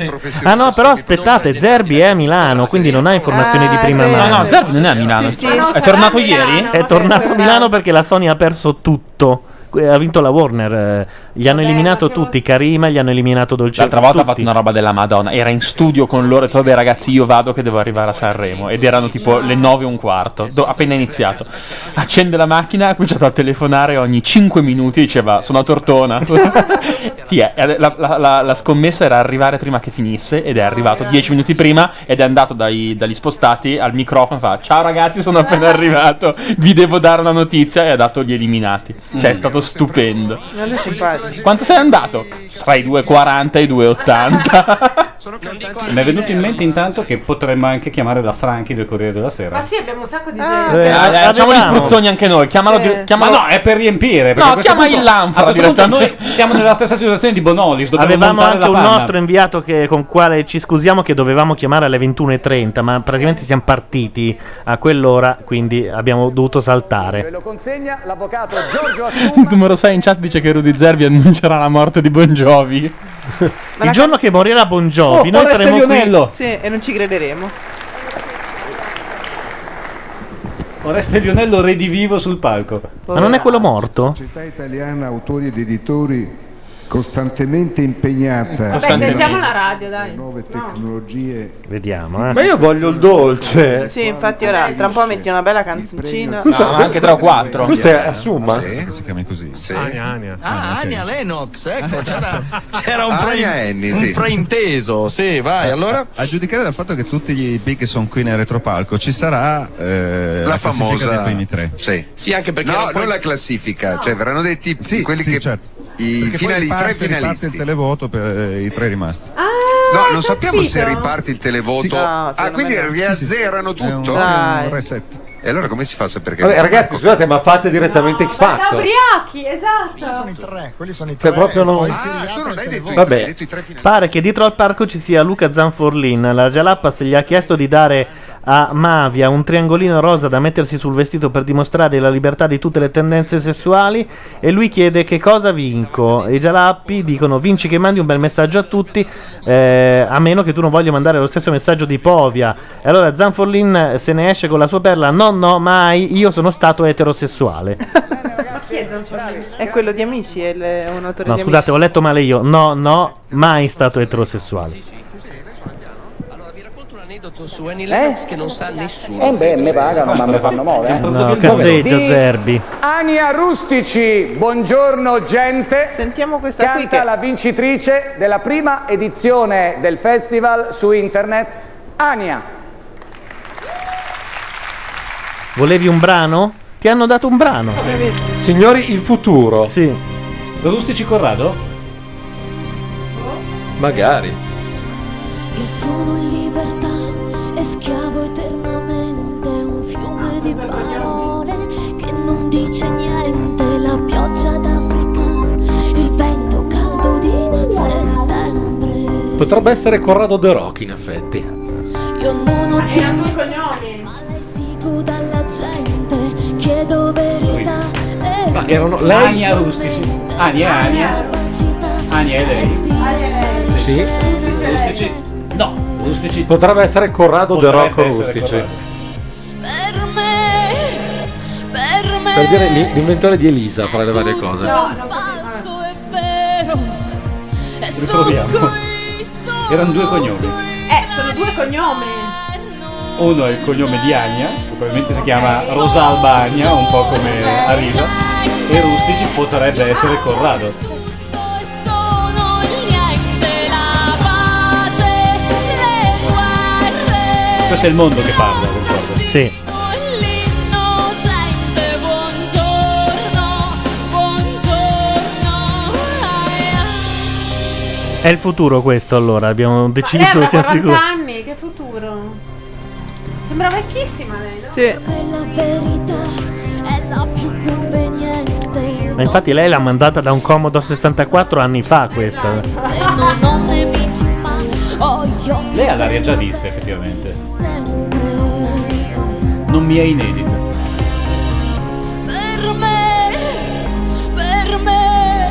Speaker 1: Ah no, però aspettate, Zerbi è a Milano, quindi non ha informazioni di prima
Speaker 19: vero.
Speaker 1: mano.
Speaker 19: No, no, Zerbi
Speaker 1: non è a Milano.
Speaker 19: Sì, sì. È tornato ieri?
Speaker 1: È tornato a Milano perché la Sony ha perso tutto. eh, ha vinto la Warner. eh, Gli hanno eliminato tutti, Karima, gli hanno eliminato Dolce.
Speaker 2: L'altra volta ha fatto una roba della Madonna. Era in studio con loro e ha detto: Vabbè, ragazzi, io vado che devo arrivare a Sanremo. Ed erano tipo le 9 e un quarto, do- appena iniziato. Accende la macchina, ha cominciato a telefonare ogni 5 minuti. Diceva: Sono a Tortona. Chi è? E La, la- la- la scommessa era arrivare prima che finisse. Ed è arrivato 10 minuti prima. Ed è andato dai- dagli spostati al microfono. Fa: Ciao ragazzi, sono appena arrivato. Vi devo dare una notizia. E ha dato gli eliminati. Cioè, è stato stupendo.
Speaker 5: Ma lui è simpatico.
Speaker 2: Quanto sei andato? Tra i 2,40 e i 2,80.
Speaker 7: Mi è venuto in mente intanto che potremmo anche chiamare la Franchi del Corriere della Sera.
Speaker 3: Ma sì, abbiamo un sacco di
Speaker 7: Ah,
Speaker 3: gente.
Speaker 7: Eh, eh,
Speaker 2: Facciamo gli
Speaker 7: Avevamo.
Speaker 2: spruzzoni anche noi. Chiamalo.
Speaker 7: Sì.
Speaker 2: di- chiamalo-
Speaker 7: Ma no, è per riempire. perché
Speaker 2: No,
Speaker 7: a questo
Speaker 2: chiama
Speaker 7: punto-
Speaker 2: il Lanfra
Speaker 7: a questo punto
Speaker 2: direttamente.
Speaker 7: Noi siamo nella stessa situazione di Bonolis. Dobbiamo
Speaker 1: Avevamo
Speaker 7: montare
Speaker 1: anche
Speaker 7: la
Speaker 1: un
Speaker 7: panna.
Speaker 1: nostro inviato che- con quale ci scusiamo che dovevamo chiamare alle 21.30, ma praticamente siamo partiti a quell'ora, quindi abbiamo dovuto saltare.
Speaker 4: Lo consegna l'avvocato Giorgio
Speaker 2: Numero 6 in chat dice che Rudy Zerbi annuncerà la morte di Bongiovi.
Speaker 1: Il giorno che morirà
Speaker 9: Oh,
Speaker 1: Bongiovi, noi saremo qui.
Speaker 5: Sì, e non ci crederemo.
Speaker 7: Oreste Lionello redivivo sul palco.
Speaker 1: Ma non è quello morto?
Speaker 10: società italiana autori ed editori costantemente impegnata
Speaker 3: Vabbè, sentiamo la radio, dai.
Speaker 10: tecnologie
Speaker 1: Vediamo, eh.
Speaker 9: Ma io voglio il dolce.
Speaker 5: Sì, infatti ora tra un po' metti una bella canzoncina.
Speaker 9: Scusa, eh, Questo è a Summa?
Speaker 3: Eh?
Speaker 10: si chiama così
Speaker 19: Ah, Ania Lennox, ecco, c'era, c'era un,
Speaker 10: Ania
Speaker 19: fra-
Speaker 10: Enni,
Speaker 19: un
Speaker 10: sì.
Speaker 19: frainteso, sì, vai, allora...
Speaker 12: A giudicare dal fatto che tutti gli EP che sono qui nel retropalco ci sarà eh,
Speaker 19: La
Speaker 12: la, classifica
Speaker 19: famosa-
Speaker 12: dei primi tre.
Speaker 19: Sì. anche perché
Speaker 12: era
Speaker 19: No,
Speaker 12: poi-
Speaker 19: non la classifica, cioè verranno dei tipi quelli che i
Speaker 12: certo. Perché poi
Speaker 19: finali-
Speaker 12: riparte-
Speaker 19: tre
Speaker 12: riparte
Speaker 19: finalisti.
Speaker 12: il televoto per eh, i tre rimasti.
Speaker 19: no,
Speaker 26: Ah,
Speaker 19: non sappiamo
Speaker 12: Ah, capito.
Speaker 19: se riparte il televoto.
Speaker 12: Sì. No,
Speaker 19: ah,
Speaker 12: secondo
Speaker 19: quindi
Speaker 12: me no.
Speaker 19: riazzerano
Speaker 12: È un-
Speaker 19: tutto.
Speaker 12: sì, è un
Speaker 19: reset. E allora come si fa a sapere che
Speaker 9: Vabbè, ragazzi, scusate, ma fate direttamente X
Speaker 3: Ah,
Speaker 9: Factor.
Speaker 3: ubriachi, esatto.
Speaker 10: tre, quelli sono i
Speaker 9: Cioè, proprio non...
Speaker 10: Ah, tu non hai detto
Speaker 1: Vabbè. Pare che dietro al parco ci sia Luca Zanforlin. La Jalappas gli ha chiesto di dare a Mavia un triangolino rosa da mettersi sul vestito per dimostrare la libertà di tutte le tendenze sessuali e lui chiede che cosa vinco. I Jalappi dicono vinci che mandi un bel messaggio a tutti eh, a meno che tu non voglia mandare lo stesso messaggio di Povia. E allora Zanforlin se ne esce con la sua perla no no mai io sono stato eterosessuale.
Speaker 3: Ma chi è Zanforlini?
Speaker 5: È quello di Amici, è, il- è un autore
Speaker 1: No
Speaker 5: di
Speaker 1: scusate ho letto male io no no mai stato eterosessuale.
Speaker 19: aneddoto su Annie Lennox che non sa nessuno.
Speaker 4: Eh beh, me pagano, ma me fanno muovere. eh.
Speaker 1: No cazzeggio
Speaker 4: Di
Speaker 1: Zerbi.
Speaker 4: Ania Rustici, buongiorno gente.
Speaker 5: Sentiamo questa
Speaker 4: Canta
Speaker 5: qui che-
Speaker 4: la vincitrice della prima edizione del festival su internet, Ania.
Speaker 1: Volevi un brano? Ti hanno dato un brano.
Speaker 9: Signori, il futuro.
Speaker 1: Sì.
Speaker 7: Rustici Corrado?
Speaker 9: Magari.
Speaker 22: Io sono in libertà e schiavo eternamente un fiume di parole che non dice niente, la pioggia d'Africa, il vento caldo di settembre.
Speaker 9: Potrebbe essere Corrado De Rock, in effetti.
Speaker 22: Io non ho tempo, ma lei sigo dalla gente, chiedo verità. e
Speaker 7: Ma erano
Speaker 22: non
Speaker 7: lei-
Speaker 22: tormento.
Speaker 7: Rustici. Ania, Ania. Ania è lei.
Speaker 9: Sì.
Speaker 7: Rustici? No, Rustici.
Speaker 9: Potrebbe essere Corrado
Speaker 7: Potrebbe
Speaker 9: De Rocco
Speaker 7: essere
Speaker 9: Rustici.
Speaker 7: Corrado.
Speaker 22: Per me
Speaker 9: Per dire l'i- l'inventore di Elisa, fra le varie cose.
Speaker 22: No, non falso è vero. E
Speaker 7: Riproviamo. Erano due cognomi.
Speaker 3: Eh, sono due cognomi.
Speaker 7: Uno è il cognome di Agna, che probabilmente si chiama Rosalba Agna, un po' come Arriva. E Rustici potrebbe essere Corrado.
Speaker 22: niente la pace, le guerre,
Speaker 7: Questo è il mondo che parla, concordo.
Speaker 1: Sì.
Speaker 22: l'innocente buongiorno, buongiorno.
Speaker 1: È il futuro questo allora, abbiamo
Speaker 3: Eh, Ma lei
Speaker 1: deciso,
Speaker 3: avrà
Speaker 1: siamo
Speaker 3: 40
Speaker 1: sicuri.
Speaker 3: anni, che futuro. Sembra vecchissima lei, no?
Speaker 5: Sì.
Speaker 22: La verità è la più conveniente.
Speaker 1: Ma infatti lei l'ha mandata da un comodo 64 anni fa questa.
Speaker 22: E Eh, non ho nemici, ma ho gli occhi
Speaker 7: Lei ha l'aria già vista, effettivamente.
Speaker 22: sempre.
Speaker 7: Non mi è inedita.
Speaker 22: Per me, per me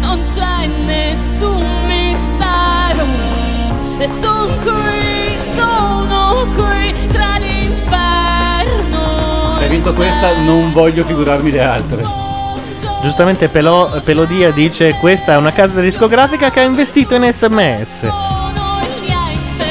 Speaker 22: non c'è nessun mistero. E son qui, sono qui tra l'inferno.
Speaker 7: Se hai
Speaker 22: e
Speaker 7: vinto
Speaker 22: il
Speaker 7: questa non voglio figurarmi le altre.
Speaker 22: cielo.
Speaker 1: Giustamente Pelò- Pelodia dice questa è una casa discografica che ha investito in sms.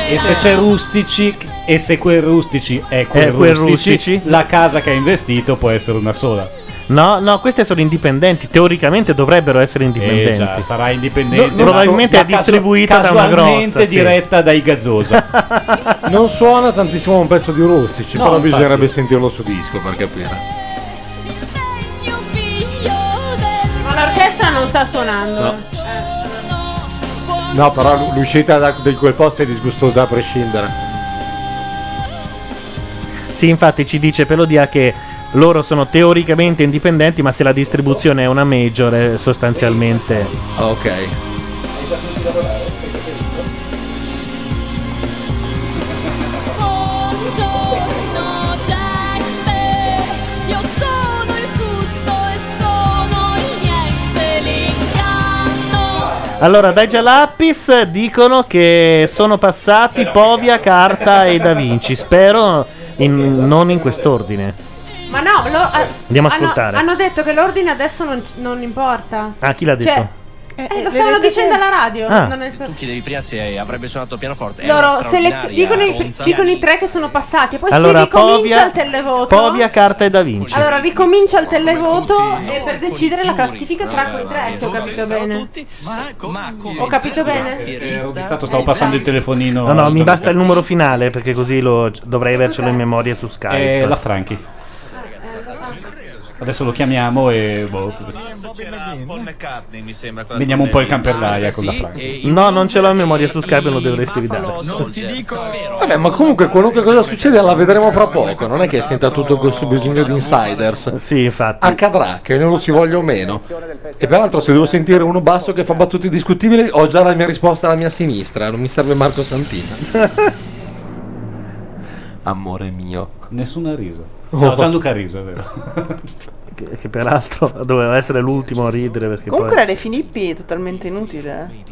Speaker 7: E se c'è Rustici, e se quel Rustici è quel,
Speaker 1: È quel
Speaker 7: rustici,
Speaker 1: Eh, Rustici?
Speaker 7: la casa che ha investito può essere una sola.
Speaker 1: No, no, queste sono indipendenti, teoricamente dovrebbero essere indipendenti.
Speaker 7: Eh già, sarà indipendente.
Speaker 1: No, probabilmente
Speaker 7: ma
Speaker 1: è distribuita da
Speaker 7: casu-
Speaker 1: una grossa,
Speaker 7: casualmente
Speaker 1: sì.
Speaker 7: diretta dai Gazzosa.
Speaker 9: Non suona tantissimo un pezzo di Rustici,
Speaker 7: No,
Speaker 9: però
Speaker 7: infatti.
Speaker 9: bisognerebbe sentirlo su disco per capire.
Speaker 3: Ma l'orchestra non sta suonando.
Speaker 9: No.
Speaker 3: Eh.
Speaker 9: No, però l- l'uscita da, di quel posto è disgustosa a prescindere.
Speaker 1: Sì, infatti ci dice Pelodia che loro sono teoricamente indipendenti, ma se la distribuzione è una major è sostanzialmente
Speaker 13: Ok.
Speaker 22: Buongiorno gente, io sono il tutto e sono il niente, l'inganno.
Speaker 1: Allora, dai Jalapis dicono che sono passati Povia, Carta e Da Vinci. Spero in- non in quest'ordine.
Speaker 3: Ma no, lo- ah,
Speaker 1: Andiamo a
Speaker 3: hanno-
Speaker 1: ascoltare.
Speaker 3: Hanno, detto che l'ordine adesso non, non importa.
Speaker 1: Ah, chi l'ha detto?
Speaker 3: Cioè, eh, lo stavano
Speaker 22: detto
Speaker 3: dicendo
Speaker 22: te.
Speaker 3: alla radio.
Speaker 1: Ah.
Speaker 3: non è-
Speaker 13: Tu chiedevi prima se avrebbe suonato il pianoforte.
Speaker 3: Loro selez- dicono, i, dicono i tre che sono passati e poi
Speaker 1: Allora,
Speaker 3: si ricomincia
Speaker 1: Povia-
Speaker 3: il televoto.
Speaker 1: Povia, Carta e Da Vinci.
Speaker 3: Allora ricomincia il televoto e per decidere la classifica tra quei tre, se ho capito bene. Ho capito bene?
Speaker 7: Eh, Ho visto, stavo passando il telefonino. cioè,
Speaker 1: No, no, mi basta il numero finale perché così lo- dovrei avercelo in memoria su Skype.
Speaker 7: Eh, la Franchi. Adesso lo chiamiamo e boh.
Speaker 13: Paul McCartney, mi sembra. quella
Speaker 7: Veniamo un po' il
Speaker 13: tournée.
Speaker 7: camperdaia con la
Speaker 13: Sì,
Speaker 7: Franchi.
Speaker 13: e-
Speaker 1: No, non ce l'ho in memoria su Skype, lo dovresti ridare.
Speaker 9: Vabbè, ma comunque qualunque cosa succede la vedremo fra poco. Non è che senta tutto questo bisogno di insiders.
Speaker 1: Sì, infatti.
Speaker 9: Accadrà che non lo si voglia o meno. E peraltro, se devo sentire uno basso che fa battute discutibili, ho già la mia risposta alla mia sinistra. Non mi serve Marco Santina.
Speaker 13: Amore mio.
Speaker 7: Nessuno ha riso.
Speaker 1: Oh.
Speaker 7: No, Gianluca ha riso, è vero.
Speaker 1: Che, che peraltro doveva essere l'ultimo a ridere perché
Speaker 5: Comunque la
Speaker 1: poi...
Speaker 5: De Filippi è totalmente inutile. eh.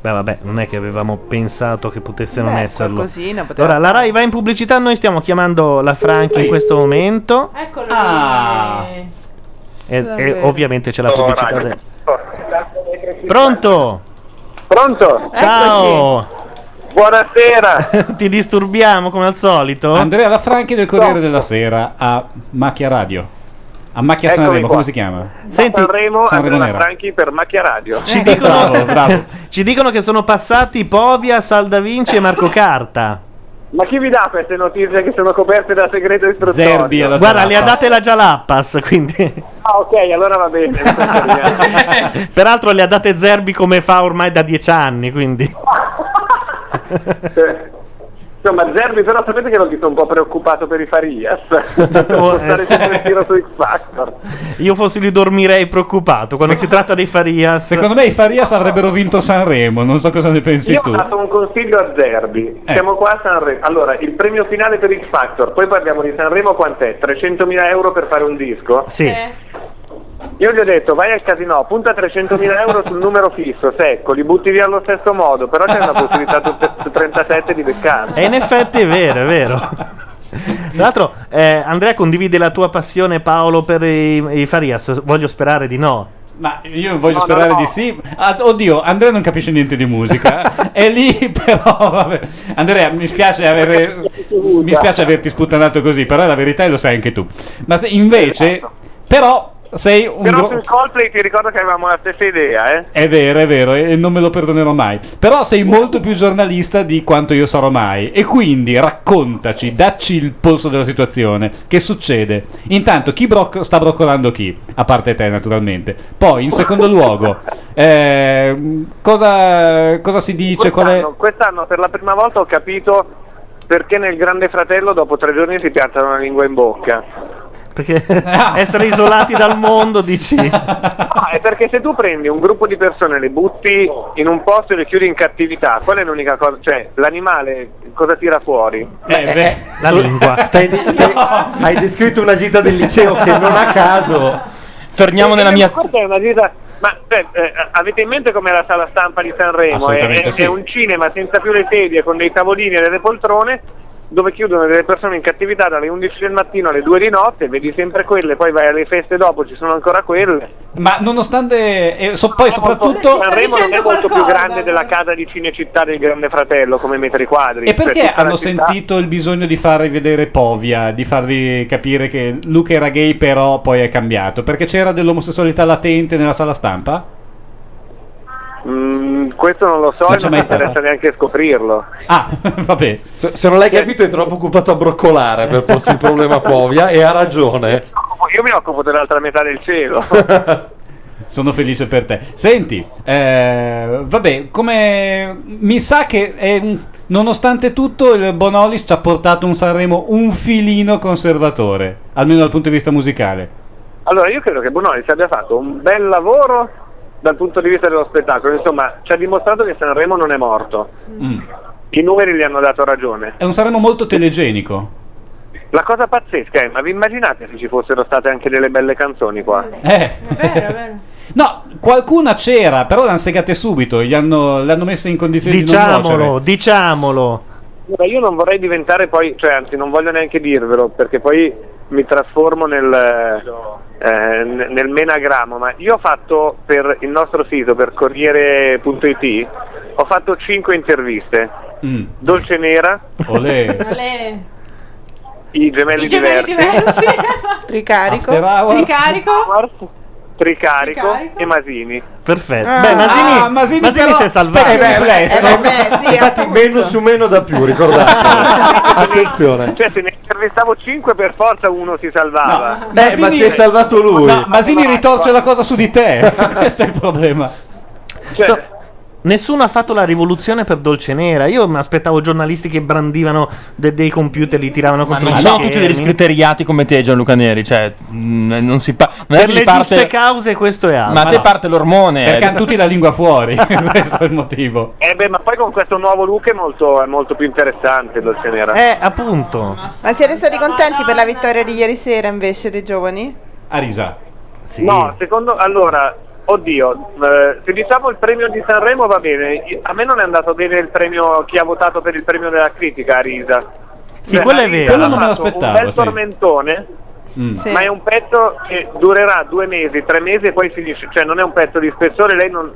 Speaker 1: Beh, vabbè, non è che avevamo pensato che potesse non
Speaker 5: Beh,
Speaker 1: esserlo.
Speaker 5: qualcosina poteva
Speaker 1: Allora, la Rai va in pubblicità, noi stiamo chiamando la Franchi in questo momento.
Speaker 3: Eccolo.
Speaker 1: Ah, E, e
Speaker 3: Davvero.
Speaker 1: ovviamente c'è la
Speaker 24: Oh,
Speaker 1: pubblicità.
Speaker 24: raga.
Speaker 1: del- Pronto?
Speaker 24: Pronto?
Speaker 1: Ciao!
Speaker 24: Buonasera!
Speaker 1: Ti disturbiamo come al solito?
Speaker 7: Andrea La Franchi del Corriere della Sera a Macchia Radio. A Macchia
Speaker 24: Eccomi
Speaker 7: Sanremo,
Speaker 24: qua.
Speaker 7: come si chiama?
Speaker 24: Senti, Sanremo,
Speaker 7: Sanremo
Speaker 24: Andrea
Speaker 7: Nera.
Speaker 24: Franchi per Macchia Radio.
Speaker 1: Eh,
Speaker 5: Eh,
Speaker 1: Ci dicono, ci dicono che sono passati Povia, Salda Vinci e Marco Carta.
Speaker 24: Ma chi vi dà queste notizie che sono coperte da segreto istruzionario?
Speaker 1: Guarda, le ha date la Jalappas, quindi.
Speaker 24: Ah, ok, allora va bene.
Speaker 1: Peraltro le ha date Zerbi come fa ormai da dieci anni, quindi.
Speaker 24: Insomma, Zerbi, però sapete che non ti sono un po' preoccupato per i Farias.
Speaker 1: Oh, eh.
Speaker 24: Stare sempre in giro su X Factor.
Speaker 1: Io fossi lì dormirei preoccupato quando si tratta dei Farias.
Speaker 7: Secondo me i Farias avrebbero vinto Sanremo, non so cosa ne pensi
Speaker 24: Io
Speaker 7: tu.
Speaker 24: ho dato un consiglio a Zerbi.
Speaker 7: Eh.
Speaker 24: Siamo qua a Sanremo. Allora, il premio finale per X Factor, poi parliamo di Sanremo, quant'è? 300.000 euro per fare un disco?
Speaker 1: Sì.
Speaker 3: Eh.
Speaker 24: Io gli ho detto, vai al casino, punta 300.000 euro sul numero fisso, secco, li butti via allo stesso modo, però c'è una possibilità su su 37 di beccarli.
Speaker 1: E in effetti è vero, è vero. Tra l'altro, eh, Andrea condivide la tua passione, Paolo, per i, i Farias. Voglio sperare di no.
Speaker 7: Ma io voglio sperare di sì. Ah, oddio, Andrea non capisce niente di musica. eh. è lì, però. Vabbè. Andrea, mi spiace, avere, mi spiace averti sputtanato così, però è la verità e lo sai anche tu. Ma se invece, però, sei
Speaker 24: Esatto.
Speaker 7: un.
Speaker 24: Però
Speaker 7: gro-
Speaker 24: sul Coldplay ti ricordo che avevamo la stessa idea, eh?
Speaker 7: È vero, è vero, e non me lo perdonerò mai. Però sei molto più giornalista di quanto io sarò mai. E quindi raccontaci, dacci il polso della situazione. Che succede? Intanto, chi broc- sta broccolando chi? A parte te, naturalmente. Poi, in secondo luogo, ehm, cosa, cosa si dice? Qual è...
Speaker 24: Quest'anno, quest'anno per la prima volta ho capito perché nel Grande Fratello dopo tre giorni si piantano la lingua in bocca.
Speaker 1: Perché
Speaker 7: Ah.
Speaker 1: essere isolati dal mondo, dici.
Speaker 24: No, Ah, è perché se tu prendi un gruppo di persone, le butti in un posto e le chiudi in cattività, qual è l'unica cosa? Cioè, l'animale cosa tira fuori?
Speaker 9: Eh,
Speaker 1: la lingua.
Speaker 9: Hai descritto una gita del liceo che non a caso.
Speaker 24: Eh, Questa è una gita. Ma cioè, eh, avete in mente com'è la sala stampa di Sanremo? È,
Speaker 7: Assolutamente
Speaker 24: è-
Speaker 7: sì.
Speaker 24: è un cinema senza più le sedie, con dei tavolini e delle poltrone. dove chiudono delle persone in cattività dalle 11 del mattino alle 2 di notte, vedi sempre quelle, poi vai alle feste dopo, ci sono ancora quelle.
Speaker 7: Ma nonostante. e so- poi soprattutto.
Speaker 24: Sanremo non è molto più grande della casa di Cinecittà del Grande Fratello come metri quadri.
Speaker 7: E perché
Speaker 24: Cioè, tutta la
Speaker 7: hanno
Speaker 24: città-
Speaker 7: sentito il bisogno di farvi vedere Povia, di farvi capire che Luca era gay, però poi è cambiato? Perché c'era dell'omosessualità latente nella sala stampa?
Speaker 24: Mm, questo non lo so, e non mi interessa neanche scoprirlo.
Speaker 9: Ah,
Speaker 7: Vabbè.
Speaker 9: Se, se non l'hai capito, è troppo occupato a broccolare per porsi il problema Povia e ha ragione.
Speaker 24: Io mi occupo dell'altra metà del cielo.
Speaker 7: Sono felice per te. Senti, eh, vabbè, come mi sa che è un- nonostante tutto il Bonolis ci ha portato un Sanremo un filino conservatore, almeno dal punto di vista musicale.
Speaker 24: Allora, io credo che Bonolis abbia fatto un bel lavoro dal punto di vista dello spettacolo. Insomma, ci ha dimostrato che Sanremo non è morto.
Speaker 7: Mm.
Speaker 24: I numeri gli hanno dato ragione.
Speaker 7: È un Sanremo molto telegenico.
Speaker 24: La cosa pazzesca è, ma vi immaginate se ci fossero state anche delle belle canzoni qua?
Speaker 7: Eh. No, qualcuna c'era, però l'hanno segate subito, gli hanno, le hanno messe in condizioni di non
Speaker 1: Diciamolo,
Speaker 7: nuocere.
Speaker 1: diciamolo.
Speaker 24: Ora, io non vorrei diventare poi, cioè anzi non voglio neanche dirvelo perché poi mi trasformo nel, eh, n- nel menagramo, ma io ho fatto per il nostro sito, per Corriere.it, ho fatto 5 interviste.
Speaker 7: Mm.
Speaker 24: Dolce Nera,
Speaker 7: Olè.
Speaker 24: I Gemelli,
Speaker 3: I gemelli
Speaker 24: Diversi,
Speaker 3: diversi.
Speaker 5: Ricarico.
Speaker 24: After Hours.
Speaker 3: Ricarico.
Speaker 24: Tricarico,
Speaker 3: Tricarico.
Speaker 24: e Masini.
Speaker 1: Perfetto.
Speaker 24: Ah.
Speaker 1: Beh, Masini,
Speaker 24: Ah, Masini
Speaker 1: Masini
Speaker 24: però-
Speaker 1: si è salvato.
Speaker 24: Eh, beh,
Speaker 9: riflesso.
Speaker 24: eh, beh, sì,
Speaker 9: Infatti, meno su meno da più, ricordate. Attenzione.
Speaker 24: Cioè se ne intervistavo 5 per forza uno si salvava.
Speaker 9: Beh, ma si è salvato lui.
Speaker 7: No, Masini ritorce la cosa su di te. Questo è il problema. Cioè,
Speaker 1: So- nessuno ha fatto la rivoluzione per Dolce Nera. Io mi aspettavo giornalisti che brandivano de- dei computer, li tiravano
Speaker 13: Ma
Speaker 1: contro
Speaker 13: non
Speaker 1: gli
Speaker 13: sono
Speaker 1: schermi.
Speaker 13: tutti degli scriteriati come te, Gianluca Neri. Cioè, mh, non si pa- non è
Speaker 1: Per
Speaker 13: che gli
Speaker 1: le
Speaker 13: parte-
Speaker 1: giuste cause, questo è altro.
Speaker 13: Ma a te parte l'ormone.
Speaker 7: Perché
Speaker 13: eh.
Speaker 7: hanno tutti la lingua fuori. Questo è il motivo.
Speaker 24: Eh beh, ma poi con questo nuovo look è molto, è molto più interessante Dolce Nera.
Speaker 1: Eh, appunto.
Speaker 5: Ma siete stati contenti per la vittoria di ieri sera invece dei giovani?
Speaker 7: Arisa.
Speaker 24: No, secondo allora, oddio, eh, se diciamo il premio di Sanremo va bene, I- a me non è andato bene il premio chi ha votato per il premio della critica, Arisa. Cioè,
Speaker 1: Sì, quello è vero. Quello non me
Speaker 24: ha fatto
Speaker 1: l'aspettavo,
Speaker 24: Un bel
Speaker 1: sì.
Speaker 24: tormentone,
Speaker 1: Sì.
Speaker 24: ma è un pezzo che durerà due mesi, tre mesi e poi finisce, cioè non è un pezzo di spessore, lei non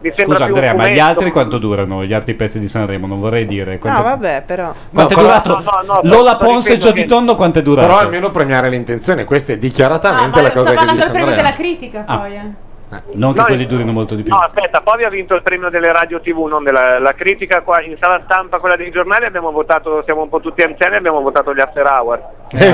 Speaker 24: mi sembra
Speaker 7: Scusa
Speaker 24: più
Speaker 7: Andrea,
Speaker 24: un
Speaker 7: ma gli
Speaker 24: fumetto.
Speaker 7: altri quanto durano? Gli altri pezzi di Sanremo? Non vorrei dire. Quanto,
Speaker 5: No, Ah, vabbè, però.
Speaker 7: quanto è
Speaker 9: No,
Speaker 7: durato?
Speaker 9: no, no, no,
Speaker 7: Lola
Speaker 9: però
Speaker 7: Ponce e
Speaker 9: ripeto
Speaker 7: Gio di
Speaker 9: che-
Speaker 7: Tonno quanto è durato?
Speaker 9: Però almeno premiare l'intenzione, questa è dichiaratamente
Speaker 3: Ah,
Speaker 9: la
Speaker 3: ma sta
Speaker 9: cosa che
Speaker 3: parlando
Speaker 9: dice
Speaker 3: del premio
Speaker 9: Andrea.
Speaker 3: della critica
Speaker 7: Ah.
Speaker 3: poi. eh.
Speaker 7: Non che
Speaker 24: No,
Speaker 7: quelli durino molto di più.
Speaker 24: No, aspetta, Povi ha vinto il premio delle radio TV, non della la critica qua in sala stampa, quella dei giornali, abbiamo votato, siamo un po' tutti anziani, abbiamo votato gli after hour.
Speaker 1: eh,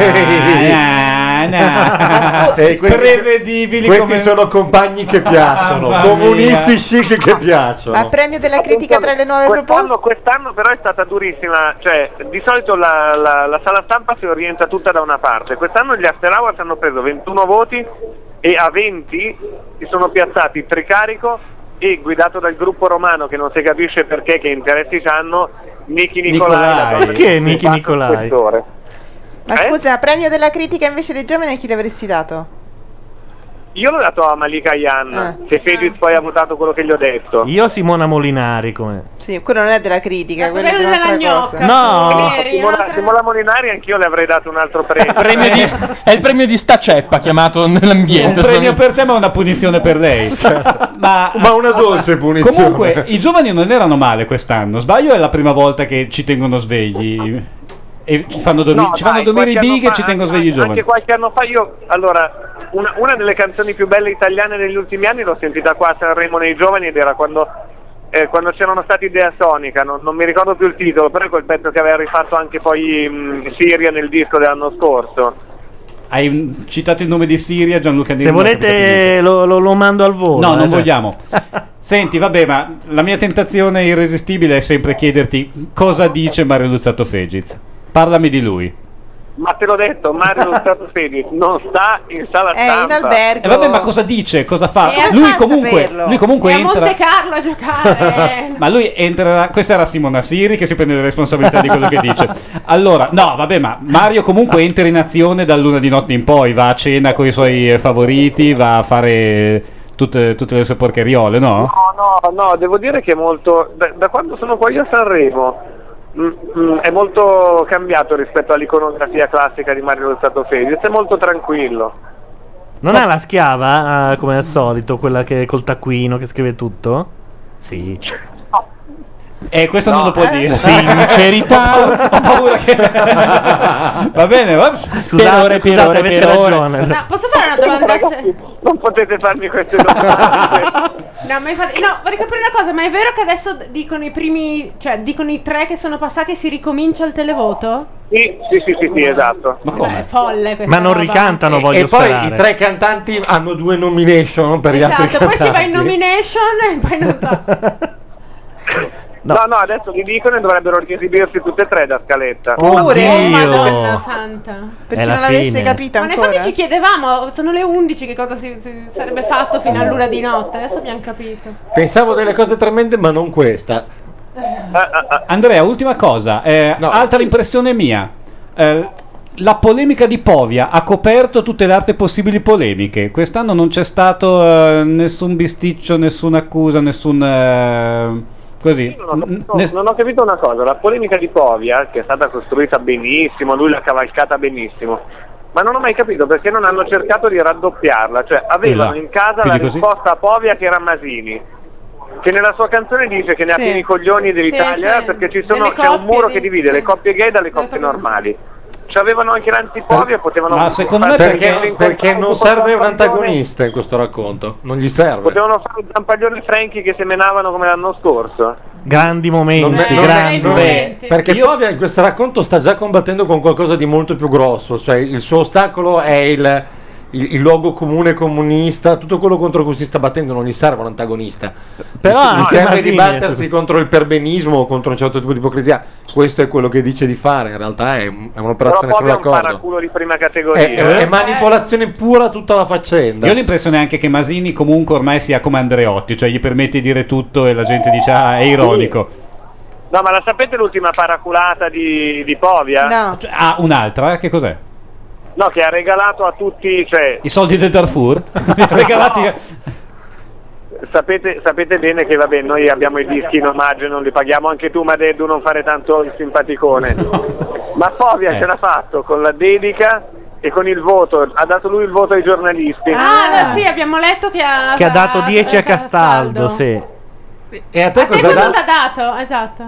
Speaker 9: Ah, Eh,
Speaker 7: Prevedibili
Speaker 9: questi
Speaker 7: come-
Speaker 9: sono compagni che piacciono,
Speaker 7: Mamma
Speaker 9: comunisti
Speaker 7: mia.
Speaker 9: chic che piacciono.
Speaker 5: Ma premio della critica tra le nuove proposte?
Speaker 24: Quest'anno, quest'anno però è stata durissima, cioè di solito la, la- la sala stampa si orienta tutta da una parte, quest'anno gli after hours hanno preso 21 voti e a 20 si sono piazzati Tricarico e guidato dal gruppo romano che non si capisce perché, che interessi hanno, Niki Nicolai. la donna
Speaker 1: Perché
Speaker 24: che si
Speaker 1: Niki
Speaker 24: batte
Speaker 1: Nicolai?
Speaker 24: in spessore.
Speaker 5: Ma
Speaker 9: eh?
Speaker 5: scusa, premio della critica invece dei giovani a chi l'avresti dato?
Speaker 24: Io l'ho dato a Malika
Speaker 3: Ah.
Speaker 24: Ayan, se Fedis poi ha votato quello che gli ho detto.
Speaker 1: Io a Simona Molinari come.
Speaker 5: Sì, quello non è della critica, quello è
Speaker 3: quello
Speaker 5: di
Speaker 3: della
Speaker 5: un'altra cosa.
Speaker 3: gnocca.
Speaker 1: No.
Speaker 3: Neri,
Speaker 24: Simola,
Speaker 3: un'altra-
Speaker 24: Simola Molinari anch'io le avrei dato un altro premio.
Speaker 13: Premio di- è il premio di Staceppa chiamato
Speaker 7: Un
Speaker 13: nell'ambiente.
Speaker 7: premio per te ma una punizione per lei. ma,
Speaker 9: una dolce punizione.
Speaker 7: Comunque, i giovani non erano male quest'anno. Sbaglio è la prima volta che ci tengono svegli. E ci fanno, dormi-
Speaker 24: No,
Speaker 7: ci fanno
Speaker 24: dai,
Speaker 7: dormire i
Speaker 24: qualche
Speaker 7: big
Speaker 24: anno
Speaker 7: e ci
Speaker 24: fa-
Speaker 7: tengono svegli i giovani.
Speaker 24: Anche qualche anno fa io, allora, una, una delle canzoni più belle italiane degli ultimi anni l'ho sentita qua a Sanremo nei giovani ed era quando, eh, quando c'erano stati Idea Sonica, non, non mi ricordo più il titolo, però è quel pezzo che aveva rifatto anche poi mh, Siria nel disco dell'anno scorso.
Speaker 7: Hai mm, citato il nome di Siria, Gianluca Neri.
Speaker 1: Se
Speaker 7: non ha capito niente.
Speaker 1: volete lo, lo- lo mando al volo.
Speaker 7: No,
Speaker 1: eh,
Speaker 7: non
Speaker 1: cioè.
Speaker 7: vogliamo. Senti, vabbè, ma la mia tentazione irresistibile è sempre chiederti cosa dice Mario Luzzato Fegiz. Parlami di lui.
Speaker 24: Ma te l'ho detto, Mario Stato Fedis non sta in sala
Speaker 5: È in
Speaker 24: stampa.
Speaker 5: albergo.
Speaker 7: E Eh, vabbè, ma cosa dice? Cosa fa?
Speaker 3: Eh,
Speaker 7: Ah, Lui
Speaker 3: fa
Speaker 7: comunque,
Speaker 3: saperlo.
Speaker 7: lui comunque
Speaker 3: È a
Speaker 7: entra.
Speaker 3: Monte Carlo a giocare.
Speaker 7: Ma lui entrerà. Questa era Simona Siri che si prende le responsabilità di quello che dice. Allora, no, vabbè, ma Mario comunque entra in azione dal luna di notte in poi. Va a cena con i suoi eh, favoriti, va a fare tutte, tutte le sue porcheriole, no?
Speaker 24: No, no, no, devo dire che molto. Da, da quando sono qua io a Sanremo mm, mm, è molto cambiato rispetto all'iconografia classica di Mario Luzzatto Fedez, è molto tranquillo.
Speaker 1: Non è la schiava, eh, come al solito, quella che col taccuino che scrive tutto? Sì.
Speaker 7: E questo non lo puoi dire.
Speaker 1: Sincerità.
Speaker 7: Eh, Ho paura che. Va bene, va.
Speaker 1: Scusate,
Speaker 7: Perore,
Speaker 1: scusate,
Speaker 7: perore,
Speaker 1: avete
Speaker 7: perore.
Speaker 1: ragione.
Speaker 3: No, posso fare una domanda? se-
Speaker 24: Non potete farmi queste domande.
Speaker 3: No, ma infatti, no, vorrei capire una cosa, ma è vero che adesso dicono i primi, cioè dicono i tre che sono passati e si ricomincia il televoto?
Speaker 24: sì, sì, sì, sì, sì, esatto.
Speaker 7: Ma
Speaker 3: È folle questa
Speaker 1: Ma non
Speaker 3: roba.
Speaker 1: ricantano, voglio
Speaker 9: e poi
Speaker 1: sperare.
Speaker 9: i tre cantanti hanno due nomination per gli altri
Speaker 3: Esatto, poi si va in
Speaker 9: cantanti.
Speaker 3: nomination e poi non so.
Speaker 24: No. no, adesso li dicono e dovrebbero esibirsi tutte e tre da scaletta.
Speaker 3: Oh, Madonna santa.
Speaker 24: Perché È la non l'avesse fine. capita
Speaker 3: Ma noi
Speaker 24: ancora?
Speaker 3: infatti ci chiedevamo, sono le 11 che cosa si, si sarebbe fatto fino all'una di notte, adesso abbiamo capito.
Speaker 9: Pensavo delle cose tremende, ma non questa.
Speaker 24: Ah.
Speaker 7: Andrea, ultima cosa, eh, altra impressione mia. Eh, la polemica di Povia ha coperto tutte le altre possibili polemiche. Quest'anno non c'è stato eh, nessun bisticcio, nessuna accusa, nessun. eh, così.
Speaker 24: Non ho, capito, non ho capito una cosa, la polemica di Povia, che è stata costruita benissimo, lui l'ha cavalcata benissimo, ma non ho mai capito perché non hanno cercato di raddoppiarla, cioè
Speaker 9: Esatto.
Speaker 24: avevano
Speaker 7: Quella.
Speaker 24: in casa la
Speaker 7: Quindi così?
Speaker 24: risposta a Povia che era Masini, che nella sua canzone dice che ne ha
Speaker 7: Sì.
Speaker 24: pieni i coglioni dell'Italia
Speaker 7: Sì, sì.
Speaker 24: perché ci sono,
Speaker 7: Delle
Speaker 24: c'è un
Speaker 7: coppie
Speaker 24: muro
Speaker 7: di-
Speaker 24: che divide
Speaker 7: sì.
Speaker 24: le coppie gay dalle coppie normali. Cioè avevano anche l'antipovia, potevano...
Speaker 9: Ma secondo me
Speaker 24: fare-
Speaker 9: perché, perché non serve un antagonista in questo racconto, non gli serve.
Speaker 24: Potevano fare un zampaglione Franchi che semenavano come l'anno scorso.
Speaker 1: Grandi momenti,
Speaker 9: Non è- non è-
Speaker 1: grandi
Speaker 9: non è-
Speaker 1: momenti.
Speaker 9: perché Povia in questo racconto sta già combattendo con qualcosa di molto più grosso, cioè il suo ostacolo è il, il, il luogo comune comunista, tutto quello contro cui si sta battendo non gli serve un antagonista.
Speaker 1: Però
Speaker 9: Gli- gli
Speaker 1: anche
Speaker 9: serve
Speaker 1: Masini,
Speaker 9: di battersi
Speaker 1: sì.
Speaker 9: contro il perbenismo, contro un certo tipo di ipocrisia. Questo è quello che dice di fare, in realtà è, è
Speaker 24: Però
Speaker 9: un'operazione
Speaker 24: Povia è un
Speaker 9: sull'accordo.
Speaker 24: paraculo di prima
Speaker 9: È,
Speaker 24: categoria.
Speaker 7: Eh,
Speaker 24: eh?
Speaker 9: è- è manipolazione pura tutta la faccenda.
Speaker 7: Io ho l'impressione anche che Masini comunque ormai sia come Andreotti, cioè gli permette di dire tutto e la gente dice ah è ironico.
Speaker 24: No, ma la sapete l'ultima paraculata di, di Povia? No.
Speaker 7: Ah, un'altra, eh? che cos'è?
Speaker 24: che ha regalato a tutti, cioè,
Speaker 7: I soldi del Darfur? Regalati
Speaker 24: sapete, sapete bene che, vabbè, noi abbiamo i dischi in omaggio e non li paghiamo, anche tu, Madeddu, non fare tanto il simpaticone. Ma Povia
Speaker 7: Eh.
Speaker 24: ce l'ha fatto con la dedica e con il voto, ha dato lui il voto ai giornalisti.
Speaker 3: Ah, no, sì, abbiamo letto che ha...
Speaker 1: Che ha dato 10
Speaker 3: eh,
Speaker 1: a Castaldo, sì.
Speaker 9: E a
Speaker 3: A te quanto ti ha dato? Esatto.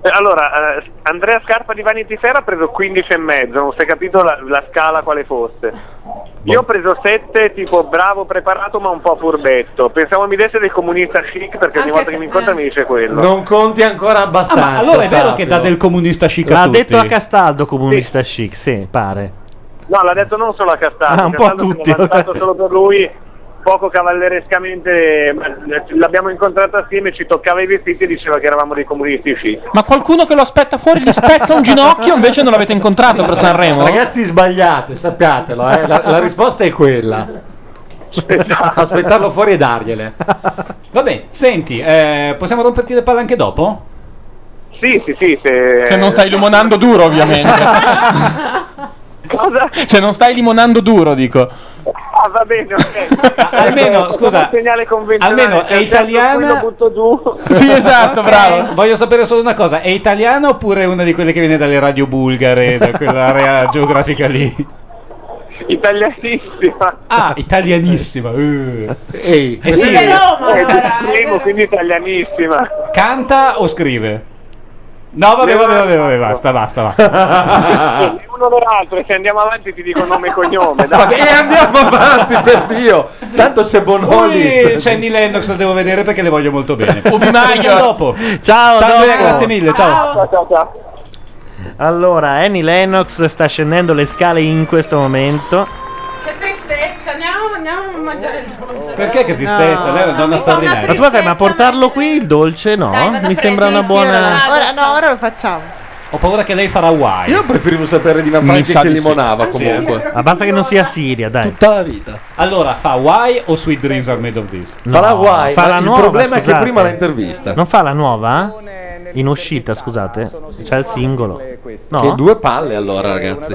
Speaker 24: Eh, Allora, eh, Andrea Scarpa di Vanity Fair ha preso 15 e mezzo, non si è capito la, la scala quale fosse. Io ho preso 7, tipo bravo, preparato, ma un po' furbetto. Pensavo mi desse del comunista chic perché ogni volta che mi incontra mi dice quello.
Speaker 9: Non conti ancora abbastanza.
Speaker 7: Ah, ma allora è vero
Speaker 9: sappio.
Speaker 7: che dà del comunista chic a
Speaker 1: L'ha
Speaker 7: tutti.
Speaker 1: detto a Castaldo comunista chic, sì, pare.
Speaker 24: No, l'ha detto non solo a Castaldo,
Speaker 1: Ah, un po'
Speaker 24: Castaldo
Speaker 1: a tutti,
Speaker 24: si è avanzato solo per lui, poco cavallerescamente, ma, eh, l'abbiamo incontrata assieme, ci toccava i vestiti e diceva che eravamo dei comunisti chic.
Speaker 13: Ma qualcuno che lo aspetta fuori gli spezza un ginocchio, invece non l'avete incontrato per Sanremo?
Speaker 9: Ragazzi, sbagliate, sappiatelo. eh, La, la risposta è quella. Aspettarlo fuori e dargliele.
Speaker 7: Vabbè, senti, eh, possiamo romperti le palle anche dopo?
Speaker 24: Sì, sì, sì. Se,
Speaker 13: Se non stai limonando duro, ovviamente. Se non stai limonando duro, dico.
Speaker 24: Ah, va bene, ok.
Speaker 7: Ah, Almeno, scusa,
Speaker 24: Un segnale convenzionale.
Speaker 7: almeno è
Speaker 24: Cioè,
Speaker 7: italiana- esatto,
Speaker 24: quello butto giù.
Speaker 7: Voglio sapere solo una cosa, è italiana oppure è una di quelle che viene dalle radio bulgare, da quell'area geografica lì?
Speaker 24: Italianissima.
Speaker 7: Ah, italianissima. eh. Eh sì.
Speaker 24: È di Sanremo, quindi italianissima.
Speaker 7: Canta o scrive? No, vabbè, vabbè, vabbè, vabbè, basta, basta, basta.
Speaker 24: Né uno né l'altro, e se andiamo avanti ti dico nome e cognome.
Speaker 9: Vabbè,
Speaker 24: Dai.
Speaker 9: e andiamo avanti, per Dio. Tanto c'è
Speaker 7: Poi
Speaker 9: Bonolis.
Speaker 7: c'è Annie Lennox, la devo vedere perché le voglio molto bene.
Speaker 1: Maio.
Speaker 7: A dopo.
Speaker 1: Ciao,
Speaker 7: Ciao, Andrea,
Speaker 1: dopo.
Speaker 7: grazie mille, ciao.
Speaker 1: Allora, Annie Lennox sta scendendo le scale in questo momento.
Speaker 3: Che tristezza, andiamo, andiamo a mangiare il dolce.
Speaker 7: Perché che tristezza, lei è una donna straordinaria.
Speaker 1: Ma tu vabbè, ma portarlo qui il dolce no? Mi sembra una buona...
Speaker 5: Ora, no, ora lo facciamo.
Speaker 7: Ho paura che lei farà guai.
Speaker 9: Io preferivo sapere di una
Speaker 7: Mi
Speaker 9: parte
Speaker 7: sa
Speaker 9: che
Speaker 7: di sì.
Speaker 9: limonava
Speaker 7: Ah, sì,
Speaker 9: comunque.
Speaker 7: eh?
Speaker 1: Ma basta che non sia Siria, dai.
Speaker 9: Tutta la vita.
Speaker 7: Allora, fa Why o Sweet Dreams Are Made of This?
Speaker 1: No,
Speaker 9: la guai,
Speaker 1: fa
Speaker 9: ma
Speaker 1: la
Speaker 9: il
Speaker 1: nuova,
Speaker 9: problema è che
Speaker 1: scusate.
Speaker 9: prima l'ha intervista.
Speaker 1: Non fa la nuova? In uscita, scusate. C'è il singolo. No?
Speaker 9: Che due palle allora, ragazzi.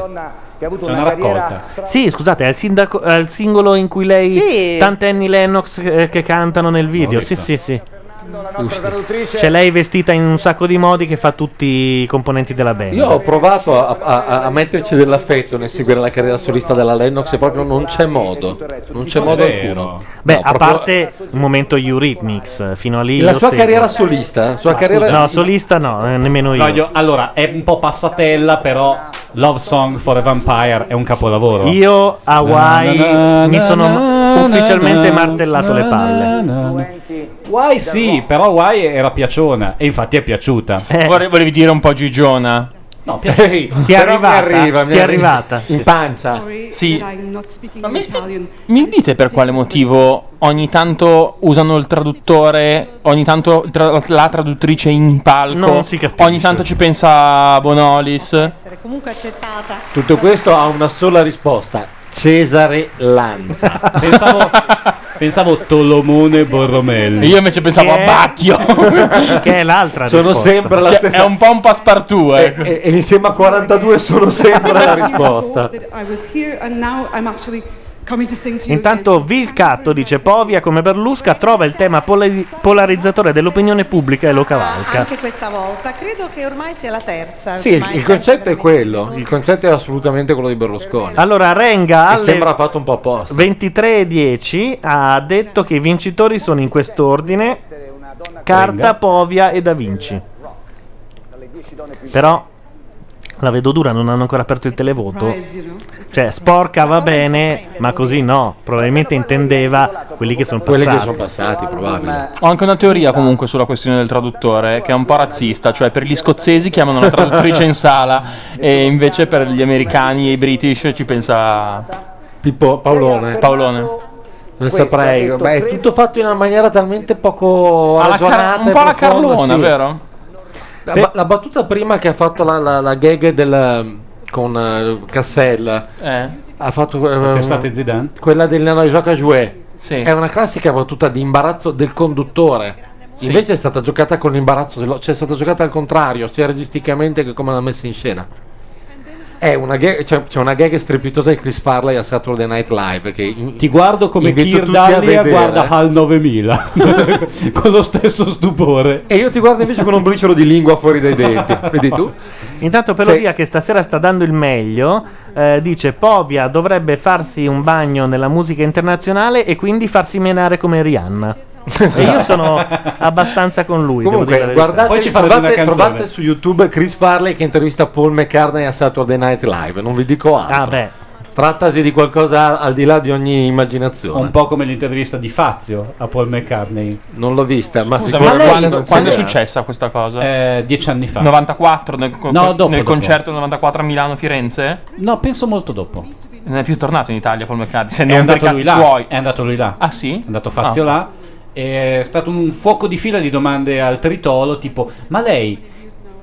Speaker 4: che ha avuto
Speaker 1: C'è
Speaker 4: una,
Speaker 1: una
Speaker 4: carriera
Speaker 1: raccolta. Sì, scusate, è il, sindaco- è il singolo in cui lei.
Speaker 4: Sì.
Speaker 1: Tante Annie Lennox eh, che cantano nel video. Sì, sì, sì.
Speaker 4: nostra traduttrice
Speaker 1: C'è lei vestita in un sacco di modi che fa tutti i componenti della band.
Speaker 9: Io ho provato a, a- a- a metterci dell'affetto nel seguire la carriera solista della Lennox e proprio non c'è modo. Non c'è modo
Speaker 1: Vero.
Speaker 9: alcuno.
Speaker 1: Beh,
Speaker 9: No,
Speaker 1: a
Speaker 9: proprio-
Speaker 1: parte un momento Eurythmics, fino a lì
Speaker 9: La
Speaker 1: io
Speaker 9: sua
Speaker 1: seguo.
Speaker 9: carriera solista, sua
Speaker 1: Ah,
Speaker 9: carriera-
Speaker 1: No, solista no, eh, nemmeno io.
Speaker 7: No, io- allora, è un po' passatella, però Love Song for a Vampire è un capolavoro.
Speaker 1: Io a Hawaii
Speaker 7: Na, na, na,
Speaker 1: mi sono
Speaker 7: na,
Speaker 1: ma-
Speaker 7: na,
Speaker 1: ufficialmente
Speaker 7: na,
Speaker 1: martellato le palle.
Speaker 7: Why sì, però Why era piaciona e infatti è piaciuta.
Speaker 2: volevi dire un po' Gigiona?
Speaker 7: No,
Speaker 1: Eh. Ti è arrivata, ti è arrivata.
Speaker 9: In pancia.
Speaker 2: Sì.
Speaker 22: Ma mi spiego.
Speaker 2: Mi dite per quale motivo ogni tanto usano il traduttore, ogni tanto il tra- la traduttrice in palco,
Speaker 9: Non si
Speaker 2: ogni tanto ci pensa Bonolis?
Speaker 22: Comunque accettata.
Speaker 9: Tutto questo ha una sola risposta. Cesare Lanza.
Speaker 7: Pensavo, pensavo Tolomone Borromelli.
Speaker 2: Io invece pensavo
Speaker 7: Che
Speaker 2: a
Speaker 7: è-
Speaker 2: Bacchio.
Speaker 1: che è l'altra
Speaker 9: Sono
Speaker 7: risposta.
Speaker 9: sempre la
Speaker 2: Che
Speaker 9: stessa.
Speaker 2: Cioè, È un po' un passepartout.
Speaker 9: E,
Speaker 2: ecco.
Speaker 9: e- e insieme a 42 sono sempre la risposta.
Speaker 6: I was here and now I'm actually coming to sing to you.
Speaker 1: Intanto Vilcatto dice Povia come Berlusca trova il tema poli- polarizzatore dell'opinione pubblica e lo cavalca.
Speaker 6: Anche questa volta, credo che ormai sia la terza.
Speaker 9: Sì, il,
Speaker 6: ormai
Speaker 9: il
Speaker 6: sempre
Speaker 9: concetto è quello. Il concetto è assolutamente quello di Berlusconi.
Speaker 1: Allora Renga
Speaker 9: Che
Speaker 1: alle
Speaker 9: sembra fatto un po' apposta.
Speaker 1: 23.10 ha detto che i vincitori sono in quest'ordine Carta, Povia e Da Vinci. Però la vedo dura, non hanno ancora aperto il televoto. Cioè, sporca va bene, ma così no. Probabilmente intendeva quelli che sono passati.
Speaker 9: Quelli che sono passati, probabile.
Speaker 2: Ho anche una teoria comunque sulla questione del traduttore, che è un po' razzista, cioè per gli scozzesi chiamano la traduttrice in sala e invece per gli americani e i british ci pensa
Speaker 9: Pippo Paolone.
Speaker 2: Paolone.
Speaker 9: Non saprei. ma è tutto fatto in una maniera talmente poco
Speaker 2: Alla Car-
Speaker 9: ragionata.
Speaker 2: un
Speaker 9: e
Speaker 2: po' alla
Speaker 9: profonda,
Speaker 2: Carlona,
Speaker 9: sì.
Speaker 2: vero?
Speaker 9: La, ba- la battuta prima che ha fatto la, la, la gag del, con eh, Cassella
Speaker 2: Eh.
Speaker 9: ha fatto eh,
Speaker 2: Ehm,
Speaker 7: testate Zidane?
Speaker 9: quella della no, gioca Jouet
Speaker 2: Sì.
Speaker 9: è una classica battuta di imbarazzo del conduttore
Speaker 2: Sì.
Speaker 9: invece è stata giocata con l'imbarazzo dello- cioè è stata giocata al contrario sia registicamente che come l'ha messa in scena è una gag, cioè, c'è una gag strepitosa di Chris Farley a Saturday Night Live che in-
Speaker 7: Ti guardo come
Speaker 9: invito
Speaker 7: Kir
Speaker 9: tutti a
Speaker 7: Dallia
Speaker 9: vedere. eh.
Speaker 7: guarda HAL 9000 con lo stesso stupore.
Speaker 9: E io ti guardo invece con un briciolo di lingua fuori dai denti. Vedi tu?
Speaker 1: Intanto Pelodia che stasera sta dando il meglio, eh, dice Povia dovrebbe farsi un bagno nella musica internazionale e quindi farsi menare come Rihanna. e Cioè, io sono abbastanza con lui. devo dire la
Speaker 9: Comunque,
Speaker 1: verità.
Speaker 9: guardate, trovate, trovate su YouTube Chris Farley che intervista Paul McCartney a Saturday Night Live. Non vi dico altro.
Speaker 7: Ah,
Speaker 9: Trattasi di qualcosa al di là di ogni immaginazione.
Speaker 7: Un po' come l'intervista di Fazio a Paul McCartney.
Speaker 9: Non l'ho vista, ma
Speaker 7: Scusa, ma
Speaker 9: sicuramente
Speaker 7: lei-
Speaker 9: non
Speaker 7: quando
Speaker 9: c'era.
Speaker 7: è successa?
Speaker 2: Sa questa cosa.
Speaker 7: dieci anni fa.
Speaker 2: 94 nel, co-
Speaker 7: No, dopo,
Speaker 2: nel
Speaker 7: dopo.
Speaker 2: concerto del 94 a Milano Firenze?
Speaker 7: No, penso molto dopo.
Speaker 2: Non è più tornato in Italia Paul McCartney, se
Speaker 7: È
Speaker 2: non per
Speaker 7: andato
Speaker 2: i
Speaker 7: lui
Speaker 2: cazzi
Speaker 7: là.
Speaker 2: suoi.
Speaker 7: È andato lui là.
Speaker 2: Ah sì? È
Speaker 7: andato Fazio là. È stato un fuoco di fila di domande al tritolo, tipo, ma lei,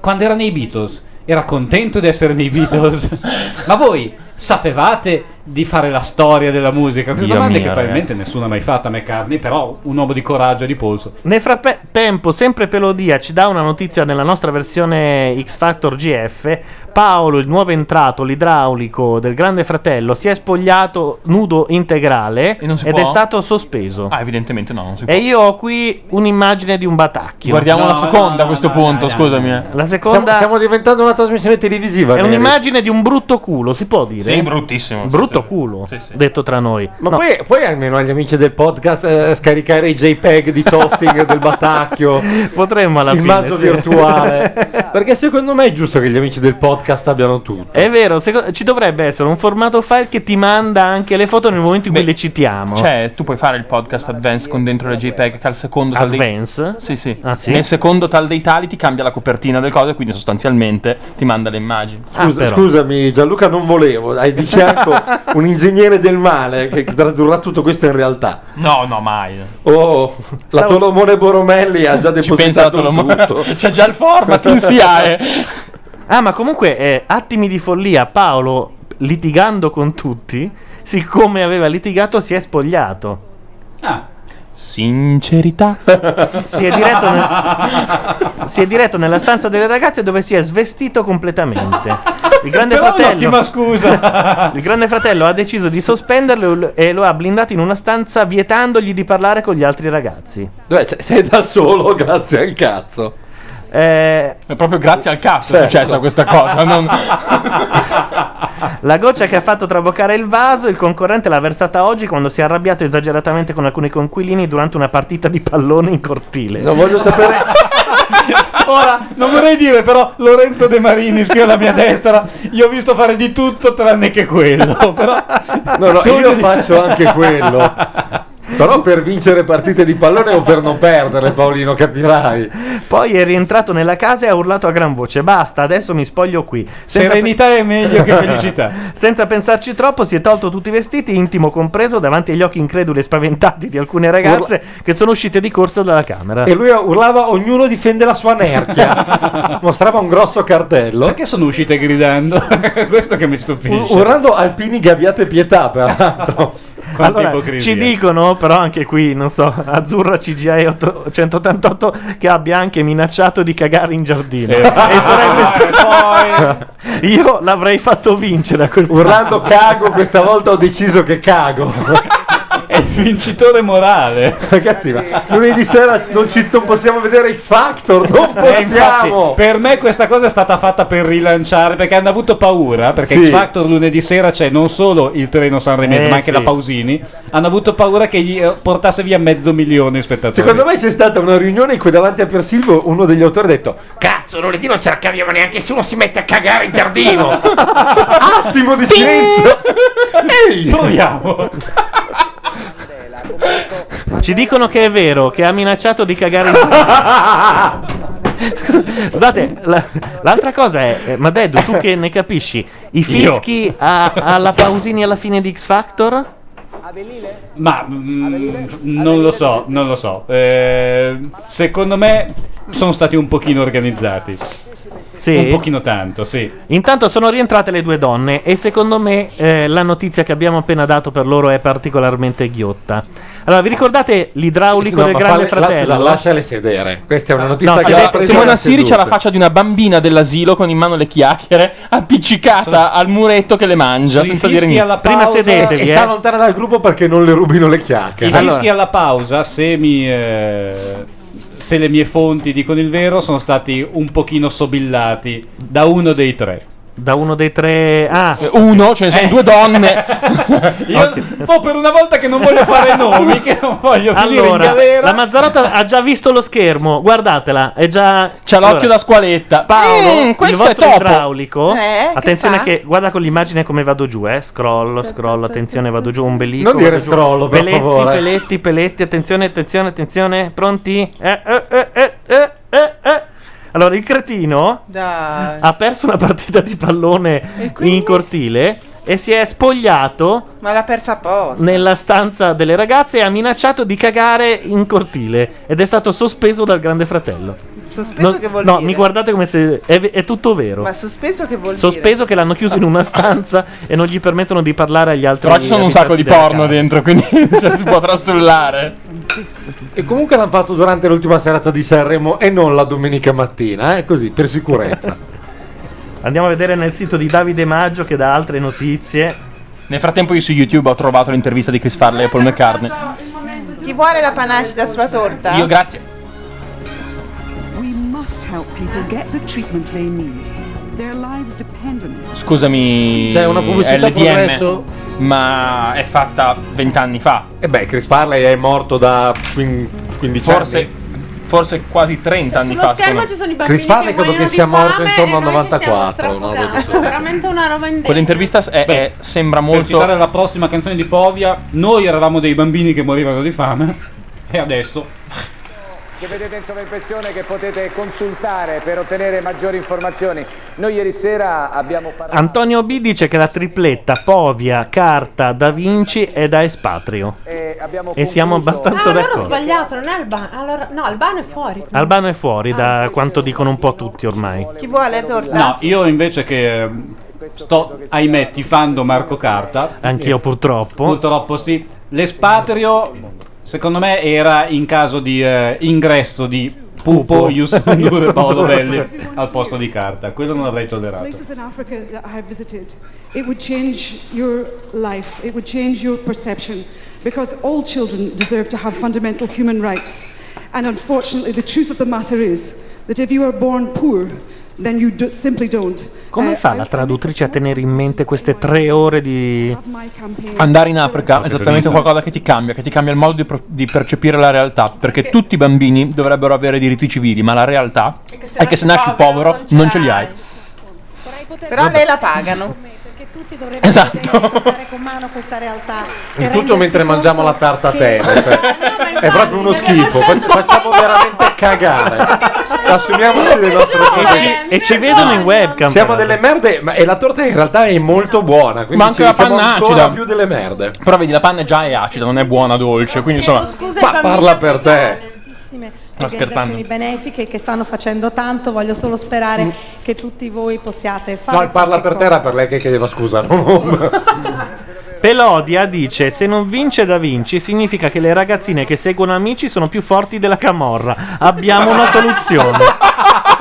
Speaker 7: quando era nei Beatles, era contento di essere nei Beatles? ma voi sapevate di fare la storia della musica? Queste
Speaker 1: Dio
Speaker 7: domande
Speaker 1: mio,
Speaker 7: che
Speaker 1: ragazzi.
Speaker 7: probabilmente nessuno ha mai fatto a McCartney, però un uomo di coraggio e di polso.
Speaker 1: Nel frattempo, sempre Pelodia ci dà una notizia nella nostra versione X Factor GF. Paolo, il nuovo entrato, l'idraulico del Grande Fratello, si è spogliato nudo integrale
Speaker 2: si
Speaker 1: ed
Speaker 2: può?
Speaker 1: è stato sospeso. Eh,
Speaker 2: Ah, evidentemente no. non si può.
Speaker 1: E io ho qui un'immagine di un batacchio.
Speaker 2: Guardiamo la seconda a questo punto, scusami. eh.
Speaker 1: La seconda
Speaker 9: Stiamo diventando una trasmissione televisiva.
Speaker 1: è
Speaker 9: Neri.
Speaker 1: un'immagine di un brutto culo, si può dire?
Speaker 9: Sì, bruttissimo, sì,
Speaker 1: Brutto
Speaker 9: sì.
Speaker 1: culo, detto tra noi.
Speaker 9: Ma
Speaker 1: No.
Speaker 9: poi, poi almeno agli amici del podcast eh, scaricare i JPEG di Toffing del Batacchio.
Speaker 1: Potremmo alla
Speaker 9: il
Speaker 1: fine,
Speaker 9: maso
Speaker 1: sì.
Speaker 9: virtuale. Perché secondo me è giusto che gli amici del podcast abbiano tutto.
Speaker 1: È vero, seco- ci dovrebbe essere un formato file che ti manda anche le foto nel momento in cui le citiamo.
Speaker 2: Cioè, tu puoi fare il podcast Advance con dentro le JPEG che al secondo tal dei-
Speaker 1: Advance?
Speaker 2: Sì, sì.
Speaker 1: sì?
Speaker 2: Nel secondo tal dei tali ti cambia la copertina del coso e quindi sostanzialmente ti manda le immagini.
Speaker 9: Scusa- scusami Gianluca, non volevo. Hai di fianco un ingegnere del male che tradurrà tutto questo in realtà.
Speaker 2: No, no, mai.
Speaker 9: Oh, la
Speaker 2: Stavo-
Speaker 9: Tolomone Boromelli ha già
Speaker 2: Ci pensa la
Speaker 9: depositato
Speaker 2: Tolomone.
Speaker 9: tutto.
Speaker 2: C'è già il format eh. in SIAE.
Speaker 1: Ah, ma comunque, eh, attimi di follia. Paolo, litigando con tutti, siccome aveva litigato, si è spogliato.
Speaker 7: Ah.
Speaker 2: Sincerità.
Speaker 1: Si è diretto, nel- si è diretto nella stanza delle ragazze dove si è svestito completamente. Il grande,
Speaker 7: Però
Speaker 1: fratello,
Speaker 7: un'ottima scusa.
Speaker 1: il grande fratello ha deciso di sospenderlo e lo ha blindato in una stanza vietandogli di parlare con gli altri ragazzi.
Speaker 16: Beh, se- sei da solo, grazie al cazzo.
Speaker 1: È proprio grazie al cazzo
Speaker 16: è successa questa cosa, non-
Speaker 1: Certo. La goccia che ha fatto traboccare il vaso, il concorrente l'ha versata oggi quando si è arrabbiato esageratamente con alcuni conquilini durante una partita di pallone in cortile.
Speaker 16: Non voglio sapere.
Speaker 7: Ora, non vorrei dire, però, Lorenzo De Marinis qui alla mia destra, io ho visto fare di tutto tranne che quello. Però,
Speaker 16: No, no,
Speaker 7: sogno
Speaker 16: io
Speaker 7: di-
Speaker 16: faccio anche quello. Però per vincere partite di pallone o per non perdere, Paolino, capirai.
Speaker 1: Poi è rientrato nella casa e ha urlato a gran voce: Basta, adesso mi spoglio qui.
Speaker 7: Serenità è meglio che felicità.
Speaker 1: Senza pensarci troppo, si è tolto tutti i vestiti, intimo compreso, davanti agli occhi increduli e spaventati di alcune ragazze che sono uscite di corsa dalla camera.
Speaker 9: E lui urlava: Ognuno difende la sua nerchia. Mostrava un grosso cartello.
Speaker 7: Perché sono uscite gridando? Questo che mi stupisce.
Speaker 9: Urlando alpini che abbiate pietà, peraltro.
Speaker 7: Quanta
Speaker 1: Allora,
Speaker 7: ipocrisia.
Speaker 1: ci dicono, però anche qui, non so, Azzurra CGI 8 188 che abbia anche minacciato di cagare in giardino.
Speaker 16: Eh,
Speaker 1: e sarebbe stato... Io l'avrei fatto vincere a quel punto.
Speaker 16: Urlando cago, questa volta ho deciso che cago.
Speaker 7: È il vincitore morale.
Speaker 16: Ragazzi, ma lunedì sera non, ci, non possiamo vedere X Factor, non
Speaker 7: Eh, infatti,
Speaker 16: possiamo.
Speaker 7: per me questa cosa è stata fatta per rilanciare perché hanno avuto paura perché
Speaker 16: Sì.
Speaker 7: X Factor lunedì sera c'è non solo il treno Sanremo
Speaker 16: Eh,
Speaker 7: ma anche
Speaker 16: sì.
Speaker 7: la Pausini hanno avuto paura che gli eh, portasse via mezzo milione di spettatori
Speaker 16: Secondo me c'è stata una riunione in cui davanti a Persilvo uno degli autori ha detto
Speaker 26: Cazzo, lunedì non ce la caviamo neanche se uno si mette a cagare in giardino.
Speaker 16: attimo di silenzio. Ehi!
Speaker 7: Proviamo.
Speaker 1: Ci dicono che è vero, che ha minacciato di cagare in giardino. Scusate, la- l'altra cosa è, eh, ma Deddu, tu che ne capisci, i
Speaker 7: Io.
Speaker 1: fischi a- alla Pausini alla fine di X Factor?
Speaker 7: ma mm, non lo so non lo so Eh, secondo me sono stati un pochino organizzati
Speaker 1: Sì?
Speaker 7: un pochino tanto sì
Speaker 1: Intanto sono rientrate le due donne e secondo me eh, la notizia che abbiamo appena dato per loro è particolarmente ghiotta. Allora, vi ricordate l'idraulico
Speaker 16: No,
Speaker 1: del
Speaker 16: ma
Speaker 1: Grande
Speaker 16: falle- la-
Speaker 1: Fratello?
Speaker 16: scusa, lasciale sedere. Questa è una
Speaker 2: No,
Speaker 16: notizia
Speaker 2: se-
Speaker 16: che l'ha presa
Speaker 2: Simona
Speaker 16: da
Speaker 2: Siri c'ha la
Speaker 16: sedute.
Speaker 2: faccia di una bambina dell'asilo con in mano le chiacchiere, appiccicata al muretto che le mangia, senza dire niente.
Speaker 16: E
Speaker 9: eh.
Speaker 16: sta lontana dal gruppo perché non le rubino le chiacchiere.
Speaker 7: I rischi alla pausa, se, mi, eh, se le mie fonti dicono il vero, sono stati un pochino sobillati da uno dei tre.
Speaker 1: Da uno dei tre... Ah.
Speaker 2: Uno, ce ne sono due donne.
Speaker 7: Io, oh, per una volta che non voglio fare nomi, che non voglio finire in
Speaker 1: Allora,
Speaker 7: galera.
Speaker 1: la Mazzarotta ha già visto lo schermo, guardatela, è già... Eh,
Speaker 2: C'ha l'occhio da squaletta. Mm,
Speaker 1: Paolo, il
Speaker 2: questo è
Speaker 1: vostro
Speaker 2: topo.
Speaker 1: idraulico,
Speaker 2: Eh, che
Speaker 1: attenzione
Speaker 2: fa?
Speaker 1: che, guarda con l'immagine come vado giù, eh, scrollo, scrollo, attenzione, vado giù, ombelico.
Speaker 16: Non dire
Speaker 1: vado giù.
Speaker 16: scrollo, per
Speaker 1: peletti,
Speaker 16: favore.
Speaker 1: Peletti, peletti, attenzione, attenzione, attenzione, pronti? Eh, eh, eh, eh, eh, eh, eh. Allora, il cretino
Speaker 5: Dai.
Speaker 1: ha perso una partita di pallone in cortile e si è spogliato
Speaker 5: Ma l'ha persa apposta.
Speaker 1: nella stanza delle ragazze e ha minacciato di cagare in cortile ed è stato sospeso dal grande fratello.
Speaker 5: Sospeso
Speaker 1: No-
Speaker 5: che vuol
Speaker 1: no,
Speaker 5: dire?
Speaker 1: mi guardate come se è, ve- è tutto vero.
Speaker 5: Ma sospeso che vuol
Speaker 1: Sospeso che l'hanno chiuso in una stanza e non gli permettono di parlare agli altri.
Speaker 2: Però ci sono un sacco di
Speaker 1: abitanti
Speaker 2: porno dentro, quindi cioè, si può trastullare.
Speaker 16: E comunque l'hanno fatto durante l'ultima serata di Sanremo e non la domenica mattina, eh, così, per sicurezza.
Speaker 1: della casa. Andiamo a vedere nel sito di Davide Maggio che dà altre notizie.
Speaker 2: Nel frattempo io su YouTube ho trovato l'intervista di Chris Farley e Paul McCartney.
Speaker 5: Chi vuole la panacida sulla torta?
Speaker 2: Io grazie.
Speaker 6: We must help people get the treatment they need. Their lives depend on it.
Speaker 2: Scusami,
Speaker 16: C'è una pubblicità progresso?
Speaker 2: LDM, ma è fatta vent'anni fa.
Speaker 16: E beh, Chris Farley è morto da quin- 15
Speaker 2: Forse,
Speaker 16: anni.
Speaker 2: forse quasi 30 anni
Speaker 3: Sullo
Speaker 2: fa.
Speaker 3: schermo
Speaker 2: secondo
Speaker 3: ci
Speaker 2: me.
Speaker 3: sono i bambini
Speaker 16: Chris Farley
Speaker 3: che
Speaker 16: credo
Speaker 3: muoiono
Speaker 16: che
Speaker 3: di
Speaker 16: sia morto
Speaker 3: fame
Speaker 16: intorno
Speaker 3: e
Speaker 16: al
Speaker 3: noi ci stiamo
Speaker 16: 94, una roba
Speaker 3: strafugando. Ah, veramente una roba indegna.
Speaker 2: Quell'intervista è- è- sembra molto.
Speaker 7: Per citare la prossima canzone di Povia, noi eravamo dei bambini che morivano di fame e adesso...
Speaker 4: che vedete in sovraimpressione che potete consultare per ottenere maggiori informazioni. Noi ieri sera abbiamo parlato
Speaker 1: Antonio B dice che la tripletta Povia, Carta, Da Vinci è da espatrio.
Speaker 4: e abbiamo
Speaker 1: E siamo abbastanza
Speaker 3: Ah, allora ho
Speaker 1: d'accordo.
Speaker 3: sbagliato, non è Albano. Allora, no, Albano è fuori.
Speaker 1: Albano è
Speaker 5: Ah,
Speaker 1: fuori da quanto dicono un po' tutti ormai.
Speaker 5: Chi vuole la torta?
Speaker 7: No, io invece che eh, sto, ahimè, tifando Marco Carta.
Speaker 1: Anch'io purtroppo.
Speaker 7: Purtroppo sì. L'espatrio, secondo me, era in caso di eh, ingresso di Pupo, Ius Hondur e Paolo
Speaker 2: Hondur.
Speaker 7: Belli al posto di carta. Questo non avrei tollerato.
Speaker 28: Places in Africa that I have visited, it would change your life, it would change your perception, because all children deserve to have fundamental human rights. And unfortunately, the truth of the matter is that if you are born poor, then you do, simply don't.
Speaker 1: Come fa Eh, la traduttrice a tenere in mente queste tre ore di...
Speaker 2: Andare in Africa
Speaker 1: No,
Speaker 2: è esattamente
Speaker 1: senza
Speaker 2: qualcosa che ti cambia, che ti cambia il modo di, pro- di percepire la realtà, perché tutti i bambini dovrebbero avere diritti civili, ma la realtà è che se nasci povero non ce li hai.
Speaker 5: Però lei la pagano.
Speaker 2: Esatto.
Speaker 19: con mano questa realtà.
Speaker 9: In tutto mentre mangiamo la tarta a terra. cioè, è proprio uno schifo. Fac- Facciamo veramente cagare. Assumiamoci le nostre cose.
Speaker 1: E ci vedono in webcam.
Speaker 9: Siamo delle merde, ma e la torta in realtà è molto buona. Quindi
Speaker 2: Ma anche
Speaker 9: ci-
Speaker 2: la
Speaker 9: siamo
Speaker 2: panna
Speaker 9: ancora
Speaker 2: acida.
Speaker 9: più delle merde.
Speaker 2: Però vedi, la panna già è acida, non è buona dolce, quindi insomma...
Speaker 19: scusa ai
Speaker 9: Ma
Speaker 19: bambini
Speaker 9: parla per te.
Speaker 19: tantissime
Speaker 2: Ma scherzando.
Speaker 19: organizzazioni benefiche che stanno facendo tanto, voglio solo sperare che tutti voi possiate fare.
Speaker 9: Mm. No, il parla per terra per lei che chiedeva scusa. non-
Speaker 1: Pelodia dice: Se non vince Da Vinci, significa che le ragazzine che seguono Amici sono più forti della camorra. Abbiamo una soluzione.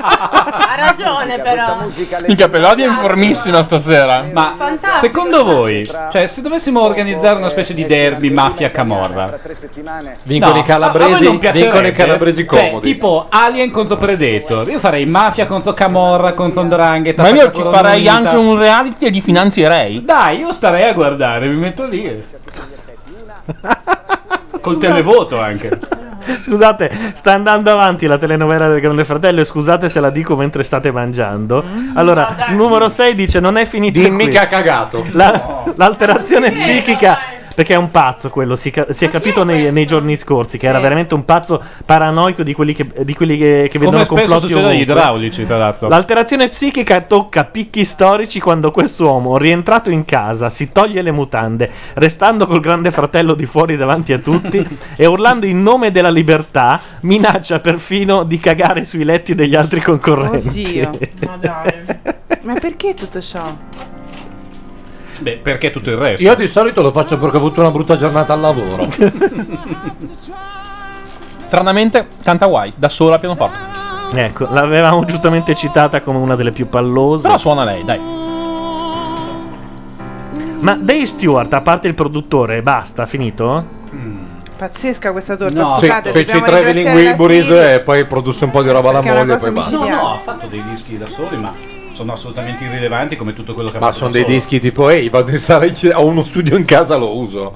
Speaker 3: Ha ragione però.
Speaker 2: Minchia, Pelodia è informissima stasera.
Speaker 7: Ma
Speaker 3: Fantastico.
Speaker 7: secondo voi, cioè, se dovessimo organizzare una specie di derby mafia camorra,
Speaker 9: Vincono i calabresi-
Speaker 7: a voi non piacerebbe?
Speaker 9: vincono i calabresi
Speaker 7: Cioè,
Speaker 9: comodi.
Speaker 7: tipo Alien contro Predator. Io farei mafia contro camorra, contro ndrangheta.
Speaker 2: Ma io ci
Speaker 7: Sacra
Speaker 2: farei
Speaker 7: Colonnina.
Speaker 2: anche un reality e li finanzierei.
Speaker 7: Dai, io starei a guardare, mi metto lì. e- Col televoto anche.
Speaker 1: Scusate, sta andando avanti la telenovela del Grande Fratello. e Scusate se la dico mentre state mangiando. Allora, numero 6 dice: Non è finita.
Speaker 9: Dimmi
Speaker 1: qui.
Speaker 9: che ha cagato.
Speaker 1: La- l'alterazione psichica. Perché è un pazzo quello, si, ca- si è capito nei, nei giorni scorsi che era veramente un pazzo paranoico di quelli che, di quelli che, che vedono
Speaker 7: Come spesso
Speaker 1: complotti
Speaker 7: succede agli
Speaker 1: ovunque.
Speaker 7: idraulici, tra
Speaker 2: Esatto.
Speaker 7: l'altro.
Speaker 1: L'alterazione psichica tocca picchi storici quando quest'uomo, rientrato in casa, si toglie le mutande, restando col grande fratello di fuori davanti a tutti e urlando in nome della libertà, minaccia perfino di cagare sui letti degli altri concorrenti.
Speaker 5: Oddio, Ma perché tutto ciò?
Speaker 7: Beh, perché tutto il resto?
Speaker 9: Io di solito lo faccio perché ho avuto una brutta giornata al lavoro.
Speaker 2: Stranamente, canta Wai, da sola al pianoforte.
Speaker 1: ecco, l'avevamo giustamente citata come una delle più pallose.
Speaker 2: Però suona lei, dai.
Speaker 1: Ma Dave Stewart, a parte il produttore, basta, finito?
Speaker 5: Pazzesca questa torta.
Speaker 9: No,
Speaker 5: Scusate,
Speaker 9: feci
Speaker 5: dobbiamo
Speaker 9: Traveling
Speaker 5: ringraziare la
Speaker 9: Wilburys
Speaker 5: Siri.
Speaker 9: e poi produsse un po' di roba alla
Speaker 5: Perché è una
Speaker 9: moglie e poi
Speaker 5: cosa
Speaker 9: basta.
Speaker 7: No,
Speaker 5: micidiale.
Speaker 7: no, ha fatto dei dischi da soli, ma sono assolutamente irrilevanti come tutto quello che ha
Speaker 16: Cioè,
Speaker 9: Ma
Speaker 7: fatto.
Speaker 9: sono
Speaker 7: da
Speaker 9: dei
Speaker 7: solo.
Speaker 9: dischi tipo, ehi, vado in sala, in- ho uno studio in casa, lo uso.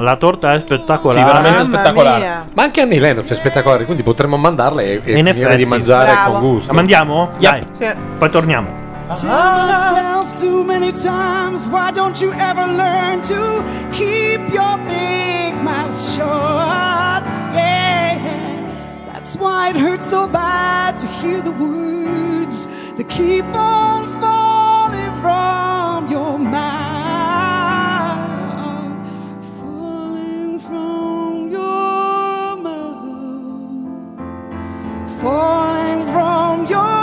Speaker 1: La torta è spettacolare. Mamma mia.
Speaker 9: Ma anche Annie
Speaker 16: cioè,
Speaker 9: Lennox è spettacolare, quindi potremmo mandarla e, e
Speaker 1: In
Speaker 9: finire
Speaker 1: effetti.
Speaker 9: di mangiare
Speaker 1: Bravo.
Speaker 9: con gusto.
Speaker 1: La mandiamo? Dai.
Speaker 5: Sì.
Speaker 1: Poi torniamo.
Speaker 23: Tell myself too many times, why don't you ever learn to keep your big mouth shut? Yeah, that's why it hurts so bad to hear the words that keep on falling from your mouth. Falling from your mouth. Falling from your mouth.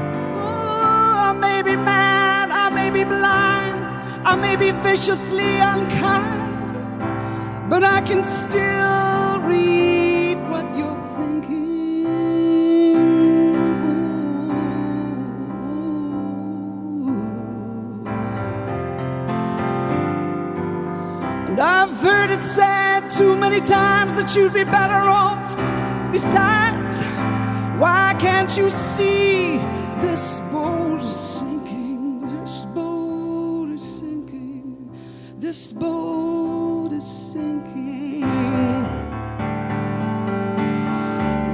Speaker 23: I may be mad, I may be blind, I may be viciously unkind, but I can still read what you're thinking. And I've heard it said too many times that you'd be better off. Besides, why can't you see this boat is sinking? This boat is sinking. This boat is sinking.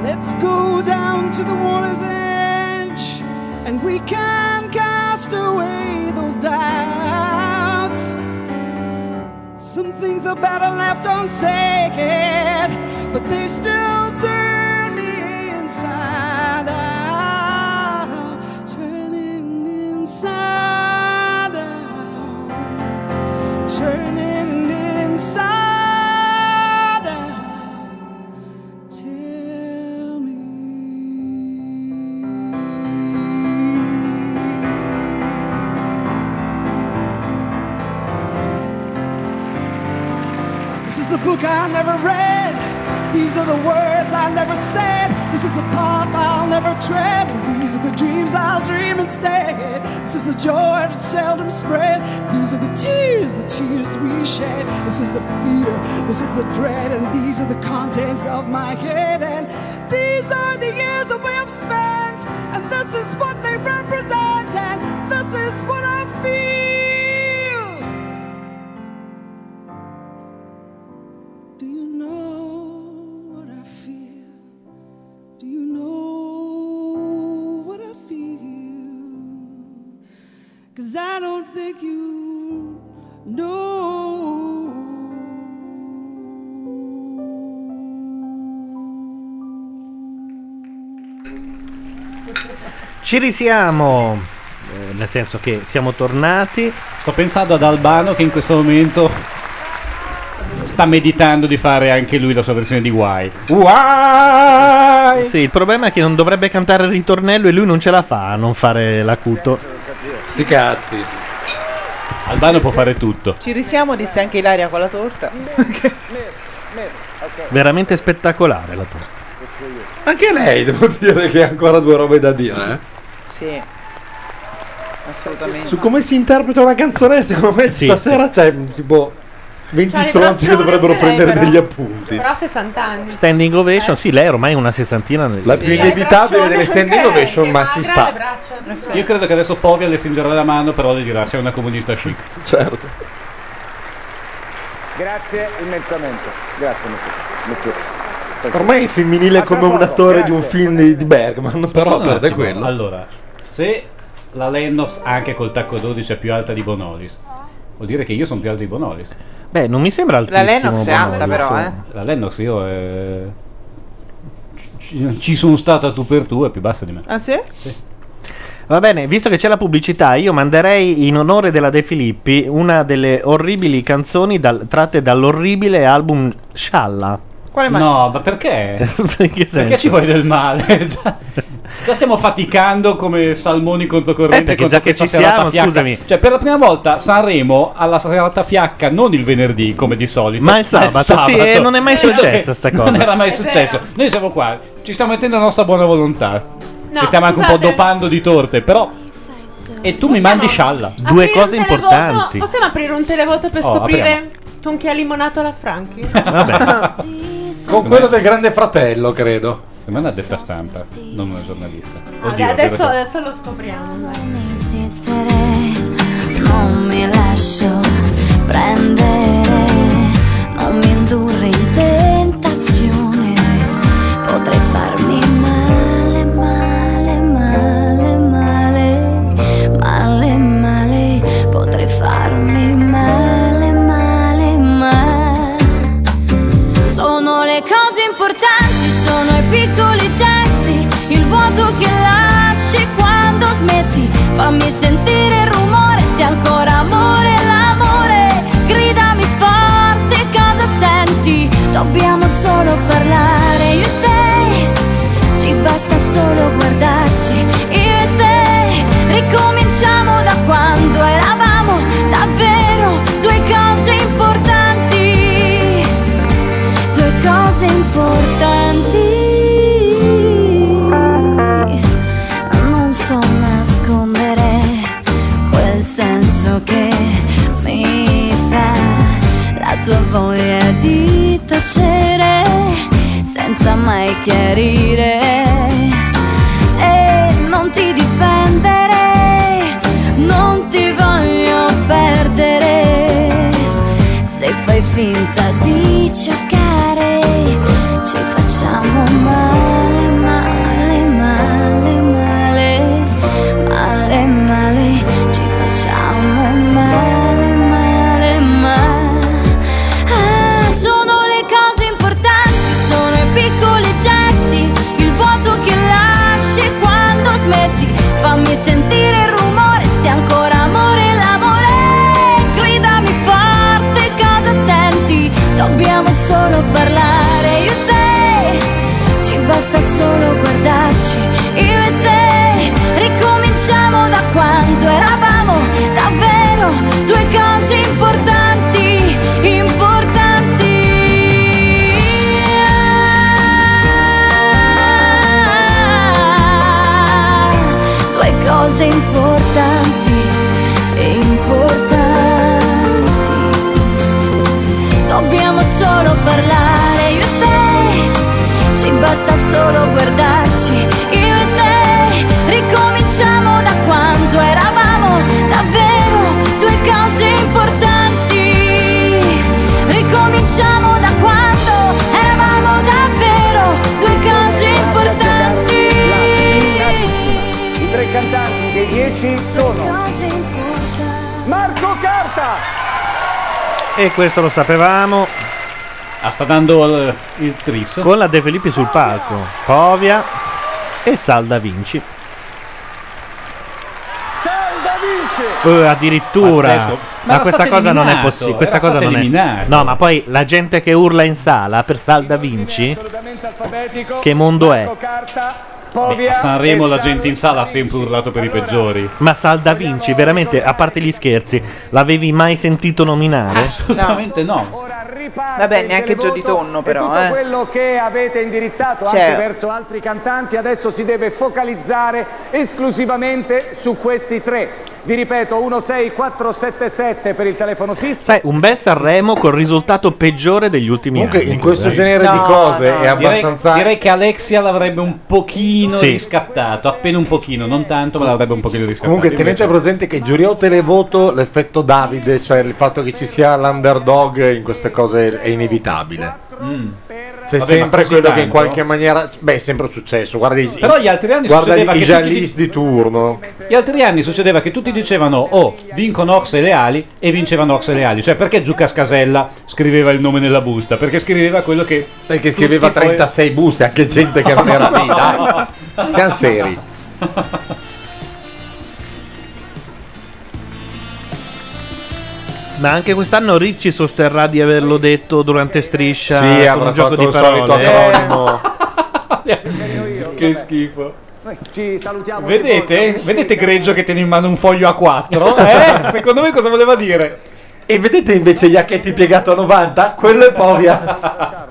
Speaker 23: Let's go down to the water's edge and we can cast away those doubts. Some things are better left unsaid, but they still turn me inside out. Turning inside out. Turning inside out. Tell me. book I never read. These are the words I never said. This is the path I'll never tread. And these are the dreams I'll dream instead. This is the joy that seldom spread. These are the tears, the tears we shed. This is the fear, this is the dread, and these are the contents of my head. And these are the years that we have spent, and this is what they represent, and this is what I feel. Do you know what I feel? Do you know what I feel? Cause I don't think you know.
Speaker 1: Ci risiamo, eh, nel senso che siamo tornati.
Speaker 7: Sto pensando ad Albano che in questo momento sta meditando di fare anche lui la sua versione di Why.
Speaker 1: Sì, il problema è che non dovrebbe cantare il ritornello e lui non ce la fa a non fare l'acuto.
Speaker 16: Sti cazzi.
Speaker 7: Albano può fare tutto.
Speaker 5: Ci risiamo, disse anche Ilaria con la torta.
Speaker 1: Veramente spettacolare la torta.
Speaker 16: Anche
Speaker 9: Eh,
Speaker 16: lei, devo dire che ha ancora due robe da dire. eh.
Speaker 5: sì. Assolutamente.
Speaker 16: Su come si interpreta una canzone, secondo me
Speaker 1: Sì,
Speaker 16: stasera c'è mm, tipo 20
Speaker 3: Cioè,
Speaker 16: stronzi che
Speaker 3: però-
Speaker 16: dovrebbero
Speaker 3: eh,
Speaker 16: prendere
Speaker 3: però-
Speaker 16: degli appunti.
Speaker 3: Però a 60 anni.
Speaker 1: Standing ovation, sì, lei ormai è una sessantina. nel-
Speaker 16: La più
Speaker 3: Sì.
Speaker 16: inevitabile delle standing
Speaker 3: Anche lei,
Speaker 16: ovation,
Speaker 3: che
Speaker 16: ma
Speaker 3: magra,
Speaker 16: ci
Speaker 3: le
Speaker 16: sta.
Speaker 3: braccia.
Speaker 7: Io credo che adesso Povia le stringerà la mano, però le dirà sei una comunista chic.
Speaker 16: Certo.
Speaker 4: Grazie immensamente. Grazie, messi- messi-
Speaker 16: Ormai il femminile è come un attore di un film di, di Bergman, però
Speaker 7: Scusa un
Speaker 16: per te
Speaker 7: attimo,
Speaker 16: quello.
Speaker 7: Allora, se la Lennox anche col tacco 12 è più alta di Bonolis, vuol dire che io sono più alto di Bonolis.
Speaker 1: Beh, non mi sembra altissimo.
Speaker 5: Lennox è alta,
Speaker 7: Bonolis,
Speaker 5: però,
Speaker 7: insomma. La Lennox io eh, ci- ci sono stata tu per tu è più bassa di me.
Speaker 5: Ah sì?
Speaker 1: Va bene, visto che c'è la pubblicità, io manderei in onore della De Filippi una delle orribili canzoni dal- tratte dall'orribile album Scialla.
Speaker 5: Quale
Speaker 7: ma- No, ma perché?
Speaker 1: perché,
Speaker 7: Eh. Perché ci vuoi del male? già, già stiamo faticando come salmoni contro corrente.
Speaker 1: Eh, perché
Speaker 7: contro
Speaker 1: già che
Speaker 7: questa
Speaker 1: ci
Speaker 7: serata
Speaker 1: siamo,
Speaker 7: fiacca.
Speaker 1: scusami.
Speaker 7: Cioè, per la prima volta Sanremo alla serata fiacca non il venerdì come di solito,
Speaker 1: Ma il sabato, sì, e non è mai
Speaker 7: Credo
Speaker 1: successa
Speaker 7: che
Speaker 1: sta
Speaker 7: Non
Speaker 1: cosa.
Speaker 7: era mai
Speaker 1: È
Speaker 7: successo.
Speaker 1: vero.
Speaker 7: Noi siamo qua, ci stiamo mettendo la nostra buona volontà.
Speaker 3: No,
Speaker 7: ci stiamo anche un po'
Speaker 3: scusate.
Speaker 7: dopando di torte, però e tu mi mandi scialla.
Speaker 1: Due
Speaker 3: Aprire un televoto- Possiamo aprire un televoto per
Speaker 7: Oh,
Speaker 3: scoprire con chi ha limonato la Franchi?
Speaker 16: Con quello del grande fratello, credo.
Speaker 7: Secondo me è una detta stampa, non una giornalista.
Speaker 3: Vabbè, adesso, adesso lo scopriamo.
Speaker 22: Non mi lascio prendere, non mi indurre in tentazione. Potrei farmi male, male, male, male, male, male. Potrei farmi male, male, male. Sono le cose importanti, sono i piccoli gesti, il vuoto che lasci quando smetti. Fammi sentire il rumore, se ancora amore l'amore. Gridami forte cosa senti, dobbiamo solo parlare io e te. Ci basta solo guardarci io e te. Ricominciamo da quando eravamo davvero due cose importanti due cose importanti. Non so nascondere quel senso che mi fa la tua voglia di tacere senza mai chiarire. E non ti difendere, non ti voglio perdere. Se fai finta di cercare, ci facciamo male, male, male, male, male, male, ci facciamo male, male, male. Ah, sono le cose importanti, sono i piccoli gesti, il vuoto che lasci quando smetti. parlare io e te, ci basta solo guardarci io e te, ricominciamo da quando eravamo davvero due cose importanti, ricominciamo da quando eravamo davvero due cose importanti.
Speaker 4: I tre cantanti dei dieci sono Marco Carta,
Speaker 1: E questo lo sapevamo.
Speaker 7: Ah, sta dando il, il tris.
Speaker 1: Con la De Filippi sul palco. Covia e Salda Vinci.
Speaker 4: Salda Vinci.
Speaker 1: Eh, addirittura.
Speaker 7: Pazzesco. Ma
Speaker 1: Ma,
Speaker 7: era
Speaker 1: questa
Speaker 7: stato
Speaker 1: cosa non è
Speaker 7: eliminato,
Speaker 1: possibile.
Speaker 7: era
Speaker 1: Questa cosa
Speaker 7: stato
Speaker 1: non è.
Speaker 7: eliminato.
Speaker 1: No, ma poi la gente che urla in sala per Salda Vinci. Che mondo è?
Speaker 7: A Sanremo la gente in sala ha sempre urlato per i peggiori.
Speaker 1: Ma Salda Vinci, veramente, a parte gli scherzi, l'avevi mai sentito nominare?
Speaker 7: Assolutamente no.
Speaker 5: Vabbè, neanche Gio di Tonno, però.
Speaker 4: tutto
Speaker 5: eh.
Speaker 4: quello che avete indirizzato anche
Speaker 5: Certo.
Speaker 4: verso altri cantanti adesso si deve focalizzare esclusivamente su questi tre. Vi ripeto 16477 per il telefono fisso.
Speaker 1: Sai, un bel Sanremo col risultato peggiore degli ultimi
Speaker 7: Comunque,
Speaker 1: anni.
Speaker 7: in questo
Speaker 1: dai.
Speaker 7: genere di No,
Speaker 9: cose è
Speaker 7: Direi,
Speaker 9: abbastanza-
Speaker 7: direi che Alexia l'avrebbe un pochino
Speaker 9: Sì.
Speaker 7: riscattato, appena un pochino, non tanto, ma l'avrebbe un pochino riscattato.
Speaker 9: Comunque tenete presente che giuria o televoto l'effetto Davide, cioè il fatto che ci sia l'underdog in queste cose è inevitabile.
Speaker 7: Mm.
Speaker 9: C'è
Speaker 16: Vabbè, ma
Speaker 9: sempre
Speaker 16: così
Speaker 9: quello che in
Speaker 16: tanto?
Speaker 9: qualche maniera... Beh, è sempre successo. Guarda, i-
Speaker 7: Però gli altri anni
Speaker 9: guarda
Speaker 7: succedeva
Speaker 9: i
Speaker 7: che
Speaker 9: giallisti di turno.
Speaker 7: Gli altri anni succedeva che tutti dicevano oh, vincono Ox e Leali e vincevano Ox e Leali. Cioè, perché Giucca Scasella scriveva il nome nella busta? Perché scriveva quello che.
Speaker 9: Perché scriveva 36 buste, anche gente che non era lì, dai. Siamo seri.
Speaker 1: Ma anche quest'anno Ricci sosterrà di averlo detto durante striscia.
Speaker 9: Sì,
Speaker 1: con
Speaker 9: avrà
Speaker 1: un gioco
Speaker 9: fatto
Speaker 1: di
Speaker 9: il solito
Speaker 1: parole.
Speaker 9: acronimo.
Speaker 7: Che schifo.
Speaker 4: Noi ci salutiamo.
Speaker 7: Vedete? Vedete Greggio che tiene in mano un foglio A4? Eh? Secondo me cosa voleva dire?
Speaker 9: E vedete invece gli acchetti piegati a 90? Quello è Povia.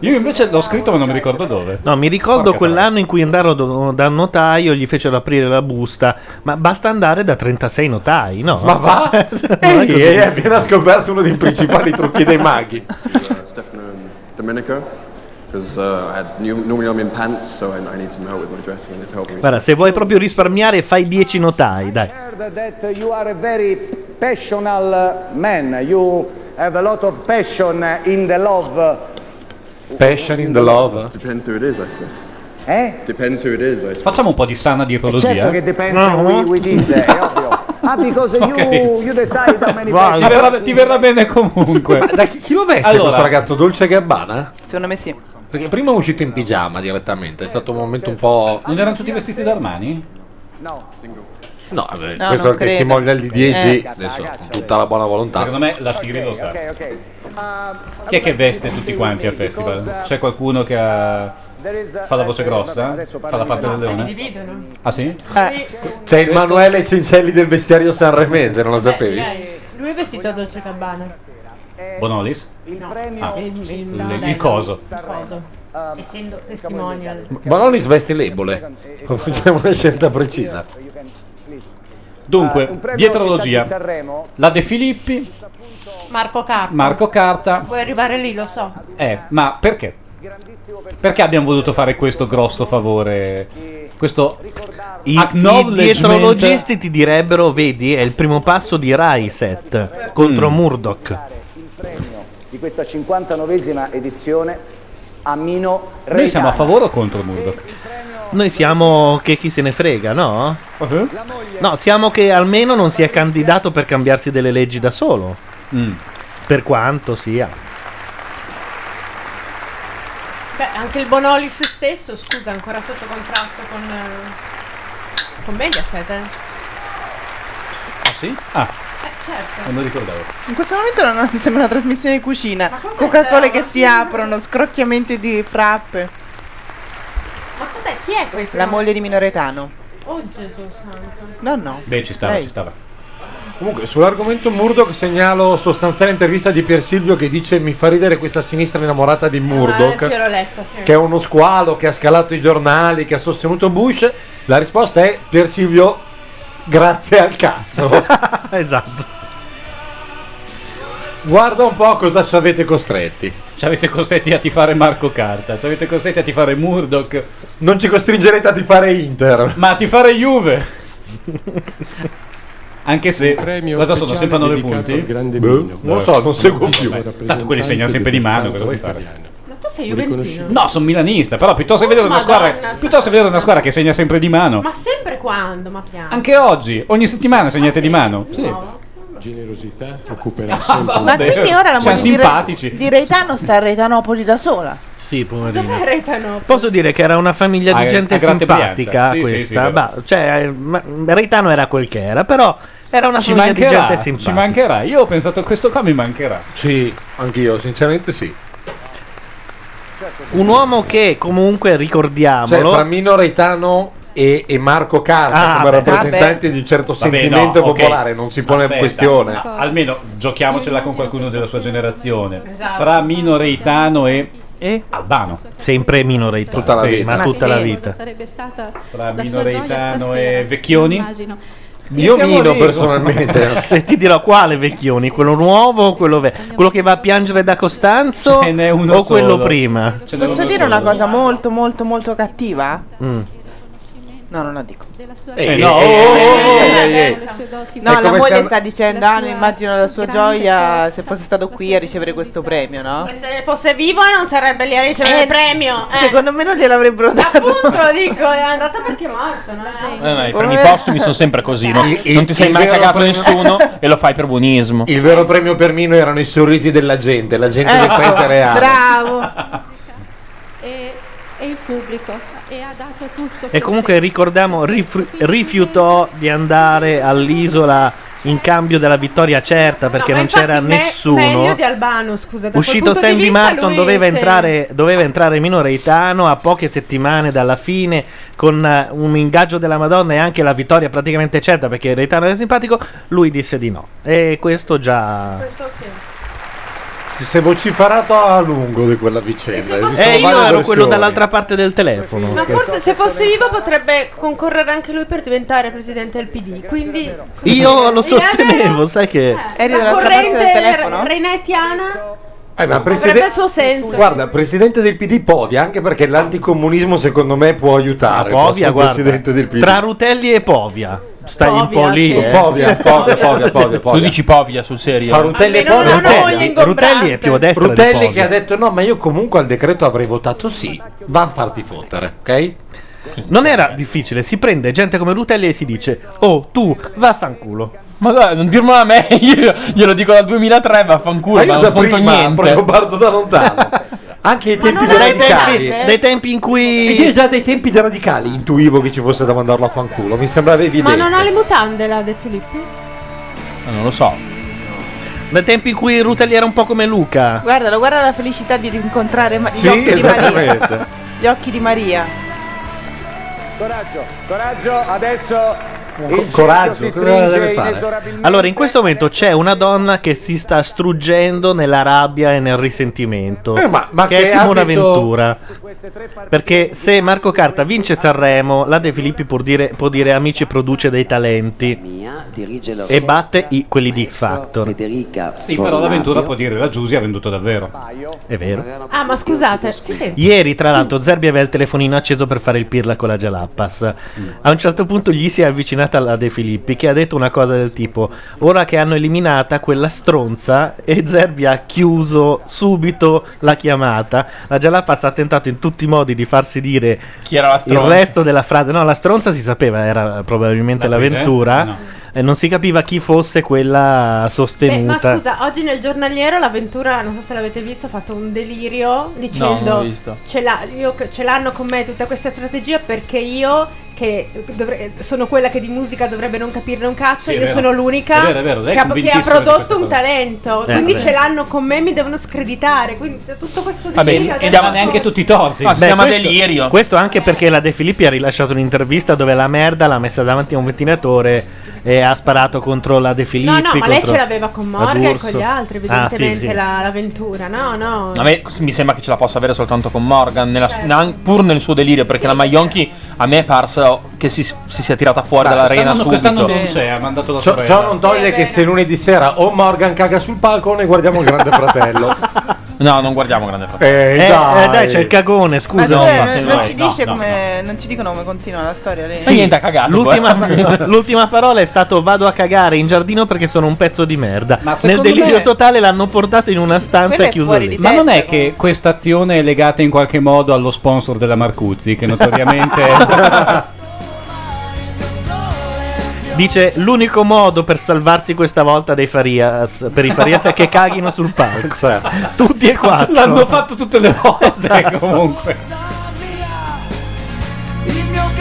Speaker 7: Io invece l'ho scritto ma non mi ricordo dove.
Speaker 1: No, mi ricordo
Speaker 7: Porca
Speaker 1: quell'anno in cui andarono do- dal notaio, gli fecero aprire la busta, ma basta andare da 36 notai, no?
Speaker 9: Ma va?
Speaker 1: Non è
Speaker 9: Ehi,
Speaker 1: così.
Speaker 9: hai appena scoperto uno dei principali trucchi dei maghi.
Speaker 27: uh, Stefano and Domenico because uh, I had nu- normally I'm in pants, so I, I need some help with my dressing, and they've helped me.
Speaker 1: Guarda, se vuoi proprio risparmiare, fai 10 notai, dai.
Speaker 4: heard that you are a very passional man. You have a lot of passion in the love.
Speaker 9: Passion in the love.
Speaker 27: Depends who it is, I suppose.
Speaker 4: Eh?
Speaker 27: Depends who it is, I suppose.
Speaker 7: Facciamo un po' di sana eh? dietrologia.
Speaker 4: Certo che depends on we, we this, eh, è ovvio. Ah, because you,
Speaker 7: Ok.
Speaker 4: you decide how many
Speaker 7: Guarda.
Speaker 4: passion
Speaker 7: Ti verrà- ti verrà bene comunque.
Speaker 9: da chi, chi lo veste
Speaker 7: Allora.
Speaker 9: Eh, questo ragazzo? Dolce Gabbana?
Speaker 5: Secondo me sì.
Speaker 9: Perché prima è uscito in pigiama direttamente, è stato un momento un po'.
Speaker 7: Non erano tutti vestiti da Armani?
Speaker 4: No,
Speaker 9: No, vabbè, questo
Speaker 7: No, non
Speaker 9: è il
Speaker 7: credo.
Speaker 9: testimonial di 10.
Speaker 7: Eh.
Speaker 9: Adesso, con tutta la buona volontà.
Speaker 7: Secondo me la Siri lo sa.
Speaker 4: Ok, ok.
Speaker 7: Chi è che veste tutti quanti al festival? C'è qualcuno che ha- fa la voce grossa? Fa la parte del leone? Ah sì?
Speaker 9: Eh, C'è il Manuele Cincelli del vestiario sanremese,
Speaker 3: eh,
Speaker 9: non lo sapevi?
Speaker 3: Lui è vestito a Dolce Gabbana.
Speaker 7: Bonolis? Ah,
Speaker 4: Il
Speaker 3: premio
Speaker 9: Ah,
Speaker 3: il,
Speaker 7: il- il coso.
Speaker 3: coso.
Speaker 4: Um,
Speaker 3: Essendo testimonial.
Speaker 9: Bonolis veste l'ebole. C'è una scelta precisa.
Speaker 3: eh,
Speaker 4: un
Speaker 7: Dunque,
Speaker 4: Uh, premio Città di
Speaker 7: dietrologia.
Speaker 4: Sanremo.
Speaker 7: La De Filippi,
Speaker 3: Marco Carta.
Speaker 7: Marco Carta.
Speaker 3: Vuoi arrivare lì, lo so.
Speaker 7: Eh, ma perché? Perché abbiamo voluto fare questo grosso favore? Questo
Speaker 1: I, I
Speaker 7: acknowledgement-
Speaker 1: dietrologisti ti direbbero, vedi, è il primo passo di Raiset contro
Speaker 4: Mm.
Speaker 1: Murdoch.
Speaker 4: di questa 59esima edizione a Mino
Speaker 1: Noi siamo a
Speaker 4: Reicano.
Speaker 1: favore o contro Murdoch? Noi siamo che chi se ne frega, no?
Speaker 7: Uh-huh.
Speaker 1: No, siamo che almeno non si è candidato per cambiarsi delle leggi da solo.
Speaker 7: Mm.
Speaker 1: Per quanto sia.
Speaker 3: Beh, anche il Bonolis stesso, scusa, è ancora sotto contratto con, eh, con Mediaset. Eh.
Speaker 7: Ah sì? Ah,
Speaker 3: Eh, certo.
Speaker 7: non lo ricordavo.
Speaker 5: In questo momento non- mi sembra una trasmissione di cucina. Coca-Cola che si aprono, scrocchiamenti di frappe.
Speaker 3: Ma cos'è? Chi è questo?
Speaker 5: La moglie di Minoretano.
Speaker 3: Oh Gesù santo.
Speaker 5: No, no.
Speaker 7: Beh, ci stava,
Speaker 5: Lei.
Speaker 7: ci stava.
Speaker 9: Comunque, sull'argomento Murdoch segnalo sostanziale intervista di Pier Silvio che dice mi fa ridere questa sinistra innamorata di Murdoch.
Speaker 3: Ah, anch'io l'ho letta, sì.
Speaker 9: che è uno squalo che ha scalato i giornali, che ha sostenuto Bush, la risposta è Pier Silvio, grazie al cazzo.
Speaker 1: esatto.
Speaker 9: Guarda un po' cosa ci avete costretti.
Speaker 7: Ci avete costretti a tifare Marco Carta, ci avete costretti a tifare Murdoch.
Speaker 9: Non ci costringerete a tifare Inter.
Speaker 7: Ma a tifare Juve. Anche se cosa sono sempre a nove punti?
Speaker 9: Boh, non lo so, non seguo più.
Speaker 7: Tanto quelli segnano sempre di mano, cosa vuoi fare?
Speaker 3: Ma tu sei
Speaker 7: Riconosciuto.
Speaker 3: Juventino?
Speaker 7: No, sono milanista, però piuttosto che vedere una
Speaker 3: Madonna,
Speaker 7: squadra piuttosto che vedere una squadra che segna sempre di mano.
Speaker 3: Ma sempre quando? Ma piano.
Speaker 7: Anche oggi, ogni settimana segnate di mano. Sì.
Speaker 17: Generosità occuperà
Speaker 7: sempre-
Speaker 13: Ma
Speaker 7: vabbè.
Speaker 13: quindi
Speaker 5: ora la
Speaker 7: Siamo
Speaker 5: moglie di Re-
Speaker 7: simpatici.
Speaker 5: Di Reitano sta a Reitanopoli da sola.
Speaker 1: Sì, poverino.
Speaker 3: Retano.
Speaker 1: Posso dire che era una famiglia di
Speaker 7: Ah,
Speaker 1: gente
Speaker 7: a Grande
Speaker 1: simpatica
Speaker 7: Brianza. Sì, sì, sì,
Speaker 1: questa,
Speaker 7: vero.
Speaker 1: ma, cioè, eh, ma- Reitano era quel che era, però era una
Speaker 7: Ci
Speaker 1: famiglia di gente
Speaker 7: mancherà, ci
Speaker 1: simpatica.
Speaker 7: mancherà. Io ho pensato questo qua mi mancherà.
Speaker 9: Sì, anch'io, sinceramente sì.
Speaker 1: Un uomo che comunque ricordiamolo.
Speaker 9: Cioè, fra Mino Reitano e, e Marco Carta,
Speaker 1: Ah,
Speaker 9: come
Speaker 1: beh.
Speaker 9: rappresentanti
Speaker 1: Vabbè.
Speaker 9: di un certo
Speaker 7: Vabbè,
Speaker 9: sentimento
Speaker 7: no, ok.
Speaker 9: popolare, non si pone
Speaker 7: Aspetta,
Speaker 9: questione.
Speaker 7: no, almeno giochiamocela con qualcuno della sua generazione.
Speaker 1: Esatto.
Speaker 7: Fra Mino Reitano e, e Albano.
Speaker 1: Sempre Mino Reitano.
Speaker 7: Tutta la
Speaker 1: sì,
Speaker 7: vita.
Speaker 1: ma
Speaker 7: Ma
Speaker 1: tutta
Speaker 7: sì.
Speaker 1: la vita.
Speaker 18: sarebbe stata
Speaker 7: Fra
Speaker 18: la
Speaker 7: Mino
Speaker 18: sua gioia
Speaker 7: Reitano
Speaker 18: stasera,
Speaker 7: e Vecchioni?
Speaker 18: immagino.
Speaker 1: Io
Speaker 18: Siamo
Speaker 1: mino
Speaker 18: lì.
Speaker 1: personalmente. Se ti dirò quale vecchioni, quello nuovo o quello vecchio? Quello che va a piangere da Costanzo o quello
Speaker 7: solo.
Speaker 1: prima?
Speaker 5: Posso dire una cosa molto, molto, molto cattiva?
Speaker 1: Mm.
Speaker 5: No, non la dico.
Speaker 1: Eh, no, oh, oh, oh, oh, eh, eh, eh.
Speaker 5: No, la
Speaker 1: È come
Speaker 5: moglie
Speaker 1: stanno-
Speaker 5: sta dicendo, ah, immagino la sua gioia se fosse stato qui a ricevere questo premio, no?
Speaker 3: Se fosse vivo non sarebbe lì a ricevere
Speaker 5: Eh,
Speaker 3: il premio. Eh.
Speaker 5: Secondo me non gliel'avrebbero dato.
Speaker 3: Appunto, lo dico, è andata perché è morto. No? Eh,
Speaker 2: No, no, Eh, I
Speaker 5: Come-
Speaker 2: premi postumi sono sempre così, no?
Speaker 9: Il-
Speaker 2: non ti sei
Speaker 9: il
Speaker 2: mai
Speaker 9: vero
Speaker 2: cagato
Speaker 9: premio-
Speaker 2: nessuno e lo fai per buonismo.
Speaker 9: Il vero premio per Mino erano i sorrisi della gente, la gente
Speaker 3: Eh,
Speaker 18: Ecco,
Speaker 9: del
Speaker 3: oh,
Speaker 9: paese reale.
Speaker 18: bravo. e, e il pubblico e ha dato tutto
Speaker 1: E
Speaker 18: se
Speaker 1: comunque ricordiamo, rifri- rifiutò di andare all'isola in cambio della vittoria certa perché
Speaker 3: Ma
Speaker 1: non
Speaker 3: infatti
Speaker 1: c'era
Speaker 3: me-
Speaker 1: nessuno.
Speaker 3: Meglio di Albano, scusa. da quel
Speaker 1: Uscito
Speaker 3: punto di
Speaker 1: Sandy
Speaker 3: vista
Speaker 1: Martin
Speaker 3: lui
Speaker 1: doveva
Speaker 3: se-
Speaker 1: entrare, doveva entrare Mino Reitano a poche settimane dalla fine con eh, un ingaggio della Madonna e anche la vittoria praticamente certa perché Reitano era simpatico, lui disse di no. E questo già...
Speaker 9: Si si è vociferato a lungo di quella
Speaker 3: Eh,
Speaker 9: vicenda. eh, esistono
Speaker 1: E Eh, io
Speaker 9: varie
Speaker 1: ero quello
Speaker 9: versioni.
Speaker 1: dall'altra parte del telefono.
Speaker 3: Ma forse se fosse vivo potrebbe concorrere anche lui per diventare presidente del PD. Quindi
Speaker 1: Io lo sostenevo, sai che...
Speaker 3: la corrente reinettiana
Speaker 9: Eh, ma
Speaker 3: avrebbe il
Speaker 9: presidente...
Speaker 3: suo senso.
Speaker 9: Guarda, presidente del PD Povia, anche perché l'anticomunismo secondo me può aiutare. questo
Speaker 1: Povia, guarda,
Speaker 9: presidente del PD.
Speaker 1: tra Rutelli e Povia. Stai un po'
Speaker 9: Povia,
Speaker 1: lì.
Speaker 9: sì.
Speaker 1: eh.
Speaker 9: Povia, Povia, Povia, Povia, Povia.
Speaker 2: Tu dici Povia sul serio?
Speaker 9: Fa Rutelli e Povia.
Speaker 1: Rutelli, Rutelli è più a destra di
Speaker 9: Rutelli
Speaker 1: Povia.
Speaker 9: che ha detto no, ma io comunque al decreto avrei votato sì. Va a farti fottere, ok?
Speaker 1: Non era difficile, si prende gente come Rutelli e si dice "Oh, tu vaffanculo".
Speaker 2: Ma guarda, non dirmelo a me, io glielo dico dal 2003, vaffanculo,
Speaker 1: Ma
Speaker 2: ma,
Speaker 1: io
Speaker 2: non
Speaker 1: da
Speaker 2: conto
Speaker 1: prima, proprio
Speaker 2: niente.
Speaker 9: Parto da lontano. Anche ai tempi dei
Speaker 1: non avete-
Speaker 9: radicali.
Speaker 1: dai tempi in cui.
Speaker 9: Io già dai tempi dei radicali intuivo che ci fosse da mandarlo a fanculo. Mi sembrava
Speaker 3: Ma
Speaker 9: evidente.
Speaker 3: non ha le mutande là De Filippi?
Speaker 2: Non lo so.
Speaker 1: Dai tempi in cui Rutelli era un po' come Luca.
Speaker 5: Guardalo, guarda la felicità di rincontrare ma- gli
Speaker 1: Sì,
Speaker 5: occhi di Maria.
Speaker 1: esattamente.
Speaker 5: Gli occhi di Maria.
Speaker 4: Coraggio, coraggio, adesso il
Speaker 1: Coraggio,
Speaker 4: cerchio si
Speaker 1: cosa deve
Speaker 4: stringe
Speaker 1: fare?
Speaker 4: inesorabilmente.
Speaker 1: Allora, in questo momento c'è una donna che si sta struggendo nella rabbia e nel risentimento.
Speaker 9: Eh, ma- ma
Speaker 1: che,
Speaker 9: che
Speaker 1: è Simona
Speaker 9: abito-
Speaker 1: Ventura. Perché se Marco Carta vince Sanremo, la De Filippi può dire, può dire amici produce dei talenti.
Speaker 25: dirige la
Speaker 1: E batte i- quelli di X Factor.
Speaker 25: Federica.
Speaker 7: Sì, però l'avventura può dire la Giusy ha venduto davvero.
Speaker 1: È vero.
Speaker 3: Ah, ma scusate, si sente?
Speaker 1: Ieri, tra l'altro, Zerbi aveva il telefonino acceso per fare il pirla con la Jalappas. A un certo punto gli si è avvicinata la De Filippi che ha detto una cosa del tipo: Ora che hanno eliminata quella stronza, e Zerbi ha chiuso subito la chiamata. La Jalappas ha tentato in tutti i modi di farsi dire
Speaker 2: Chi era la
Speaker 1: il
Speaker 2: stronza?
Speaker 1: resto della frase. No, la stronza si sapeva, era probabilmente
Speaker 2: La guida?
Speaker 1: l'avventura.
Speaker 2: No.
Speaker 1: E non si capiva chi fosse quella
Speaker 3: Beh,
Speaker 1: sostenuta.
Speaker 3: ma scusa, oggi nel giornaliero l'avventura, non so se l'avete visto, ha fatto un delirio dicendo
Speaker 1: No, non l'ho visto.
Speaker 3: "Ce, l'ha- io- ce l'hanno con me tutta questa strategia perché io, che dovre- sono quella che di musica dovrebbe non capirne un cazzo,
Speaker 7: Sì, è
Speaker 3: io
Speaker 7: vero.
Speaker 3: sono l'unica
Speaker 7: È vero, è vero, lei
Speaker 3: che, ha,
Speaker 7: è
Speaker 3: che ha
Speaker 7: convintissima di questa
Speaker 3: prodotto un
Speaker 7: cosa.
Speaker 3: talento,
Speaker 7: Eh,
Speaker 3: quindi
Speaker 7: sì.
Speaker 3: ce l'hanno con me e mi devono screditare, quindi se tutto questo
Speaker 2: Vabbè,
Speaker 3: delirio...
Speaker 2: si
Speaker 3: adesso-
Speaker 2: chiama neanche tutti i torti. No, si
Speaker 1: Beh,
Speaker 2: chiama
Speaker 1: questo-
Speaker 2: delirio.
Speaker 1: Questo anche perché la De Filippi ha rilasciato un'intervista dove la merda l'ha messa davanti a un ventilatore e ha sparato contro la De Filippi.
Speaker 3: No, no, ma lei
Speaker 1: contro
Speaker 3: ce l'aveva con
Speaker 1: la
Speaker 3: Morgan e
Speaker 1: D'Urso.
Speaker 3: con gli altri,
Speaker 1: Ah, sì,
Speaker 3: evidentemente,
Speaker 1: sì.
Speaker 3: la- l'avventura. No, no.
Speaker 2: A me mi sembra che ce la possa avere soltanto con Morgan, nella- nan- pur nel suo delirio, perché la Maionchi a me è parsa che si, si sia tirata fuori
Speaker 7: Sa,
Speaker 2: dall'arena
Speaker 7: quest'anno-
Speaker 2: subito.
Speaker 7: quest'anno non c'è, ha mandato la
Speaker 2: Ciao-
Speaker 7: sorella.
Speaker 2: ciao,
Speaker 7: Ciao
Speaker 2: non
Speaker 7: non
Speaker 2: do-
Speaker 9: Toglie che se lunedì sera o Morgan caga sul palco o ne guardiamo il Grande Fratello.
Speaker 2: No, non guardiamo Grande Fratello.
Speaker 9: Eh, dai.
Speaker 1: c'è il cagone, scusa.
Speaker 5: Ma
Speaker 1: no,
Speaker 5: cioè,
Speaker 1: ma-
Speaker 5: non,
Speaker 1: no, eh,
Speaker 5: non ci
Speaker 1: no,
Speaker 5: dice
Speaker 1: no,
Speaker 5: come. Non ci dicono come continua la storia lei.
Speaker 1: Sì, l'ultima, l'ultima parola è stato vado a cagare in giardino perché sono un pezzo di merda. Nel
Speaker 7: secondo
Speaker 1: delirio
Speaker 7: me-
Speaker 1: totale l'hanno portato in una stanza e chiuso lì.
Speaker 7: Ma non è che questa azione è legata in qualche modo allo sponsor della Marcuzzi, che notoriamente.
Speaker 1: Dice l'unico modo per salvarsi questa volta dei Farias, per i Farias è che caghino sul palco. Tutti e quattro. Esatto.
Speaker 7: Certo. L'hanno fatto tutte le volte comunque.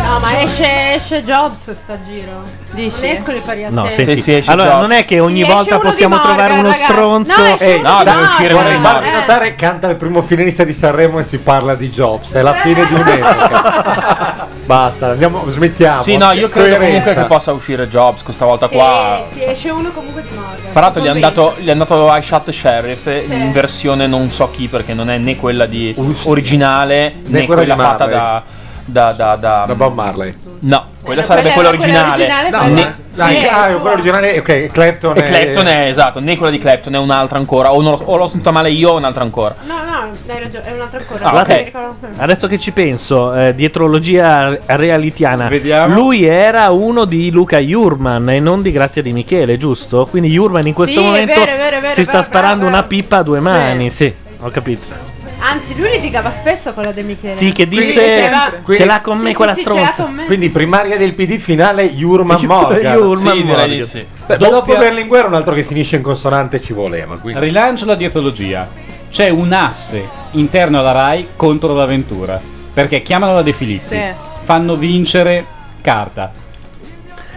Speaker 3: No, ma esce, esce Jobs sta giro. Dici? Non escono i pari a
Speaker 1: No,
Speaker 3: sé.
Speaker 1: senti,
Speaker 2: sì, esce
Speaker 1: allora
Speaker 2: Giorgio.
Speaker 1: non è che ogni
Speaker 3: Sì, esce
Speaker 1: volta
Speaker 3: uno di
Speaker 1: possiamo
Speaker 3: Morgan,
Speaker 1: trovare uno
Speaker 3: ragazzi.
Speaker 1: stronzo.
Speaker 3: No, esce
Speaker 1: e
Speaker 3: uno di
Speaker 9: deve
Speaker 3: Morgan.
Speaker 9: uscire Vorrei
Speaker 3: Eh.
Speaker 9: farvi notare canta il primo finalista di Sanremo e si parla di Jobs. È la fine di un'epoca. Basta, andiamo, smettiamo.
Speaker 2: Sì, no, io credo
Speaker 9: Coerenza.
Speaker 2: comunque che possa uscire Jobs questa volta
Speaker 3: Sì,
Speaker 2: qua.
Speaker 3: sì, esce uno comunque di Morgan.
Speaker 2: Fra l'altro gli è
Speaker 3: Convinto.
Speaker 2: andato, gli è andato I Shot Sheriff eh,
Speaker 3: Sì.
Speaker 2: in versione non so chi perché non è né quella di originale né,
Speaker 9: quella
Speaker 2: quella,
Speaker 9: di
Speaker 2: fatta
Speaker 9: Marley.
Speaker 2: da da, da, da
Speaker 9: Bob Marley.
Speaker 2: No,
Speaker 9: Eh,
Speaker 2: quella
Speaker 9: no,
Speaker 3: Eh,
Speaker 2: sarebbe
Speaker 9: quella-
Speaker 2: quella
Speaker 9: quella
Speaker 2: originale.
Speaker 9: originale,
Speaker 2: No,
Speaker 9: quella-
Speaker 2: né-
Speaker 9: Dai,
Speaker 2: sì.
Speaker 9: ah, quello originale, ok, Clapton.
Speaker 2: E Clapton è esatto, né quella di Clapton è un'altra ancora, o, non l'ho- o l'ho sentita male io o un'altra ancora.
Speaker 3: No, no, hai ragione, è un'altra ancora.
Speaker 1: Ah,
Speaker 3: non
Speaker 1: ok.
Speaker 3: mi ricordo-
Speaker 1: Adesso che ci penso, eh, dietrologia realitiana. Lui era uno di Luca Jurman e non di Grazia di Michele, giusto? Quindi Jurman in questo
Speaker 3: Sì, è
Speaker 1: momento
Speaker 3: vero, è vero, è vero,
Speaker 1: si
Speaker 3: è
Speaker 1: sta
Speaker 3: vero,
Speaker 1: sparando
Speaker 3: bravo,
Speaker 1: una pippa a due mani. Sì, ho capito.
Speaker 3: Anzi, lui litigava spesso con la De Michele.
Speaker 1: Sì, che
Speaker 3: Quindi
Speaker 1: disse,
Speaker 3: se va-
Speaker 1: "Ce l'ha con
Speaker 3: Sì,
Speaker 1: me
Speaker 3: sì,
Speaker 1: quella
Speaker 3: sì, ce l'ha
Speaker 1: stronza".
Speaker 3: con me.
Speaker 9: Quindi primaria del PD finale Jurman Morgan.
Speaker 1: Jurman Sì, direi Morgan. di sì.
Speaker 9: Beh, ma dopo
Speaker 7: Doppia-
Speaker 9: Berlinguer un altro che finisce in consonante ci voleva. Quindi.
Speaker 7: Rilancio la dietologia. C'è un asse interno alla Rai contro l'avventura. Perché chiamano la De Filippi,
Speaker 5: Sì.
Speaker 7: fanno vincere carta.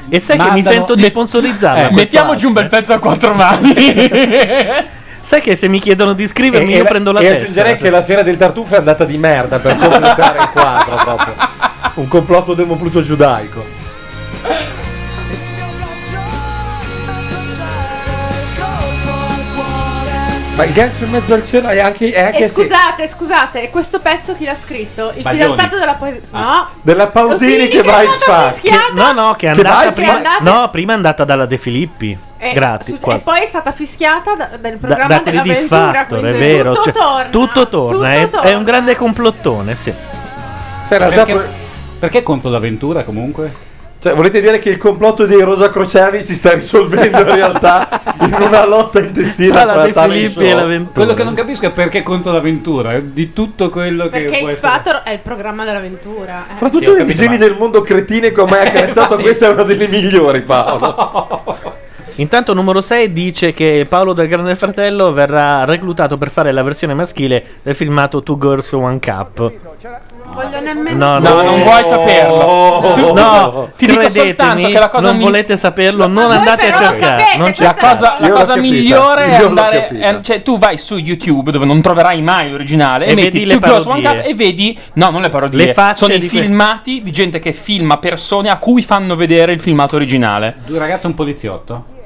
Speaker 1: E sai che mi sento di
Speaker 9: Eh,
Speaker 1: sponsorizzarla. pezzo a quattro mani. eh. sai che se mi chiedono di scrivermi io
Speaker 9: la-
Speaker 1: prendo la
Speaker 9: e
Speaker 1: testa.
Speaker 9: aggiungerei che la fiera del tartufo è andata di merda per completare il quadro proprio. Un complotto demopluto giudaico. Ma il gancio in mezzo al cielo è anche, è anche
Speaker 3: E scusate, scusate, e questo pezzo chi l'ha scritto? Il
Speaker 9: Baglioni.
Speaker 3: fidanzato della poesia.
Speaker 1: Ah.
Speaker 3: No,
Speaker 9: della
Speaker 3: Ah. Pausini
Speaker 9: Pausini che
Speaker 3: che
Speaker 9: va in
Speaker 3: è stata
Speaker 9: fa.
Speaker 3: fischiata.
Speaker 1: Che- no, no, che è
Speaker 9: Che
Speaker 1: andata,
Speaker 9: vai, che
Speaker 1: prima,
Speaker 3: è andata-
Speaker 1: no, prima è andata dalla De Filippi.
Speaker 3: E,
Speaker 1: Gratis.
Speaker 3: Eh, su-
Speaker 1: qua-
Speaker 3: e poi è stata fischiata da- dal
Speaker 1: da,
Speaker 3: programma
Speaker 1: da quelli di
Speaker 3: dell'avventura.
Speaker 1: Factor,
Speaker 3: Quindi
Speaker 1: è vero.
Speaker 3: tutto
Speaker 1: cioè,
Speaker 3: torna.
Speaker 1: tutto torna,
Speaker 3: tutto
Speaker 1: è,
Speaker 3: torna.
Speaker 1: è un grande complottone, sì.
Speaker 7: Perché, perché contro l'avventura comunque?
Speaker 9: Cioè, volete dire che il complotto dei Rosacrociani si sta risolvendo in realtà in una lotta intestina tra la Filippi e l'avventura?
Speaker 7: Quello che non capisco è perché contro l'avventura. eh, Di tutto quello che
Speaker 3: Perché
Speaker 7: può
Speaker 3: X
Speaker 7: essere.
Speaker 3: Factor è il programma dell'avventura. eh.
Speaker 9: Fra tutte le visioni del mondo cretine che ho mai accarezzato, questa è una delle migliori, Paolo.
Speaker 1: Intanto numero 6 dice che Paolo del Grande Fratello verrà reclutato per fare la versione maschile del filmato Two Girls One Cup.
Speaker 3: Voglio nemmeno.
Speaker 1: No,
Speaker 2: No, non vuoi saperlo. Tu-
Speaker 1: no,
Speaker 2: ti dico soltanto che la cosa
Speaker 1: non
Speaker 2: mi-
Speaker 1: volete saperlo, non andate a cercare. non
Speaker 2: cioè, la cosa, la cosa migliore è andare.
Speaker 1: a
Speaker 2: è- cioè, tu vai su YouTube dove non troverai mai l'originale e,
Speaker 1: E
Speaker 2: metti
Speaker 1: vedi le
Speaker 2: Two Girls One
Speaker 1: parodie.
Speaker 2: Cup e vedi. No, non le parodie.
Speaker 1: Le facce
Speaker 2: sono i
Speaker 1: di que-
Speaker 2: filmati di gente che filma persone a cui fanno vedere il filmato originale.
Speaker 7: Due ragazzi e un poliziotto?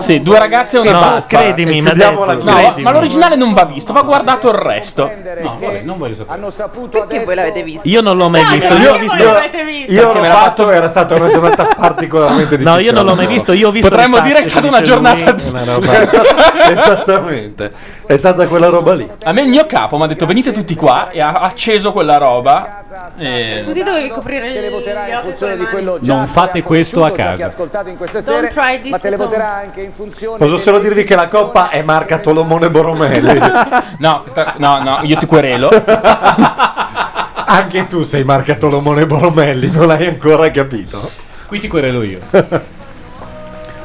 Speaker 2: Sì, due ragazzi e una
Speaker 1: No,
Speaker 2: coppa.
Speaker 1: credimi, ma
Speaker 2: Chiudiamo
Speaker 1: detto,
Speaker 2: la- no,
Speaker 1: credimi.
Speaker 2: ma l'originale non va visto, va guardato il resto.
Speaker 7: No, vabbè, non voglio sapere.
Speaker 4: Hanno saputo Perché voi l'avete visto?
Speaker 1: Io non l'ho mai
Speaker 4: Sì,
Speaker 1: visto.
Speaker 4: perché
Speaker 1: Io ho
Speaker 4: voi
Speaker 1: visto.
Speaker 4: non l'avete visto?
Speaker 9: Io
Speaker 4: Perché
Speaker 9: l'ho
Speaker 4: me l'ha
Speaker 9: fatto, era stata una giornata particolarmente difficile.
Speaker 1: No, io non l'ho mai visto. Io ho visto
Speaker 9: Potremmo
Speaker 1: le
Speaker 9: dire che è
Speaker 1: facce
Speaker 9: stata
Speaker 1: di
Speaker 9: una
Speaker 1: Cellulini,
Speaker 9: giornata
Speaker 1: una
Speaker 9: Esattamente. È stata quella roba lì.
Speaker 2: A me il mio capo mi ha detto venite tutti qua e ha acceso quella roba. E...
Speaker 3: Tu ti dovevi coprire le voterai in funzione di quello
Speaker 7: Non fate questo a casa.
Speaker 4: ascoltato in queste
Speaker 3: Don't try
Speaker 4: sere,
Speaker 3: this
Speaker 4: ma te le
Speaker 3: at home.
Speaker 4: voterà anche in funzione
Speaker 9: Posso solo dirvi che la coppa è marca Tolomone Boromelli.
Speaker 2: No, questa- no, no, io ti querelo.
Speaker 9: Anche tu sei marca Tolomone Boromelli, non l'hai ancora capito.
Speaker 7: Qui ti querelo io.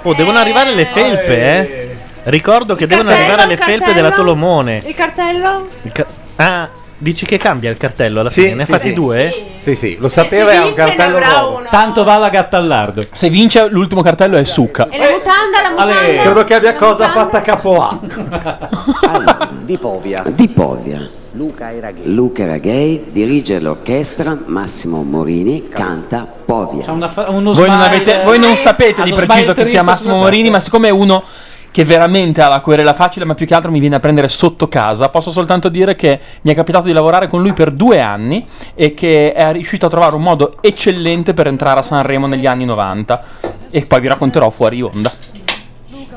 Speaker 1: Oh, devono arrivare le felpe, eh. Ricordo che devono
Speaker 3: cartello,
Speaker 1: arrivare le
Speaker 3: il
Speaker 1: felpe
Speaker 3: cartello?
Speaker 1: della Tolomone.
Speaker 3: Il cartello?
Speaker 1: Il ca- ah, dici che cambia il cartello alla fine? Ne ha
Speaker 9: sì,
Speaker 1: fatti
Speaker 9: sì.
Speaker 1: due?
Speaker 9: Sì, sì, lo
Speaker 3: sapeva, se è un vince ne cartello avrà nuovo. uno.
Speaker 7: Tanto va la Gattallardo.
Speaker 2: Se vince l'ultimo cartello è Succa.
Speaker 3: E la mutanda, la mutanda.
Speaker 9: credo che abbia cosa fatta capo A.
Speaker 4: di Povia. Di Povia.
Speaker 6: Luca era gay. Luca era gay, dirige l'orchestra, Massimo Morini canta Povia.
Speaker 7: Una fa- uno
Speaker 2: Voi non,
Speaker 7: smile-
Speaker 2: avete- voi non sapete di
Speaker 7: Allo
Speaker 2: preciso
Speaker 7: smile
Speaker 2: che sia
Speaker 7: dritto
Speaker 2: Massimo
Speaker 7: sulla
Speaker 2: Morini, ma siccome è uno che veramente ha la querela facile, ma più che altro mi viene a prendere sotto casa, posso soltanto dire che mi è capitato di lavorare con lui per due anni e che è riuscito a trovare un modo eccellente per entrare a Sanremo negli anni 90. E poi vi racconterò fuori onda.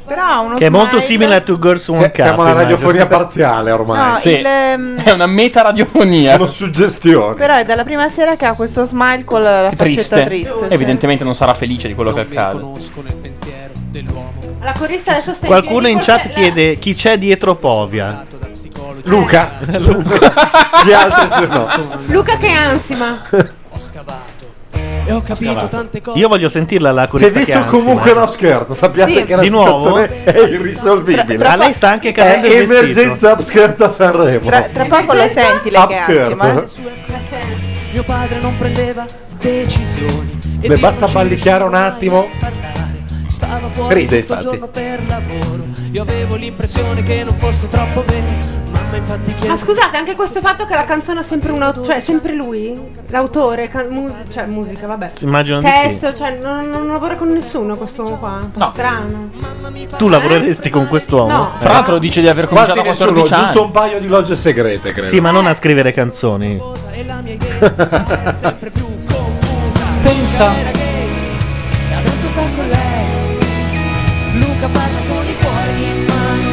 Speaker 5: Però uno
Speaker 1: Che è molto
Speaker 5: smile-
Speaker 1: simile a Two Girls One
Speaker 2: Se-
Speaker 1: Cup.
Speaker 2: siamo alla
Speaker 1: immagino.
Speaker 2: radiofonia parziale ormai.
Speaker 5: No,
Speaker 2: Sì.
Speaker 5: il, ehm,
Speaker 2: È una meta radiofonia. Sono
Speaker 9: suggestioni.
Speaker 5: però è dalla prima sera che ha questo smile con la, la faccetta
Speaker 2: Triste.
Speaker 5: triste. sì.
Speaker 2: Evidentemente non sarà felice di quello che accade.
Speaker 3: La corista adesso sta in
Speaker 1: Qualcuno
Speaker 3: piedi
Speaker 1: in
Speaker 3: col-
Speaker 5: Eh,
Speaker 1: chat chiede chi c'è dietro Povia.
Speaker 9: Luca. Luca. Gli altri sono.
Speaker 3: Luca che ansima.
Speaker 19: E ho capito tante cose.
Speaker 1: Io voglio sentirla la
Speaker 9: Si è
Speaker 1: corista
Speaker 9: visto
Speaker 1: che
Speaker 9: comunque
Speaker 1: ansima.
Speaker 9: uno scherzo, sappiate
Speaker 1: Sì.
Speaker 9: che la
Speaker 1: Di nuovo?
Speaker 9: situazione è irrisolvibile.
Speaker 1: Tra- tra- A Ah, lei sta anche cadendo
Speaker 9: È
Speaker 1: il vestito.
Speaker 9: emergenza upskirt a Sanremo.
Speaker 5: Tra, tra poco lo senti lei che
Speaker 9: Upskirt.
Speaker 5: ansima. eh.
Speaker 19: Mio padre non prendeva decisioni. e
Speaker 9: Beh,
Speaker 19: io
Speaker 9: basta
Speaker 19: non ci
Speaker 9: ballicchiare un attimo.
Speaker 19: Stava fuori
Speaker 9: Ride,
Speaker 19: tutto il
Speaker 9: infatti.
Speaker 19: giorno per lavoro. Io avevo l'impressione che non fosse troppo vero. Mamma infatti chiese
Speaker 9: Ah,
Speaker 3: Ma scusate, anche questo fatto che la canzone ha sempre un aut- cioè sempre lui, l'autore, can- mu- cioè musica, vabbè.
Speaker 1: Immagino di
Speaker 3: Testo, cioè non, non lavora con nessuno quest'uomo qua. Un po'
Speaker 1: No.
Speaker 3: strano.
Speaker 1: Tu lavoreresti con quest'uomo?
Speaker 3: No.
Speaker 1: Eh.
Speaker 2: Tra l'altro dice di aver cominciato a
Speaker 9: Quasi
Speaker 2: 14
Speaker 9: nessuno,
Speaker 2: anni.
Speaker 9: giusto un paio di logge segrete, credo.
Speaker 1: Sì, ma non a scrivere canzoni.
Speaker 19: e la mia idea era sempre più confusa.
Speaker 2: Pensa.
Speaker 19: Era gay, e adesso sta con lei. Luca parla con i cuori in mano.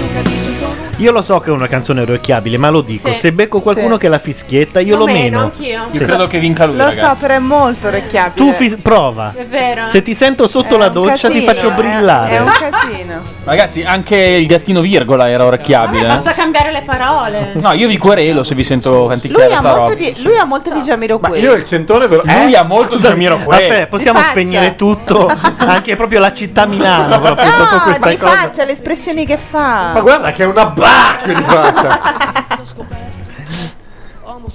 Speaker 19: Luca dice sono
Speaker 1: Io lo so che è una canzone orecchiabile, ma lo dico.
Speaker 5: Sì.
Speaker 1: Se becco qualcuno
Speaker 5: Sì.
Speaker 1: che la fischietta, io
Speaker 5: Lo
Speaker 1: lo
Speaker 5: meno,
Speaker 1: meno.
Speaker 5: anch'io.
Speaker 1: Sì.
Speaker 2: Io credo che vinca lui,
Speaker 5: Lo so,
Speaker 2: ragazzo.
Speaker 5: però è molto orecchiabile.
Speaker 1: Tu fis- prova.
Speaker 5: È vero.
Speaker 1: Se ti sento sotto la doccia, ti faccio brillare.
Speaker 5: eh. È un casino.
Speaker 2: Ragazzi, anche il gattino virgola era orecchiabile. eh.
Speaker 3: Basta cambiare le parole.
Speaker 2: No, io vi querelo se vi sento
Speaker 5: Lui
Speaker 2: canticchiare
Speaker 5: ha,
Speaker 2: sta roba.
Speaker 5: molto di, lui ha molto di Jamiroquai.
Speaker 2: il
Speaker 9: centone ve
Speaker 2: Lui ha molto di Jamiroquai.
Speaker 1: Eh? Vabbè, possiamo
Speaker 5: Di faccia.
Speaker 1: spegnere tutto, anche proprio la città Milano, proprio dopo
Speaker 5: No,
Speaker 1: questa
Speaker 5: Ah, di
Speaker 1: cosa.
Speaker 5: faccia, le espressioni che fa.
Speaker 9: Ma guarda che è una bacchio di fatta.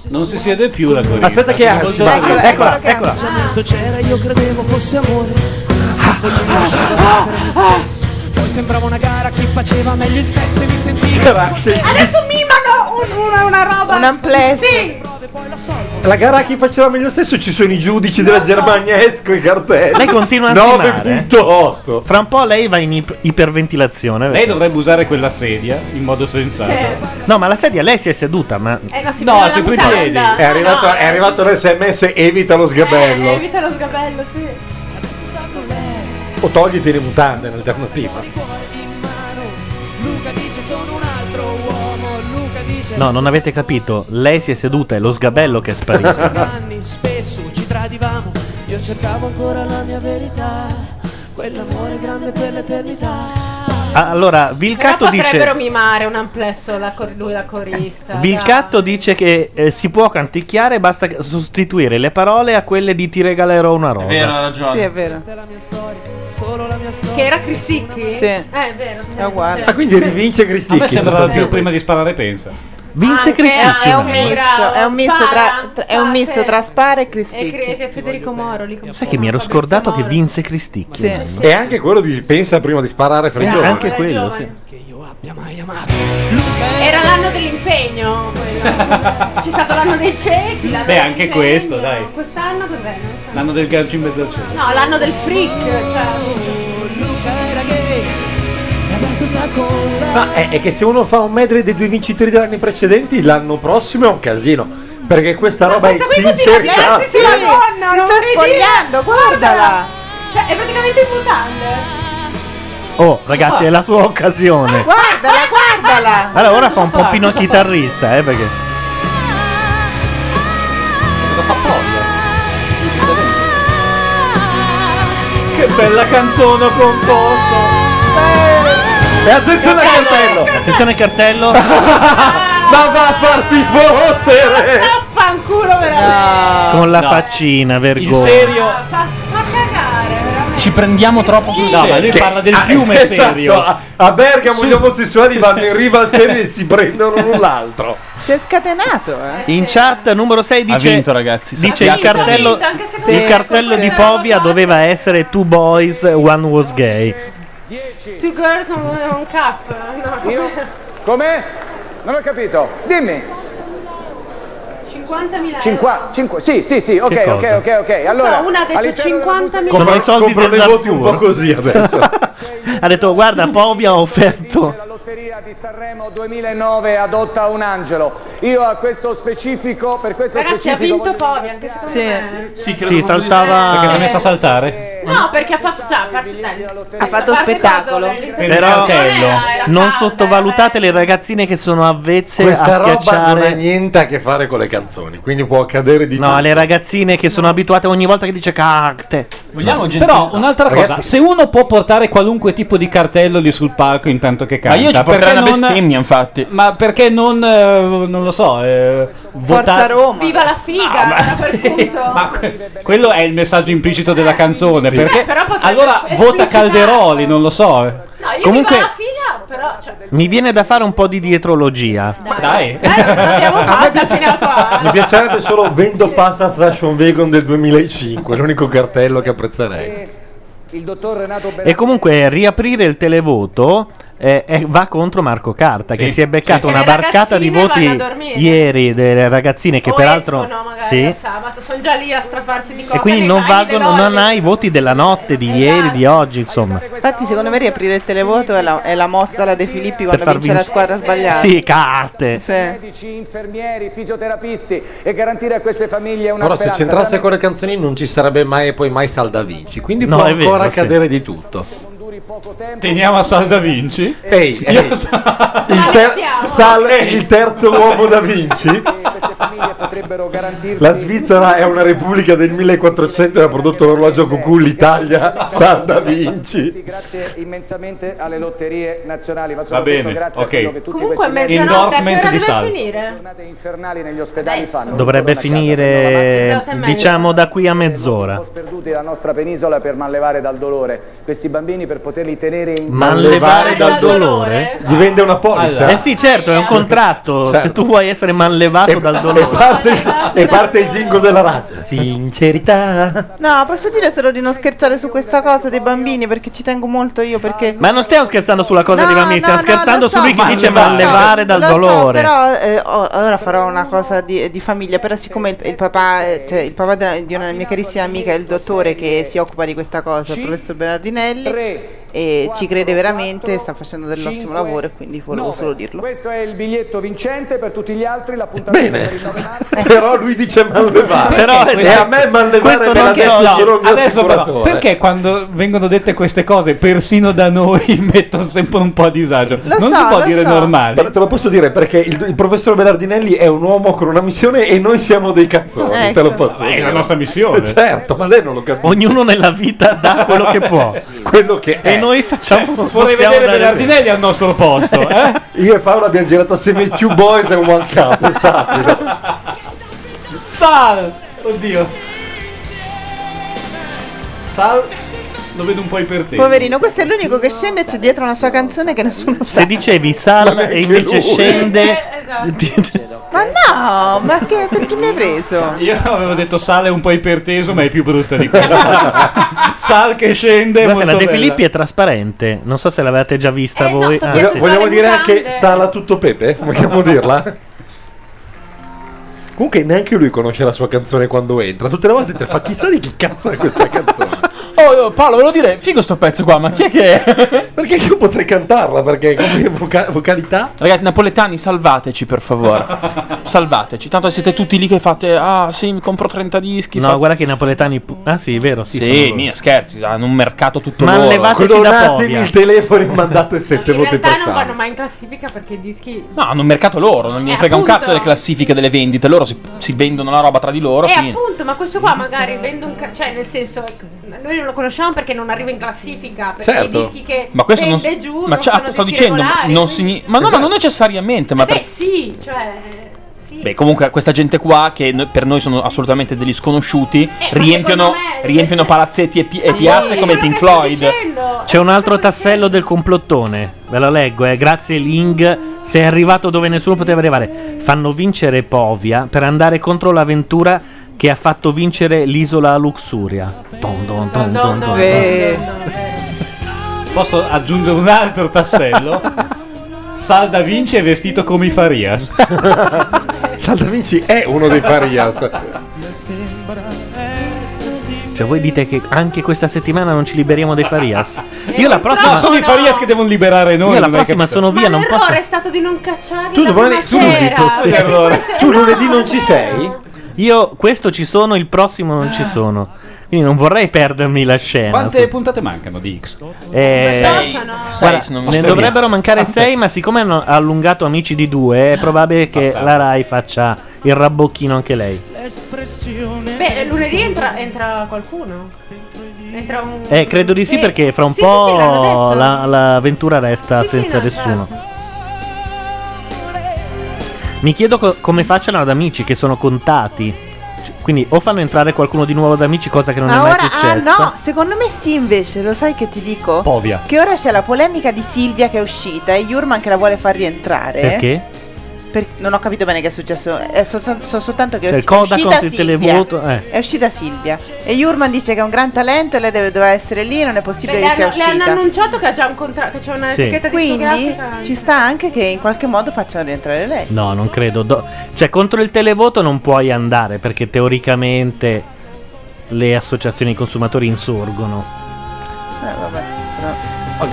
Speaker 7: Non si siede più la corista.
Speaker 9: Aspetta che
Speaker 7: si
Speaker 9: anzi,
Speaker 7: volta
Speaker 9: va.
Speaker 7: verso-
Speaker 9: Eccola,
Speaker 19: eccola. c'era, io credevo fosse amore. Sapevo riuscire ad essere me stesso. Poi sembrava una gara chi faceva meglio il sesso e mi sentivo.
Speaker 3: Adesso mimano un- una, una roba.
Speaker 5: Un amplesso.
Speaker 3: Sì.
Speaker 9: La gara a chi faceva meglio sesso ci sono i giudici della Germania, esco i cartelli.
Speaker 1: Lei continua a eh?
Speaker 9: 9.8.
Speaker 1: Fra un po' lei va in ip- iperventilazione.
Speaker 7: Lei
Speaker 1: vedi?
Speaker 7: dovrebbe usare quella sedia in modo sensato.
Speaker 1: No, ma la sedia lei si è seduta, ma.
Speaker 3: Eh, ma si
Speaker 7: No,
Speaker 3: prende la
Speaker 7: sempre in
Speaker 3: mutanda.
Speaker 7: piedi.
Speaker 9: È arrivato, è arrivato l'SMS evita lo
Speaker 3: Eh,
Speaker 9: sgabello.
Speaker 3: evita lo sgabello, sì.
Speaker 9: O togliti le mutande in alternativa.
Speaker 19: Luca dice sono un altro uomo. Luca dice
Speaker 1: No, non avete capito. Lei si è seduta, è lo sgabello che è
Speaker 19: per
Speaker 1: sparito.
Speaker 19: anni spesso ci tradivamo. Io cercavo ancora la mia verità. Quell'amore grande per l'eternità.
Speaker 1: Ah, allora,
Speaker 3: Però
Speaker 1: Vilcato
Speaker 3: potrebbero
Speaker 1: dice.
Speaker 3: mimare un amplesso la cor- lui la corista.
Speaker 1: Vilcatto dice che eh, si può canticchiare, basta che- sostituire le parole a quelle di ti regalerò una rosa.
Speaker 5: Sì, è vero.
Speaker 19: Solo la mia storia.
Speaker 3: Che era Cristicchi?
Speaker 5: Sì.
Speaker 3: Eh, è vero. sì, Ah, sì.
Speaker 9: rivince
Speaker 7: A me sembrava più prima di sparare pensa.
Speaker 1: Vince
Speaker 5: Cristicchi. È un
Speaker 7: no?
Speaker 5: misto, è un misto tra, tra- è un misto tra Spara e
Speaker 3: E
Speaker 5: Cristicchi.
Speaker 3: cre- che Federico Moro lì come
Speaker 1: Sai che mi ero scordato che vinse Cristicchi.
Speaker 5: Sì.
Speaker 1: insomma.
Speaker 9: E anche quello di pensa prima di sparare fra i
Speaker 1: Eh,
Speaker 9: giovani.
Speaker 1: anche quello, sì.
Speaker 3: Era l'anno dell'impegno. quello. C'è stato l'anno dei ciechi. l'anno
Speaker 7: Beh, anche
Speaker 3: dell'impegno.
Speaker 7: questo, dai.
Speaker 3: Quest'anno cos'è? Non so.
Speaker 7: L'anno del calcio in mezzo al cielo.
Speaker 3: No, l'anno del freak. Cioè.
Speaker 9: Ma è, è che se uno fa un medley dei due vincitori degli anni precedenti, l'anno prossimo è un casino. Perché questa roba è
Speaker 3: Questa qui continua a
Speaker 9: sincerità.
Speaker 3: girarsi sulla donna.
Speaker 5: si
Speaker 3: non
Speaker 5: sta
Speaker 3: vedi?
Speaker 5: spogliando, guardala.
Speaker 3: Cioè, è praticamente in mutande.
Speaker 1: Oh, ragazzi, è la sua
Speaker 3: Ah,
Speaker 1: occasione.
Speaker 5: Guardala, guardala.
Speaker 1: Eh. Allora, ora fa un poppino chitarrista, eh, perché.
Speaker 9: Che bella canzone ho composto. E attenzione al cartello.
Speaker 1: Attenzione al Eh, cartello.
Speaker 9: Ma va a farti
Speaker 1: Eh.
Speaker 9: fottere.
Speaker 3: Fanculo veramente. Ah,
Speaker 1: Con la faccina, vergogna.
Speaker 3: Fa, fa cagare, veramente.
Speaker 2: Ci prendiamo troppo sul serio. Che- ah, esatto,
Speaker 9: A, a Bergamo
Speaker 2: Sì.
Speaker 9: gli omosessuali vanno in riva al serio e si prendono l'un l'altro.
Speaker 5: Si è scatenato, eh.
Speaker 1: In chat numero 6 dice:
Speaker 2: vinto, ragazzi,
Speaker 1: dice
Speaker 2: sappiate.
Speaker 1: il cartello,
Speaker 5: Ha vinto, anche secondo
Speaker 1: il
Speaker 5: me.
Speaker 1: cartello
Speaker 5: Sì,
Speaker 1: di
Speaker 5: sì.
Speaker 1: Povia doveva essere Two Boys, One Was Gay.
Speaker 3: Two girls on, on cup. No.
Speaker 4: Com'è? Non ho capito. Dimmi.
Speaker 3: 50.000
Speaker 4: Cinqua- cinque- sì, sì, sì, ok,
Speaker 3: Che
Speaker 4: ok,
Speaker 3: cosa?
Speaker 4: ok, ok. Allora,
Speaker 3: so, una ha detto
Speaker 4: all'interno della musica-
Speaker 3: 50.000
Speaker 1: Compro, compro dei voti un po'
Speaker 9: così adesso.
Speaker 1: ha detto guarda Povia ha offerto
Speaker 4: lotteria di Sanremo 2009 adotta un angelo. Io a questo specifico, per questo
Speaker 3: Ragazzi, ha
Speaker 4: specifico
Speaker 3: vinto Povi, anche secondo me.
Speaker 1: sì saltava
Speaker 7: Perché si è messa a saltare?
Speaker 3: No, perché ha fatto. Cioè, a parte- dai,
Speaker 5: Ha fatto spettacolo.
Speaker 1: però
Speaker 3: Cartello.
Speaker 1: non sottovalutate le ragazzine che sono avvezze
Speaker 9: Questa
Speaker 1: a
Speaker 9: roba non ha
Speaker 1: schiacciare
Speaker 9: niente a che fare con le canzoni, quindi può accadere di
Speaker 1: no le ragazzine che sono abituate ogni volta che dice carte
Speaker 7: No. Però un'altra cosa,
Speaker 9: Ragazzi-
Speaker 7: se uno può portare qualunque tipo di cartello lì sul palco intanto che canta,
Speaker 2: io ci porterei
Speaker 7: perché
Speaker 2: una
Speaker 7: non-
Speaker 2: bestemmia, infatti.
Speaker 7: Ma perché non, eh, non lo so, eh, votare-
Speaker 3: Viva la figa! era per punto.
Speaker 7: Quello è il messaggio implicito della canzone,
Speaker 3: Sì.
Speaker 7: perché
Speaker 3: Beh,
Speaker 2: Eh,
Speaker 3: però potrebbe
Speaker 7: allora vota
Speaker 3: esplicitare.
Speaker 7: Calderoli, non lo so. eh.
Speaker 3: No, io
Speaker 1: Comunque-
Speaker 3: viva la figa, però. Cioè,
Speaker 1: mi viene da fare un po' di dietrologia
Speaker 7: dai
Speaker 9: Mi piacerebbe solo Vendo Passa Fashion Wagon del 2005, l'unico cartello che apprezzerei.
Speaker 4: Il dottor Renato
Speaker 1: E comunque riaprire il televoto eh, eh, va contro Marco Carta
Speaker 2: Sì.
Speaker 1: che si è beccato
Speaker 2: Sì.
Speaker 1: una
Speaker 2: Che le
Speaker 1: barcata di
Speaker 3: ragazzine
Speaker 1: voti
Speaker 3: vanno a dormire.
Speaker 1: ieri delle ragazzine che
Speaker 3: o
Speaker 1: peraltro
Speaker 3: escono magari
Speaker 1: sì,
Speaker 3: a sabato, sono già lì a strafarsi di cose.
Speaker 1: e quindi non valgono non hai i voti della notte di ieri di oggi insomma
Speaker 5: Infatti, secondo me, riaprire il televoto è la, è la mossa alla De Filippi quando
Speaker 1: far
Speaker 5: vince la
Speaker 1: vincere-
Speaker 5: squadra sbagliata.
Speaker 1: sì carte
Speaker 4: medici, infermieri, fisioterapisti e garantire a queste famiglie una
Speaker 9: Però se
Speaker 4: speranza.
Speaker 9: c'entrasse con le canzoni non ci sarebbe mai e poi mai Saldavici, quindi
Speaker 7: No,
Speaker 9: può
Speaker 7: è vero,
Speaker 9: ancora
Speaker 7: sì.
Speaker 9: accadere di tutto.
Speaker 7: Teniamo a Salda Vinci.
Speaker 9: Ehi,
Speaker 7: Io
Speaker 9: ehi.
Speaker 7: so-
Speaker 9: Il, ter- Sal- il terzo uomo da Vinci. La Svizzera è una repubblica del 1400 e ha prodotto l'orologio cucù, l'Italia sa da Vinci.
Speaker 4: Grazie immensamente alle lotterie nazionali, ma
Speaker 9: Va
Speaker 4: soprattutto
Speaker 9: bene,
Speaker 4: grazie
Speaker 9: ok.
Speaker 4: a quello che tutti
Speaker 3: Comunque, a
Speaker 4: questi
Speaker 3: mezzanotte a che
Speaker 9: Endorsement
Speaker 3: ora
Speaker 9: di
Speaker 3: deve
Speaker 9: Salvo.
Speaker 3: finire?
Speaker 4: giornate infernali negli ospedali fanno.
Speaker 1: dovrebbe finire
Speaker 4: Mezzanotte e mezza.
Speaker 1: diciamo da qui a mezz'ora
Speaker 4: Perduti la nostra penisola per manlevare dal dolore questi bambini per poterli tenere in
Speaker 1: manlevare dal dolore
Speaker 9: gli vende una polizza Certo.
Speaker 1: eh sì certo è un contratto se tu vuoi essere manlevato dal
Speaker 9: E
Speaker 1: dolore
Speaker 9: parte, e parte il jingle della razza. Sincerità.
Speaker 5: No, posso dire solo di non scherzare su questa cosa dei bambini perché ci tengo molto io perché
Speaker 1: ma non stiamo scherzando sulla cosa dei bambini stiamo scherzando su lui che dice manlevare dal
Speaker 5: Lo so,
Speaker 1: dolore
Speaker 5: però eh, o- ora farò una cosa di, di famiglia. Però, siccome il, il papà, eh, cioè, il papà della- di una mia carissima amica è il dottore che si occupa di questa cosa, il professor Bernardinelli, e ci crede veramente, sta facendo dell'ottimo lavoro. E quindi volevo solo dirlo.
Speaker 4: Questo è il biglietto vincente per tutti gli altri, l'appuntamento
Speaker 9: Bene.
Speaker 4: per il 9 marzo.
Speaker 9: Però lui dice manlevare.
Speaker 7: Però eh,
Speaker 9: e a me manlevare
Speaker 7: questo
Speaker 9: me l'ha
Speaker 7: non che
Speaker 9: detto
Speaker 7: no,
Speaker 9: solo il mio
Speaker 7: adesso però,
Speaker 9: assicuratore.
Speaker 7: perché quando vengono dette queste cose persino da noi mettono sempre un po' a disagio non si può dire normale
Speaker 9: Però te lo posso dire perché il, il professor Belardinelli è un uomo con una missione e noi siamo dei cazzoni. Te lo posso
Speaker 7: È
Speaker 9: dire.
Speaker 7: la nostra missione.
Speaker 9: Certo, ma lei non lo capisce.
Speaker 1: Ognuno nella vita dà quello che può.
Speaker 9: quello che è.
Speaker 1: E noi facciamo
Speaker 7: Eh, vorrei
Speaker 1: possiamo
Speaker 7: vedere
Speaker 1: dare-
Speaker 7: Bernardinelli al nostro posto eh?
Speaker 9: Io e Paolo abbiamo girato assieme il Two Boys e un One Cup, esatto, sappilo.
Speaker 7: Sal oddio Sal lo vedo un po' iperteso
Speaker 5: Poverino, questo è l'unico che scende e c'è dietro una sua canzone che nessuno sa.
Speaker 1: Se dicevi sal e invece scende
Speaker 5: Ma no, ma che perché mi hai preso?
Speaker 7: io avevo detto Sal è un po' iperteso ma è più brutta di questa Sal che scende è
Speaker 1: Guarda,
Speaker 7: molto
Speaker 1: la De
Speaker 7: bella.
Speaker 1: Filippi è trasparente. Non so se l'avete già vista voi. Ah,
Speaker 9: Voglio-
Speaker 1: sì.
Speaker 9: vogliamo dire anche Sala tutto pepe? Vogliamo dirla? Comunque neanche lui conosce la sua canzone quando entra. Tutte le volte te fa chissà di chi cazzo è questa canzone.
Speaker 2: Oh, oh, Paolo, volevo dire, figo sto pezzo qua, ma chi è che è?
Speaker 9: perché io potrei cantarla, perché come voca- vocalità...
Speaker 2: Ragazzi, napoletani, salvateci per favore. salvateci. Tanto siete tutti lì che fate, ah sì, mi compro 30 dischi.
Speaker 1: No,
Speaker 2: fa-
Speaker 1: guarda che i napoletani. pu- Ah, sì, è vero. Sì,
Speaker 2: Sì,
Speaker 1: sono loro.
Speaker 2: mia, scherzi, hanno un mercato tutto
Speaker 1: Ma
Speaker 2: loro.
Speaker 1: levateci da
Speaker 9: Clonatemi
Speaker 1: Povia.
Speaker 9: il telefono e mandate sette
Speaker 3: In
Speaker 9: voti per
Speaker 3: realtà non
Speaker 9: Sala.
Speaker 3: vanno mai in classifica perché i dischi.
Speaker 2: No, hanno un mercato loro, non gli
Speaker 3: Eh,
Speaker 2: frega un
Speaker 3: appunto.
Speaker 2: cazzo delle classifiche delle vendite, loro si, si vendono la roba tra di loro.
Speaker 3: E
Speaker 2: fine.
Speaker 3: Eh, appunto, ma questo qua magari vende un ca- cioè nel senso noi non lo conosciamo perché non arriva in classifica, perché
Speaker 2: Certo.
Speaker 3: i dischi che
Speaker 2: Ma questo non,
Speaker 3: vende giù
Speaker 2: ma
Speaker 3: non
Speaker 2: c'è-
Speaker 3: sono
Speaker 2: sto
Speaker 3: dischi
Speaker 2: dicendo, ma
Speaker 3: regolari,
Speaker 2: non
Speaker 3: quindi- Eh
Speaker 2: signi- ma no, ma non necessariamente, ma per-
Speaker 3: Beh, sì, cioè sì.
Speaker 2: Beh, comunque questa gente qua che no- per noi sono assolutamente degli sconosciuti,
Speaker 3: Eh,
Speaker 2: riempiono, riempiono palazzetti e, pi- e
Speaker 3: Sì,
Speaker 2: piazze come
Speaker 3: quello
Speaker 2: Pink
Speaker 3: che sto
Speaker 2: Floyd.
Speaker 3: dicendo.
Speaker 1: C'è un altro tassello del complottone. Ve lo leggo, eh. Grazie, Ling. Sei arrivato dove nessuno poteva arrivare. Fanno vincere Povia per andare contro l'avventura che ha fatto vincere l'isola Luxuria. Don, don, don, don, don,
Speaker 7: Posso aggiungere un altro tassello? Salda Vinci è vestito come i Farias.
Speaker 16: Salda Vinci è uno dei Farias.
Speaker 1: Cioè, voi dite che anche questa settimana non ci liberiamo dei Farias? Io la prossima.
Speaker 7: No, sono i Farias che devono liberare noi.
Speaker 1: Io la
Speaker 7: non hai
Speaker 1: prossima
Speaker 7: capito.
Speaker 1: sono via, non
Speaker 3: L'errore
Speaker 1: posso.
Speaker 3: è stato di non cacciare
Speaker 1: Tu
Speaker 3: la
Speaker 1: domani-
Speaker 3: prima
Speaker 1: tu lunedì,
Speaker 3: sera. Cioè,
Speaker 1: sì. Allora,
Speaker 3: Perché
Speaker 1: tu
Speaker 3: questo-
Speaker 1: lunedì
Speaker 3: no,
Speaker 1: non ci
Speaker 3: no.
Speaker 1: sei? Io questo ci sono, il prossimo non ci sono. Quindi non vorrei perdermi la scena.
Speaker 7: Quante puntate mancano di X?
Speaker 1: Eh,
Speaker 7: Sei.
Speaker 1: guarda,
Speaker 7: Sei, se non mi
Speaker 1: ne
Speaker 7: sbaglio.
Speaker 1: dovrebbero mancare 6, ma siccome hanno allungato Amici di 2, è probabile che
Speaker 7: Bastardo.
Speaker 1: la Rai faccia il rabbocchino anche lei.
Speaker 22: L'espressione.
Speaker 3: Beh, lunedì entra, entra qualcuno. Entra un.
Speaker 1: Eh, credo di sì, perché fra un
Speaker 3: Sì, sì,
Speaker 1: po'
Speaker 3: sì, l'hanno detto.
Speaker 1: la, la Ventura resta
Speaker 3: Sì, sì,
Speaker 1: senza
Speaker 3: no,
Speaker 1: nessuno.
Speaker 3: certo.
Speaker 1: Mi chiedo co- come facciano ad amici che sono contati. C- Quindi o fanno entrare qualcuno di nuovo ad amici, cosa che non è mai
Speaker 5: Ora, ah
Speaker 1: successa.
Speaker 5: no, secondo me sì invece, lo sai che ti dico?
Speaker 1: Povia.
Speaker 5: Che ora c'è la polemica di Silvia che è uscita e Jurman che la vuole far rientrare.
Speaker 1: Perché?
Speaker 5: Per- non ho capito bene che è successo, è so, so- so soltanto che
Speaker 1: Cioè,
Speaker 5: è
Speaker 1: il Kodak
Speaker 5: uscita
Speaker 1: contro il
Speaker 5: Silvia.
Speaker 1: televoto, eh.
Speaker 5: È uscita Silvia e Jurman dice che è un gran talento e lei deve, doveva essere lì e non è
Speaker 3: Beh,
Speaker 5: possibile
Speaker 3: le,
Speaker 5: che sia
Speaker 3: hanno, le hanno
Speaker 5: uscita.
Speaker 3: annunciato che, ha già un contra- che c'è una
Speaker 1: Sì.
Speaker 3: etichetta
Speaker 5: Quindi
Speaker 3: discografica.
Speaker 5: ci sta anche che in qualche modo facciano rientrare lei.
Speaker 1: No, non credo. Do- cioè, contro il televoto non puoi andare perché teoricamente le associazioni dei consumatori insorgono.
Speaker 5: Eh, vabbè,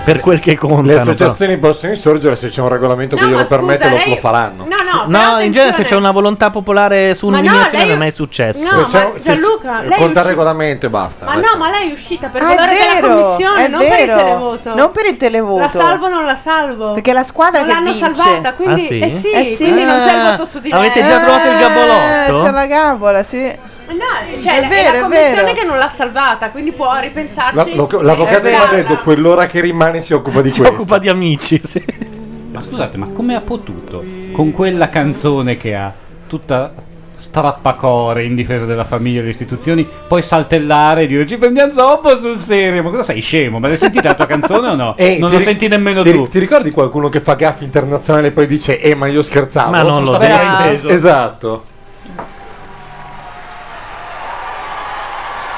Speaker 1: Per quel che contano.
Speaker 16: Le
Speaker 1: però.
Speaker 16: associazioni possono insorgere se c'è un regolamento che
Speaker 1: No,
Speaker 16: glielo
Speaker 1: ma scusa,
Speaker 16: permette, lo,
Speaker 1: lei-
Speaker 16: lo fafaranno.
Speaker 1: No, in genere se c'è una volontà popolare su
Speaker 3: Ma no,
Speaker 1: un'eliminazione
Speaker 3: lei-
Speaker 1: non è mai successo.
Speaker 3: No,
Speaker 16: Eh,
Speaker 3: Se ma c'è un- se- Gianluca, lei
Speaker 16: Conta il
Speaker 3: usci-
Speaker 16: regolamento e basta.
Speaker 3: Ma no, ma lei è uscita per
Speaker 5: Ah,
Speaker 3: valore
Speaker 5: è vero,
Speaker 3: della commissione,
Speaker 5: è
Speaker 3: non
Speaker 5: vero.
Speaker 3: per il televoto.
Speaker 5: Non per il televoto.
Speaker 3: La salvo o non la salvo?
Speaker 5: Perché la squadra
Speaker 3: non
Speaker 5: che
Speaker 3: l'hanno
Speaker 5: vince.
Speaker 3: salvata, quindi
Speaker 1: Ah, sì?
Speaker 3: eh sì,
Speaker 5: Eh sì.
Speaker 3: quindi non c'è il
Speaker 1: Ah,
Speaker 3: voto su di lei.
Speaker 1: avete già trovato il
Speaker 5: Eh, c'è
Speaker 1: gabolotto?
Speaker 5: la gabola, sì.
Speaker 3: No, cioè
Speaker 5: È
Speaker 3: è,
Speaker 5: vero, è
Speaker 3: la commissione
Speaker 5: vero.
Speaker 3: che non l'ha salvata, quindi può ripensarci.
Speaker 16: La- lo- l'avvocato
Speaker 3: Eh,
Speaker 16: mi ha
Speaker 1: esatto.
Speaker 3: sì.
Speaker 16: detto quell'ora che rimane si occupa di questo. Si occupa
Speaker 1: di amici.
Speaker 7: Ma scusate, ma come ha potuto con quella canzone che ha tutta strappacore in difesa della famiglia e delle istituzioni, poi saltellare e dire ci prendiamo dopo sul serio? Ma cosa sei scemo? Ma l'hai sentita la tua canzone o no?
Speaker 16: Eh,
Speaker 7: non
Speaker 16: ti
Speaker 7: lo
Speaker 16: ri-
Speaker 7: senti nemmeno
Speaker 2: Cioè,
Speaker 16: ti,
Speaker 7: tu.
Speaker 16: Ti ricordi qualcuno che fa gaffe internazionale e poi dice "Eh, ma io scherzavo".
Speaker 7: Ma non
Speaker 16: Sono
Speaker 7: l'ho
Speaker 16: stato-
Speaker 7: detto.
Speaker 16: Bravo. Esatto.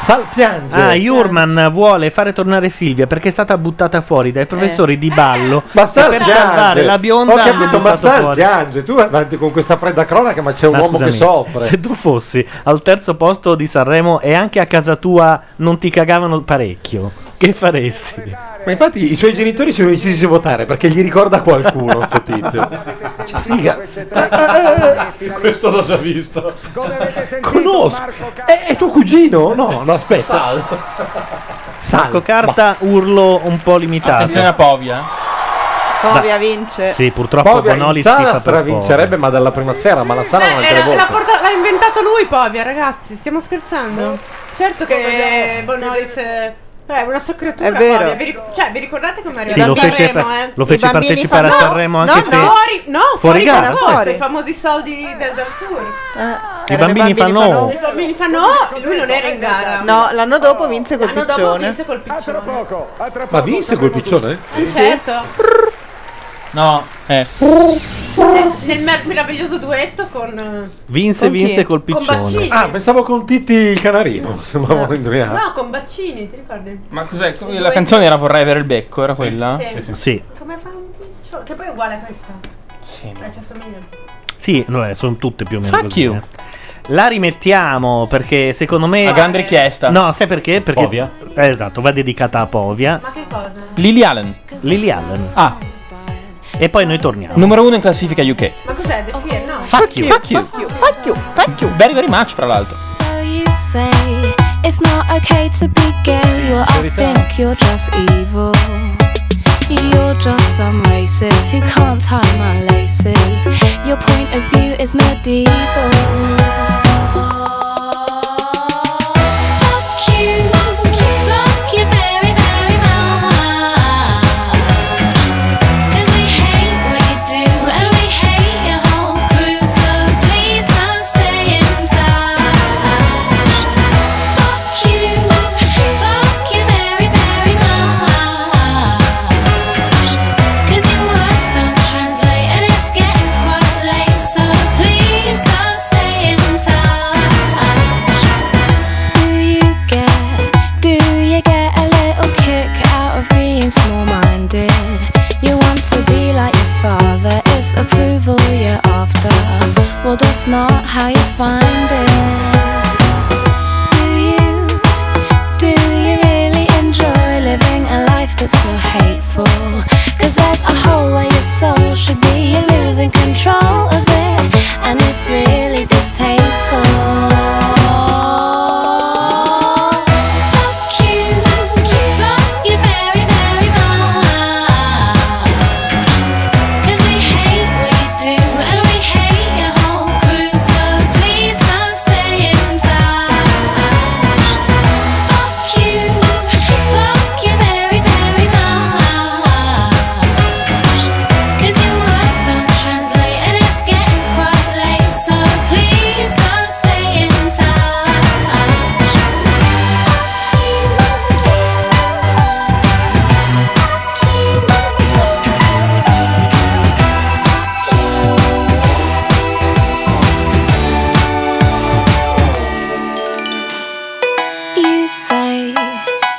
Speaker 16: Sal piange.
Speaker 1: Ah, Jurman vuole fare tornare Silvia perché è stata buttata fuori
Speaker 3: Eh.
Speaker 1: dai professori di ballo.
Speaker 16: Ma
Speaker 1: e
Speaker 16: Sal
Speaker 1: per
Speaker 16: piange.
Speaker 1: salvare la bionda
Speaker 16: Ho
Speaker 1: hanno
Speaker 16: capito, ma
Speaker 1: buttato
Speaker 16: Sal
Speaker 1: fuori.
Speaker 16: piange. Tu vai avanti con questa fredda cronaca, ma c'è un
Speaker 1: Ma
Speaker 16: uomo che
Speaker 1: scusami,
Speaker 16: soffre.
Speaker 1: Se tu fossi al terzo posto di Sanremo e anche a casa tua non ti cagavano parecchio, che faresti?
Speaker 16: Ma infatti i suoi genitori sono decisi di votare perché gli ricorda qualcuno sto tizio. Figa.
Speaker 7: Questo l'ho già visto.
Speaker 16: Conosco. Eh, È, è tuo cugino? No, no, aspetta.
Speaker 1: Sacco Ecco, carta, urlo un po' limitato.
Speaker 2: Attenzione a Povia.
Speaker 5: Povia vince.
Speaker 1: Sì, purtroppo
Speaker 16: Eh, Povia in
Speaker 1: Bonolis
Speaker 16: sala
Speaker 1: ti fa per
Speaker 16: stravincerebbe, ma dalla prima sera, ma la sala non
Speaker 3: Eh,
Speaker 16: te
Speaker 3: l'ha, l'ha
Speaker 16: vota.
Speaker 3: porta- l'ha inventato lui, Povia, ragazzi. Stiamo scherzando. Certo che Bonolis. eh, È una socretura,
Speaker 5: È vero.
Speaker 3: Povia. Vi, ric- cioè, vi ricordate come
Speaker 1: Sì,
Speaker 3: arrivato
Speaker 1: lo
Speaker 3: a
Speaker 1: fece,
Speaker 3: Sanremo?
Speaker 1: per-
Speaker 3: eh?
Speaker 1: lo fece partecipare a Sanremo anche se
Speaker 3: fuori, no, fuori,
Speaker 1: gara,
Speaker 3: gara,
Speaker 1: fuori.
Speaker 3: forse, i famosi soldi del, del tour.
Speaker 1: I bambini, fanno
Speaker 3: I bambini fanno no, lui non era in gara.
Speaker 5: No, l'anno dopo vinse col
Speaker 3: L'anno dopo
Speaker 5: piccione.
Speaker 3: vinse col piccione. A tra poco,
Speaker 4: a tra
Speaker 16: Ma vinse quel piccione?
Speaker 3: Sì, certo.
Speaker 2: No, eh.
Speaker 3: Nel, nel mer- meraviglioso duetto con eh,
Speaker 1: Vinse,
Speaker 3: Con chi?
Speaker 1: vinse col
Speaker 3: Con
Speaker 1: piccione.
Speaker 3: Baccini.
Speaker 16: Ah, pensavo con Titti il canarino. Sembrava un indovinato.
Speaker 3: No, con Baccini, ti ricordi?
Speaker 2: Ma cos'è? La canzone era Vorrei avere il becco, era quella?
Speaker 3: Sì. Sì,
Speaker 1: Sì.
Speaker 3: Come fa un piccione? Che poi è uguale a questa.
Speaker 2: Sì.
Speaker 3: Eh, ci assomiglia.
Speaker 1: Sì, no, eh, sono tutte più o meno
Speaker 2: Fuck
Speaker 1: così.
Speaker 2: you.
Speaker 1: eh. La rimettiamo perché secondo me
Speaker 2: A grande richiesta.
Speaker 1: No, sai perché? Perché
Speaker 2: Povia.
Speaker 1: Eh, esatto, va dedicata a Povia.
Speaker 3: Ma che cosa?
Speaker 2: Lily Allen.
Speaker 1: Lily Allen.
Speaker 2: Ah.
Speaker 1: E poi noi torniamo.
Speaker 2: Numero uno in classifica UK.
Speaker 3: Ma cos'è? The Fear? No.
Speaker 2: Fuck you. Fuck you.
Speaker 5: Fuck you. Fuck you.
Speaker 2: Very very much, fra l'altro.
Speaker 12: So you say it's not okay to be gay. Well, I think you're just evil. You're just some racist who can't tie my laces. Your point of view is medieval. Fuck you, fuck you very, very much. 'Cause we hate what you do and we hate your whole crew. So please don't stay in touch. Fuck you, fuck you very, very much. 'Cause your words don't translate and it's getting quite late. So please don't stay in touch.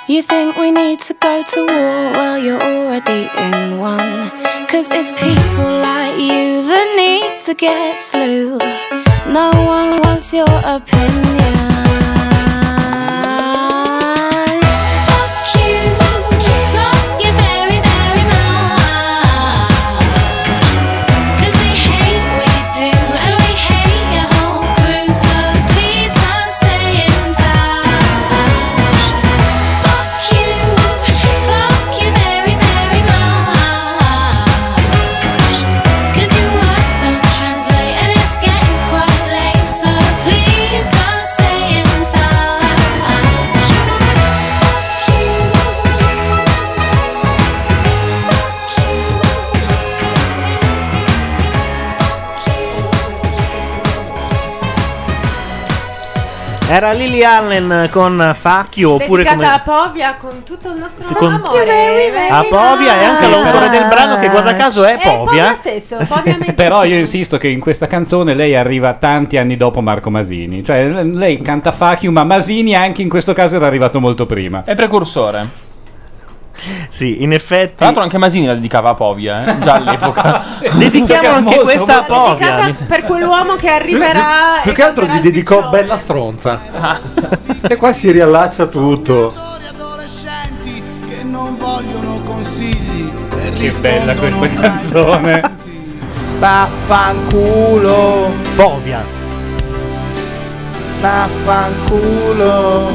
Speaker 12: You think we need to go to war? Well, you're already in one. Cause it's people like you that need to get slew. No one wants your opinion. Fuck you, fuck you very, very much. 'Cause we hate what you do, and we hate your whole crew. So please don't stay in touch. Fuck you, fuck you very, very much. 'Cause your words don't translate, and it's getting quite late. So please don't stay in touch.
Speaker 1: Era Lily Allen con Facchio oppure
Speaker 3: Dedicata
Speaker 1: come
Speaker 3: a Povia con tutto il nostro
Speaker 1: Sì, con-
Speaker 3: amore. eh,
Speaker 1: a Povia e anche l'autore del brano che guarda caso
Speaker 3: È
Speaker 1: è
Speaker 3: Eh, Povia
Speaker 1: Povia.
Speaker 3: stesso, Povia Mendoza.
Speaker 7: Però io insisto che in questa canzone lei arriva tanti anni dopo Marco Masini. Cioè, l- lei canta Facchio, ma Masini anche in questo caso era arrivato molto prima.
Speaker 2: È precursore.
Speaker 1: Sì, in effetti.
Speaker 2: Tra l'altro anche Masini la dedicava a Povia, eh, già all'epoca.
Speaker 1: Dedichiamo anche questa a
Speaker 3: Dedicata per quell'uomo che arriverà
Speaker 9: Più che altro gli dedicò bella stronza. e qua si riallaccia tutto.
Speaker 23: che non vogliono consigli per
Speaker 7: Che bella questa canzone.
Speaker 23: Vaffanculo
Speaker 1: Povia
Speaker 23: Vaffanculo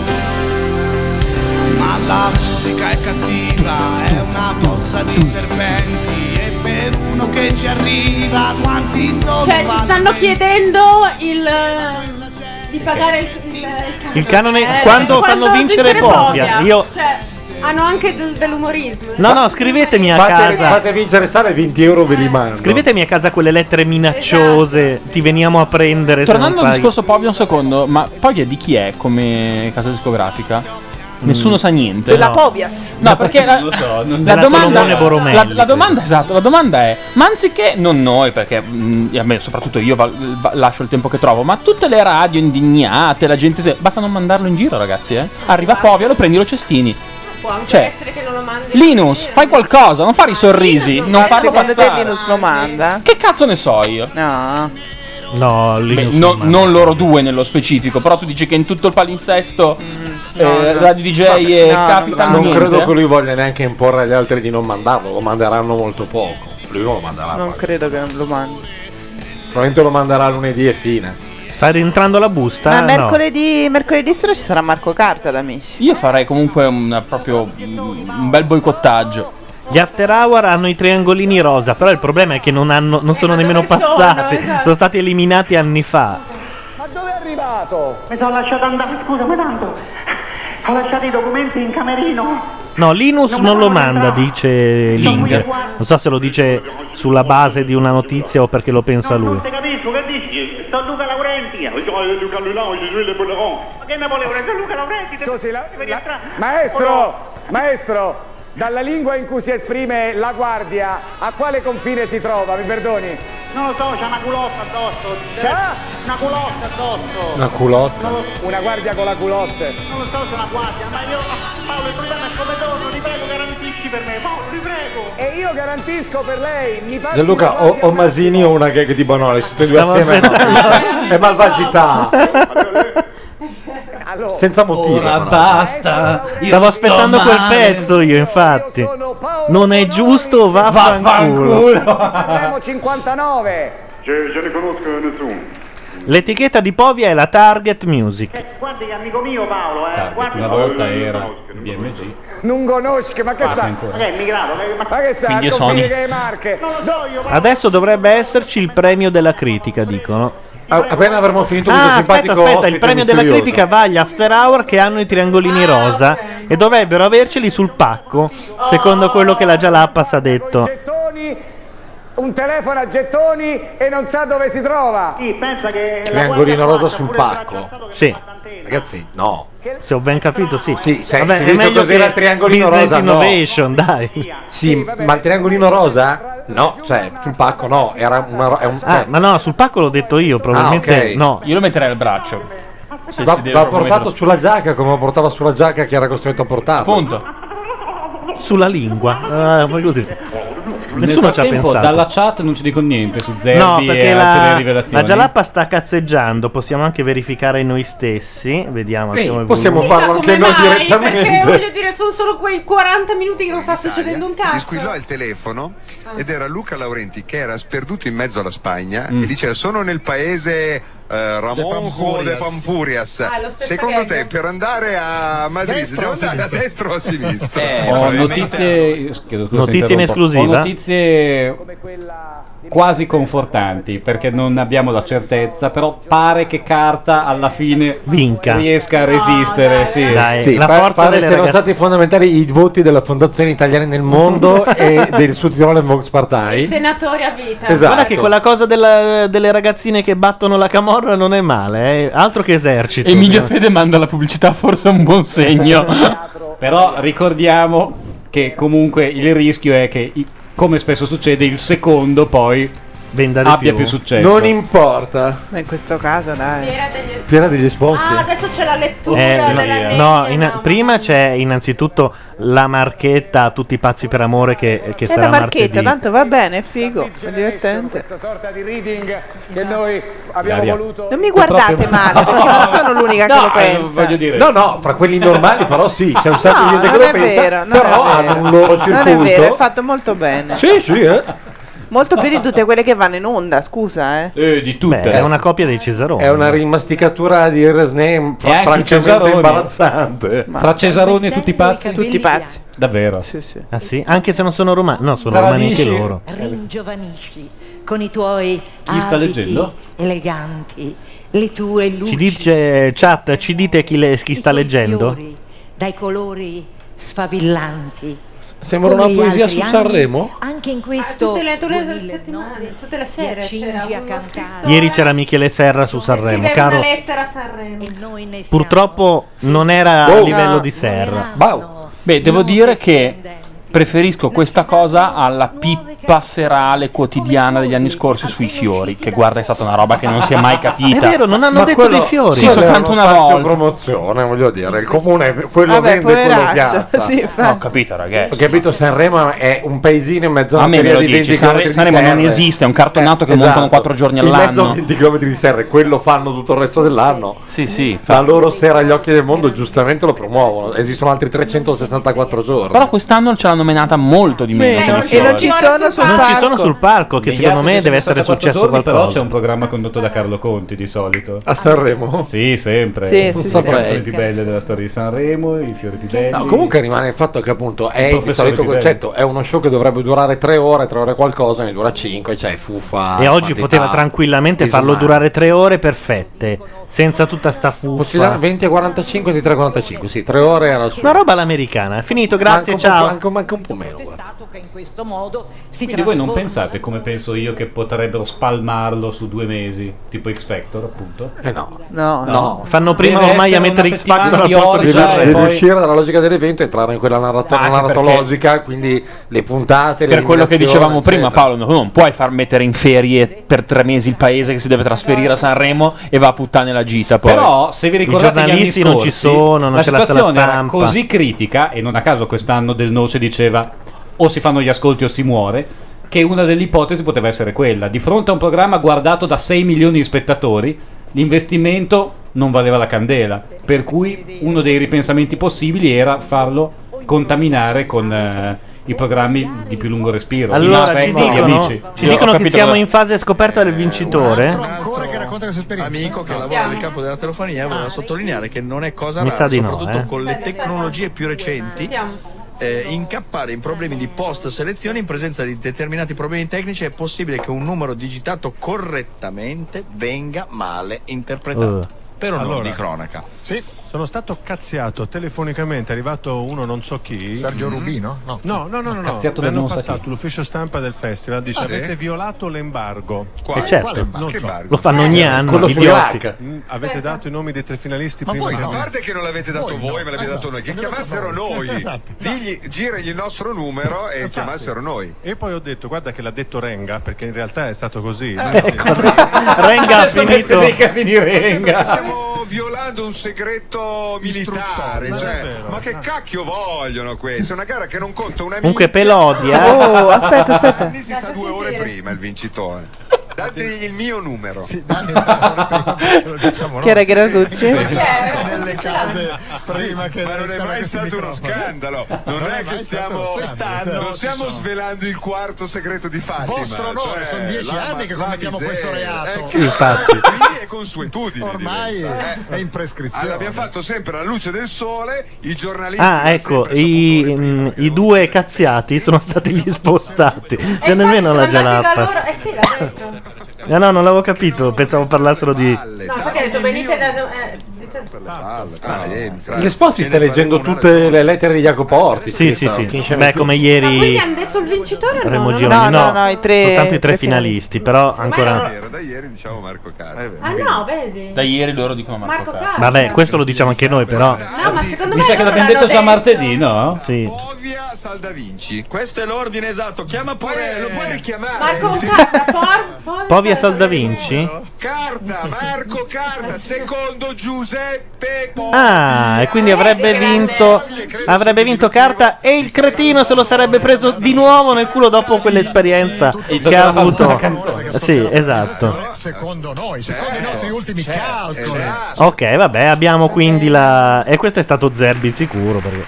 Speaker 23: Ma la musica è cattiva È una fossa di serpenti E per uno che ci arriva Quanti sono
Speaker 3: Cioè, ci stanno
Speaker 23: valenti?
Speaker 3: chiedendo il eh, di pagare il, il,
Speaker 1: Il canone
Speaker 3: Eh,
Speaker 1: quando fanno vincere Povia. Io
Speaker 3: Cioè, hanno anche del- dell'umorismo.
Speaker 1: No, no, scrivetemi a
Speaker 9: Fate,
Speaker 1: casa.
Speaker 9: fate vincere Sara e 20 euro ve li mando.
Speaker 1: Scrivetemi a casa quelle lettere minacciose. Ti veniamo a prendere. se
Speaker 2: Tornando
Speaker 1: non
Speaker 2: al
Speaker 1: paghi.
Speaker 2: discorso Povia un secondo, ma Povia di chi è come casa discografica? Nessuno sa niente.
Speaker 5: Della
Speaker 2: No.
Speaker 5: Povias.
Speaker 2: No, perché la, la
Speaker 1: della
Speaker 2: domanda,
Speaker 1: Tolomone Boromelli,
Speaker 2: la, la domanda esatto, la domanda è: ma anziché non noi, perché mm, a me, soprattutto io val- va- lascio il tempo che trovo, ma tutte le radio indignate, la gente. se- basta non mandarlo in giro, ragazzi. Eh. Arriva Povia, lo prendi lo cestini.
Speaker 3: Può anche
Speaker 2: Cioè,
Speaker 3: essere che non lo mandi.
Speaker 2: Linus, fai qualcosa, non fare i sorrisi, non farlo
Speaker 5: Eh, Secondo te
Speaker 2: passare.
Speaker 5: Linus lo manda?
Speaker 2: Che cazzo ne so io?
Speaker 5: No.
Speaker 1: No, Linus
Speaker 2: non, loro due nello specifico, però tu dici che in tutto il palinsesto eh,
Speaker 9: Mm, no.
Speaker 2: Radio DJ e Capitan
Speaker 9: non
Speaker 2: niente. eh.
Speaker 9: credo che lui voglia neanche imporre agli altri di non mandarlo, lo manderanno molto poco. Lui non lo manderà.
Speaker 5: Non credo che lo mandi.
Speaker 9: Probabilmente lo manderà lunedì e fine.
Speaker 1: Sta rientrando la busta? eh,
Speaker 5: Ma mercoledì, mercoledì sera ci sarà Marco Carta, ad amici.
Speaker 2: Io farei comunque un, proprio un bel boicottaggio.
Speaker 1: Gli after hour hanno i triangolini rosa, però il problema è che non, hanno, non Eh, sono nemmeno
Speaker 4: sono?
Speaker 1: passati. Sono,
Speaker 4: Esatto.
Speaker 1: stati eliminati anni fa.
Speaker 4: Ma dove è arrivato?
Speaker 19: Mi sono lasciato andare, scusa, ma tanto ho lasciato i documenti in camerino.
Speaker 1: No, Linus non lo manda, dice Ling. Non so se lo dice sulla base di una notizia o perché lo pensa lui.
Speaker 19: Non capisco, che dici? Sono Luca Laurenti. Luca Laurenti, Gilles Bolleron. Ma che ne volevo? Sono Luca Laurenti. Scusi, la...
Speaker 4: Maestro, maestro, dalla lingua in cui si esprime la guardia, a quale confine si trova? Mi perdoni?
Speaker 19: Non lo so, c'è una culotta addosso. C'è? Una culotta addosso.
Speaker 9: Una culotta.
Speaker 19: Non lo,
Speaker 4: Una guardia con la culotte.
Speaker 19: non lo so se è una guardia, ma io... Paolo, il problema è come torno, ti prego, garantisci per me. Paolo, ti prego.
Speaker 4: E io garantisco per lei, mi pare.
Speaker 9: Gianluca, o, o Masini o una gag di Banoli, tutte e due
Speaker 1: Stavo
Speaker 9: assieme. no. È malvagità.
Speaker 4: Allora,
Speaker 9: Senza motivo. però.
Speaker 1: basta. Ah, Stavo aspettando quel pezzo io, infatti. Non è giusto, vaffanculo.
Speaker 4: Sanremo 59.
Speaker 19: Ce ne conosco nessuno.
Speaker 1: L'etichetta di Povia è la Target Music.
Speaker 19: Guardi, amico mio Paolo, eh. guardi.
Speaker 7: Una volta era BMG.
Speaker 4: Non conosco, ma che
Speaker 7: Passa
Speaker 4: sa?
Speaker 7: ancora.
Speaker 19: Ma che è immigrato? Ma che- Ma
Speaker 4: Ma che sa?
Speaker 1: Quindi è
Speaker 4: al confine
Speaker 1: Sony.
Speaker 4: che è Marche.
Speaker 1: Adesso dovrebbe esserci il premio della critica, dicono.
Speaker 9: Appena avremo finito
Speaker 1: Ah,
Speaker 9: questo
Speaker 1: aspetta,
Speaker 9: simpatico
Speaker 1: aspetta,
Speaker 9: ospite
Speaker 1: il premio della
Speaker 9: misterioso. Ah,
Speaker 1: critica va agli after hour che hanno i triangolini rosa e dovrebbero averceli sul pacco, secondo quello che la Gialappas ha detto.
Speaker 4: Un telefono a gettoni e non sa dove si trova.
Speaker 19: Sì, pensa che.
Speaker 9: Triangolino rosa sul pacco.
Speaker 1: Sì.
Speaker 9: Ragazzi, no.
Speaker 1: Se ho ben capito, sì. Eh, Sì,
Speaker 9: se- se visto così era il triangolino
Speaker 1: Business
Speaker 9: rosa, no.
Speaker 1: Innovation, dai.
Speaker 9: Sì, ma il triangolino rosa? No, cioè, sul pacco no, era una ro- è un
Speaker 1: Ah, ma no, sul pacco l'ho detto io, probabilmente
Speaker 9: Ah, ok.
Speaker 1: no.
Speaker 2: Io lo metterei al braccio. Se
Speaker 9: Va-
Speaker 2: si deve
Speaker 9: va
Speaker 2: proprio
Speaker 9: portato
Speaker 2: mettere-
Speaker 9: sulla giacca come lo portava sulla giacca che era costretto a portare.
Speaker 2: Punto.
Speaker 1: Sulla lingua. Eh, così. Nessuno
Speaker 7: Nel
Speaker 1: ci ha
Speaker 7: frattempo,
Speaker 1: pensato.
Speaker 7: dalla chat non ci dicono niente su Zerbi
Speaker 1: No,
Speaker 7: e
Speaker 1: perché
Speaker 7: altre
Speaker 1: la,
Speaker 7: rivelazioni.
Speaker 1: la Giallappa sta cazzeggiando, possiamo anche verificare noi stessi. Vediamo.
Speaker 9: Ehi,
Speaker 1: alziamo il
Speaker 9: possiamo
Speaker 1: volume.
Speaker 9: farlo
Speaker 3: Come mai? Perché voglio dire, sono solo quei 40 minuti che non sta succedendo un
Speaker 24: Esatto.
Speaker 3: cazzo.
Speaker 26: Squillò
Speaker 4: eh.
Speaker 26: il telefono
Speaker 24: Ah.
Speaker 26: ed era Luca Laurenti che era sperduto in mezzo alla Spagna e diceva sono nel paese eh, Ramonjo de
Speaker 24: Pampurias."
Speaker 26: Pampurias.
Speaker 24: Ah, lo stesso
Speaker 26: Secondo te
Speaker 24: gag.
Speaker 26: per andare a Madrid
Speaker 24: Destra
Speaker 26: devo
Speaker 24: o
Speaker 26: andare a
Speaker 24: sinistra?
Speaker 26: destra o a sinistra?
Speaker 9: Eh,
Speaker 7: ho
Speaker 26: Probabilmente-
Speaker 7: notizie, chiedo scusa se
Speaker 1: Notizie in
Speaker 7: interrompo.
Speaker 1: esclusiva?
Speaker 7: Ho notizie quasi confortanti perché non abbiamo la certezza, però pare che Carta alla fine
Speaker 1: Vinca.
Speaker 7: riesca a resistere. sì.
Speaker 9: Ah,
Speaker 1: Eh,
Speaker 9: Sì, pa- pare siano stati fondamentali i voti della Fondazione Italiana nel Mondo e del Sud Tirol Vox Partei.
Speaker 3: Senatore a vita.
Speaker 9: Esatto.
Speaker 1: Guarda che quella cosa della- delle ragazzine che battono la camorra non è male, eh. altro che esercito.
Speaker 2: Emilio Fede manda la pubblicità, forse è un buon segno.
Speaker 7: Però ricordiamo che comunque il rischio è che, i- come spesso succede, il secondo poi
Speaker 1: abbia
Speaker 7: più. successo.
Speaker 9: Non importa.
Speaker 5: Ma in questo caso, dai.
Speaker 3: Era degli es-
Speaker 9: Piena degli esposti.
Speaker 3: Ah, adesso c'è la lettura
Speaker 1: Eh,
Speaker 3: della
Speaker 1: no,
Speaker 3: legge.
Speaker 1: no, in- prima c'è innanzitutto la marchetta a tutti i pazzi per amore che, che
Speaker 5: È una
Speaker 1: sarà
Speaker 5: marchetta,
Speaker 1: martedì.
Speaker 5: tanto va bene, è figo, è divertente.
Speaker 4: sorta di reading che noi abbiamo
Speaker 1: Ilaria.
Speaker 4: voluto
Speaker 5: Non mi guardate male, perché non sono l'unica che
Speaker 9: eh,
Speaker 5: lo pensa.
Speaker 9: No, no, fra quelli normali però sì, c'è un sacco
Speaker 5: No,
Speaker 9: di gente che
Speaker 5: non
Speaker 9: lo
Speaker 5: è
Speaker 9: pensa,
Speaker 5: vero, non
Speaker 9: però
Speaker 5: è vero.
Speaker 9: hanno un loro circuito.
Speaker 5: Non è vero, è fatto molto bene.
Speaker 9: Sì, sì, eh.
Speaker 5: Molto più di tutte quelle che vanno in onda, scusa, eh.
Speaker 7: di
Speaker 9: tutte.
Speaker 1: Beh, è una copia dei Cesaroni.
Speaker 9: È una rimasticatura di Resnè
Speaker 1: E anche
Speaker 9: francamente
Speaker 1: Cesaroni.
Speaker 9: imbarazzante.
Speaker 7: Fra Cesaroni e tutti i pazzi?
Speaker 5: Tutti pazzi.
Speaker 7: Davvero?
Speaker 5: Sì, sì.
Speaker 1: Ah sì? Anche se non sono romani, no, sono romani anche
Speaker 7: Tradisci.
Speaker 1: loro.
Speaker 25: Ringiovanisci con i tuoi
Speaker 7: Chi sta
Speaker 25: abiti
Speaker 7: leggendo?
Speaker 25: eleganti, le tue luci
Speaker 1: Ci dice chat, ci dite chi, le- chi sta leggendo?
Speaker 25: dai colori sfavillanti.
Speaker 9: Sembra
Speaker 25: Come
Speaker 9: una
Speaker 25: gli
Speaker 9: poesia
Speaker 25: altri
Speaker 9: su
Speaker 25: anni,
Speaker 9: Sanremo?
Speaker 25: Anche in questo
Speaker 3: Ah, Tutte le, tutte le settimane, tutte le sere c'era uno scritto-
Speaker 1: Ieri c'era Michele Serra su Sanremo,
Speaker 3: scriveva
Speaker 1: caro.
Speaker 3: una lettera a Sanremo. E noi ne
Speaker 1: Purtroppo non era a
Speaker 2: Oh.
Speaker 1: livello
Speaker 2: No.
Speaker 1: di Serra.
Speaker 2: Beh, devo dire che preferisco questa cosa alla pippa serale quotidiana degli anni scorsi sui fiori, che guarda è stata una roba che non si è mai capita.
Speaker 1: È vero, non hanno
Speaker 2: Ma
Speaker 1: detto
Speaker 2: quello-
Speaker 1: dei fiori.
Speaker 2: Sì, soltanto una
Speaker 9: Faccio
Speaker 2: volta.
Speaker 9: promozione, voglio dire, il comune quello
Speaker 2: Vabbè,
Speaker 9: vende e quello
Speaker 2: poveraccio,
Speaker 9: piazza.
Speaker 2: sì, infatti. Ho capito, ragazzi.
Speaker 9: Ho capito Sanremo è un paesino in mezzo a
Speaker 2: A
Speaker 9: una
Speaker 2: me me
Speaker 9: teoria
Speaker 2: lo
Speaker 9: di
Speaker 2: dici,
Speaker 9: 20
Speaker 2: Sanre-
Speaker 9: chilometri di
Speaker 2: Sanremo non
Speaker 9: serre.
Speaker 2: esiste, è un cartonato che
Speaker 9: Esatto.
Speaker 2: montano quattro giorni
Speaker 9: In mezzo a
Speaker 2: all'anno.
Speaker 9: 20 km di serre, quello fanno tutto il resto dell'anno.
Speaker 2: Sì, sì.
Speaker 9: La loro sera agli occhi del mondo giustamente lo promuovono. Esistono altri 364 giorni.
Speaker 2: Però quest'anno ce l'hanno menata molto di meno.
Speaker 9: Sì, Eh,
Speaker 2: come
Speaker 9: e
Speaker 2: fiori.
Speaker 9: non ci sono
Speaker 5: sul
Speaker 1: Non ci sono sul palco, che secondo me deve essere successo qualcosa.
Speaker 7: Però c'è un programma condotto da Carlo Conti di solito.
Speaker 9: A Sanremo?
Speaker 7: Sì, sempre.
Speaker 9: Sì, sì,
Speaker 7: Tutte
Speaker 9: sì.
Speaker 7: le canzoni
Speaker 9: Saprei.
Speaker 7: più belle della storia di Sanremo, i fiori più belli.
Speaker 9: No, comunque rimane il fatto che appunto è
Speaker 7: Il
Speaker 9: il,
Speaker 7: professore
Speaker 9: solito
Speaker 7: Pivelli.
Speaker 9: concetto, è uno show che dovrebbe durare 3 ore, 3 ore qualcosa, ne dura 5, cioè fuffa.
Speaker 7: Ah,
Speaker 1: E oggi
Speaker 9: quantità,
Speaker 1: poteva tranquillamente farlo
Speaker 9: disumano.
Speaker 1: durare tre ore perfette, senza tutta sta
Speaker 9: Ci dà
Speaker 1: fuffa.
Speaker 9: 20 e 45 di 3 45, sì, 3 ore era il suo.
Speaker 1: Una roba all'americana. È finito, grazie,
Speaker 9: Manca un po',
Speaker 1: ciao.
Speaker 9: manca- manca un po' meno.
Speaker 25: in questo modo si
Speaker 7: Quindi voi non
Speaker 25: trasforma-
Speaker 7: pensate, come penso io, che potrebbero spalmarlo su due mesi, tipo X Factor, appunto?
Speaker 9: Eh no.
Speaker 5: No,
Speaker 9: No.
Speaker 1: Fanno prima
Speaker 7: Deve
Speaker 1: ormai a
Speaker 7: essere
Speaker 1: mettere
Speaker 7: una
Speaker 1: X Factor
Speaker 7: settimana
Speaker 1: al
Speaker 7: di cioè.
Speaker 1: posto di
Speaker 7: orgia
Speaker 1: Sanremo.
Speaker 7: e
Speaker 9: Devi
Speaker 7: poi-
Speaker 9: uscire dalla logica dell'evento e entrare in quella narrato-
Speaker 2: Anche
Speaker 9: narratologica, quindi le puntate.
Speaker 2: per quello che dicevamo
Speaker 9: l'eliminazione,
Speaker 2: prima,
Speaker 9: eccetera.
Speaker 2: Paolo, no, non puoi far mettere in ferie per tre mesi il paese che si deve trasferire a Sanremo e va a puttane la gita. Poi.
Speaker 7: Però, se vi ricordate, gli anni scorsi, la situazione era così critica, e non a caso quest'anno Del Noce diceva o si fanno gli ascolti o si muore. Che una delle ipotesi poteva essere quella: di fronte a un programma guardato da 6 milioni di spettatori, l'investimento non valeva la candela. Per cui uno dei ripensamenti possibili era farlo contaminare con eh, i programmi di più lungo respiro.
Speaker 1: Allora,
Speaker 7: Mass
Speaker 1: ci
Speaker 7: Effect, gli
Speaker 1: dicono,
Speaker 7: amici.
Speaker 1: ci
Speaker 7: Io ho
Speaker 1: dicono che
Speaker 7: capito
Speaker 1: siamo
Speaker 7: cosa-
Speaker 1: in fase scoperta del vincitore.
Speaker 29: Amico che lavora nel campo della telefonia voleva sottolineare che non è cosa
Speaker 1: Mi
Speaker 29: rara,
Speaker 1: sa di no,
Speaker 29: soprattutto
Speaker 1: eh.
Speaker 29: con le tecnologie più recenti. eh, incappare in problemi di post selezione in presenza di determinati problemi tecnici è possibile che un numero digitato correttamente venga male interpretato.
Speaker 1: Eh.
Speaker 29: Per onore
Speaker 1: Allora.
Speaker 29: di cronaca. Sì.
Speaker 6: Sono stato cazziato telefonicamente, è arrivato uno non so chi.
Speaker 14: Sergio Rubino?
Speaker 6: No, no, no, no. no, no.
Speaker 14: Cazziato
Speaker 6: Mi
Speaker 14: da
Speaker 6: hanno
Speaker 14: non so
Speaker 6: passato
Speaker 14: chi.
Speaker 6: l'ufficio stampa del festival, dice
Speaker 14: Ah, sì?
Speaker 6: avete violato l'embargo.
Speaker 14: Quale? E certo, Quale embargo?
Speaker 6: Non
Speaker 14: Che
Speaker 6: so.
Speaker 14: embargo?
Speaker 1: Eh, Lo fanno ogni anno,
Speaker 6: Quello
Speaker 1: idioti.
Speaker 6: sull'Iraq. Mm, Avete dato i nomi dei tre finalisti
Speaker 14: Ma
Speaker 6: prima
Speaker 14: voi
Speaker 6: di
Speaker 14: no.
Speaker 6: me.
Speaker 14: A
Speaker 26: parte che non l'avete dato voi, Esatto. me l'abbiamo
Speaker 9: Esatto.
Speaker 26: dato noi, che chiamassero noi.
Speaker 6: Esatto.
Speaker 26: Digli, giragli il nostro numero e chiamassero noi.
Speaker 6: E poi ho detto, guarda che l'ha detto Renga, perché in realtà è stato
Speaker 26: Eh,
Speaker 6: così.
Speaker 26: ecco.
Speaker 1: Renga ha Adesso finito. mette dei casi di Renga.
Speaker 26: Stiamo violando un segreto militare, cioè, ma che cacchio vogliono questi? È una gara che non conta una
Speaker 1: Comunque
Speaker 26: minchia.
Speaker 1: Pelodia. Oh, aspetta, aspetta.
Speaker 26: Anni si sa due ore prima il vincitore. Dategli il mio numero.
Speaker 14: Chi era Gherarducci? Nelle case prima che
Speaker 26: Ma non è mai stato uno scandalo. Non è che stiamo non stiamo svelando il quarto segreto di Fatima.
Speaker 14: Vostro onore,
Speaker 26: cioè,
Speaker 14: sono dieci
Speaker 26: la-
Speaker 14: anni che
Speaker 26: la
Speaker 14: commettiamo
Speaker 26: miseria.
Speaker 14: questo reato.
Speaker 26: Eh,
Speaker 14: Sì, infatti.
Speaker 26: Quindi è consuetudine.
Speaker 14: Ormai
Speaker 26: diventa.
Speaker 14: è in prescrizione.
Speaker 26: Allora, abbiamo fatto sempre alla luce del sole, i giornalisti
Speaker 1: Ah, ecco, i, mm, i due cazziati sono stati gli spostati. Cioè,
Speaker 3: E
Speaker 1: nemmeno la
Speaker 3: infatti sono andati da loro-
Speaker 1: gelappa.
Speaker 3: Eh sì, l'ha detto.
Speaker 1: No, no, non l'avevo capito. Pensavo parlassero di.
Speaker 3: No, infatti ha detto venite da noi. eh, dite-
Speaker 26: Ah,
Speaker 1: Ah,
Speaker 26: eh,
Speaker 9: Cioè, Sposti stai leggendo tutte le lettere di Jacopo Orti.
Speaker 1: Sì, sì, sì. Beh, come ieri.
Speaker 3: Ma quindi hanno detto il vincitore o no?
Speaker 1: Remo
Speaker 3: Non-
Speaker 1: Gioni.
Speaker 5: no, no, i tre-
Speaker 1: soltanto i tre
Speaker 5: tre
Speaker 1: finalisti, però ancora.
Speaker 26: Era da ieri diciamo Marco Caro.
Speaker 3: Ah no, vedi.
Speaker 2: Da ieri loro dicono
Speaker 3: Marco Carlo.
Speaker 1: Vabbè, questo lo diciamo anche noi, però.
Speaker 3: No, ma secondo
Speaker 7: Mi
Speaker 3: me
Speaker 7: sa che
Speaker 3: loro
Speaker 7: l'abbiamo detto
Speaker 3: l'hanno
Speaker 7: già
Speaker 3: detto.
Speaker 7: martedì, no?
Speaker 1: Sì.
Speaker 26: Ovvia Salda Vinci. Questo è l'ordine esatto. Chiama pure, lo puoi richiamare.
Speaker 3: Marco Carta, for, for-
Speaker 1: Povia Salda Vinci?
Speaker 26: Carta, Marco Carta, secondo Giuseppe
Speaker 1: Ah, e quindi avrebbe vinto. Avrebbe vinto carta e il cretino se lo sarebbe preso di nuovo nel culo dopo quell'esperienza che ha avuto. Sì, esatto.
Speaker 14: Secondo noi, secondo i nostri ultimi calcoli.
Speaker 1: Ok, vabbè, abbiamo quindi la. E questo è stato Zerbi sicuro perché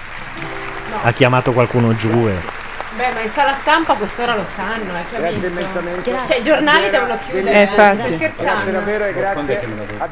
Speaker 1: ha chiamato qualcuno giù. E...
Speaker 3: Beh, ma in sala stampa quest'ora lo sanno, eh,
Speaker 4: Grazie
Speaker 3: immensamente. Cioè, i giornali devono chiudere.
Speaker 4: Eh,
Speaker 3: stai
Speaker 4: infatti.
Speaker 3: scherzando.
Speaker 4: Grazie davvero e grazie a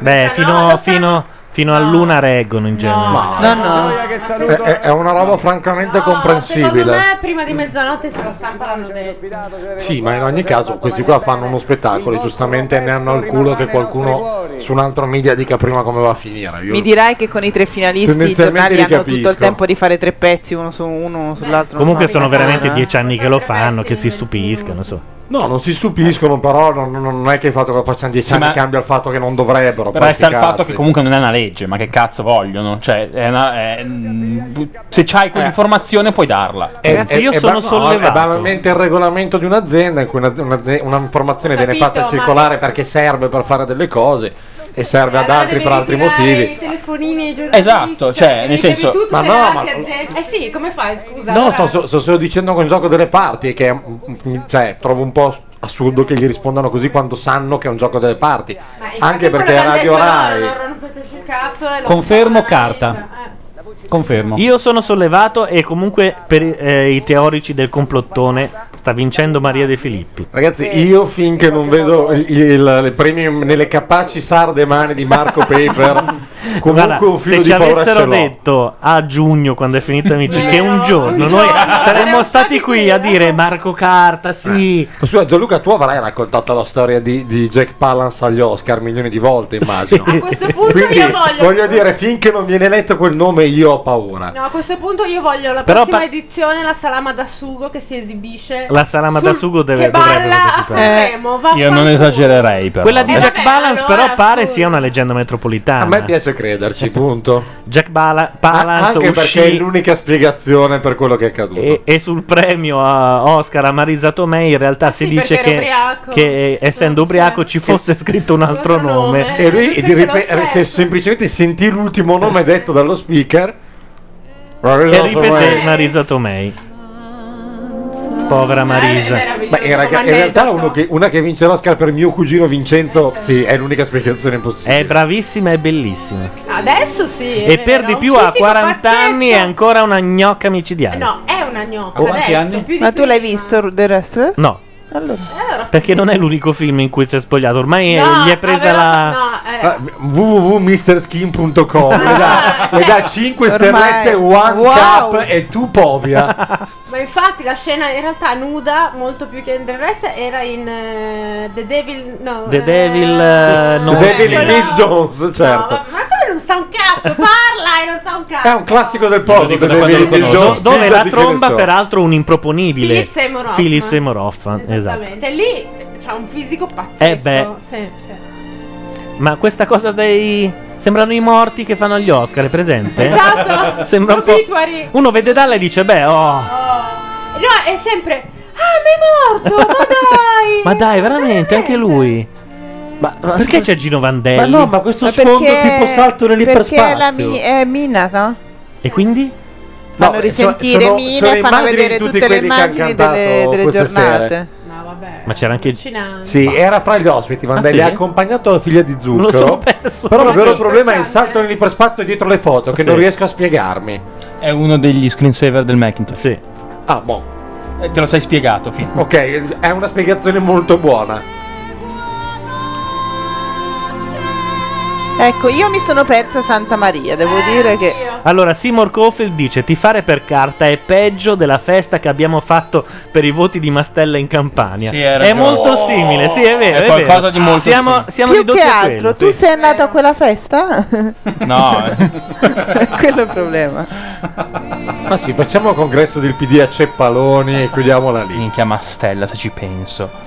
Speaker 1: Beh,
Speaker 4: Cioè,
Speaker 1: fino, fino, fino a luna reggono in genere.
Speaker 4: No, no. Gioia che
Speaker 9: È,
Speaker 4: saluto.
Speaker 9: è una roba francamente
Speaker 3: Secondo
Speaker 9: comprensibile.
Speaker 3: me prima di mezzanotte se la stampa l'hanno detto.
Speaker 9: Sì, ma in ogni caso questi qua fanno uno spettacolo e giustamente ne hanno al culo che qualcuno su un altro media dica prima come va a finire. Io-
Speaker 5: Mi dirai che con i tre finalisti i
Speaker 9: Tendenzialmente
Speaker 5: giornali
Speaker 9: li
Speaker 5: hanno
Speaker 9: capisco.
Speaker 5: tutto il tempo di fare tre pezzi, uno su uno sull'altro.
Speaker 1: Comunque
Speaker 5: non so.
Speaker 1: sono veramente
Speaker 9: eh.
Speaker 1: dieci anni che lo fanno, che si stupiscano. So.
Speaker 9: No, non si stupiscono, però non, non è che il fatto che lo facciano dieci
Speaker 2: Sì,
Speaker 9: anni
Speaker 2: ma-
Speaker 9: cambia il fatto che non dovrebbero.
Speaker 2: Però sta il fatto che
Speaker 9: comunque
Speaker 2: comunque non è una legge, ma che cazzo vogliono? Cioè, è una- è- mm, se c'hai quell'informazione puoi darla.
Speaker 9: È-
Speaker 2: eh,
Speaker 9: è- è ba- eh, no, È banalmente il regolamento di un'azienda in cui una- un'azze- un'informazione
Speaker 3: Ho
Speaker 9: viene
Speaker 3: capito,
Speaker 9: fatta
Speaker 3: ma-
Speaker 9: circolare perché serve per fare delle cose e serve ad
Speaker 3: Allora
Speaker 9: altri
Speaker 3: devi
Speaker 9: per altri
Speaker 3: ritirare I
Speaker 9: motivi.
Speaker 3: telefonini ai giornalisti.
Speaker 9: Esatto, cioè,
Speaker 3: se li
Speaker 9: nel
Speaker 3: devi
Speaker 9: senso-
Speaker 3: tu, tu
Speaker 9: Ma
Speaker 3: te
Speaker 9: no,
Speaker 3: ne
Speaker 9: ma-
Speaker 3: dai a azienda. Eh sì, come fai, scusa?
Speaker 9: No,
Speaker 3: allora?
Speaker 9: sto, sto- sto solo dicendo con il gioco delle parti che mm, mm, cioè, trovo un po' assurdo che gli rispondano così quando sanno che è un gioco delle parti.
Speaker 3: Ma infatti
Speaker 9: Anche
Speaker 3: quello
Speaker 9: perché
Speaker 3: che
Speaker 9: è
Speaker 3: hanno
Speaker 9: Radio
Speaker 3: detto, no,
Speaker 9: Rai.
Speaker 3: no, no, non potete il cazzo e lo-
Speaker 1: Confermo carta.
Speaker 7: Confermo.
Speaker 1: Io sono sollevato e comunque per eh, i teorici del complottone sta vincendo Maria De Filippi.
Speaker 9: Ragazzi, io finché non vedo il, il- le premi nelle capaci sarde mani di Marco Paper, comunque un
Speaker 1: Guarda,
Speaker 9: filo
Speaker 1: se
Speaker 9: di
Speaker 1: ci
Speaker 9: paura
Speaker 1: avessero
Speaker 9: ce l'ho.
Speaker 1: detto a giugno, quando è finito Amici,
Speaker 3: Eh,
Speaker 1: che un giorno
Speaker 9: un
Speaker 1: noi
Speaker 9: giorno,
Speaker 1: saremmo
Speaker 9: saremmo
Speaker 1: stati qui a dire Marco
Speaker 3: Eh.
Speaker 1: Carta, sì.
Speaker 9: Ma Scusa Gianluca, tu avrai raccontato la storia di, di Jack Palance agli Oscar milioni di volte, immagino.
Speaker 3: A questo punto
Speaker 9: Quindi
Speaker 3: io voglio.
Speaker 9: dire, finché non viene letto quel nome io ho paura.
Speaker 3: No, a questo punto io voglio la
Speaker 9: Però
Speaker 3: prossima
Speaker 9: pa-
Speaker 3: edizione la salama da sugo che si esibisce.
Speaker 1: La salama da sugo deve,
Speaker 3: che
Speaker 1: dovrebbe
Speaker 3: balla eh, a
Speaker 1: partecipare.
Speaker 3: Sanremo. va-
Speaker 1: Io non
Speaker 2: esagererei, però.
Speaker 1: Quella di
Speaker 3: Eh,
Speaker 1: Jack
Speaker 3: vabbè,
Speaker 1: Balance,
Speaker 3: allora,
Speaker 1: però, pare sia una leggenda metropolitana. A me
Speaker 9: piace crederci, punto.
Speaker 1: Jack Bala-
Speaker 9: A-
Speaker 1: Palance
Speaker 9: anche
Speaker 1: uscì
Speaker 9: perché è l'unica spiegazione per quello che è accaduto.
Speaker 1: e, e sul premio a Oscar a Marisa Tomei in
Speaker 3: Ah,
Speaker 1: realtà si
Speaker 9: sì,
Speaker 1: dice
Speaker 9: perché era
Speaker 1: che,
Speaker 9: ubriaco.
Speaker 1: che, eh, essendo ubriaco ci fosse scritto un altro nome.
Speaker 9: E lui di ripe- eh, se- semplicemente sentì l'ultimo nome detto dallo speaker.
Speaker 1: E ripeté Marisa Tomei. Povera Marisa.
Speaker 9: Ma in, raga- in realtà uno che- una che vince l'Oscar per mio cugino Vincenzo, sì, è l'unica spiegazione possibile.
Speaker 1: È bravissima e bellissima.
Speaker 3: Adesso sì. è
Speaker 1: E
Speaker 3: vero,
Speaker 1: per di
Speaker 3: un
Speaker 1: più ha
Speaker 3: fisico
Speaker 1: 40 anni è
Speaker 3: pazzesco. Eh
Speaker 1: ancora una gnocca micidiale.
Speaker 3: No, è una gnocca.
Speaker 1: Oh, quanti
Speaker 3: adesso,
Speaker 1: anni?
Speaker 3: più di
Speaker 5: Ma tu l'hai visto The Wrestler?
Speaker 1: No.
Speaker 5: Allora.
Speaker 1: Perché non è l'unico film in cui si è spogliato, ormai eh,
Speaker 5: No,
Speaker 1: gli è presa
Speaker 5: aveva-
Speaker 1: la...
Speaker 9: Ah, www.mrskin.com le dà, le dà 5
Speaker 1: Ah, cioè, Ormai-
Speaker 9: sterlette, one
Speaker 1: Wow.
Speaker 9: cup e tu povia.
Speaker 3: Ma infatti la scena in realtà nuda, molto più che in The Rest, era in eh, The Devil. No,
Speaker 1: The
Speaker 3: eh,
Speaker 1: Devil... eh,
Speaker 9: The
Speaker 1: no.
Speaker 9: Devil Miss Jones, certo.
Speaker 3: Ma come non sa un cazzo, parla e non sa un cazzo.
Speaker 9: È un classico del pop.
Speaker 1: dico da quando lo conosco. Dove la tromba, peraltro, un improponibile.
Speaker 3: Philip Seymour Hoffman.
Speaker 1: Philip Seymour Hoffman, esatto.
Speaker 3: Esattamente. Lì c'ha un fisico pazzesco.
Speaker 1: Eh beh.
Speaker 3: Sì, sì.
Speaker 1: Ma questa cosa dei. Sembrano i morti che fanno gli Oscar, è presente?
Speaker 3: Esatto.
Speaker 1: Sembra un po'.
Speaker 3: Obituary.
Speaker 1: Uno vede Dalla e dice, beh, oh.
Speaker 3: No, è sempre Ah, mi è morto, ma dai!
Speaker 1: Ma dai, veramente, anche lui. Ma, perché c'è Gino Vandelli?
Speaker 9: Ma no, ma questo sfondo tipo salto
Speaker 5: perché
Speaker 9: nell'iperspazio.
Speaker 5: la mi- è Mina, no?
Speaker 1: E quindi? eh, cioè,
Speaker 5: Fanno
Speaker 9: No,
Speaker 5: risentire
Speaker 9: sono-
Speaker 5: Mina
Speaker 9: sono
Speaker 5: e fanno
Speaker 9: immagini di
Speaker 5: vedere
Speaker 9: tutti
Speaker 5: tutte le
Speaker 9: quelli che han
Speaker 5: immagini
Speaker 9: cantato
Speaker 5: delle, delle
Speaker 9: queste
Speaker 5: giornate.
Speaker 9: sere.
Speaker 1: Ma c'era anche.
Speaker 9: Sì, era tra gli ospiti, Vandelli
Speaker 1: Ah,
Speaker 9: ha
Speaker 1: sì?
Speaker 9: accompagnato la figlia di
Speaker 1: Lo sono
Speaker 9: Zucchero.
Speaker 1: perso.
Speaker 9: Però il vero
Speaker 1: Perché?
Speaker 9: problema è il salto nell'iperspazio dietro le foto, che
Speaker 2: Sì.
Speaker 9: non riesco a spiegarmi.
Speaker 2: È uno degli screensaver del Macintosh. Sì.
Speaker 9: Ah, boh.
Speaker 2: Eh, Te lo sei spiegato, fin.
Speaker 9: Ok, è una spiegazione molto buona.
Speaker 5: Ecco, io mi sono persa Santa Maria, devo dire che
Speaker 1: Allora, Seymour Cofield dice: Tifare per carta è peggio della festa che abbiamo fatto per i voti di Mastella in Campania.
Speaker 2: Sì, hai
Speaker 1: è
Speaker 2: ragione.
Speaker 1: molto simile, sì, è vero.
Speaker 2: È qualcosa
Speaker 1: vero.
Speaker 2: di molto
Speaker 1: siamo,
Speaker 2: simile.
Speaker 1: Siamo
Speaker 5: più
Speaker 1: ridotti
Speaker 5: che
Speaker 1: a
Speaker 5: altro,
Speaker 1: quello,
Speaker 5: tu
Speaker 1: sì.
Speaker 5: sei andato a quella festa?
Speaker 2: No,
Speaker 5: Quello è il problema.
Speaker 9: Ma sì, facciamo il congresso del PD a Ceppaloni e chiudiamola lì.
Speaker 2: Minchia Mastella, se ci penso.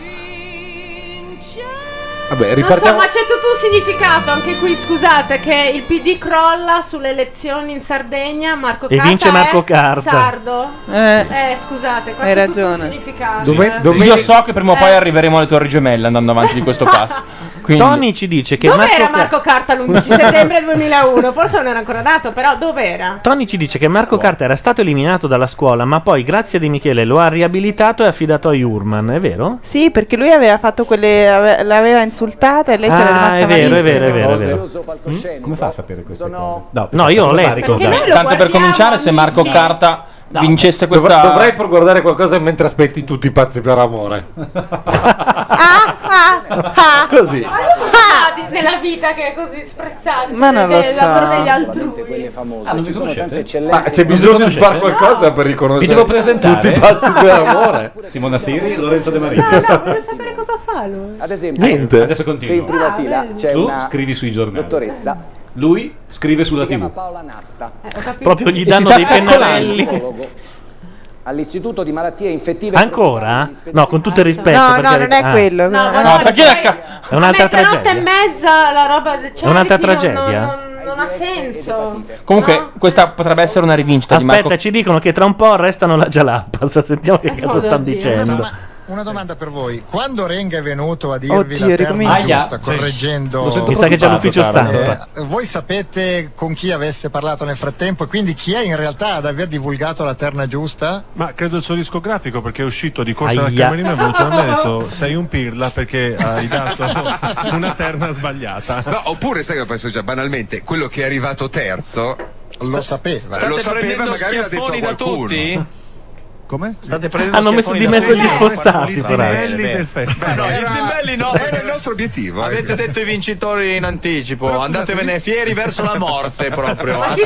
Speaker 9: Vabbè,
Speaker 3: Non so, ma c'è tutto un significato anche qui, scusate, che il PD crolla sulle elezioni in Sardegna, Marco
Speaker 1: E
Speaker 3: Carta
Speaker 1: vince Marco
Speaker 3: è
Speaker 1: Carta.
Speaker 3: sardo. Eh, scusate, qua
Speaker 5: hai
Speaker 3: c'è tutto un
Speaker 5: ragione.
Speaker 3: significato. eh.
Speaker 2: Io so che prima o poi arriveremo alle Torri Gemelle andando avanti di questo passo.
Speaker 1: Tony ci dice che
Speaker 3: Dove
Speaker 1: Marco
Speaker 3: era Marco Carta l'11 settembre 2001? Forse non era ancora nato, però dove era?
Speaker 1: Tony ci dice che Marco Carta era stato eliminato dalla scuola, ma poi, grazie di Michele, lo ha riabilitato e affidato a Jurman, è vero?
Speaker 5: Sì, perché lui aveva fatto quelle ave- l'aveva insultata e lei c'era
Speaker 1: Ah,
Speaker 5: rimasta
Speaker 1: è vero, è
Speaker 5: malissimo.
Speaker 1: vero, è vero, è vero.
Speaker 7: Hm? Come fa a sapere questo?
Speaker 1: No, io l'ho letto.
Speaker 2: Tanto per cominciare, se Marco Carta vincesse
Speaker 9: Dovr-
Speaker 2: questa.
Speaker 9: dovrei pur guardare qualcosa mentre aspetti tutti i pazzi per amore. Così.
Speaker 3: Ma io non so Ah, di- nella vita che è così sprezzante.
Speaker 9: Ma non lo
Speaker 3: della
Speaker 9: so.
Speaker 3: parte degli altrui.
Speaker 4: Ah, non ci sono tante eccellenze.
Speaker 9: Ma Ah, c'è bisogno di fare
Speaker 4: No.
Speaker 9: qualcosa per riconoscere
Speaker 4: Vi devo presentare?
Speaker 9: tutti i pazzi per amore.
Speaker 7: Simona Siri e Lorenzo De Maria.
Speaker 3: No, no, voglio sapere cosa fa lui. Ah,
Speaker 4: Ad esempio,
Speaker 7: Niente. Adesso continua.
Speaker 4: qui in
Speaker 9: Ah,
Speaker 4: prima fila c'è
Speaker 7: tu
Speaker 4: una
Speaker 7: scrivi sui giornali.
Speaker 4: dottoressa.
Speaker 7: Lui scrive sulla
Speaker 4: si chiama
Speaker 7: TV.
Speaker 4: Paola Nasta.
Speaker 19: Eh,
Speaker 7: Proprio gli E si danno sta dei scaccolando. pennarelli.
Speaker 4: Oncologo All'istituto di malattie infettive
Speaker 1: Ancora? No, con tutto il rispetto.
Speaker 4: No,
Speaker 1: perché-
Speaker 4: no, non è
Speaker 1: ah.
Speaker 4: quello,
Speaker 3: No, no,
Speaker 4: no,
Speaker 1: perché la ca- È un'altra
Speaker 3: Mezzanotte e
Speaker 1: tragedia.
Speaker 3: mezza la roba del
Speaker 1: È un'altra
Speaker 3: Charity non-
Speaker 1: tragedia?
Speaker 3: Non, non- non ha senso.
Speaker 2: Comunque, questa potrebbe essere una rivincita di
Speaker 1: Aspetta,
Speaker 2: Marco
Speaker 1: ci dicono che tra un po' arrestano la Jalapas. Sentiamo
Speaker 5: Eh,
Speaker 1: che
Speaker 14: Oh,
Speaker 1: cazzo stanno
Speaker 14: Dio.
Speaker 1: dicendo.
Speaker 14: Una domanda per voi. Quando Renga è venuto a dirvi
Speaker 1: Oddio,
Speaker 14: la terma
Speaker 1: ricomincia.
Speaker 14: giusta,
Speaker 1: Aia. Lo
Speaker 14: correggendo...
Speaker 1: sento Mi sa che c'è preoccupato, l'ufficio Carlo.
Speaker 14: Eh, voi sapete con chi avesse parlato nel frattempo e quindi chi è in realtà ad aver divulgato la terna giusta?
Speaker 6: Ma credo il suo discografico perché è uscito di corsa dalla
Speaker 14: Aia.
Speaker 6: camerina e è venuto da me e ha detto sei un pirla perché hai dato una terna sbagliata.
Speaker 26: No, oppure sai che ho penso già banalmente, quello che è arrivato terzo lo sapeva,
Speaker 6: state
Speaker 26: lo sapeva
Speaker 6: prendendo
Speaker 26: magari l'ha detto a
Speaker 6: schiaffoni da
Speaker 26: qualcuno.
Speaker 6: tutti?
Speaker 14: Come? State
Speaker 1: Hanno messo di mezzo gli spostati,
Speaker 6: poracci.
Speaker 27: cioè.
Speaker 1: del
Speaker 14: Zimbelli no,
Speaker 26: era il nostro obiettivo. eh.
Speaker 14: Avete detto i vincitori in anticipo, andatevene fieri verso la morte proprio. a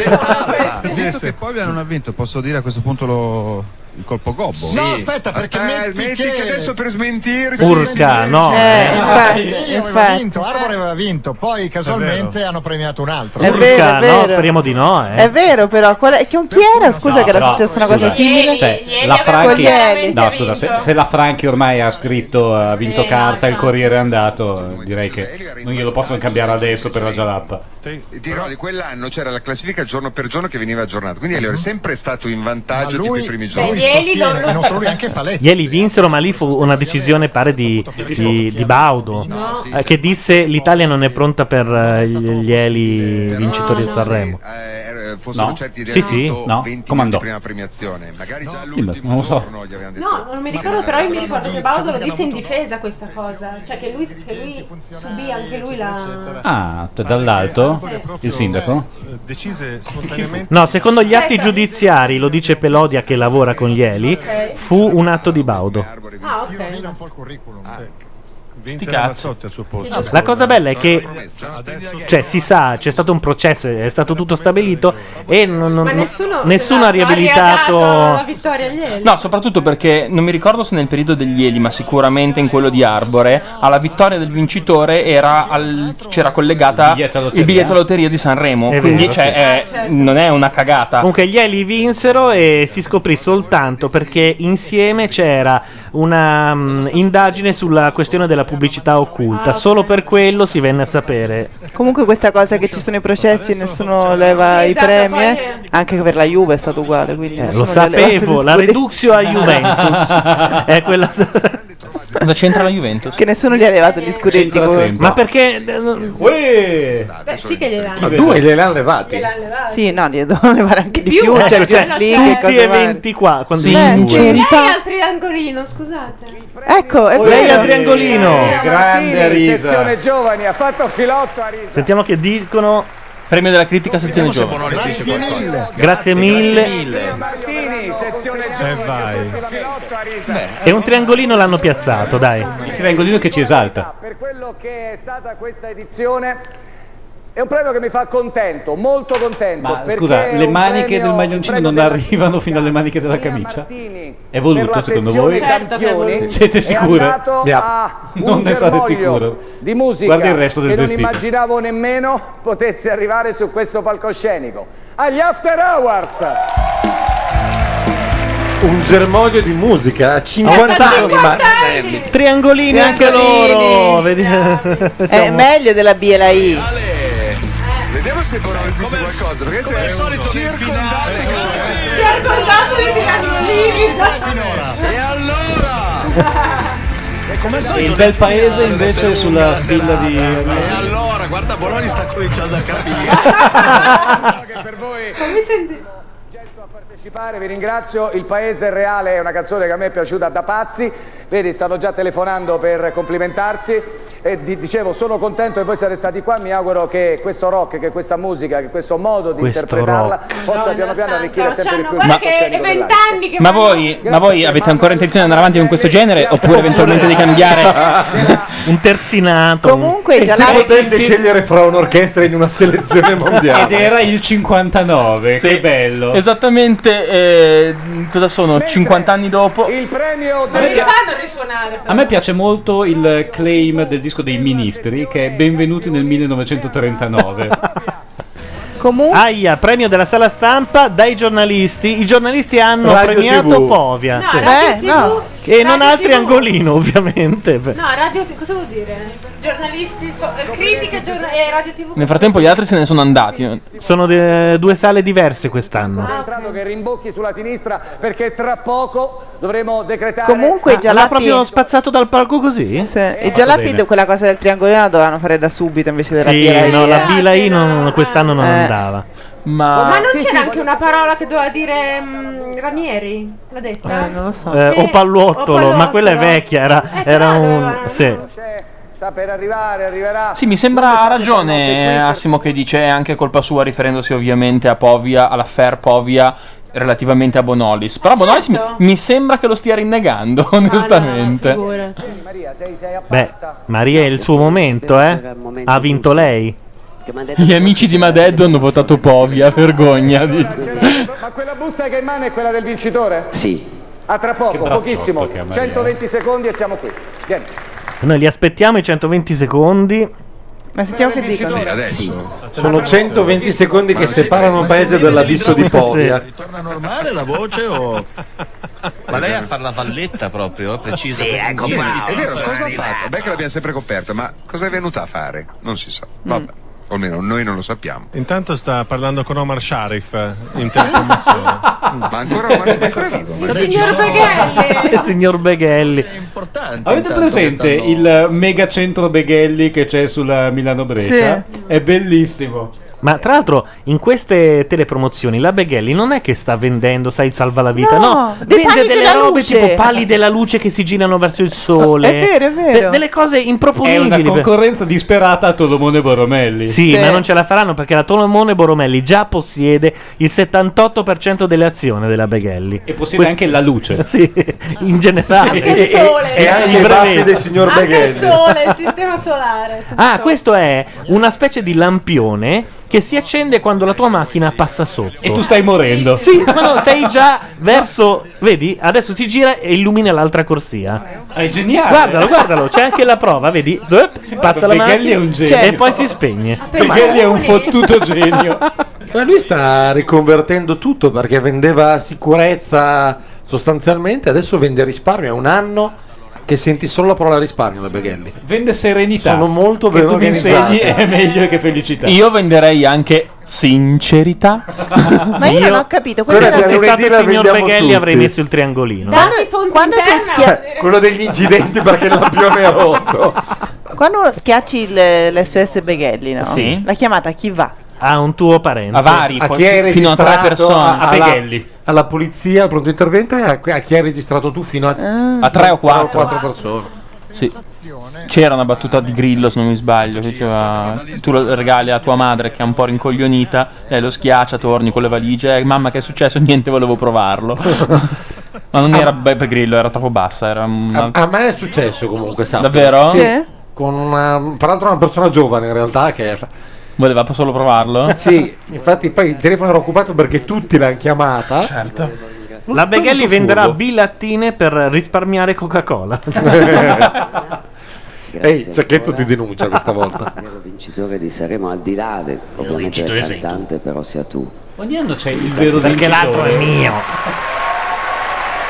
Speaker 26: Ah,
Speaker 27: Visto che poi non ha vinto, posso dire a questo punto lo- il colpo gobbo.
Speaker 26: No, aspetta, perché metti, che... adesso per smentirci
Speaker 27: Urca, no, Eh, eh. infatti,
Speaker 14: Ardelli aveva
Speaker 27: infatti.
Speaker 14: vinto, Arbor aveva vinto, poi casualmente hanno premiato un altro.
Speaker 1: Urca,
Speaker 5: È vero, è vero.
Speaker 1: no, speriamo di no. Eh.
Speaker 5: È vero però, qual è- che- chi era? Scusa che era
Speaker 7: però,
Speaker 5: successa una cosa
Speaker 7: scusa,
Speaker 5: simile?
Speaker 7: cioè, la Franchi,
Speaker 5: Coglieri.
Speaker 7: no, scusa, se, se la Franchi ormai ha scritto, ha vinto carta, il Corriere è andato, eh, direi che non glielo possono cambiare adesso per la Jalappa.
Speaker 26: Ti dirò di quell'anno c'era la classifica giorno per giorno che veniva aggiornata. Quindi Elio è
Speaker 14: Mhm.
Speaker 26: sempre stato in vantaggio tipo i primi giorni.
Speaker 14: sostiene, non solo lui, anche Faletti.
Speaker 1: Ieri vinsero, ma lì fu una decisione pare di, di- di Baudo, eh, che disse l'Italia non è pronta per eh, gli gli eli vincitori di Sanremo.
Speaker 26: Ah, Eh, fossero
Speaker 1: No.
Speaker 26: certi
Speaker 1: Sì,
Speaker 26: del
Speaker 1: sì, no.
Speaker 26: 20 minuti
Speaker 1: Comandò.
Speaker 26: prima premiazione. Magari già
Speaker 7: non
Speaker 26: l'ultimo
Speaker 7: lo so.
Speaker 26: giorno gli avevano detto.
Speaker 3: No, non mi ricordo, però io mi ricordo che Baudo lo disse in difesa questa cosa. Cioè che lui, che lui subì anche lui la.
Speaker 7: Ah, t- dall'alto? Il sindaco?
Speaker 6: Eh, Decise spontaneamente.
Speaker 1: No, secondo gli atti giudiziari, lo dice Pelodia che lavora con gli Eli, fu un atto di Baudo.
Speaker 3: Ah, ok.
Speaker 14: un po' il curriculum.
Speaker 2: Sti
Speaker 6: Vincere
Speaker 2: cazzi.
Speaker 6: Mazzotti al suo posto.
Speaker 1: La cosa bella è che cioè, si sa, c'è stato un processo, è stato tutto stabilito e non- non-
Speaker 3: Ma nessuno, esatto, dato
Speaker 1: nessuno ha
Speaker 3: la
Speaker 1: riabilitato.
Speaker 3: vittoria agli Eli.
Speaker 2: No, soprattutto perché non mi ricordo se nel periodo degli Eli, ma sicuramente in quello di Arbore, alla vittoria del vincitore era al- c'era collegata il biglietto, alla lotteria di Sanremo.
Speaker 1: È
Speaker 2: quindi
Speaker 1: vero,
Speaker 2: cioè,
Speaker 1: sì.
Speaker 5: Ah,
Speaker 2: è-
Speaker 5: certo.
Speaker 2: non è una cagata.
Speaker 1: Comunque gli Eli vinsero e si scoprì soltanto perché insieme c'era una mm, indagine sulla questione della pubblicità occulta.
Speaker 5: Ah,
Speaker 1: Solo per quello si venne a sapere.
Speaker 5: Comunque questa cosa che ci sono i processi e nessuno leva i
Speaker 3: Esatto,
Speaker 5: premi,
Speaker 3: poi-
Speaker 5: eh, anche per la Juve è stato uguale. quindi
Speaker 1: Eh,
Speaker 5: nessuno
Speaker 1: lo
Speaker 5: gli ha levato gli
Speaker 1: sapevo, la
Speaker 5: scudetti.
Speaker 1: Reduxio a Juventus. è quella
Speaker 2: Cosa c'entra la Juventus?
Speaker 5: Che nessuno gli ha levato gli scudetti.
Speaker 2: C'entra
Speaker 5: come-
Speaker 2: sempre. Ma
Speaker 1: perché... eh,
Speaker 3: Beh, sì che gliel'hanno
Speaker 5: Ma due
Speaker 9: gliel'hanno levati?
Speaker 3: Gliel'hanno levati.
Speaker 5: Sì, no, gli devono levare anche di più. C'è
Speaker 1: Ecco,
Speaker 3: Eh,
Speaker 1: cioè,
Speaker 5: il Champions League,
Speaker 1: tutti
Speaker 5: cose
Speaker 1: e
Speaker 5: varie.
Speaker 1: 20 qua. Quando
Speaker 5: Sì, in due.
Speaker 3: Lei altri angolino, scusate.
Speaker 5: Ecco, è
Speaker 1: Lei
Speaker 5: vero.
Speaker 1: al triangolino.
Speaker 4: Martini, sezione giovani, ha fatto filotto a Risa.
Speaker 1: Sentiamo che dicono.
Speaker 2: Premio della critica sezione giovane.
Speaker 4: Grazie mille.
Speaker 1: Grazie mille. Eh,
Speaker 4: Martini, sezione giovani, successo filotto a Risa.
Speaker 1: E un triangolino l'hanno piazzato, dai. Il
Speaker 7: triangolino che ci esalta.
Speaker 4: Per quello che è stata questa edizione è un premio che mi fa contento, molto contento.
Speaker 7: Ma
Speaker 4: perché
Speaker 7: scusa,
Speaker 4: è
Speaker 7: le
Speaker 4: un
Speaker 7: maniche
Speaker 4: premio-
Speaker 7: del maglioncino
Speaker 4: un premio
Speaker 7: non arrivano fino alle maniche della camicia? È voluto
Speaker 4: per la
Speaker 7: secondo
Speaker 4: sezione
Speaker 7: voi?
Speaker 4: campioni
Speaker 7: Siete
Speaker 4: è
Speaker 7: sicure?
Speaker 4: andato a un
Speaker 7: Non ne state
Speaker 4: germoglio
Speaker 7: sicuro.
Speaker 4: di musica
Speaker 7: Guarda il resto
Speaker 4: che
Speaker 7: del
Speaker 4: non
Speaker 7: vestito.
Speaker 4: immaginavo nemmeno potesse arrivare su questo palcoscenico agli After Hours
Speaker 9: Un germoglio di musica a 50
Speaker 1: Eh,
Speaker 9: anni, ma
Speaker 1: Triangolini anche loro. Vedi-
Speaker 5: Eh,
Speaker 1: Diciamo-
Speaker 5: È
Speaker 1: Facciamo-
Speaker 5: meglio della B e la I.
Speaker 26: Vediamo se Bonolis dice qualcosa, perché se è un circondante
Speaker 3: Ti ha ricordato dei triangolini.
Speaker 26: E allora?
Speaker 29: E come al solito
Speaker 7: Il bel paese invece sulla spilla di...
Speaker 29: E allora, guarda, Bologna sta cominciando a capire.
Speaker 3: Fammi sentire.
Speaker 4: partecipare, vi ringrazio. Il Paese Reale è una canzone che a me è piaciuta da pazzi. Vedi, stanno già telefonando per complimentarsi. E di- dicevo, sono contento che voi siete stati qua. Mi auguro che questo rock, che questa musica, che questo modo di
Speaker 1: Questo
Speaker 4: interpretarla possa
Speaker 3: No,
Speaker 4: piano piano
Speaker 3: Santa,
Speaker 4: arricchire sempre di
Speaker 3: Luciano,
Speaker 4: più il
Speaker 3: guarda che è
Speaker 4: palcoscenico dell'arte.
Speaker 3: vent'anni che
Speaker 2: Ma
Speaker 3: vanno-
Speaker 2: voi, ma voi avete ancora intenzione di andare avanti con questo genere? Oppure eventualmente di cambiare?
Speaker 1: un terzinato.
Speaker 5: Comunque, già
Speaker 9: se
Speaker 5: là-
Speaker 9: poteste scegliere fra un'orchestra in una selezione mondiale.
Speaker 7: Ed era il 59, che bello.
Speaker 2: Esattamente, eh, cosa sono? 50 anni dopo?
Speaker 4: Il premio
Speaker 3: Ma mi fanno risuonare.
Speaker 7: A me piace molto il claim del disco dei ministri che è Benvenuti nel 1939.
Speaker 5: Comunque,
Speaker 1: Aia, premio della sala stampa dai giornalisti. I giornalisti hanno
Speaker 7: Radio
Speaker 1: premiato
Speaker 7: TV.
Speaker 1: Povia. Eh,
Speaker 3: No, Radio TV,
Speaker 5: no.
Speaker 1: E non
Speaker 3: Radio
Speaker 1: altri
Speaker 3: TV.
Speaker 1: angolino, ovviamente.
Speaker 3: No, radio TV, cosa vuol dire? Giornalisti, so- eh, critiche, giorna- eh, radio TV.
Speaker 2: Nel frattempo gli altri se ne sono andati.
Speaker 1: Sono due sale diverse quest'anno.
Speaker 3: Ah,
Speaker 4: Concentrato che rimbocchi sulla sinistra perché tra poco dovremo decretare Ah,
Speaker 5: Comunque, già
Speaker 1: L'ha
Speaker 5: la
Speaker 1: proprio spazzato dal palco così?
Speaker 5: E già la P, quella cosa del triangolino la dovevano fare da subito invece della B e la
Speaker 1: Sì,
Speaker 5: I.
Speaker 1: no, la Bila I non- quest'anno non
Speaker 5: Eh.
Speaker 1: andava. Ah,
Speaker 2: Ma,
Speaker 3: Ma non
Speaker 4: sì,
Speaker 3: c'era
Speaker 4: sì,
Speaker 3: anche una parola che doveva dire mm, Ranieri? L'ha detta?
Speaker 5: non lo so.
Speaker 1: Eh,
Speaker 3: Sì,
Speaker 1: o palluottolo, ma
Speaker 3: Palluottolo.
Speaker 1: quella è vecchia,
Speaker 3: Eh,
Speaker 4: Eh,
Speaker 1: era, era un... Sì.
Speaker 4: sta per arrivare, arriverà.
Speaker 2: Sì, mi sembra ha ragione eh, Assimo che dice è anche colpa sua riferendosi ovviamente a Povia, all'affair Povia relativamente a Bonolis. Però Bonolis mi,
Speaker 3: certo.
Speaker 2: mi sembra che lo stia rinnegando, onestamente.
Speaker 4: Vieni, Maria, sei, sei
Speaker 1: Beh, Maria è il suo momento, eh. Ha vinto lei.
Speaker 2: Gli amici di Madeddo hanno votato Povia, vergogna.
Speaker 4: Ma quella busta che è in mano è quella del vincitore?
Speaker 10: Sì.
Speaker 4: A tra poco,
Speaker 2: bracciotto
Speaker 4: pochissimo,
Speaker 2: che ha Maria.
Speaker 4: 120 secondi e siamo qui. Vieni.
Speaker 1: Noi li aspettiamo i 120 secondi.
Speaker 5: Ma sentiamo che dicono.
Speaker 26: Sì, adesso.
Speaker 9: Sono 120 secondi che separano il paese dall'abisso di Povia.
Speaker 29: Torna normale la voce o... Ma lei a far la valletta proprio, eh, precisa.
Speaker 26: Sì, ecco qua. È vero, cosa ha
Speaker 29: fa?
Speaker 26: fatto? Beh, che l'abbiamo sempre coperto, ma cosa è venuta a fare? Non si sa. Vabbè, o almeno noi non lo sappiamo.
Speaker 6: Intanto sta parlando con Omar Sharif eh, in trasformazione.
Speaker 26: Ma ancora, ma è ancora vivo? ma-
Speaker 3: Lo signor Beghelli!
Speaker 1: Il signor Beghelli.
Speaker 7: Avete presente il megacentro Beghelli che c'è sulla Milano Brescia? È bellissimo.
Speaker 1: Ma tra l'altro, in queste telepromozioni la Beghelli non è che sta vendendo, sai, il salvalavita,
Speaker 5: No,
Speaker 1: no,
Speaker 5: dei
Speaker 1: vende
Speaker 5: pali
Speaker 1: delle
Speaker 5: della
Speaker 1: robe
Speaker 5: luce.
Speaker 1: tipo pali della luce che si girano verso il sole.
Speaker 5: È vero, è vero.
Speaker 1: De- delle cose
Speaker 7: È
Speaker 1: improponibili.
Speaker 7: una
Speaker 1: per-
Speaker 7: concorrenza disperata a Tolomone Boromelli.
Speaker 1: Sì, ma non ce la faranno perché la Tolomone Boromelli già possiede il 78% delle azioni della Beghelli.
Speaker 7: E possiede anche la luce.
Speaker 1: Sì, in generale.
Speaker 7: Anche il sole. Ah, E anche i
Speaker 1: brevetti.
Speaker 7: baffi del signor
Speaker 3: Anche il sole, il sistema solare. tutto.
Speaker 1: Ah, questo è una specie di lampione che si accende quando la tua macchina passa sotto.
Speaker 7: E tu stai morendo.
Speaker 1: Sì, ma no, sei già verso. Vedi, adesso si gira e illumina l'altra corsia.
Speaker 7: Ah, È geniale.
Speaker 1: Guardalo, guardalo, c'è anche la prova, vedi? Up, Passa la
Speaker 7: Beghelli
Speaker 1: macchina Cioè,
Speaker 7: è un genio.
Speaker 1: e poi si spegne.
Speaker 9: Ah,
Speaker 7: Beghelli è un fottuto genio.
Speaker 9: Ma lui sta riconvertendo tutto perché vendeva sicurezza sostanzialmente, adesso vende risparmio. È un anno che senti solo la parola risparmio da Beghelli.
Speaker 7: Vende serenità.
Speaker 9: Sono molto
Speaker 7: che tu mi
Speaker 9: organizzate.
Speaker 7: insegni è meglio che felicità.
Speaker 2: Io venderei anche sincerità.
Speaker 5: Ma io, non ho capito. Quello era
Speaker 1: Se stato il signor
Speaker 2: vendiamo
Speaker 1: Beghelli
Speaker 2: tutti.
Speaker 1: avrei messo il triangolino.
Speaker 5: Quando- quando, tu schia-
Speaker 9: Quello degli incidenti perché il lampione è rotto.
Speaker 5: quando schiacci il- l'SOS Beghelli, no?
Speaker 1: Sì.
Speaker 5: La chiamata chi va?
Speaker 1: A un tuo parente.
Speaker 9: A vari, A poi- chi è fino a tre registrato, persone. a-
Speaker 1: A
Speaker 9: alla-
Speaker 1: Beghelli.
Speaker 9: Alla polizia, al pronto intervento e a, a chi hai registrato tu fino a,
Speaker 2: A tre o quattro.
Speaker 9: persone.
Speaker 2: Sì. C'era una battuta di Grillo, se non mi sbaglio, che diceva tu lo regali a tua madre che è un po' rincoglionita, lei lo schiaccia, torni con le valigie, "Eh, mamma che è successo? Niente, volevo provarlo. Ma
Speaker 16: Ah.
Speaker 2: non era Beppe Grillo, era troppo bassa, era un
Speaker 9: A, a me è successo comunque, sappi.
Speaker 2: Davvero?
Speaker 9: Sì. Con una, peraltro una persona giovane in realtà che...
Speaker 2: Voleva solo provarlo?
Speaker 9: Sì, infatti poi il telefono era occupato perché tutti l'hanno chiamata.
Speaker 2: Certo.
Speaker 1: La Beghelli venderà
Speaker 9: fumo.
Speaker 1: bilattine per risparmiare Coca-Cola.
Speaker 9: Ehi, Cecchetto ti denuncia questa volta.
Speaker 10: Ero vincitore di Saremo, al di là del, ovviamente
Speaker 7: vincitore
Speaker 10: del
Speaker 7: sei tu.
Speaker 10: cantante, però sia tu.
Speaker 7: Ogni anno c'è il vero
Speaker 1: Perché l'altro è mio.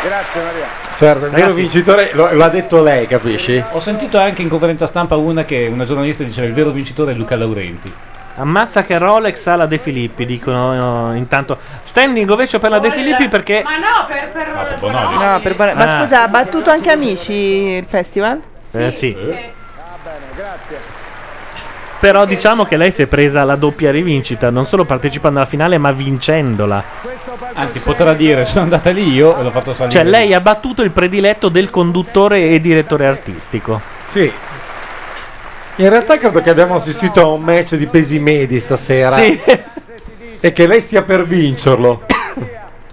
Speaker 4: Grazie Maria.
Speaker 9: Certo, il
Speaker 7: Ragazzi-
Speaker 9: vero vincitore lo, lo ha detto lei, capisci?
Speaker 7: Ho sentito anche in conferenza stampa una che una giornalista diceva Cioè, il vero vincitore è Luca Laurenti.
Speaker 1: Ammazza che Rolex ha la De Filippi, dicono no, intanto. Standing ovation per la De Filippi perché...
Speaker 3: Ma no, per, per,
Speaker 5: Ah, No, per buona- Ma
Speaker 1: Ah.
Speaker 5: scusa, ha battuto anche Amici il festival?
Speaker 1: Eh, sì.
Speaker 3: Ah,
Speaker 4: Grazie.
Speaker 1: Però diciamo che lei si è presa la doppia rivincita, non solo partecipando alla finale ma vincendola.
Speaker 7: Anzi, potrà dire, sono andata lì io e l'ho fatto salire.
Speaker 1: Cioè lei ha battuto il prediletto del conduttore e direttore artistico.
Speaker 9: Sì. In realtà credo che abbiamo assistito a un match di pesi medi stasera.
Speaker 1: Sì.
Speaker 9: E che lei stia per vincerlo.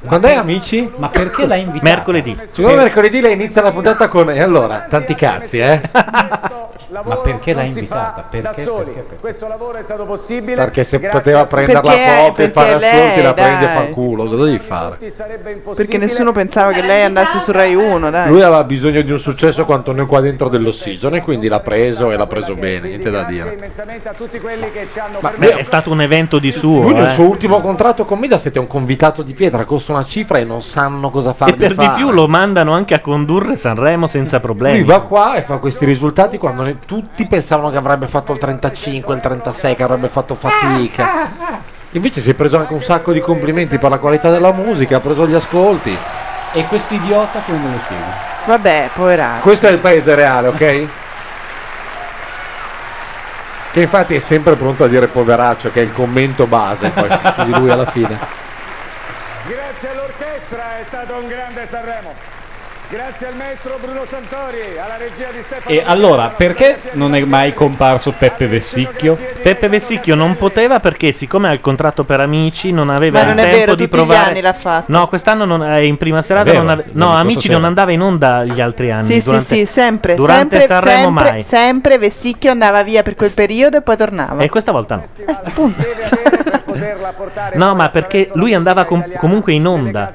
Speaker 9: Quando è amici?
Speaker 7: Ma perché l'ha invitata?
Speaker 1: Mercoledì.
Speaker 9: Secondo me mercoledì lei inizia la puntata con... E allora, tanti cazzi, eh?
Speaker 7: Ma perché l'ha invitata?
Speaker 4: da
Speaker 7: Perché?
Speaker 4: soli. Questo lavoro è stato possibile.
Speaker 9: Perché se
Speaker 4: grazie
Speaker 9: poteva
Speaker 4: a tutti.
Speaker 9: prenderla poco e fare ascolti la prende a
Speaker 5: dai.
Speaker 9: fanculo, cosa devi fare?
Speaker 5: Perché nessuno pensava che lei andasse su Rai 1, dai.
Speaker 9: Lui aveva bisogno di un successo quanto noi qua dentro dell'ossigeno e quindi l'ha preso e l'ha preso bene, niente da dire.
Speaker 1: Ma beh, è stato un evento di suo.
Speaker 9: Lui nel
Speaker 1: eh.
Speaker 9: suo ultimo contratto con Mediaset è un convitato di pietra, costa una cifra e non sanno cosa fargli
Speaker 1: E per di
Speaker 9: fare.
Speaker 1: più lo mandano anche a condurre Sanremo senza
Speaker 9: Lui
Speaker 1: problemi.
Speaker 9: va qua e fa questi risultati quando ne- tutti pensavano che avrebbe fatto il 35, il 36, che avrebbe fatto fatica. Invece si è preso anche un sacco di complimenti per la qualità della musica, ha preso gli ascolti.
Speaker 7: E questo idiota come me lo spiego?
Speaker 5: Vabbè, poveraccio.
Speaker 9: Questo è il paese reale, ok? Che infatti è sempre pronto a dire poveraccio, che è il commento base poi di lui alla fine.
Speaker 4: Grazie all'orchestra, è stato un grande Sanremo. Grazie al maestro Bruno Santori, alla regia di Stefano.
Speaker 7: E allora, perché non è mai comparso Peppe Vessicchio?
Speaker 1: Peppe Vessicchio non poteva perché, siccome ha il contratto per amici, non aveva
Speaker 5: Ma
Speaker 1: il
Speaker 5: non è
Speaker 1: tempo
Speaker 5: vero,
Speaker 1: di
Speaker 5: tutti gli
Speaker 1: provare.
Speaker 5: anni l'ha fatto.
Speaker 1: No, quest'anno non, è in prima serata.
Speaker 7: vero,
Speaker 1: non ave-
Speaker 7: l'anno
Speaker 1: no, amici
Speaker 7: scorso
Speaker 1: non andava in onda gli altri anni.
Speaker 5: Sì,
Speaker 1: durante-
Speaker 5: sì, sì, sempre,
Speaker 1: Durante
Speaker 5: sempre,
Speaker 1: Sanremo
Speaker 5: sempre,
Speaker 1: mai.
Speaker 5: sempre Vessicchio andava via per quel periodo e poi tornava.
Speaker 1: E questa volta no.
Speaker 5: Eh,
Speaker 1: No, ma perché lui andava com- comunque in onda,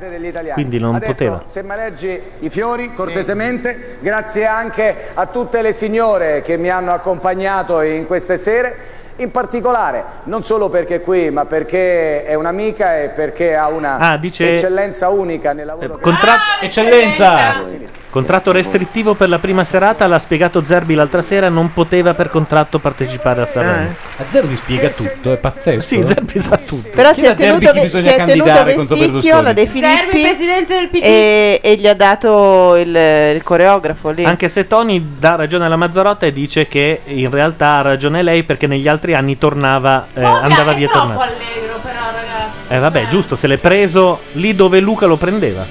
Speaker 1: quindi non
Speaker 4: Adesso,
Speaker 1: poteva.
Speaker 4: Se maneggi i fiori cortesemente, grazie anche a tutte le signore che mi hanno accompagnato in queste sere. In particolare, non solo perché è qui, ma perché è un'amica e perché ha una
Speaker 1: Ah, dice-
Speaker 4: eccellenza unica nel lavoro. che-
Speaker 1: Contra-
Speaker 7: Eccellenza!
Speaker 1: Contratto restrittivo per la prima serata, l'ha spiegato Zerbi l'altra sera, non poteva per contratto partecipare al
Speaker 5: Eh,
Speaker 1: Sanremo.
Speaker 7: A Zerbi spiega tutto, è pazzesco.
Speaker 1: Sì, Zerbi sa tutto.
Speaker 5: Però si è tenuto, ve- si è tenuto Vessicchio, la De
Speaker 3: Zerbi,
Speaker 5: Filippi
Speaker 3: presidente del PD.
Speaker 5: e, e gli ha dato il, il coreografo lì.
Speaker 1: Anche se Tony dà ragione alla Mazzarotta e dice che in realtà ha ragione lei perché negli altri anni tornava, eh, andava via e
Speaker 3: Oh, Troppo
Speaker 1: tornava.
Speaker 3: allegro però ragazzi.
Speaker 1: Eh vabbè, giusto, se l'è preso lì dove Luca lo prendeva.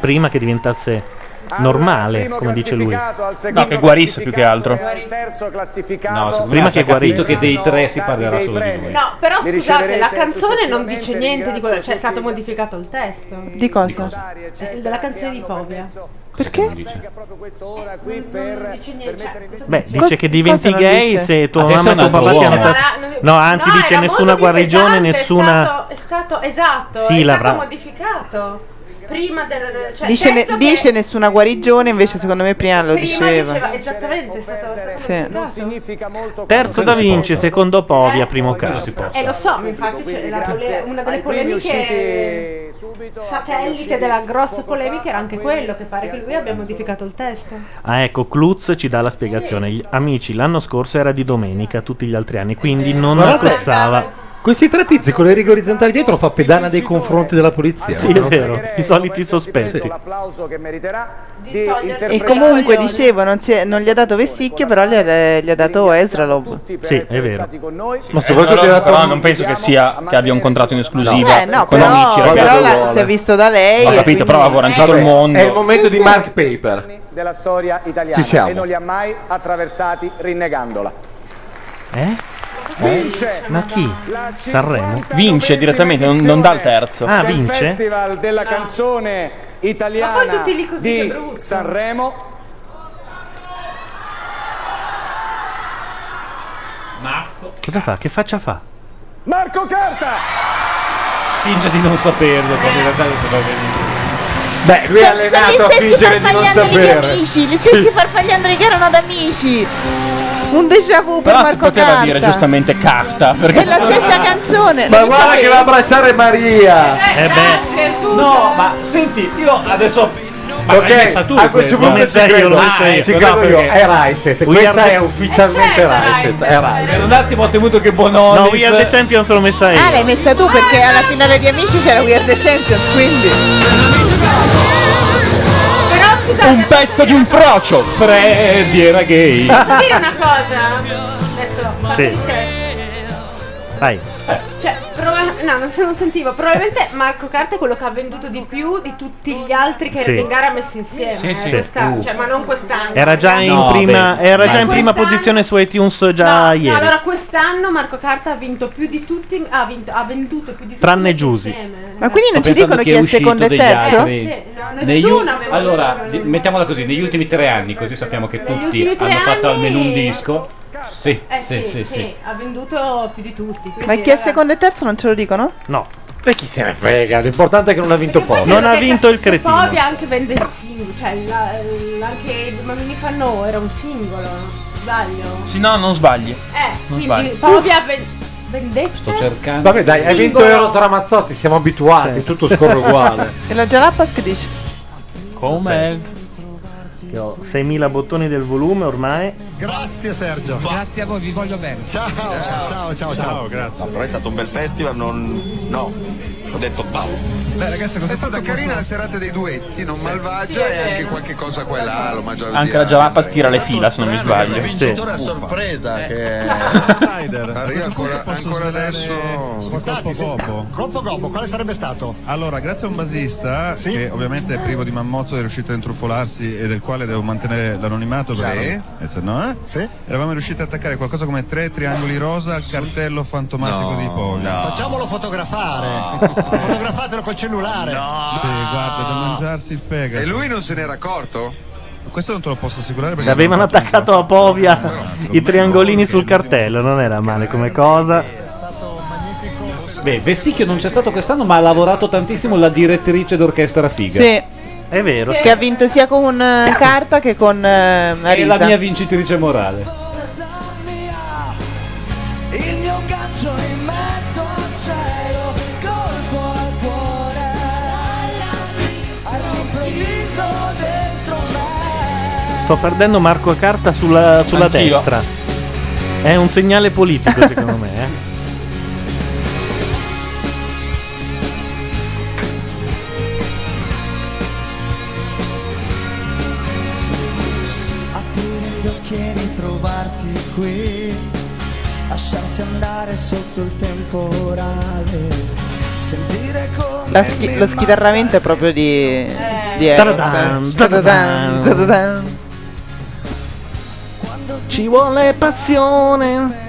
Speaker 1: Prima che diventasse normale, come dice lui.
Speaker 2: No, che guarisse più che altro.
Speaker 4: terzo classificato
Speaker 2: No, secondo
Speaker 1: Prima
Speaker 2: me
Speaker 1: che
Speaker 2: ha capito
Speaker 1: guarisse.
Speaker 2: che dei tre si parlerà solo di lui.
Speaker 3: No, però
Speaker 4: Li
Speaker 3: scusate, la
Speaker 4: riceverete
Speaker 3: canzone non
Speaker 4: successivamente,
Speaker 3: dice niente di
Speaker 4: ringrazio
Speaker 3: quello, cioè è stato modificato il testo.
Speaker 5: Di cosa? Di cosa?
Speaker 3: Eh, Della canzone di Povia. Eh, cioè,
Speaker 1: Beh, dice
Speaker 5: Co-
Speaker 1: che diventi
Speaker 5: cosa non
Speaker 1: gay
Speaker 5: dice?
Speaker 1: se tuo
Speaker 2: Adesso
Speaker 1: mamma e
Speaker 2: è un
Speaker 1: tuo
Speaker 2: altro
Speaker 1: papà ti hanno
Speaker 2: uomo.
Speaker 1: to- No, anzi,
Speaker 3: Ah, No,
Speaker 1: dice
Speaker 3: era
Speaker 1: nessuna
Speaker 3: molto più
Speaker 1: guarigione,
Speaker 3: pesante, È
Speaker 1: nessuna.
Speaker 3: stato, è stato- esatto,
Speaker 1: Sì,
Speaker 3: è
Speaker 1: l'avrà-
Speaker 3: stato modificato. Prima del. del- Cioè,
Speaker 5: dice, ne-
Speaker 3: certo che
Speaker 5: dice nessuna guarigione, invece secondo me prima lo
Speaker 3: prima diceva.
Speaker 5: diceva.
Speaker 3: Esattamente, è stato. è stato
Speaker 5: Sì.
Speaker 3: modificato.
Speaker 1: Terzo da Vinci, secondo Povia, primo caso.
Speaker 3: Eh, lo so, ma infatti c'è la- le- una delle polemiche satellite della grossa polemica era anche quello, che pare che lui abbia modificato il testo.
Speaker 1: Ah, ecco, Klutz ci dà la spiegazione. Gli amici l'anno scorso era di domenica, tutti gli altri anni, quindi non
Speaker 9: Guardate.
Speaker 1: accozzava.
Speaker 9: Questi tre tizi con le righe orizzontali dietro fa pedana dei confronti della polizia.
Speaker 1: Sì, è vero, i soliti sospetti.
Speaker 4: applauso che meriterà di
Speaker 5: E
Speaker 4: interpretare
Speaker 5: comunque dicevo, non, si è- non gli ha dato Vessicchio, però gli ha, gli ha dato Esralov.
Speaker 2: Sì, è vero.
Speaker 9: Ma
Speaker 2: soprattutto
Speaker 9: gli ha dato-
Speaker 2: però non penso che sia che abbia un contratto in esclusiva
Speaker 5: Eh, no,
Speaker 2: con
Speaker 5: però,
Speaker 2: amici.
Speaker 5: però
Speaker 2: ragazzi.
Speaker 5: la- si è visto da lei.
Speaker 2: Ho
Speaker 5: e
Speaker 2: capito, però lavora in tutto il mondo.
Speaker 16: Eh, È il momento di
Speaker 4: Pensiamo
Speaker 16: Mark Paper.
Speaker 4: della storia
Speaker 16: Ci
Speaker 4: italiana
Speaker 16: siamo.
Speaker 4: e non li ha mai attraversati rinnegandola.
Speaker 1: Eh?
Speaker 4: Vince
Speaker 1: Ma chi?
Speaker 4: la
Speaker 1: Sanremo?
Speaker 2: Vince direttamente, non, non dà il terzo.
Speaker 1: Ah,
Speaker 4: del Festival della canzone
Speaker 3: Ma Ah. poi
Speaker 4: italiana
Speaker 3: tutti lì così, che
Speaker 4: di
Speaker 3: brutto.
Speaker 4: Sanremo.
Speaker 1: Cosa fa? Che faccia fa?
Speaker 4: Marco Carta!
Speaker 7: Finge di non
Speaker 1: Eh.
Speaker 7: saperlo, quando in realtà lo sapeva benissimo.
Speaker 16: Beh, lui è
Speaker 5: Cioè,
Speaker 16: allenato a fingere di non
Speaker 5: farfagliandoli di
Speaker 16: sapere.
Speaker 5: amici, gli stessi farfagliandoli che erano ad amici. Un déjà vu per
Speaker 2: Però si
Speaker 5: Marco
Speaker 2: poteva
Speaker 5: Carta.
Speaker 2: dire giustamente carta.
Speaker 5: È
Speaker 2: Perché
Speaker 5: la stessa canzone.
Speaker 16: Ma
Speaker 5: non lo
Speaker 16: guarda
Speaker 5: sapevo.
Speaker 16: che va a abbracciare Maria.
Speaker 1: Eh beh,
Speaker 7: No, ma senti, io adesso. Ma
Speaker 16: Ok,
Speaker 7: l'hai messa tu
Speaker 16: a questo punto
Speaker 7: questa?
Speaker 16: ci credo.
Speaker 7: L'ho
Speaker 16: Ah,
Speaker 7: messa io,
Speaker 16: ci
Speaker 7: no,
Speaker 16: credo io.
Speaker 7: perché-
Speaker 16: È Raiset,
Speaker 1: ecco, We
Speaker 16: questa
Speaker 1: are the-
Speaker 16: è ufficialmente Raiset. È Raiset.
Speaker 7: Cioè, Per un attimo ho temuto che Bonolis.
Speaker 1: no, We Are the Champions l'ho messa io.
Speaker 5: Ah, l'hai messa tu perché alla finale di Amici c'era We Are the Champions, quindi.
Speaker 3: Però scusate,
Speaker 2: Un pezzo di un frocio.
Speaker 7: Freddy era gay.
Speaker 3: posso dire una cosa? Adesso fatemi
Speaker 7: Sì.
Speaker 3: scherzo.
Speaker 1: Vai.
Speaker 3: Cioè, prova- no, non se non sentivo. Probabilmente Marco Carta è quello che ha venduto di più di tutti gli altri che
Speaker 1: Sì.
Speaker 3: in gara messi insieme.
Speaker 1: Sì,
Speaker 3: eh,
Speaker 1: sì.
Speaker 3: questa-
Speaker 1: Uh.
Speaker 3: cioè, ma non quest'anno.
Speaker 1: Era già in
Speaker 7: No,
Speaker 1: prima,
Speaker 7: beh,
Speaker 1: era
Speaker 7: ma-
Speaker 1: già in prima
Speaker 3: Quest'anno-
Speaker 1: posizione su iTunes già
Speaker 3: No,
Speaker 1: ieri.
Speaker 3: No, allora quest'anno Marco Carta ha vinto più di tutti, ha, vinto- ha venduto più di tutti.
Speaker 1: Tranne
Speaker 3: messi
Speaker 1: Giusy.
Speaker 3: insieme.
Speaker 5: Ma quindi non
Speaker 7: Sto
Speaker 5: ci dicono
Speaker 7: pensando
Speaker 5: chi
Speaker 7: che
Speaker 5: è
Speaker 7: è
Speaker 5: il secondo e
Speaker 7: uscito degli
Speaker 5: terzo?
Speaker 7: altri.
Speaker 3: Sì, no,
Speaker 7: Negli
Speaker 3: nessuno
Speaker 7: ulti-
Speaker 3: aveva
Speaker 7: allora, di- mettiamola così, negli ultimi tre anni, così sappiamo che tutti
Speaker 3: ultimi tre
Speaker 7: hanno fatto
Speaker 3: anni-
Speaker 7: almeno un disco. Sì,
Speaker 3: Eh
Speaker 7: sì, sì, sì.
Speaker 3: ha venduto più di tutti. quindi
Speaker 5: Ma chi è
Speaker 3: era-
Speaker 5: secondo e terzo non ce lo dicono?
Speaker 1: No.
Speaker 9: E chi se ne frega? L'importante è che non ha vinto poco.
Speaker 1: Non ha
Speaker 3: Perché
Speaker 1: vinto il
Speaker 3: Cazzo
Speaker 1: cretino.
Speaker 3: Fobia anche vende il singolo, cioè la- l- anche Bambini Fanno era un singolo, sbaglio.
Speaker 2: Sì, no, non sbagli.
Speaker 3: Eh,
Speaker 2: Non
Speaker 3: quindi
Speaker 2: sbaglio.
Speaker 3: Fobia ven- vendette.
Speaker 7: Sto cercando.
Speaker 9: Vabbè dai, hai vinto
Speaker 3: Singolo.
Speaker 9: Eros Ramazzotti, siamo abituati,
Speaker 1: Sì.
Speaker 9: tutto scorre uguale.
Speaker 5: E la Jalapas che dice?
Speaker 2: Come?
Speaker 1: Io ho 6.000 bottoni del volume ormai.
Speaker 14: Grazie Sergio.
Speaker 13: Grazie a voi, vi voglio bene.
Speaker 14: Ciao, ciao, ciao, ciao.
Speaker 6: grazie.
Speaker 27: No, però è stato un bel festival, non. No. Ho detto wow.
Speaker 26: Beh, ragazzi, è stata carina la serata dei duetti, non malvagia e anche qualche cosa qua e là. Lo mangia
Speaker 2: Anche la Jalapa stira le fila, se non mi sbaglio.
Speaker 26: a sorpresa che Arriva ancora, ancora adesso.
Speaker 14: Spostati, sì. Colpo gobbo, quale sarebbe stato?
Speaker 27: Allora, grazie a un basista che ovviamente è privo di mammozzo, è riuscito a intrufolarsi e del quale devo mantenere l'anonimato perché eh, se no, eh? Eravamo riusciti a attaccare qualcosa come tre triangoli rosa al cartello fantomatico di Poli.
Speaker 14: Facciamolo
Speaker 27: Ah.
Speaker 14: fotografare. Fotografatelo col cellulare.
Speaker 27: Sì, guarda, da mangiarsi il fegato.
Speaker 26: E lui non se n'era accorto?
Speaker 27: Questo non te lo posso assicurare perché
Speaker 1: Avevano
Speaker 27: non l'ho fatto
Speaker 1: attaccato a Povia i triangolini sul cartello, non era male come cosa.
Speaker 7: Beh, Vessicchio non c'è stato quest'anno, ma ha lavorato tantissimo la direttrice d'orchestra figa.
Speaker 5: Sì.
Speaker 1: È vero.
Speaker 5: Che ha vinto sia con eh, Carta che con eh,
Speaker 7: È
Speaker 5: Arisa.
Speaker 7: la mia vincitrice morale.
Speaker 13: Il mio gancio in mezzo al cielo, colpo al cuore. All'improvviso dentro
Speaker 1: sto perdendo Marco Carta sulla, sulla
Speaker 2: Anch'io.
Speaker 1: destra. È un segnale politico, secondo me. eh.
Speaker 13: Aprire gli occhi e ritrovarti qui, lasciarsi andare sotto il temporale, sentire come
Speaker 5: La schi- lo schitarramento è proprio di. di
Speaker 1: Tadadam,
Speaker 5: Eros.
Speaker 1: tadadam.
Speaker 5: Tadadam, tadadam.
Speaker 1: Ci vuole passione.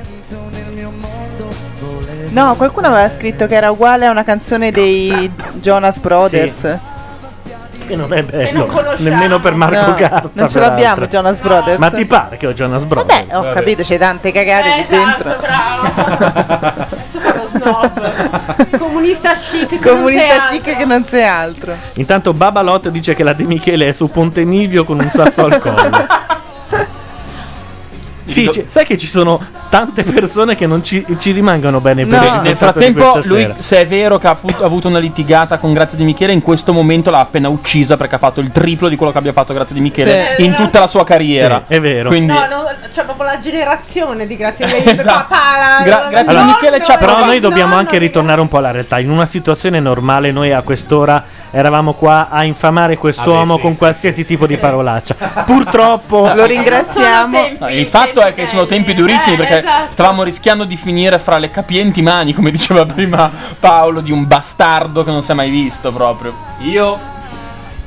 Speaker 5: No, qualcuno aveva scritto che era uguale a una canzone dei Jonas Brothers.
Speaker 1: Che non è bello.
Speaker 5: conosciamo.
Speaker 1: Nemmeno per Marco
Speaker 5: No,
Speaker 1: Carta.
Speaker 5: non ce
Speaker 1: peraltro.
Speaker 5: l'abbiamo, Jonas Brothers.
Speaker 1: Ma ti pare che ho Jonas Brothers?
Speaker 5: Vabbè, ho capito, c'è tante cagate
Speaker 3: Eh,
Speaker 5: lì
Speaker 3: esatto,
Speaker 5: dentro.
Speaker 3: Comunista chic. che
Speaker 5: Comunista
Speaker 3: non sei
Speaker 5: chic che non c'è altro.
Speaker 1: Intanto Babalot dice che la De Michele è su Ponte Milvio con un sasso al collo. Sì, ci- sai che ci sono tante persone che non ci, ci rimangono bene per il
Speaker 2: nel
Speaker 1: concerto di
Speaker 2: frattempo,
Speaker 1: questa
Speaker 2: lui,
Speaker 1: sera.
Speaker 2: se è vero che ha, fu- ha avuto una litigata con Grazia Di Michele, in questo momento l'ha appena uccisa perché ha fatto il triplo di quello che abbia fatto Grazia Di Michele
Speaker 3: Sì.
Speaker 2: in tutta la sua carriera.
Speaker 1: è vero.
Speaker 2: Quindi,
Speaker 3: No, no, cioè proprio la generazione di Grazia Michele.
Speaker 2: Esatto.
Speaker 3: Papà, la- la-
Speaker 2: Grazie a Michele ci ha
Speaker 1: Però
Speaker 2: provato.
Speaker 1: noi dobbiamo anche ritornare un po' alla realtà. In una situazione normale, noi a quest'ora eravamo qua a infamare quest'uomo con qualsiasi tipo di parolaccia. Purtroppo
Speaker 5: Lo ringraziamo.
Speaker 2: No, il fatto è che sono tempi durissimi perché
Speaker 5: esatto.
Speaker 2: stavamo rischiando di finire fra le capienti mani, come diceva prima Paolo, di un bastardo che non si è mai visto proprio.
Speaker 7: Io,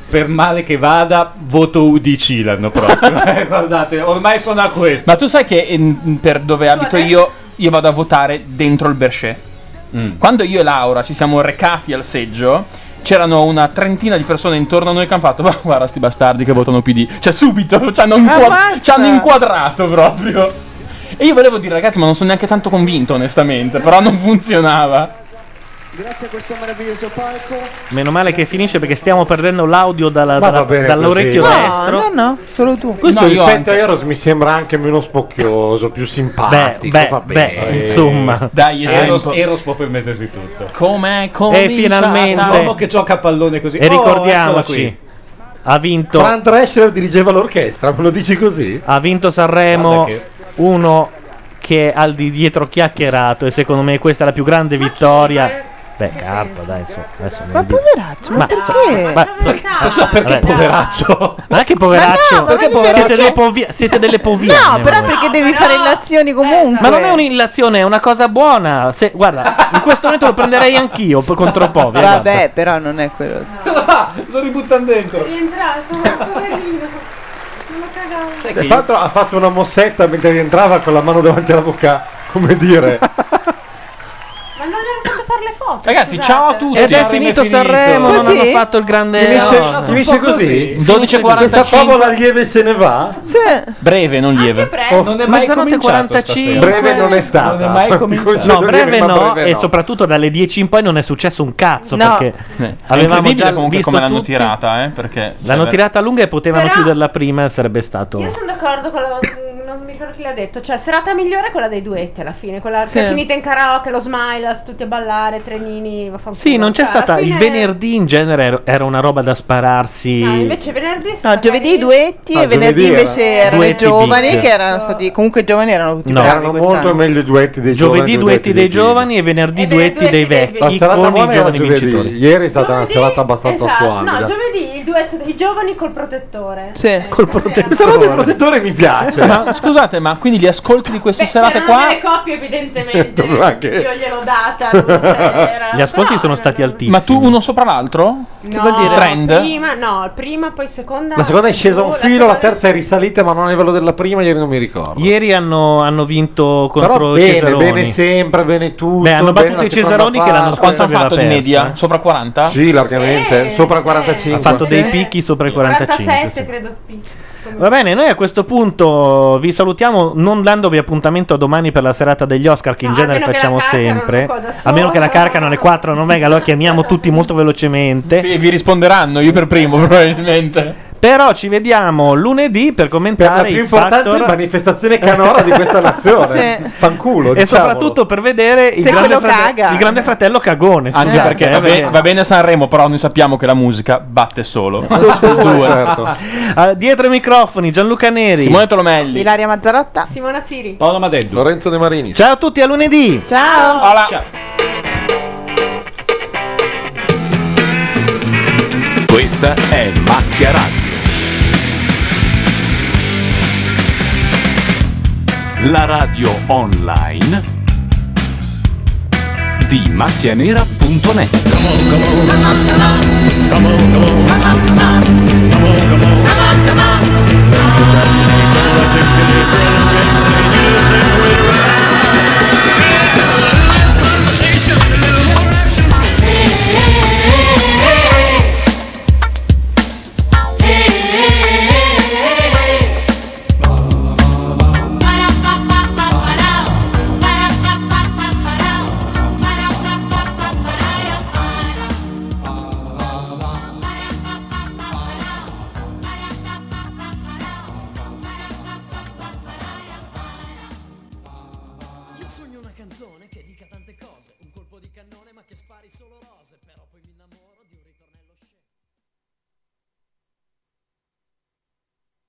Speaker 7: per male che vada, voto UDC l'anno prossimo. Eh, Guardate, ormai sono a questo.
Speaker 2: Ma tu sai che in- per dove abito io, io vado a votare dentro il Berchet. Quando io e Laura ci siamo recati al seggio, c'erano una trentina di persone intorno a noi che hanno fatto: Ma guarda, sti bastardi che votano PD. Cioè, subito ci hanno, inqua-
Speaker 7: Ammazza!
Speaker 2: ci hanno inquadrato proprio. E io volevo dire, ragazzi, ma non sono neanche tanto convinto, onestamente. Però non funzionava.
Speaker 13: Grazie a questo meraviglioso palco.
Speaker 1: Meno male che finisce perché stiamo perdendo l'audio dalla-
Speaker 9: Ma
Speaker 1: dalla-
Speaker 9: va bene
Speaker 1: dall'orecchio
Speaker 9: così.
Speaker 1: destro.
Speaker 5: No, no, solo tu.
Speaker 9: Questo
Speaker 1: No, io
Speaker 9: rispetto a Eros mi sembra anche meno spocchioso, più simpatico.
Speaker 1: beh,
Speaker 9: va bene.
Speaker 1: beh, insomma. Dai,
Speaker 9: Eh,
Speaker 7: Eros,
Speaker 9: un po'.
Speaker 7: Eros può permettersi tutto.
Speaker 2: Come?
Speaker 1: cominciata- finalmente-
Speaker 7: L'uomo che gioca a pallone così.
Speaker 1: E
Speaker 7: Oh, eccolo
Speaker 1: ricordiamoci,
Speaker 7: qui.
Speaker 1: ha vinto.
Speaker 7: Fran
Speaker 1: Drescher dirigeva l'orchestra, me lo dici così? Ha vinto Sanremo
Speaker 7: Guarda che-
Speaker 1: uno che ha di dietro chiacchierato e secondo me questa è la più grande vittoria. Beh, carta, dai, insomma, adesso non
Speaker 5: Ma
Speaker 1: dico.
Speaker 5: poveraccio, ma, perché?
Speaker 1: Ma- ma perché poveraccio? Ma che poveraccio?
Speaker 5: Ma no, ma Perché non è poveraccio?
Speaker 1: siete, delle povi- siete delle poviane
Speaker 5: No, però
Speaker 1: voi.
Speaker 5: perché devi fare illazioni comunque.
Speaker 1: Ma non è un'illazione, è una cosa buona. Se- guarda, in questo momento lo prenderei anch'io p- contro poveri.
Speaker 5: Vabbè, però non è quello.
Speaker 7: Lo ributtano dentro.
Speaker 3: È entrato, poverino. Non lo cagavo.
Speaker 9: E fatto- ha fatto una mossetta mentre rientrava con la mano davanti alla bocca, come dire.
Speaker 3: Ma non gli hanno fatto fare le foto.
Speaker 2: Ragazzi,
Speaker 3: scusate.
Speaker 2: ciao a tutti.
Speaker 1: Ed è finito Sanremo, non hanno fatto il grande.
Speaker 9: Finisce,
Speaker 1: no, no.
Speaker 9: finisce così?
Speaker 2: 12.45.
Speaker 9: Questa favola lieve se ne va?
Speaker 2: Breve, non lieve.
Speaker 9: presto.
Speaker 2: Non è
Speaker 9: mai
Speaker 1: Oh. Mezzanotte
Speaker 9: cominciato
Speaker 1: 45.
Speaker 2: Certo,
Speaker 9: stasera. Breve non è stata. Non è mai
Speaker 1: Ti
Speaker 9: cominciato.
Speaker 1: concedo
Speaker 9: No,
Speaker 1: breve
Speaker 9: breve, ma
Speaker 1: no,
Speaker 9: breve
Speaker 1: e
Speaker 9: no.
Speaker 1: soprattutto dalle 10 in poi non è successo un cazzo
Speaker 2: No.
Speaker 1: perché
Speaker 2: Eh, è
Speaker 1: avevamo
Speaker 2: incredibile
Speaker 1: già
Speaker 2: comunque
Speaker 1: visto
Speaker 2: come l'hanno
Speaker 1: tutti.
Speaker 2: tirata, eh, perché
Speaker 1: L'hanno
Speaker 2: cioè,
Speaker 1: tirata lunga e potevano
Speaker 3: Però-
Speaker 1: chiuderla prima e sarebbe stato
Speaker 3: Io sono d'accordo con la. Non mi ricordo chi l'ha detto. Cioè, serata migliore è quella dei duetti alla fine. Quella
Speaker 1: Sì.
Speaker 3: che è finita in karaoke, lo smile, tutti a ballare, trenini. vaffanculo.
Speaker 1: Sì, non c'è
Speaker 3: Cioè, alla
Speaker 1: stata il
Speaker 3: fine-
Speaker 1: venerdì in genere era- era una roba da spararsi.
Speaker 3: No, invece venerdì. è
Speaker 5: No,
Speaker 3: stata
Speaker 5: giovedì i duetti
Speaker 1: No,
Speaker 5: e venerdì
Speaker 1: giovedì era-
Speaker 5: invece erano i
Speaker 1: Duetti
Speaker 5: giovani
Speaker 1: big.
Speaker 5: che erano stati comunque i giovani erano tutti
Speaker 1: No.
Speaker 5: bravi
Speaker 1: Erano
Speaker 5: quest'anno.
Speaker 9: Molto meglio i duetti dei
Speaker 1: Giovedì
Speaker 9: giovani.
Speaker 1: duetti dei giovani e venerdì
Speaker 3: Eh,
Speaker 1: duetti dei vecchi
Speaker 9: La serata
Speaker 1: con i
Speaker 9: buona era
Speaker 1: giovani
Speaker 9: giovedì.
Speaker 1: vincitori.
Speaker 9: Ieri è stata una serata
Speaker 3: Esatto,
Speaker 9: abbastanza squallida.
Speaker 3: no, giovedì il duetto dei giovani col protettore.
Speaker 5: Sì.
Speaker 9: Col protettore. La serata del protettore mi piace.
Speaker 2: Ma scusate, ma quindi gli ascolti di queste
Speaker 3: Beh,
Speaker 2: serate
Speaker 3: c'erano
Speaker 2: qua
Speaker 3: delle coppie evidentemente.
Speaker 2: Dovrà che-
Speaker 3: Io gliel'ho data. era-
Speaker 1: Gli ascolti sono stati altissimi. Ma
Speaker 2: tu uno sopra l'altro?
Speaker 3: No, Prima, no, prima, poi seconda.
Speaker 9: La seconda è scesa un
Speaker 3: blu,
Speaker 9: filo, la
Speaker 3: seconda-
Speaker 9: terza è risalita, ma non a livello della prima, ieri non mi ricordo.
Speaker 1: Ieri hanno, hanno vinto
Speaker 9: Però
Speaker 1: contro i
Speaker 9: bene,
Speaker 1: Cesaroni.
Speaker 9: bene sempre, bene tutto.
Speaker 1: Beh, hanno
Speaker 9: bene
Speaker 1: battuto
Speaker 9: la
Speaker 1: i
Speaker 9: seconda
Speaker 1: Cesaroni che l'anno
Speaker 9: parte.
Speaker 1: scorso aveva persa.
Speaker 2: Sopra 40?
Speaker 9: Sì, largamente. Sopra 45.
Speaker 1: Ha fatto dei picchi sopra i 45.
Speaker 3: 47
Speaker 1: sì.
Speaker 3: credo P.
Speaker 1: Va bene, noi a questo punto vi salutiamo non dandovi appuntamento a domani per la serata degli Oscar che in
Speaker 3: No, a
Speaker 1: genere
Speaker 3: meno che
Speaker 1: facciamo
Speaker 3: la Carcano
Speaker 1: sempre.
Speaker 3: non lo coda
Speaker 1: A meno che la
Speaker 3: solo.
Speaker 1: carca non è 4 non venga, allora chiamiamo tutti molto velocemente.
Speaker 2: Sì, vi risponderanno, io per primo probabilmente.
Speaker 1: Però ci vediamo lunedì per commentare
Speaker 30: Per la più
Speaker 1: X
Speaker 30: importante
Speaker 1: Factor.
Speaker 30: manifestazione canora di questa nazione.
Speaker 1: Sì.
Speaker 30: Fanculo,
Speaker 1: E
Speaker 30: diciamolo.
Speaker 1: soprattutto per vedere il
Speaker 30: Se
Speaker 1: grande,
Speaker 30: quello
Speaker 1: frate-
Speaker 30: caga.
Speaker 1: il grande fratello cagone.
Speaker 2: Anche
Speaker 1: scusate,
Speaker 2: perché
Speaker 1: eh,
Speaker 2: va, be- va bene Sanremo, però noi sappiamo che la musica batte solo.
Speaker 1: Ah, dietro i microfoni Gianluca Neri,
Speaker 2: Simone Tolomelli,
Speaker 5: Ilaria Mazzarotta.
Speaker 3: Simona Siri.
Speaker 1: Paola Madeddu, Lorenzo De Marini. Ciao a tutti, a lunedì.
Speaker 5: Ciao.
Speaker 1: Ciao.
Speaker 9: Questa è Macchia Radio. La radio online di macchianera.net.